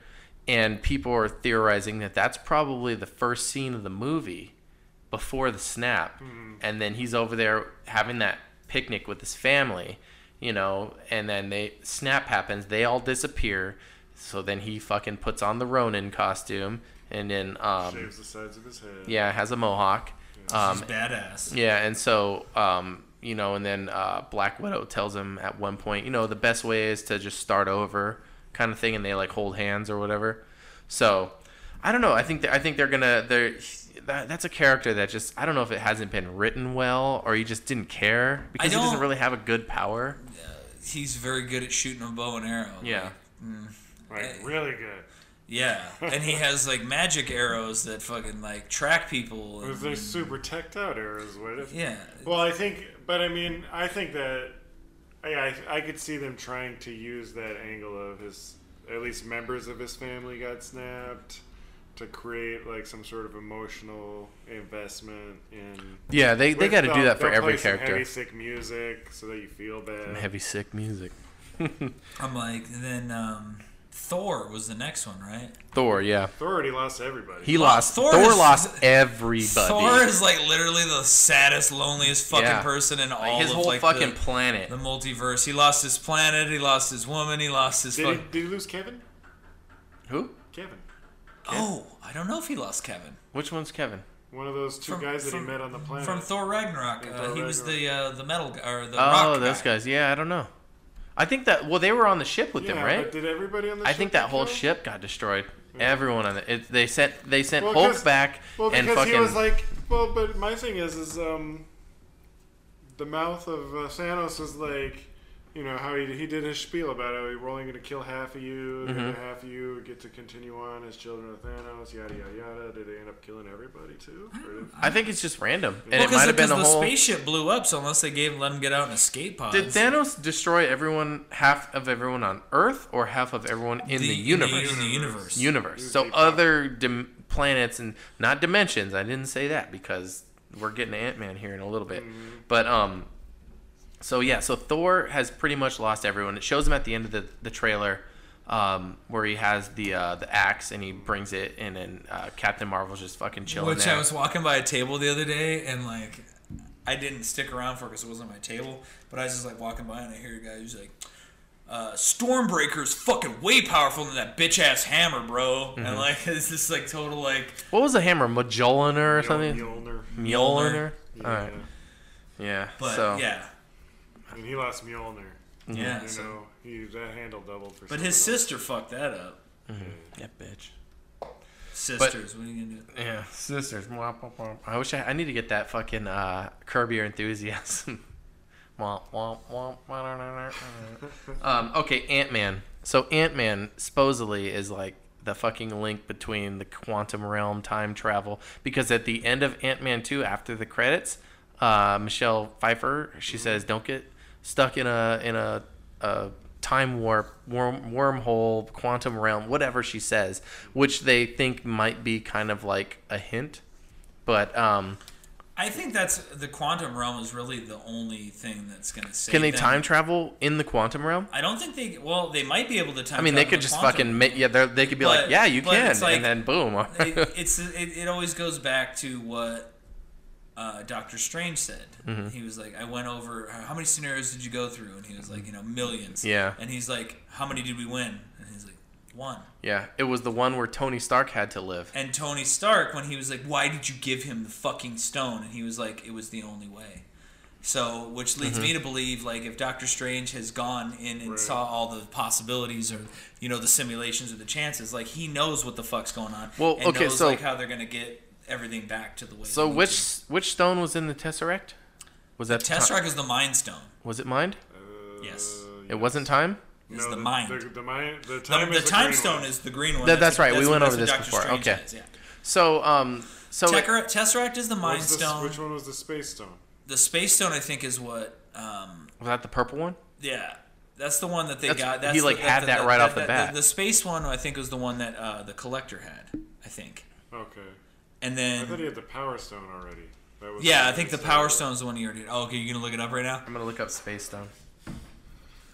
S2: and people are theorizing that that's probably the first scene of the movie before the snap,
S3: Mm-hmm.
S2: and then he's over there having that picnic with his family, you know, and then they snap happens, they all disappear, so then he fucking puts on the Ronin costume and then um,
S4: Shaves the sides of his head.
S2: yeah has a mohawk. Um,
S3: She's badass.
S2: Yeah, and so um, you know, and then uh, Black Widow tells him at one point, you know, the best way is to just start over, kind of thing, and they like hold hands or whatever. So I don't know. I think that, I think they're gonna they're that, that's a character that just I don't know if it hasn't been written well or he just didn't care because he doesn't
S3: don't-
S2: really have a good power.
S3: He's very good at shooting a bow and arrow.
S2: Yeah.
S4: Like, really good.
S3: Yeah. And he has like magic arrows that fucking like track people. And,
S4: Because they're super teched out arrows. What if?
S3: yeah.
S4: Well, I think, but I mean, I think that I, I, I could see them trying to use that angle of his, at least members of his family got snapped, to create like some sort of emotional investment in.
S2: Yeah, they they
S4: With-
S2: got to do
S4: they'll-
S2: that for
S4: they'll
S2: every
S4: play some
S2: character.
S4: Heavy sick music so that you feel bad.
S2: Heavy sick music.
S3: I'm like, and then um, Thor was the next one, right?
S2: Thor, yeah,
S4: Thor already lost everybody.
S2: he lost. Thor,
S3: Thor is-
S2: lost everybody.
S3: Thor is like literally the saddest, loneliest fucking
S2: Yeah.
S3: person in all
S2: like his
S3: of
S2: whole
S3: like
S2: fucking
S3: the,
S2: planet.
S3: the multiverse. He lost his planet. He lost his woman. He lost his.
S4: did,
S3: Fuck-
S4: he, did he lose Kevin?
S2: Who?
S4: Kevin,
S3: oh, I don't know if he lost Kevin
S2: Which one's Kevin?
S4: one of those two
S3: From-
S4: guys that
S3: from-
S4: he met on the planet.
S3: from Thor Ragnarok. Uh,
S4: Thor
S3: he was the uh, the metal guy, or the
S2: Oh,
S3: rock
S2: those
S3: guy.
S2: guys. Yeah, I don't know. I think that well, they were on the ship with
S4: yeah,
S2: them,
S4: but
S2: right?
S4: did everybody on the
S2: I
S4: ship
S2: think
S4: get
S2: that whole
S4: killed?
S2: ship got destroyed. Everyone on the it, they sent they sent
S4: Well,
S2: Hulk
S4: 'cause-
S2: back
S4: Well,
S2: and
S4: because
S2: fucking
S4: he was like, well, but my thing is, is um, the mouth of uh, Thanos was like, you know how he, he did his spiel about how we're only going to kill half of you, the
S2: Mm-hmm.
S4: other half of you get to continue on as children of Thanos, yada yada yada. Did they end up killing everybody too? Or did-
S2: I think it's just random, and
S3: Well,
S2: it might have been a
S3: the
S2: whole.
S3: spaceship blew up, so unless they gave let him get out in escape pods.
S2: Did Thanos destroy everyone, half of everyone on Earth, or half of everyone in the, universe?
S3: In the universe.
S2: universe. So other dim- planets and not dimensions. I didn't say that because we're getting to Ant Man here in a little bit. But um, so yeah, so Thor has pretty much lost everyone. It shows him at the end of the the trailer. Um, where he has the uh, the axe and he brings it, and then uh, Captain Marvel's just fucking chilling
S3: Which
S2: there.
S3: I was walking by a table the other day, and like, I didn't stick around for because it wasn't my table. But I was just like walking by, and I hear a guy who's like, uh, "Stormbreaker's fucking way powerful than that bitch ass hammer, bro."
S2: Mm-hmm.
S3: And like, it's just like total like,
S2: what was the hammer, Majoliner or something?
S4: Mjolnir.
S2: Mjolnir. All right.
S4: Yeah.
S2: Yeah.
S3: but
S2: so mm-hmm.
S3: yeah,
S4: And he lost Mjolnir.
S3: yeah.
S4: You
S3: so-
S4: know, he that handle doubled for.
S3: but his
S4: someone else.
S3: sister fucked that up.
S2: that bitch.
S3: Sisters, what are you gonna do?
S2: Yeah, sisters. Womp, womp, womp. I wish I, I need to get that fucking uh, Curb Your Enthusiasm. Womp, womp, womp, wah, dah, dah, dah, dah. um, okay, Ant Man. So Ant Man supposedly is like the fucking link between the quantum realm, time travel. Because at the end of Ant Man two, after the credits, uh, Michelle Pfeiffer she says, "Don't get stuck in a in a." a time warp, worm, wormhole, quantum realm, whatever she says, which they think might be kind of like a hint. But um,
S3: I think that's the quantum realm is really the only thing that's gonna save.
S2: can they
S3: them.
S2: time travel in the quantum realm?
S3: I don't think they. Well, they might be able to time.
S2: I mean, they could just fucking make yeah. they're- They could be
S3: But-
S2: like, yeah, you
S3: but
S2: can,
S3: it's like-
S2: and then boom.
S3: it, it's it, it always goes back to what uh, Doctor Strange said.
S2: Mm-hmm.
S3: He was like, I went over how many scenarios did you go through, and he was like, you know, millions.
S2: Yeah.
S3: And he's like, how many did we win? And he's like, one.
S2: yeah, it was the one where Tony Stark had to live.
S3: And Tony Stark, when he was like, why did you give him the fucking stone? And he was like, it was the only way. So, which leads
S2: Mm-hmm.
S3: me to believe, like, if Doctor Strange has gone in and saw all the possibilities or, you know, the simulations or the chances, like, he knows what the fuck's going on.
S2: Well,
S3: and
S2: okay,
S3: knows,
S2: so-
S3: like, how they're going to get everything back to the way.
S2: So
S3: they need
S2: which
S3: to.
S2: which stone was in the Tesseract? Was that ti-
S3: Tesseract is the Mind Stone.
S2: Was it mind?
S3: Yes.
S2: It wasn't time.
S3: is
S7: Uh, No,
S3: the, mind.
S7: The,
S3: The,
S7: the mind. The
S3: the
S7: time,
S3: time,
S7: is the green
S3: stone
S7: one.
S3: is the green one.
S2: That- that's
S3: what-
S2: right, we
S3: what-
S2: went
S3: that's
S2: over
S3: what
S2: this
S3: Doctor
S2: before,
S3: Strange
S2: okay.
S3: is, yeah.
S2: So, um, so
S3: Tesseract, Tesseract is the mind
S7: What's the-
S3: stone.
S7: which one was the space stone?
S3: The space stone, I think, is what. Um,
S2: was that the purple one?
S3: yeah, that's the one that they
S2: That's-
S3: got. That's
S2: he, like,
S3: the,
S2: had that right off the bat.
S3: The, space one, I think, was the one that uh, the collector had. I think,
S7: Okay.
S3: and
S7: I thought he
S3: then
S7: had the power stone already. That was
S3: yeah, I think the
S7: so-
S3: power stone's the one you already. Oh, okay, you gonna look it up right now?
S2: I'm gonna look up space stone.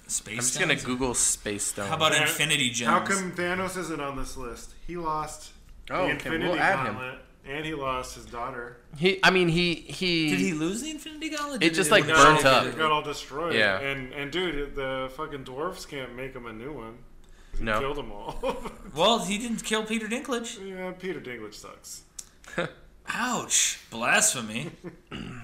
S3: Space.
S2: I'm just
S3: stone?
S2: gonna Google space stone.
S3: How about
S7: Yeah.
S3: Infinity Gems?
S7: How come Thanos isn't on this list? He lost
S2: Oh,
S7: the
S2: okay,
S7: Infinity
S2: we'll add him.
S7: Gauntlet, and he lost his daughter.
S2: he? I mean, he he.
S3: Did he lose the Infinity Gauntlet?
S2: It
S3: Did
S2: just, like,
S3: no,
S2: burnt
S3: it-
S2: up.
S7: It got all destroyed.
S2: Yeah.
S7: And and dude, the fucking dwarves can't make him a new one. He
S2: No.
S7: Killed them all.
S3: Well, he didn't kill Peter Dinklage.
S7: yeah, Peter Dinklage sucks.
S3: Ouch! Blasphemy!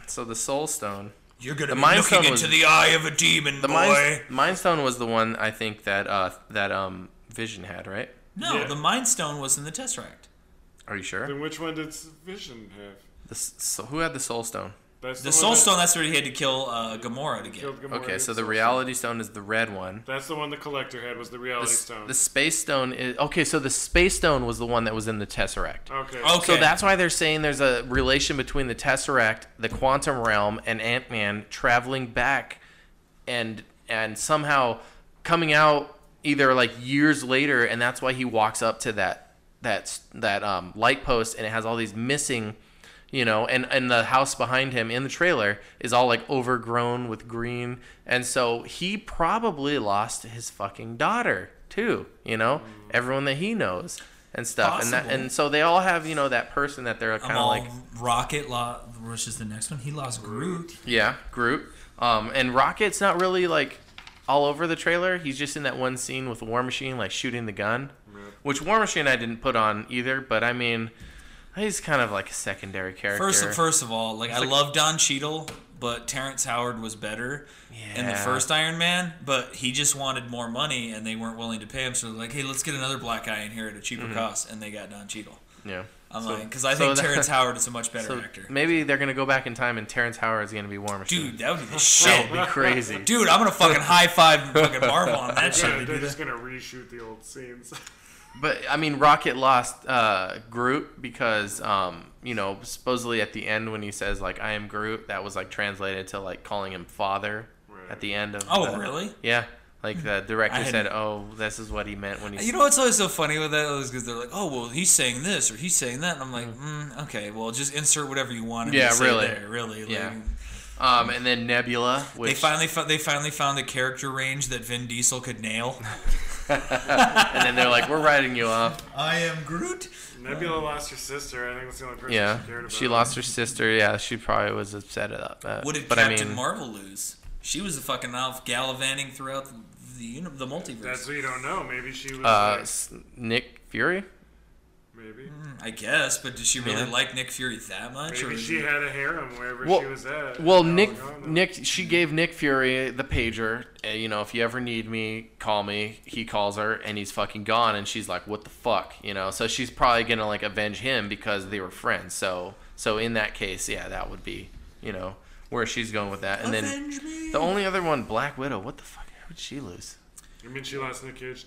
S2: So the soul stone.
S3: You're gonna be
S2: Mind
S3: looking
S2: Stone
S3: into
S2: was-
S3: the eye of a demon,
S2: The
S3: boy.
S2: mind, mind stone was the one I think that uh that um Vision had, right?
S3: No,
S7: Yeah.
S3: the Mind Stone was in the Tesseract.
S2: Are you sure?
S7: Then which one did Vision have?
S2: The, s- so who had the soul stone?
S7: That's
S3: The
S7: one
S3: Soul
S7: that
S3: Stone, that's where he had to kill uh, Gamora to get.
S7: killed Gamora.
S2: Okay, so the
S7: That's-
S2: reality stone is the red one.
S7: That's the one the collector had was the
S2: The,
S7: reality
S2: s-
S7: stone.
S2: the space stone is okay. So the space stone was the one that was in the tesseract.
S7: okay.
S3: Okay.
S2: So that's why they're saying there's a relation between the Tesseract, the quantum realm, and Ant Man traveling back and and somehow coming out either like years later, and that's why he walks up to that that that um, light post, and it has all these missing, you know, and and the house behind him in the trailer is all like overgrown with green, and so he probably lost his fucking daughter too, you know, everyone that he knows and stuff, and that
S3: Possible.
S2: and so they all have, you know, that person that they're
S3: I'm
S2: kind of
S3: all
S2: like,
S3: Rocket Law, which is the next one. He lost Groot.
S2: yeah, Groot. Um, and Rocket's not really like all over the trailer. He's just in that one scene with War Machine, like shooting the gun, which War Machine I didn't put on either. But I mean, he's kind of like a secondary character.
S3: First, first of all, like I
S2: like-
S3: love Don Cheadle, but Terrence Howard was better in the
S2: Yeah.
S3: first Iron Man. But he just wanted more money, and they weren't willing to pay him. So they're like, hey, let's get another black guy in here at a cheaper cost, and they got Don Cheadle.
S2: yeah.
S3: I'm
S2: Mm-hmm. So-
S3: like, because I
S2: so
S3: think
S2: that-
S3: Terrence Howard is a much better
S2: So
S3: actor.
S2: maybe they're gonna go back in time, and Terrence Howard is gonna be War Machine.
S3: Dude, that would be the
S2: that
S3: shit.
S2: would be crazy.
S3: Dude, I'm gonna fucking high five fucking Marvel on that
S7: Yeah,
S3: shit.
S7: they're just gonna reshoot the old scenes.
S2: But I mean, Rocket lost uh, Groot because um, you know supposedly at the end when he says like "I am Groot," that was like translated to like calling him father
S7: Right.
S2: at the end of.
S3: Oh,
S2: the-
S3: really?
S2: Yeah, like the
S3: I
S2: director
S3: had-
S2: said, "Oh, this is what he meant when he."
S3: You know what's always so funny with that is because they're like, oh well, he's saying this or he's saying that, and I'm like, mm, okay, well, just insert whatever you want. And
S2: Mm-hmm. Yeah,
S3: just say
S2: really.
S3: there, really. like,
S2: Yeah. um, and then Nebula, which
S3: They finally fo- they finally found the character range that Vin Diesel could nail.
S2: and then they're like, "We're writing you up."
S3: I am Groot.
S7: Nebula lost her sister. I think that's the only person
S2: Uh, Yeah,
S7: she cared about.
S2: she lost her sister. Yeah, she probably was upset at that.
S3: What did
S2: but
S3: Captain
S2: I mean,
S3: Marvel lose? She was a fucking elf gallivanting throughout the the, uni- the multiverse.
S7: That's what you don't know. Maybe she was.
S2: uh,
S7: like,
S2: s- Nick Fury.
S7: maybe.
S3: Hmm, I guess, but did she really
S2: Yeah.
S3: like Nick Fury that much?
S7: Maybe
S3: or-
S7: she had a harem wherever
S2: Well-
S7: she was at.
S2: Well,
S7: Oh,
S2: Nick,
S7: no, no.
S2: Nick, she gave Nick Fury the pager. uh, You know, if you ever need me, call me. He calls her, and he's fucking gone. And she's like, "What the fuck?" You know. So she's probably gonna like avenge him because they were friends. So, so in that case, yeah, that would be, you know, where she's going with that. And then
S3: Avenge me.
S2: the only other one, Black Widow. What the fuck? How would she lose?
S7: I mean, she lost Nick Cage.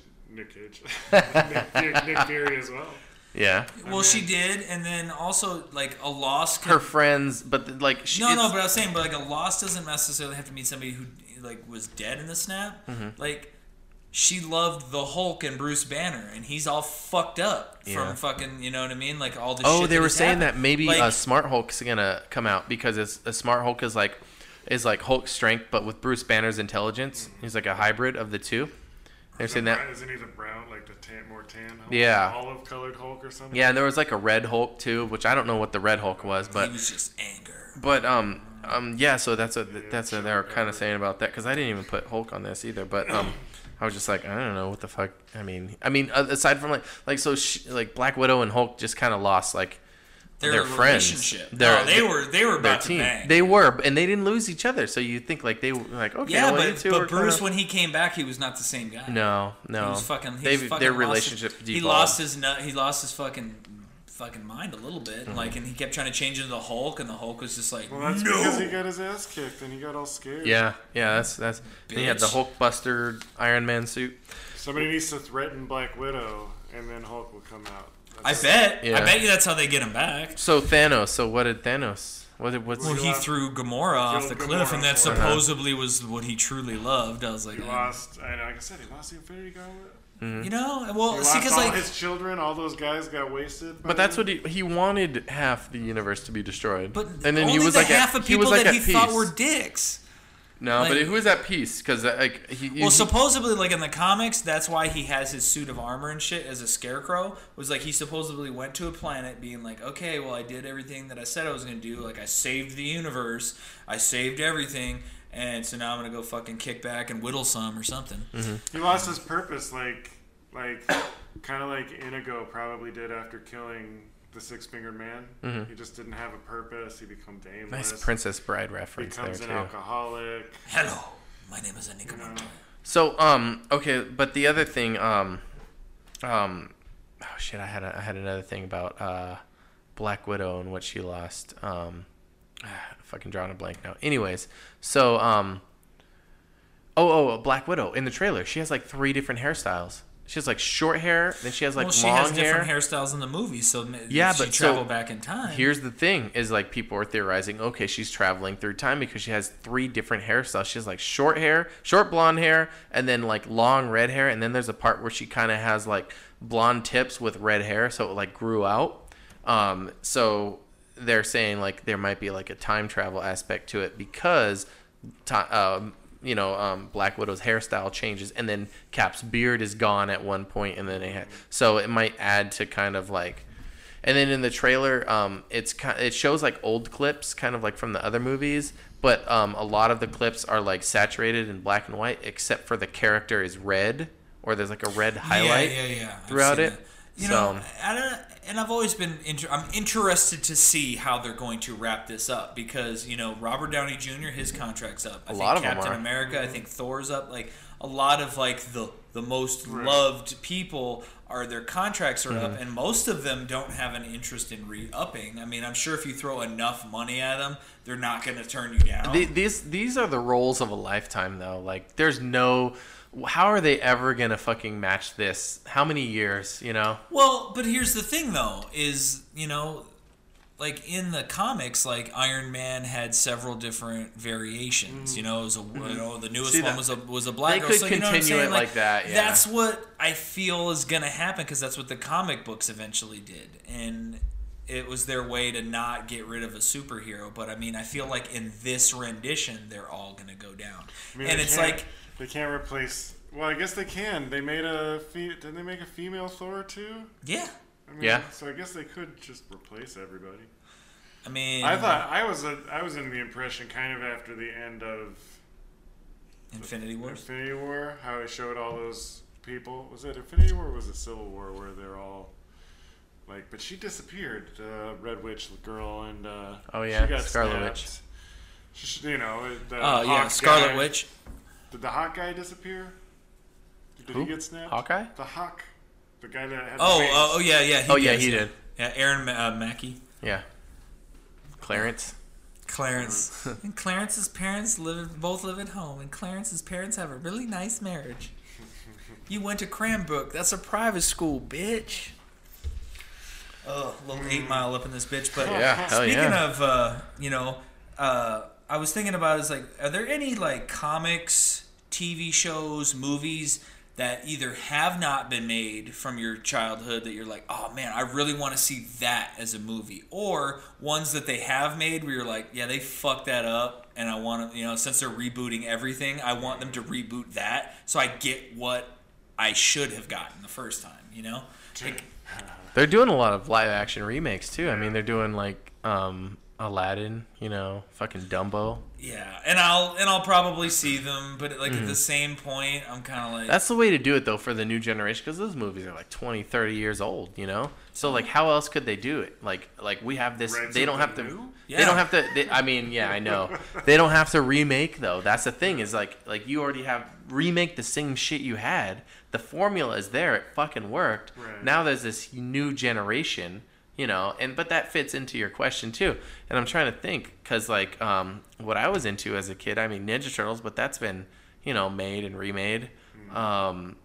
S7: Nick Cage. Nick, Nick, Nick Fury as well.
S2: Yeah,
S3: well, she did, and then also like a loss. Can,
S2: her friends, but like she.
S3: no, no,
S2: it's-
S3: but I was saying, but like a loss doesn't necessarily have to mean somebody who like was dead in the snap.
S2: Mm-hmm.
S3: Like she loved the Hulk and Bruce Banner, and he's all fucked up
S2: Yeah.
S3: from fucking, you know what I mean? Like all the.
S2: Oh,
S3: shit
S2: they
S3: that
S2: were
S3: has
S2: saying that
S3: happened.
S2: maybe
S3: Like,
S2: a Smart Hulk's gonna come out because it's a Smart Hulk is like is like Hulk's strength, but with Bruce Banner's intelligence, he's like a hybrid of the two. They're saying that.
S7: Isn't he the brown, like the tan, more tan? Hulk?
S2: Yeah.
S7: Olive colored Hulk or something?
S2: Yeah, and there was like a Red Hulk too, which I don't know what the Red Hulk was, but
S3: It was just anger.
S2: but um um yeah, so that's what that's what they're kind of saying about that because I didn't even put Hulk on this either, but um. I was just like, I don't know what the fuck. I mean, I mean, a- aside from like, like so, sh like Black Widow and Hulk just kind of lost like
S3: Their,
S2: Their friends.
S3: relationship.
S2: Their-
S3: no, they were they were
S2: their
S3: about
S2: team.
S3: to bang.
S2: They were, and they didn't lose each other. So you think like they were like okay,
S3: yeah,
S2: well, you
S3: but,
S2: two are
S3: but Bruce,
S2: kinda-
S3: when he came back, he was not the same guy.
S2: no, no,
S3: He was fucking. He
S2: They've-
S3: fucking
S2: their
S3: lost
S2: relationship
S3: His,
S2: devolved.
S3: he lost his nut. He lost his fucking. fucking mind a little bit.
S2: Mm-hmm.
S3: Like, and he kept trying to change into the Hulk, and the Hulk was just like,
S4: Well, that's
S3: no.
S4: because he got his ass kicked and he got all scared.
S2: Yeah, yeah, that's that's. Then you had the
S3: Bitch.
S2: Hulkbuster Iron Man suit.
S4: Somebody needs to threaten Black Widow, and then Hulk will come out.
S3: I bet.
S2: Yeah.
S3: I bet you that's how they get him back.
S2: So Thanos. So what did Thanos? What did what's?
S3: Well, he threw Gamora off the
S4: Killed
S3: cliff,
S4: Gamora
S3: and that
S4: for it.
S3: supposedly was what he truly loved. I was like,
S4: He lost. I know, like I said, he lost the Infinity Gauntlet.
S3: you know,
S4: He
S3: well, see,
S4: lost
S3: because
S4: all
S3: like,
S4: his children. All those guys got wasted. by
S2: But that's
S4: him.
S2: what he he wanted half the universe to be destroyed.
S3: but
S2: and then
S3: only
S2: he was
S3: the
S2: like
S3: half
S2: at,
S3: of
S2: he
S3: people
S2: was like
S3: that
S2: at
S3: he
S2: peace.
S3: thought were dicks.
S2: no, but
S3: like-
S2: who was at peace? Because like he, he-
S3: Well, supposedly, like in the comics, that's why he has his suit of armor and shit as a scarecrow. Was like he supposedly went to a planet, being like, okay, well, I did everything that I said I was gonna do. Like I saved the universe, I saved everything, and so now I'm gonna go fucking kick back and whittle some or something.
S4: He lost his purpose, like, like, kind of like Inigo probably did after killing the Six Fingered Man. He just didn't have a purpose. He becomes aimless.
S2: Mm-hmm. nice Princess Bride
S4: He
S2: reference there
S4: becomes
S2: too.
S4: an alcoholic.
S3: Hello, my name is Aniko Montoya.
S2: So um okay, but the other thing um um oh shit, I had a, I had another thing about uh Black Widow and what she lost. Um fucking drawing a blank now. Anyways, so um oh oh Black Widow in the trailer, she has like three different hairstyles. She has like short hair, then she has like
S3: well, she
S2: long
S3: has
S2: hair.
S3: different hairstyles in the movie, so
S2: Yeah,
S3: yeah, she
S2: but so-
S3: travel back in time.
S2: Here's the thing is like people are theorizing, okay, she's traveling through time because she has three different hairstyles. She has like short hair, short blonde hair, and then like long red hair, and then there's a part where she kind of has like blonde tips with red hair, so it like grew out. Um so they're saying like there might be like a time travel aspect to it because ti um you know, um, Black Widow's hairstyle changes, and then Cap's beard is gone at one point, and then it ha- so it might add to kind of like and then in the trailer, um, it's ki it shows like old clips, kind of like from the other movies, but um, a lot of the clips are like saturated in black and white, except for the character is red, or there's like a red highlight.
S3: yeah, yeah, yeah. I've
S2: throughout
S3: seen
S2: it.
S3: that. You
S2: So-
S3: know, I don't, and I've always been. Inter- I'm interested to see how they're going to wrap this up because you know Robert Downey Jr. his contract's up. I think
S2: lot of 'em
S3: Captain
S2: are.
S3: America. I think Thor's up. Like a lot of like the the most loved people are their contracts are up,
S2: Mm-hmm.
S3: and most of them don't have an interest in re-upping. I mean, I'm sure if you throw enough money at them, they're not going to turn you down.
S2: The- these these are the roles of a lifetime, though. Like, there's no. How are they ever gonna fucking match this? How many years? You know.
S3: Well, but here's the thing, though, is you know, like in the comics, like Iron Man had several different variations. You know, it was a you know the
S2: Mm-hmm.
S3: newest
S2: See,
S3: one
S2: that-
S3: was a was a black.
S2: they
S3: girl.
S2: could
S3: so, you know what I'm
S2: continue it
S3: saying?
S2: like that, yeah.
S3: That's what I feel is gonna happen because that's what the comic books eventually did, and it was their way to not get rid of a superhero. But I mean, I feel like in this rendition, they're all gonna go down,
S4: I mean,
S3: and
S4: they
S3: it's
S4: can't-
S3: like.
S4: they can't replace. Well, I guess they can. They made a. Fe- didn't they make a female Thor too?
S3: Yeah,
S4: I mean,
S2: Yeah.
S4: So I guess they could just replace everybody.
S3: I mean,
S4: I thought I was a, I was in the impression kind of after the end of
S3: Infinity Wars.
S4: Infinity War how they showed all those people. Was it Infinity War? or Was it Civil War where they're all like? But she disappeared. Uh, Red Witch girl and uh,
S2: Oh, yeah,
S4: she got
S2: Scarlet
S4: snapped.
S2: Witch.
S4: She- she- you know uh, the
S3: Oh yeah,
S4: hawk
S3: Scarlet
S4: guy-
S3: Witch.
S4: Did the hawk guy disappear? Did
S2: Who?
S4: he get snapped?
S2: Hawkeye?
S4: The hawk. The guy that had
S3: Oh,
S4: the face.
S3: oh, oh, yeah, yeah. He
S2: Oh, yeah, he did.
S3: Yeah, Aaron Ma- uh, Mackey.
S2: Yeah. Clarence.
S3: Clarence. and Clarence's parents live both live at home, and Clarence's parents have a really nice marriage. You went to Cranbrook. That's a private school, bitch. Oh, little eight mile up in this bitch. But
S2: Yeah, hell
S3: speaking
S2: yeah.
S3: of, uh, you know, uh, I was thinking about is like, are there any like comics, TV shows, movies that either have not been made from your childhood that you're like, oh man, I really want to see that as a movie, or ones that they have made where you're like, yeah, they fucked that up, and I want to, you know, since they're rebooting everything, I want them to reboot that so I get what I should have gotten the first time, you know. Like,
S2: They're doing a lot of live action remakes too. I mean, they're doing like um Aladdin. You know, fucking Dumbo.
S3: Yeah, and I'll and I'll probably see them, but like at the same point, I'm kind of like
S2: That's the way to do it though for the new generation because those movies are like 20, 30 years old, you know. So like, how else could they do it? Like, like we have this.
S4: Right,
S2: they don't have to.
S4: something new?
S2: They don't
S3: Yeah.
S2: have to. They, I mean, yeah, I know. they don't have to remake though. That's the thing is like, like you already have remake the same shit you had. The formula is there. It fucking worked.
S4: Right.
S2: Now there's this new generation you know and but that fits into your question too and i'm trying to think because like um, what i was into as a kid i mean ninja turtles but that's been you know made and remade um,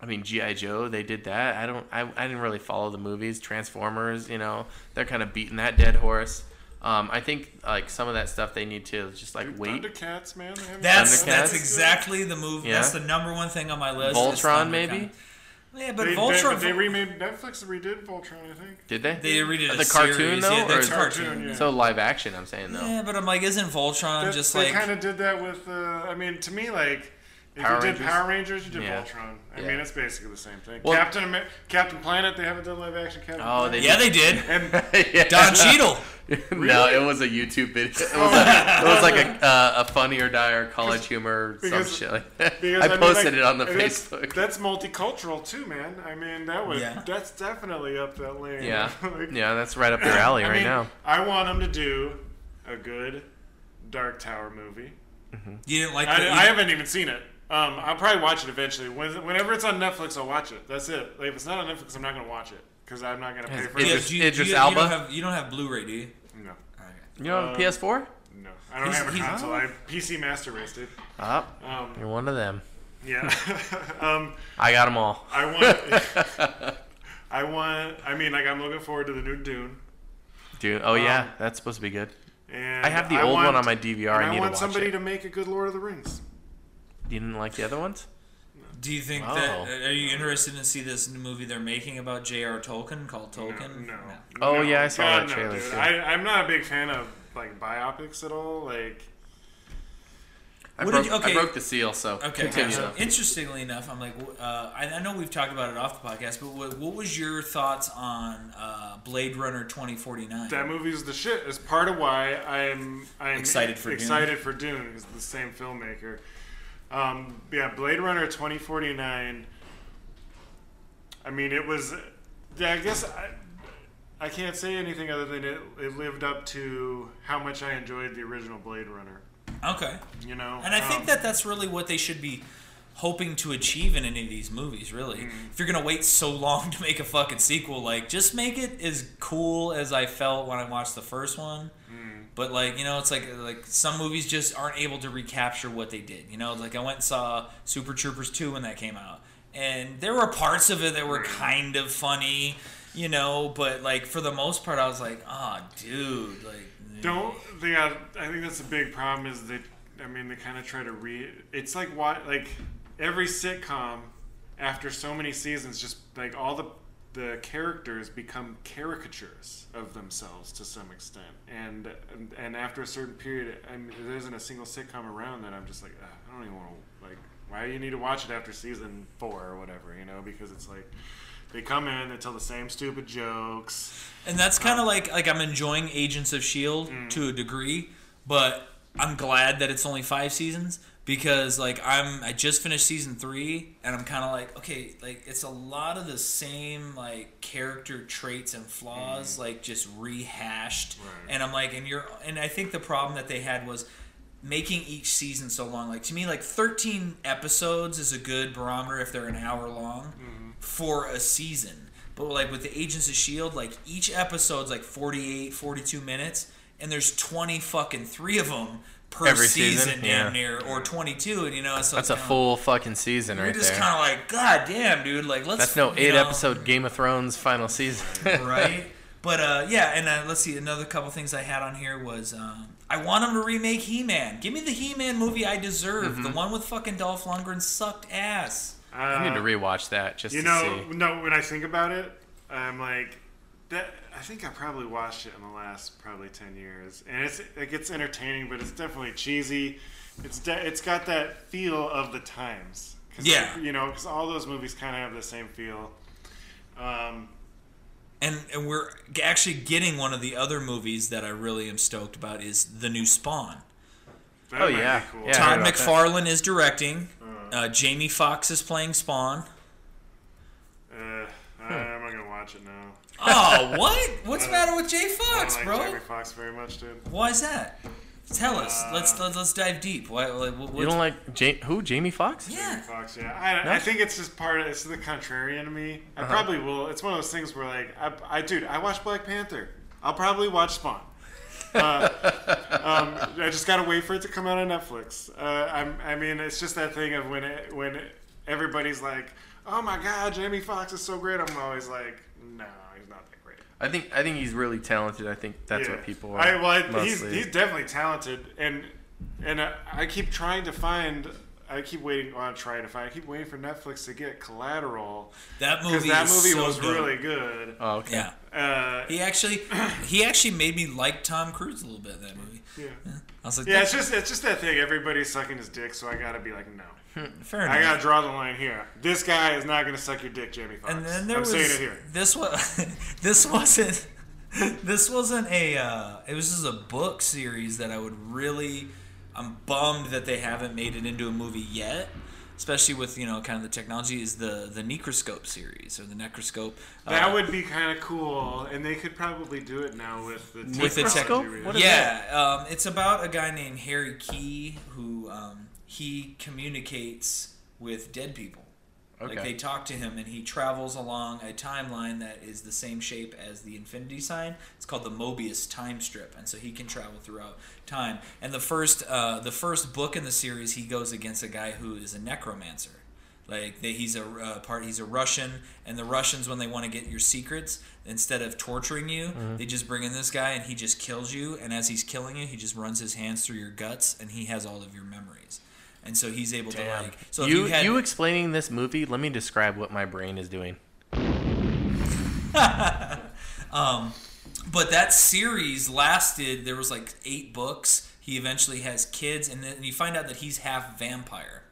S2: i mean gi joe they did that i don't I, I didn't really follow the movies transformers you know they're kind of beating that dead horse um, i think like some of that stuff they need to just like wait
S4: Thundercats, man. they haven't
S3: That's
S2: Thundercats?
S3: that's exactly the movie. That's
S2: Yeah.
S3: the number one thing on my list. is
S2: voltron
S3: Thundercat.
S2: maybe
S3: Yeah, but
S4: They, they,
S3: Voltron.
S4: they remade Netflix redid Voltron, I think.
S2: did they
S3: They redid a
S2: the cartoon
S3: series.
S2: though
S3: Yeah,
S2: or
S3: that's
S2: is-
S3: cartoon.
S4: yeah.
S2: so live action i'm saying though
S3: Yeah, but I'm like, isn't Voltron
S4: That-
S3: just
S4: they
S3: like?
S4: kind of did that with. Uh, I mean, to me, like if
S2: Power
S4: you did
S2: Rangers?
S4: Power Rangers, you did
S2: Yeah.
S4: Voltron. I
S2: Yeah.
S4: mean, it's basically the same thing.
S2: Well-
S4: Captain Amer- Captain Planet, they haven't done live action Captain.
S2: Oh, they
S4: Planet.
S3: yeah, they did.
S4: And
S2: Yeah.
S3: Don Cheadle.
S2: No, it was a YouTube video. It was, a, it was like a, uh, a funny or die or college humor or some
S4: because-
S2: shit like that.
S4: because,
S2: I
S4: mean,
S2: posted
S4: like,
S2: it on the
S4: and that's-
S2: Facebook.
S4: That's, multicultural too, man. I mean, that was
S3: Yeah.
S4: that's definitely up that lane.
S2: yeah,
S4: Like,
S2: yeah, that's right up your alley
S4: I
S2: right
S4: mean,
S2: now.
S4: I want them to do a good Dark Tower movie.
S3: You didn't like
S4: I,
S3: the,
S4: I haven't even seen it. Um, I'll probably watch it eventually. When, whenever it's on Netflix, I'll watch it. That's it. Like, if it's not on Netflix, I'm not gonna watch it because I'm not gonna pay
S2: Yes,
S4: for
S2: it
S4: it.
S3: Yeah,
S2: Idris-
S3: do you, do
S2: Idris
S3: you, You
S2: Elba?
S3: don't have, you don't have Blu-ray, do you?
S4: No,
S2: You know,
S4: um,
S2: PS4.
S4: no, I don't
S3: He's-
S4: have a
S3: he's-
S4: console. I have PC Master Race, dude.
S2: Oh,
S4: Um,
S2: you're one of them.
S4: yeah. um,
S2: I got them all.
S4: I want. I want. I mean, like, I'm looking forward to the new Dune.
S2: Dude, oh yeah, that's supposed to be good.
S4: Um, And
S2: I have the old
S4: want-
S2: one on my DVR.
S4: and
S2: I need
S4: want
S2: to watch
S4: somebody
S2: it.
S4: to make a good Lord of the Rings.
S2: You didn't like the other ones?
S3: Do you think
S2: Wow.
S3: that are you interested in see this new movie they're making about J.R. Tolkien called Tolkien?
S4: No.
S2: Oh,
S4: No.
S2: yeah, I saw
S4: God,
S2: that
S4: no,
S2: trailer,
S4: dude.
S2: too.
S4: I, I'm not a big fan of like biopics at all. Like,
S2: I,
S3: What
S2: broke,
S3: did you- okay.
S2: I broke the seal, so
S3: Okay.
S2: continue.
S3: so
S2: though.
S3: interestingly enough, I'm like, w- uh, I, I know we've talked about it off the podcast, but what, what was your thoughts on uh, Blade Runner 2049?
S4: that movie's the shit. It's part of why I'm I'm
S3: Excited for Dune.
S4: excited for Dune because the same filmmaker. Um, yeah, Blade Runner 2049. I mean, it was. Yeah, I guess I, I can't say anything other than it, it lived up to how much I enjoyed the original Blade Runner.
S3: Okay.
S4: You know,
S3: And I
S4: Um,
S3: think that that's really what they should be hoping to achieve in any of these movies, really.
S4: Mm-hmm.
S3: If you're going to wait so long to make a fucking sequel, like, just make it as cool as I felt when I watched the first one.
S4: Mm-hmm.
S3: But like you know, it's like like some movies just aren't able to recapture what they did. You know, like I went and saw Super Troopers two when that came out, and there were parts of it that were
S4: Mm-hmm.
S3: kind of funny, you know. But like for the most part, I was like, ah, dude, like
S4: don't they got i think that's a big problem is that i mean they kind of try to re it's like why like every sitcom after so many seasons just like all the the characters become caricatures of themselves to some extent and and, and after a certain period I mean, there isn't a single sitcom around that i'm just like "Ugh, i don't even want to like why do you need to watch it after season four or whatever you know because it's like they come in they tell the same stupid jokes
S3: And that's kind of like like I'm enjoying Agents of Shield E to a degree, but I'm glad that it's only five seasons because like I'm I just finished season three and I'm kind of like okay like it's a lot of the same like character traits and flaws like just rehashed and I'm like and you're and I think the problem that they had was making each season so long like to me like 13 episodes is a good barometer if they're an hour long for a season but like with the agents of shield E like each episode's like 48 42 minutes and there's 20 fucking three of them per
S2: Every
S3: season,
S2: season,
S3: damn
S2: yeah.
S3: near or 22 and you know so
S2: That's
S3: it's
S2: a
S3: kinda-
S2: full fucking season
S3: you're
S2: right
S3: just
S2: there.
S3: kind of like god damn dude like let's
S2: That's no
S3: you
S2: eight
S3: know,
S2: episode Game of Thrones final season.
S3: right? But uh, yeah, and uh, let's see. Another couple things I had on here was um, I want them to remake He-Man. Give me the He-Man movie I deserve. The
S2: Mm-hmm.
S3: one with fucking Dolph Lundgren sucked ass.
S2: I need to
S4: Uh,
S2: rewatch that just
S4: You
S2: to
S4: know,
S2: see.
S4: no. When I think about it, I'm like, that. I think I probably watched it in the last probably ten years, and it's like it's entertaining, but it's definitely cheesy. It's de- it's got that feel of the times. 'Cause,
S3: Yeah.
S4: you know, because all those movies kind of have the same feel. Um,
S3: And, and we're g- actually getting one of the other movies that I really am stoked about is the new Spawn.
S4: that
S2: Oh,
S4: might
S2: yeah.
S4: be cool.
S2: Yeah. I heard
S3: Todd
S2: about that.
S3: McFarlane is directing.
S4: Mm.
S3: Uh, Jamie Foxx is playing Spawn.
S4: Uh, I'm not gonna watch it now.
S3: Oh, what? What's the matter with Jay Fox,
S4: Uh, I don't like
S3: bro?
S4: Jamie Fox very much, dude.
S3: Why is that? Tell us.
S4: Uh,
S3: Let's let's, let's dive deep. Why? Like, what,
S2: You don't like ja- who? Jamie Foxx?
S3: Yeah.
S4: Fox, yeah. I, I think it's just part. Of, it's the contrarian to me. I
S2: Uh-huh.
S4: probably will. It's one of those things where like, I, I dude, I watch Black Panther. I'll probably watch Spawn. Uh, um, I just gotta wait for it to come out on Netflix. Uh, I'm, I mean, it's just that thing of when it, when everybody's like, "Oh my God, Jamie Foxx is so great," I'm always like, "No, he's not that great."
S2: I think I think he's really talented. I think that's
S4: Yeah.
S2: what people are.
S4: I, well, I, he's,
S2: mostly-
S4: he's definitely talented, and and uh, I keep trying to find. I keep waiting on trying to find. I keep waiting for Netflix to get Collateral
S3: That
S4: because
S3: movie.
S4: that
S3: is
S4: movie
S3: so
S4: was
S3: dope.
S4: really good.
S2: oh, okay.
S3: Yeah.
S4: Uh,
S3: He actually, he actually made me like Tom Cruise a little bit in that movie.
S4: yeah.
S3: I was like,
S4: yeah,
S3: yeah,
S4: it's just it's just that thing. Everybody's sucking his dick, so I gotta be like, no,
S3: fair enough.
S4: I gotta draw the line here. This guy is not gonna suck your dick, Jamie Foxx.
S3: and then there
S4: I'm
S3: was
S4: saying it here.
S3: this was this wasn't this wasn't a uh, it was just a book series that I would really I'm bummed that they haven't made it into a movie yet especially with you know kind of the technology is the the necroscope series or the necroscope uh,
S4: That would be kind of cool, and they could probably do it now with the
S3: with the tech-
S4: technology we have.
S2: What is
S3: yeah, um, it's about a guy named Harry Key who um, he communicates with dead people. Like
S2: Okay.
S3: they talk to him, and he travels along a timeline that is the same shape as the infinity sign. It's called the Mobius time strip, and so he can travel throughout time. And the first, uh, the first book in the series, he goes against a guy who is a necromancer. Like they, he's a uh, part, he's a Russian, and the Russians, when they want to get your secrets, instead of torturing you, they just bring in this guy and he just kills you. And as he's killing you, he just runs his hands through your guts, and he has all of your memories. And so he's able to like. So if
S2: you
S3: you had,
S2: you explaining this movie? Let me describe what my brain is doing.
S3: but that series lasted. There was like eight books. He eventually has kids, and then you find out that he's half vampire.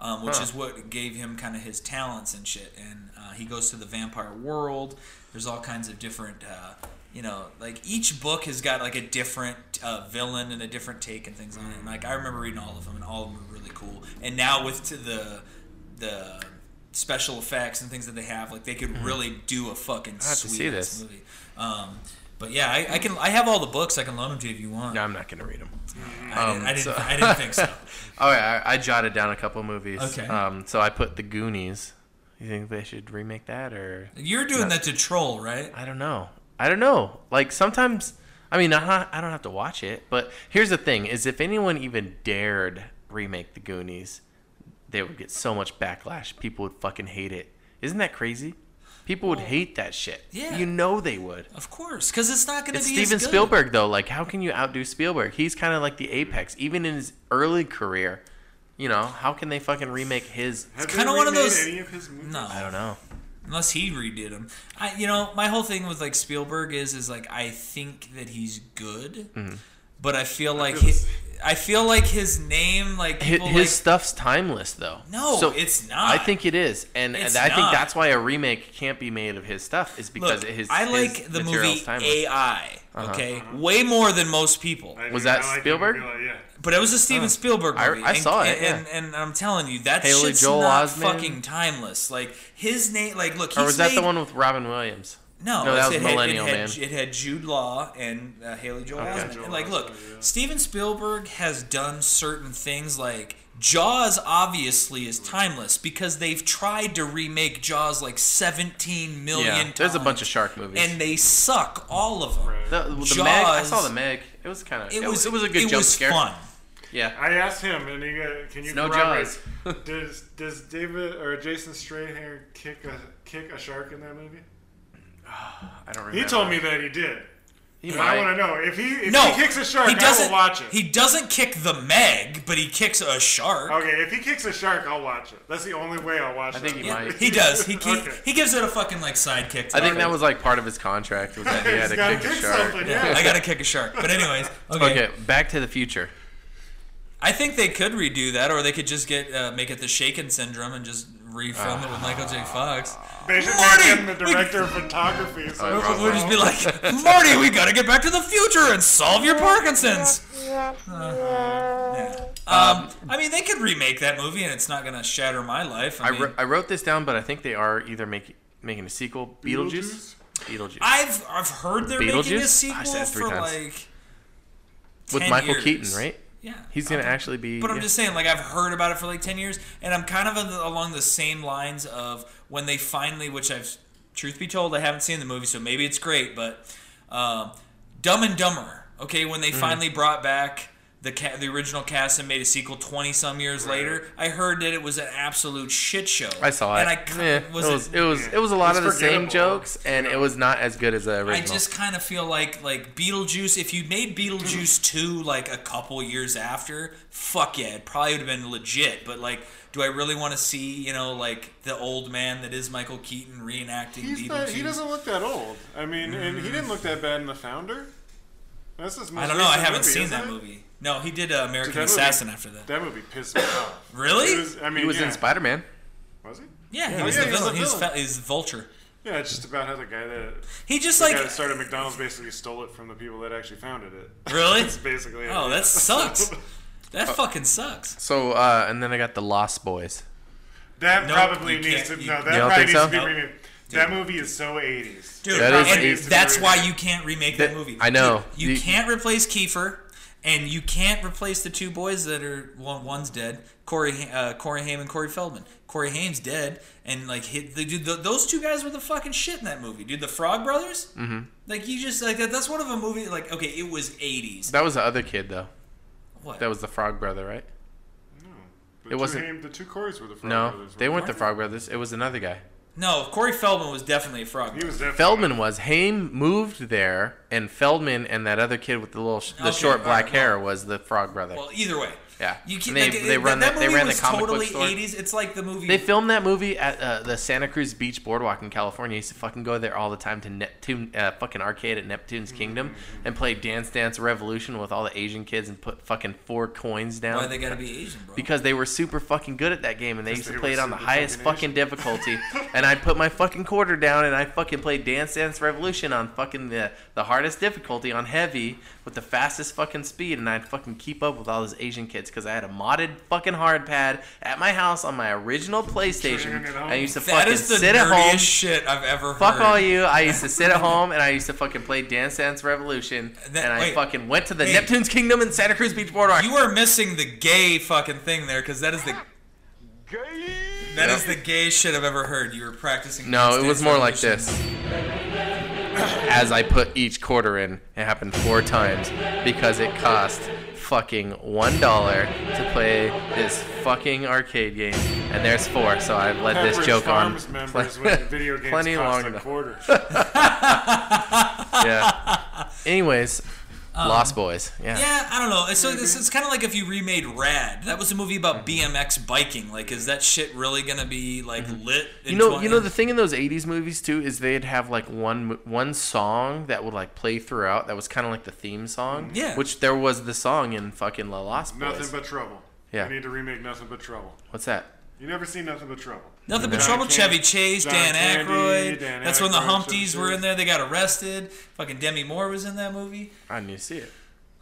S3: um, which is what gave him kind of his talents and shit. And uh, he goes to the vampire world. There's all kinds of different, uh, you know, like each book has got like a different uh, villain and a different take and things on it. And like I remember reading all of them, and all of them were really cool. And now with to the the special effects and things that they have, like they could really do a fucking
S2: Hmm. have to
S3: sweet
S2: see
S3: ass
S2: this.
S3: movie. Um, but yeah, I, I can. I have all the books. I can loan them to you if you want.
S2: No, I'm not gonna read them.
S3: I, didn't, I, didn't,
S2: um, so-
S3: I didn't think so.
S2: All right, I, I jotted down a couple movies.
S3: Okay.
S2: Um, so I put The Goonies. You think they should remake that or?
S3: You're doing that to troll, right?
S2: I don't know. I don't know. Like sometimes, I mean, I, I don't have to watch it. But here's the thing: is if anyone even dared remake The Goonies, they would get so much backlash. People would fucking hate it. Isn't that crazy? People would hate that shit.
S3: yeah.
S2: You know they would.
S3: Of course, because it's not going to
S2: It's
S3: be
S2: Steven
S3: as good.
S2: Spielberg though. Like, how can you outdo Spielberg? He's kind of like the apex, even in his early career. You know, how can they fucking remake his?
S4: Have they
S3: kinda one of
S4: remade
S3: those-
S4: Any of his movies?
S3: No,
S2: I don't know.
S3: unless he redid them. I, you know, my whole thing with like Spielberg is, is like I think that he's good,
S2: Mm-hmm.
S3: but I feel like
S4: feel the
S3: hi- I feel like his name, like
S2: His,
S3: people
S2: his
S3: like,
S2: stuff's timeless though.
S3: No,
S2: so
S3: it's not.
S2: I think it is, and
S3: It's
S2: I think
S3: not.
S2: that's why a remake can't be made of his stuff is because
S3: Look,
S2: his.
S3: I like
S2: his
S3: the
S2: material's
S3: movie
S2: timeless. Uh-huh.
S3: AI. Okay, way more than most people.
S4: I
S2: Was
S4: mean, I
S2: that
S4: like
S2: Spielberg?
S4: him, I feel like, yeah.
S3: But it was a Steven Spielberg
S2: I-
S3: movie.
S2: I
S3: and,
S2: saw it,
S3: and, and, and I'm telling you, that
S2: Haley
S3: shit's
S2: Joel
S3: not
S2: Osment.
S3: fucking timeless. Like his name, like look, he's
S2: Or was that the
S3: made-
S2: one with Robin Williams?
S3: No,
S2: No, that was
S3: it's- it
S2: Millennial
S3: had, it
S2: Man.
S3: Had, it had Jude Law and uh, Haley Joel
S2: Okay.
S3: Osment.
S4: Joel
S3: And, like,
S4: Osment,
S3: look,
S4: yeah.
S3: Steven Spielberg has done certain things like Jaws. Obviously, is timeless because they've tried to remake Jaws like 17 million
S2: Yeah,
S3: times.
S2: there's a bunch of shark movies.
S3: and they suck all of them.
S2: the, the Meg, I saw
S3: Jaws-
S2: the Meg. It was kind of.
S3: It was
S2: it was a good
S3: it
S2: jump
S3: was
S2: scare.
S3: Fun.
S2: Yeah.
S4: I asked him, and he got, can you
S2: No
S4: corroborate?
S2: jaws.
S4: does does David or Jason Strahan kick a kick a shark in that movie?
S2: I don't remember.
S4: He told me that he did.
S2: He
S4: But I
S2: might.
S4: want to know if he if
S3: No,
S4: he kicks a shark,
S3: He
S4: I
S3: doesn't
S4: will watch it.
S3: He doesn't kick the Meg, but he kicks a shark.
S4: okay, if he kicks a shark, I'll watch it. That's the only way I'll watch it.
S2: I think he
S3: Yeah,
S2: might.
S3: he does. He he,
S4: Okay.
S3: he gives it a fucking like sidekick.
S2: I think that was like part of his contract was that he had
S4: He's
S2: to
S4: gotta
S2: kick a
S4: kick
S2: shark.
S4: something,
S3: Yeah,
S4: yeah.
S3: I gotta kick a shark. But anyways,
S2: Okay, Back to the Future.
S3: I think they could redo that, or they could just get uh, make it the Shaken Syndrome and just refilm it with Michael J. Fox.
S4: They should
S3: Marty!
S4: make him the director of photography. So
S2: Oh,
S4: that's
S3: We'll just be like, Marty, we gotta get back to the future and solve your Parkinson's. Uh, yeah. Um, I mean, they could remake that movie, and it's not gonna shatter my life. I
S2: I,
S3: mean,
S2: wr- I wrote this down, but I think they are either making making a sequel. Beetlejuice. Beetlejuice.
S3: I've I've heard they're making a
S2: Beetlejuice?
S3: sequel
S2: I said it three
S3: for
S2: times.
S3: like
S2: with
S3: 10
S2: Michael
S3: years.
S2: Keaton, right?
S3: Yeah.
S2: He's gonna
S3: Okay.
S2: actually be.
S3: But I'm
S2: yeah.
S3: just saying, like I've heard about it for like ten years, and I'm kind of on the- along the same lines of when they finally, which I've, truth be told, I haven't seen the movie, so maybe it's great, but um, Dumb and Dumber. Okay, when
S2: Mm-hmm.
S3: they finally brought back the ca- the original cast and made a sequel twenty some years later, I heard that it was an absolute shit show.
S2: I saw it.
S3: and I
S2: Yeah,
S3: ki-
S2: it was
S3: was
S2: it
S3: it-
S2: was it was, a lot
S7: It's
S2: of the same
S7: forgettable.
S2: jokes, and it was not as good as the original.
S3: I just kind of feel like like Beetlejuice. If you made Beetlejuice two like a couple years after, fuck yeah, it probably would have been legit. But like, do I really want to see you know like the old man that is Michael Keaton reenacting
S7: He's
S3: Beetlejuice?
S7: not, he doesn't look that old. I mean, and he
S2: Mm-hmm.
S7: didn't look that bad in The Founder. That's his most
S3: I don't know. I
S7: recent
S3: haven't
S7: movie,
S3: seen
S7: isn't
S3: that
S7: it?
S3: movie. No, he did uh, American
S7: Dude, that movie-
S3: Assassin after that.
S7: That movie pissed me off.
S3: Really?
S7: It was, I mean,
S2: he was
S7: yeah.
S2: in Spider Man.
S7: Was he?
S3: yeah, he
S7: Oh,
S3: was
S7: yeah,
S3: the
S7: he was
S3: villain.
S7: the
S3: He was,
S7: villain.
S3: fa- is Vulture.
S7: Yeah, it's just about how the guy that,
S3: He just
S7: the
S3: like
S7: guy that started McDonald's basically stole it from the people that actually founded it.
S3: really.
S7: That's basically it.
S3: Oh,
S7: yeah.
S3: that sucks. That fucking sucks.
S2: So uh, and then I got the Lost Boys.
S7: That
S3: Nope,
S7: probably
S3: you
S7: needs
S3: can't-
S7: to.
S3: you-
S7: No,
S3: You
S7: that
S2: don't
S7: probably
S2: think
S7: needs
S2: so?
S7: to be
S3: Nope.
S7: remade. That movie is so 80s.
S3: Dude,
S2: That is
S3: and
S2: eighties.
S3: that's why you can't remake that, movie.
S2: I know.
S3: Dude, you,
S2: You-
S3: can't replace Kiefer, and you can't replace the two boys that are one, one's dead. Corey, Ha- uh, Corey Haim and Corey Feldman. Corey Haim's dead, and like hit the dude. th those two guys were the fucking shit in that movie, dude. The Frog Brothers. Mm-hmm. Like you just like that. That's one of a movie. Like okay, it was eighties.
S2: That was the other kid though.
S3: What?
S2: That was the Frog Brother, right?
S7: The
S2: It
S7: two
S2: wasn't-
S7: Ham- the two Corys were the Frog
S2: No,
S7: Brothers,
S2: they weren't the
S7: they?
S2: Frog Brothers. It was another guy.
S3: no, Corey Feldman was definitely a Frog.
S7: He
S3: Brother.
S7: was definitely.
S2: Feldman was. Haim moved there, and Feldman and that other kid with the little sh- the
S3: Okay,
S2: short
S3: all
S2: black
S3: right,
S2: hair was the Frog Brother.
S3: Well, either way.
S2: Yeah.
S3: You
S2: And
S3: can't.
S2: they-
S3: like,
S2: they
S3: it-
S2: run
S3: that,
S2: the-
S3: that
S2: they
S3: movie
S2: ran the
S3: was
S2: comic book
S3: totally
S2: store.
S3: 80s. It's like the movie.
S2: They filmed that movie at uh, the Santa Cruz Beach Boardwalk in California. I used to fucking go there all the time to Neptune, uh, fucking arcade at Neptune's
S3: Mm-hmm.
S2: Kingdom, and play Dance Dance Revolution with all the Asian kids and put fucking four coins down.
S3: why they gotta be Asian, bro?
S2: because they were super fucking good at that game and they used to
S7: they
S2: play
S7: were
S2: it on the
S7: super
S2: highest
S7: fucking
S2: fucking difficulty. and I put my fucking quarter down and I fucking played Dance Dance Revolution on fucking the, the hardest difficulty on heavy with the fastest fucking speed. And I'd fucking keep up with all those Asian kids because I had a modded fucking hard pad at my house on my original PlayStation.
S7: Turn it on.
S2: I used to
S3: That
S2: fucking
S3: is the
S2: sit at
S3: nerdiest
S2: home.
S3: shit I've ever heard.
S2: Fuck all you! I used to sit at home and I used to fucking play Dance Dance Revolution,
S3: That-
S2: and I
S3: wait.
S2: fucking went to the
S3: Hey.
S2: Neptune's Kingdom in Santa Cruz Beach Boardwalk.
S3: You are missing the gay fucking thing there, because that is the that is the gay shit I've ever heard. You were practicing.
S2: No,
S3: dance
S2: it was
S3: dance
S2: more like
S3: revolution.
S2: this. As I put each quarter in, it happened four times because it cost fucking one dollar to play this fucking arcade game, and there's four. So I've let
S7: Pepperidge
S2: this joke
S7: Farms
S2: on
S7: members when video games
S2: plenty
S7: cost
S2: long
S7: a
S2: enough.
S7: quarter.
S2: Yeah. Anyways, Lost Boys. Yeah.
S3: Yeah, I don't know. It's- So this it's kind of like if you remade Rad. That was a movie
S2: Mm.
S3: about BMX biking. Like, is that shit really gonna be like lit? In
S2: Mm-hmm. You know,
S3: twen-
S2: you know the thing in those '80s movies too is they'd have like one mo- one song that would like play throughout. That was kind of like the theme song.
S3: Yeah.
S2: Which there was the song in fucking La Lost Boys.
S7: Nothing but trouble.
S2: Yeah.
S7: We need to remake Nothing But Trouble.
S2: What's that?
S7: You never seen Nothing But Trouble.
S3: nothing but
S7: John
S3: trouble. Chevy
S7: Candy-
S3: Chase,
S7: John
S3: Dan
S7: Candy,
S3: Aykroyd.
S7: Dan
S3: That's when the
S7: Aykroyd,
S3: Humpties
S7: Chevy
S3: were in
S7: Chase.
S3: there. They got arrested. Fucking Demi Moore was in that movie.
S2: I need to see it.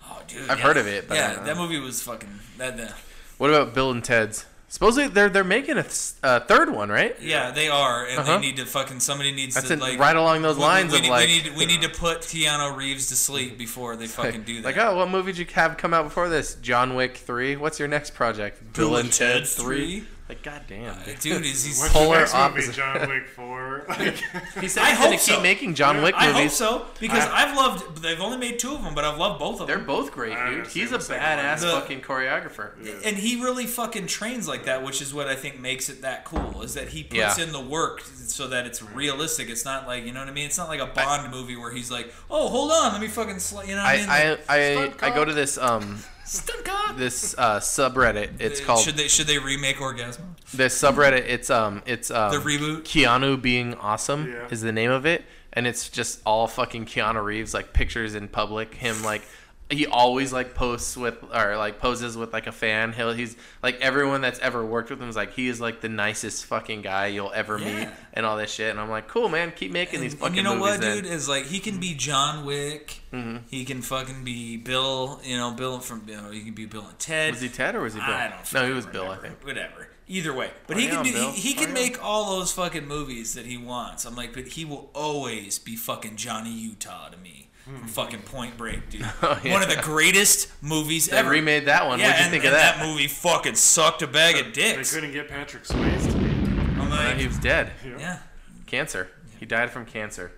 S3: Oh, dude.
S2: I've
S3: yeah.
S2: heard of it, but I
S3: yeah,
S2: don't know.
S3: that movie was fucking. That, that,
S2: What about Bill and Ted's? Supposedly they're they're making a th- uh, third one, right?
S3: Yeah, they are, and
S2: Uh-huh.
S3: they need to fucking somebody needs
S2: That's
S3: to
S2: in,
S3: like
S2: right along those
S3: we- we-
S2: lines
S3: we,
S2: of
S3: need-
S2: like,
S3: we need we need to put Keanu Reeves to sleep before they fucking do that.
S2: like oh, what movie did you have come out before this? John Wick three. What's your next project?
S3: Bill and Ted 3?
S2: Like goddamn, dude.
S3: dude, is he's
S7: What's
S2: Polar
S7: the next
S2: opposite.
S7: movie? John Wick Four. Like,
S2: he said
S3: I
S2: he's gonna
S3: hope so.
S2: keep making John Wick
S3: I hope
S2: movies.
S3: so because
S2: I-
S3: I've loved. They've only made two of them, but I've loved both of
S2: They're
S3: them.
S2: both great,
S7: I
S2: dude.
S7: haven't seen
S2: He's a
S7: the second one.
S2: badass
S3: The-
S2: fucking choreographer.
S3: and he really fucking trains like that, which is what I think makes it that cool. Is that he puts
S2: Yeah.
S3: in the work so that it's realistic. It's not like you know what I mean. It's not like a Bond movie where he's like, oh, hold on, let me fucking. Sl-, you know what I, mean?
S2: I I,
S7: Stunt
S2: I, I go
S7: cock.
S2: to this um
S3: Stunt cock.
S2: this uh, subreddit. It's
S3: Uh,
S2: called
S3: Should they should they remake Orgasmo?
S2: this subreddit. It's um it's um,
S3: The reboot?
S2: Keanu being awesome
S7: Yeah.
S2: is the name of it, and it's just all fucking Keanu Reeves like pictures in public. Him like he always like posts with or like poses with like a fan. He'll he's like everyone that's ever worked with him is like he is like the nicest fucking guy you'll ever meet
S3: Yeah.
S2: and all this shit. And I'm like, cool man, keep making these
S3: And
S2: fucking
S3: you know
S2: movies.
S3: what,
S2: then. Mm-hmm.
S3: dude? Is like he can be John Wick. He can fucking be Bill. You know, Bill from you know he can be Bill and Ted.
S2: Was he Ted or was he Bill?
S3: I don't.
S2: no, he
S3: fucking
S2: was Bill. I
S3: remember.
S2: think.
S3: Whatever. Either way, but he
S2: yeah,
S3: can do,
S2: Bill.
S3: he, he can
S2: Oh, yeah.
S3: make all those fucking movies that he wants. I'm like, but he will always be fucking Johnny Utah to me. from fucking Point Break, dude.
S2: Hmm. Oh, yeah.
S3: One of the greatest movies
S2: They
S3: ever.
S2: remade that one.
S3: Yeah,
S2: What'd you
S3: and,
S2: think
S3: and
S2: of that?
S3: movie fucking sucked a bag of
S4: They
S3: dicks.
S4: couldn't get Patrick Swayze to be in it.
S3: I'm
S2: Uh, he
S3: like,
S2: was dead.
S3: yeah.
S2: Cancer. He died from cancer.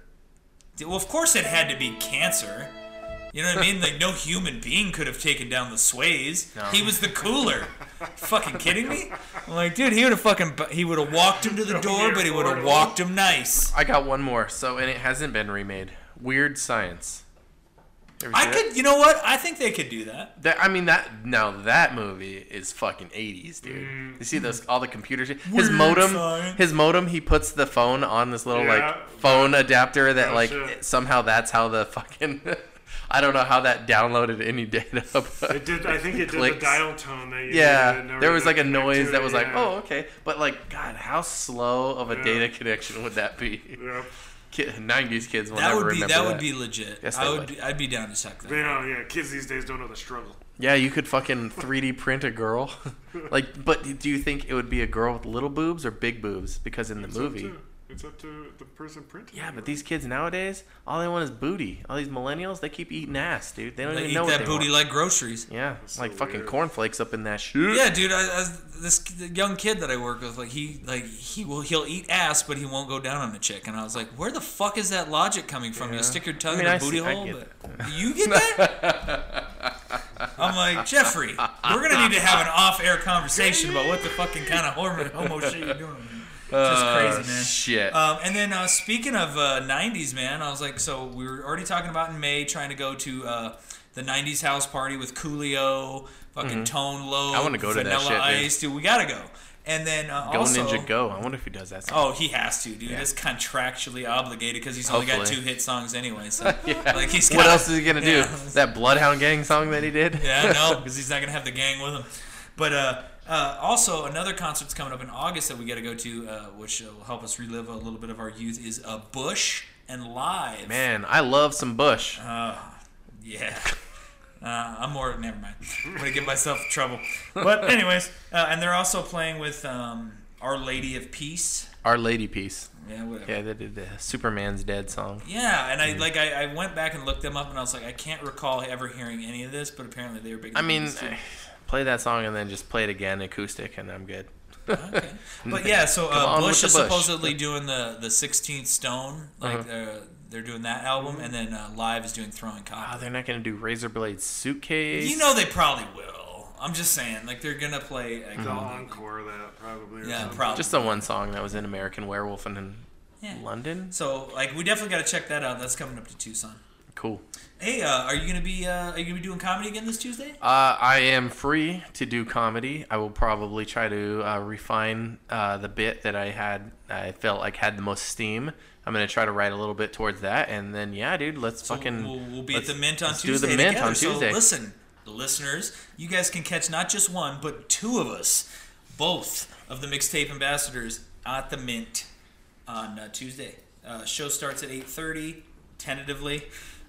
S3: Dude, Well, of course it had to be cancer. You know what I mean? Like no human being could have taken down the Sways.
S2: No.
S3: He was the cooler. fucking kidding me? I'm like, dude, he would have fucking bu- he would have walked him to the door, but he would have walked him nice.
S2: I got one more. So, and it hasn't been remade. Weird Science. Ever
S3: I
S2: see that?
S3: could, you know what? I think they could do that.
S2: That, I mean that now that movie is fucking eighties, dude. You see those all the computer shit. His
S3: Weird
S2: modem,
S3: science.
S2: his modem. He puts the phone on this little
S4: Yeah.
S2: like phone adapter that
S4: Oh,
S2: like
S4: shit.
S2: it- somehow that's how the fucking. I don't know how that downloaded any data. But
S4: It did. I think it did the
S2: clicks.
S4: dial tone that you did, it
S2: Yeah,
S4: never
S2: there was
S4: did
S2: like a
S4: connect
S2: noise
S4: to
S2: that
S4: it,
S2: was like,
S4: yeah.
S2: oh okay, but like God, how slow of a
S4: Yeah.
S2: data connection would that be?
S4: Yep.
S2: Nineties kids will
S3: That
S2: never
S3: would be that,
S2: remember
S3: would be legit.
S2: Yes,
S3: I
S2: they
S3: would.
S2: would.
S3: be- I'd be down to suck that.
S4: They don't. oh, Yeah, kids these days don't know the struggle.
S2: Yeah, you could fucking 3D print a girl. like, but do you think it would be a girl with little boobs or big boobs? Because in the movie.
S4: It's up to, it's up to the person printing.
S2: Yeah,
S4: it,
S2: but
S4: right?
S2: these kids nowadays, all they want is booty. All these millennials, they keep eating ass, dude. They don't
S3: They
S2: even
S3: eat
S2: know
S3: that
S2: what they
S3: booty
S2: want.
S3: like groceries.
S2: yeah,
S4: so
S2: like fucking
S4: weird.
S2: cornflakes up in that shit.
S3: Yeah, dude. I, I, this the young kid that I work with, like he, like he will, he'll eat ass, but he won't go down on a chick. And I was like, where the fuck is that logic coming from? You stick your tongue
S2: mean,
S3: in a
S2: I
S3: booty
S2: see- I
S3: hole,
S2: get
S3: but you get that? I'm like Jeffrey. We're gonna need to have an off-air conversation about what the fucking kind of hormone homo shit you're doing. man. Just
S2: Uh,
S3: crazy, man.
S2: Shit.
S3: Um, and then uh, speaking of uh, 90s, man, I was like, so we were already talking about in May trying to go to uh, the 90s house party with Coolio, fucking
S2: Mm-hmm.
S3: Tone Low,
S2: I wanna go to that
S3: Vanilla
S2: shit, dude.
S3: Ice, dude. We gotta go. And then uh,
S2: go
S3: also,
S2: Ninja Go. I wonder if he does that.
S3: Oh, he has to, dude. It's contractually obligated because he's only got
S2: Hopefully.
S3: two hit songs anyway. So, like, he's
S2: what
S3: gotta-
S2: else is he gonna do?
S3: Oh, Yeah.
S2: That Bloodhound Gang song that he did?
S3: Yeah, no, because he's not gonna have the gang with him. But uh, uh, also another concert's coming up in August that we got to go to, uh, which will help us relive a little bit of our youth, is uh, Bush and Live.
S2: Man, I love some Bush.
S3: Yeah. Uh, I'm more. Never mind. I'm gonna give myself trouble. But anyways, uh, and they're also playing with um, Our Lady of Peace.
S2: Our Lady piece.
S3: Yeah, whatever.
S2: Yeah, they did the Superman's Dead song.
S3: Yeah, and I like I, I went back and looked them up, and I was like, I can't recall ever hearing any of this, but apparently they were big.
S2: I mean, eh.
S3: influences, too.
S2: play that song and then just play it again acoustic, and I'm good.
S3: Okay. But yeah, so
S2: Come
S3: uh,
S2: on
S3: Bush
S2: with
S3: is
S2: the Bush. Uh-huh.
S3: supposedly doing the the 16th Stone, like uh, they're doing that album, and then uh, Live is doing Throwing
S2: Oh,
S3: Cop.
S2: they're not gonna do Razorblade Suitcase.
S3: you know they probably will. I'm just saying, like they're gonna play. Like,
S4: the
S3: all-
S4: encore of that probably. Or
S3: Yeah,
S4: something.
S3: probably.
S2: Mm-hmm. just the one song that was in American Werewolf and in
S3: Yeah.
S2: London.
S3: So like we definitely got to check that out. That's coming up to Tucson.
S2: Cool.
S3: Hey, uh, are you gonna be uh, are you gonna be doing comedy again this Tuesday?
S2: Uh, I am free to do comedy. I will probably try to uh, refine uh, the bit that I had. I felt like had the most steam. I'm gonna try to write a little bit towards that, and then yeah, dude, let's
S3: So
S2: fucking.
S3: we'll, we'll be at
S2: let's-
S3: the Mint on
S2: let's
S3: Tuesday.
S2: Do the Mint
S3: together.
S2: on Tuesday.
S3: So listen, the listeners, you guys can catch not just one but two of us, both of the mixtape ambassadors at the Mint on uh, Tuesday. Uh, show starts at 8:30 tentatively.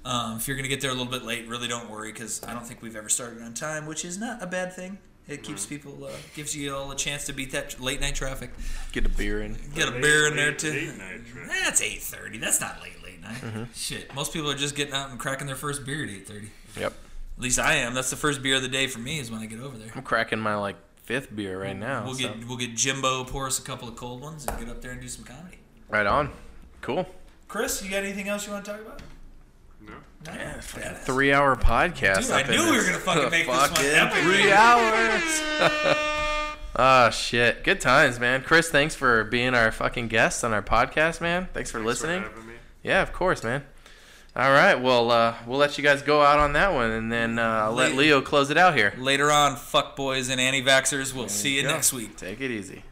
S3: Um, if you're gonna get there a little bit late, really don't worry because I don't think we've ever started on time, which is not a bad thing. It keeps
S2: Mm.
S3: people, uh, gives you all a chance to beat that late night traffic.
S2: Get a beer in.
S3: Get a beer in there too.
S4: Date night trip.
S3: Eh, That's eight thirty. That's not late late night.
S2: Mm-hmm.
S3: Shit, most people are just getting out and cracking their first beer at eight thirty.
S2: Yep.
S3: At least I am. That's the first beer of the day for me is when I get over there.
S2: I'm cracking my like fifth beer right now.
S3: We'll
S2: so-
S3: get we'll get Jimbo pour us a couple of cold ones and get up there and do some comedy.
S2: right on. Cool.
S3: Chris, you got anything else you want to talk about?
S4: No.
S3: No. Badass.
S2: Three hour podcast.
S3: Dude, I
S2: up in
S3: knew we were
S2: this.
S3: gonna fucking make this one
S2: Fucking
S3: epic.
S2: Three hours. Ah, shit. Good times, man. Chris, thanks for being our fucking guest on our podcast, man. Thanks for
S4: Thanks for
S2: listening.
S4: having me.
S2: yeah, of course, man. All right, well, uh, we'll let you guys go out on that one, and then uh, I'll let
S3: Later.
S2: Leo close it out here.
S3: Later on, fuck boys and anti-vaxxers. We'll see you
S2: go.
S3: next week.
S2: Take it easy.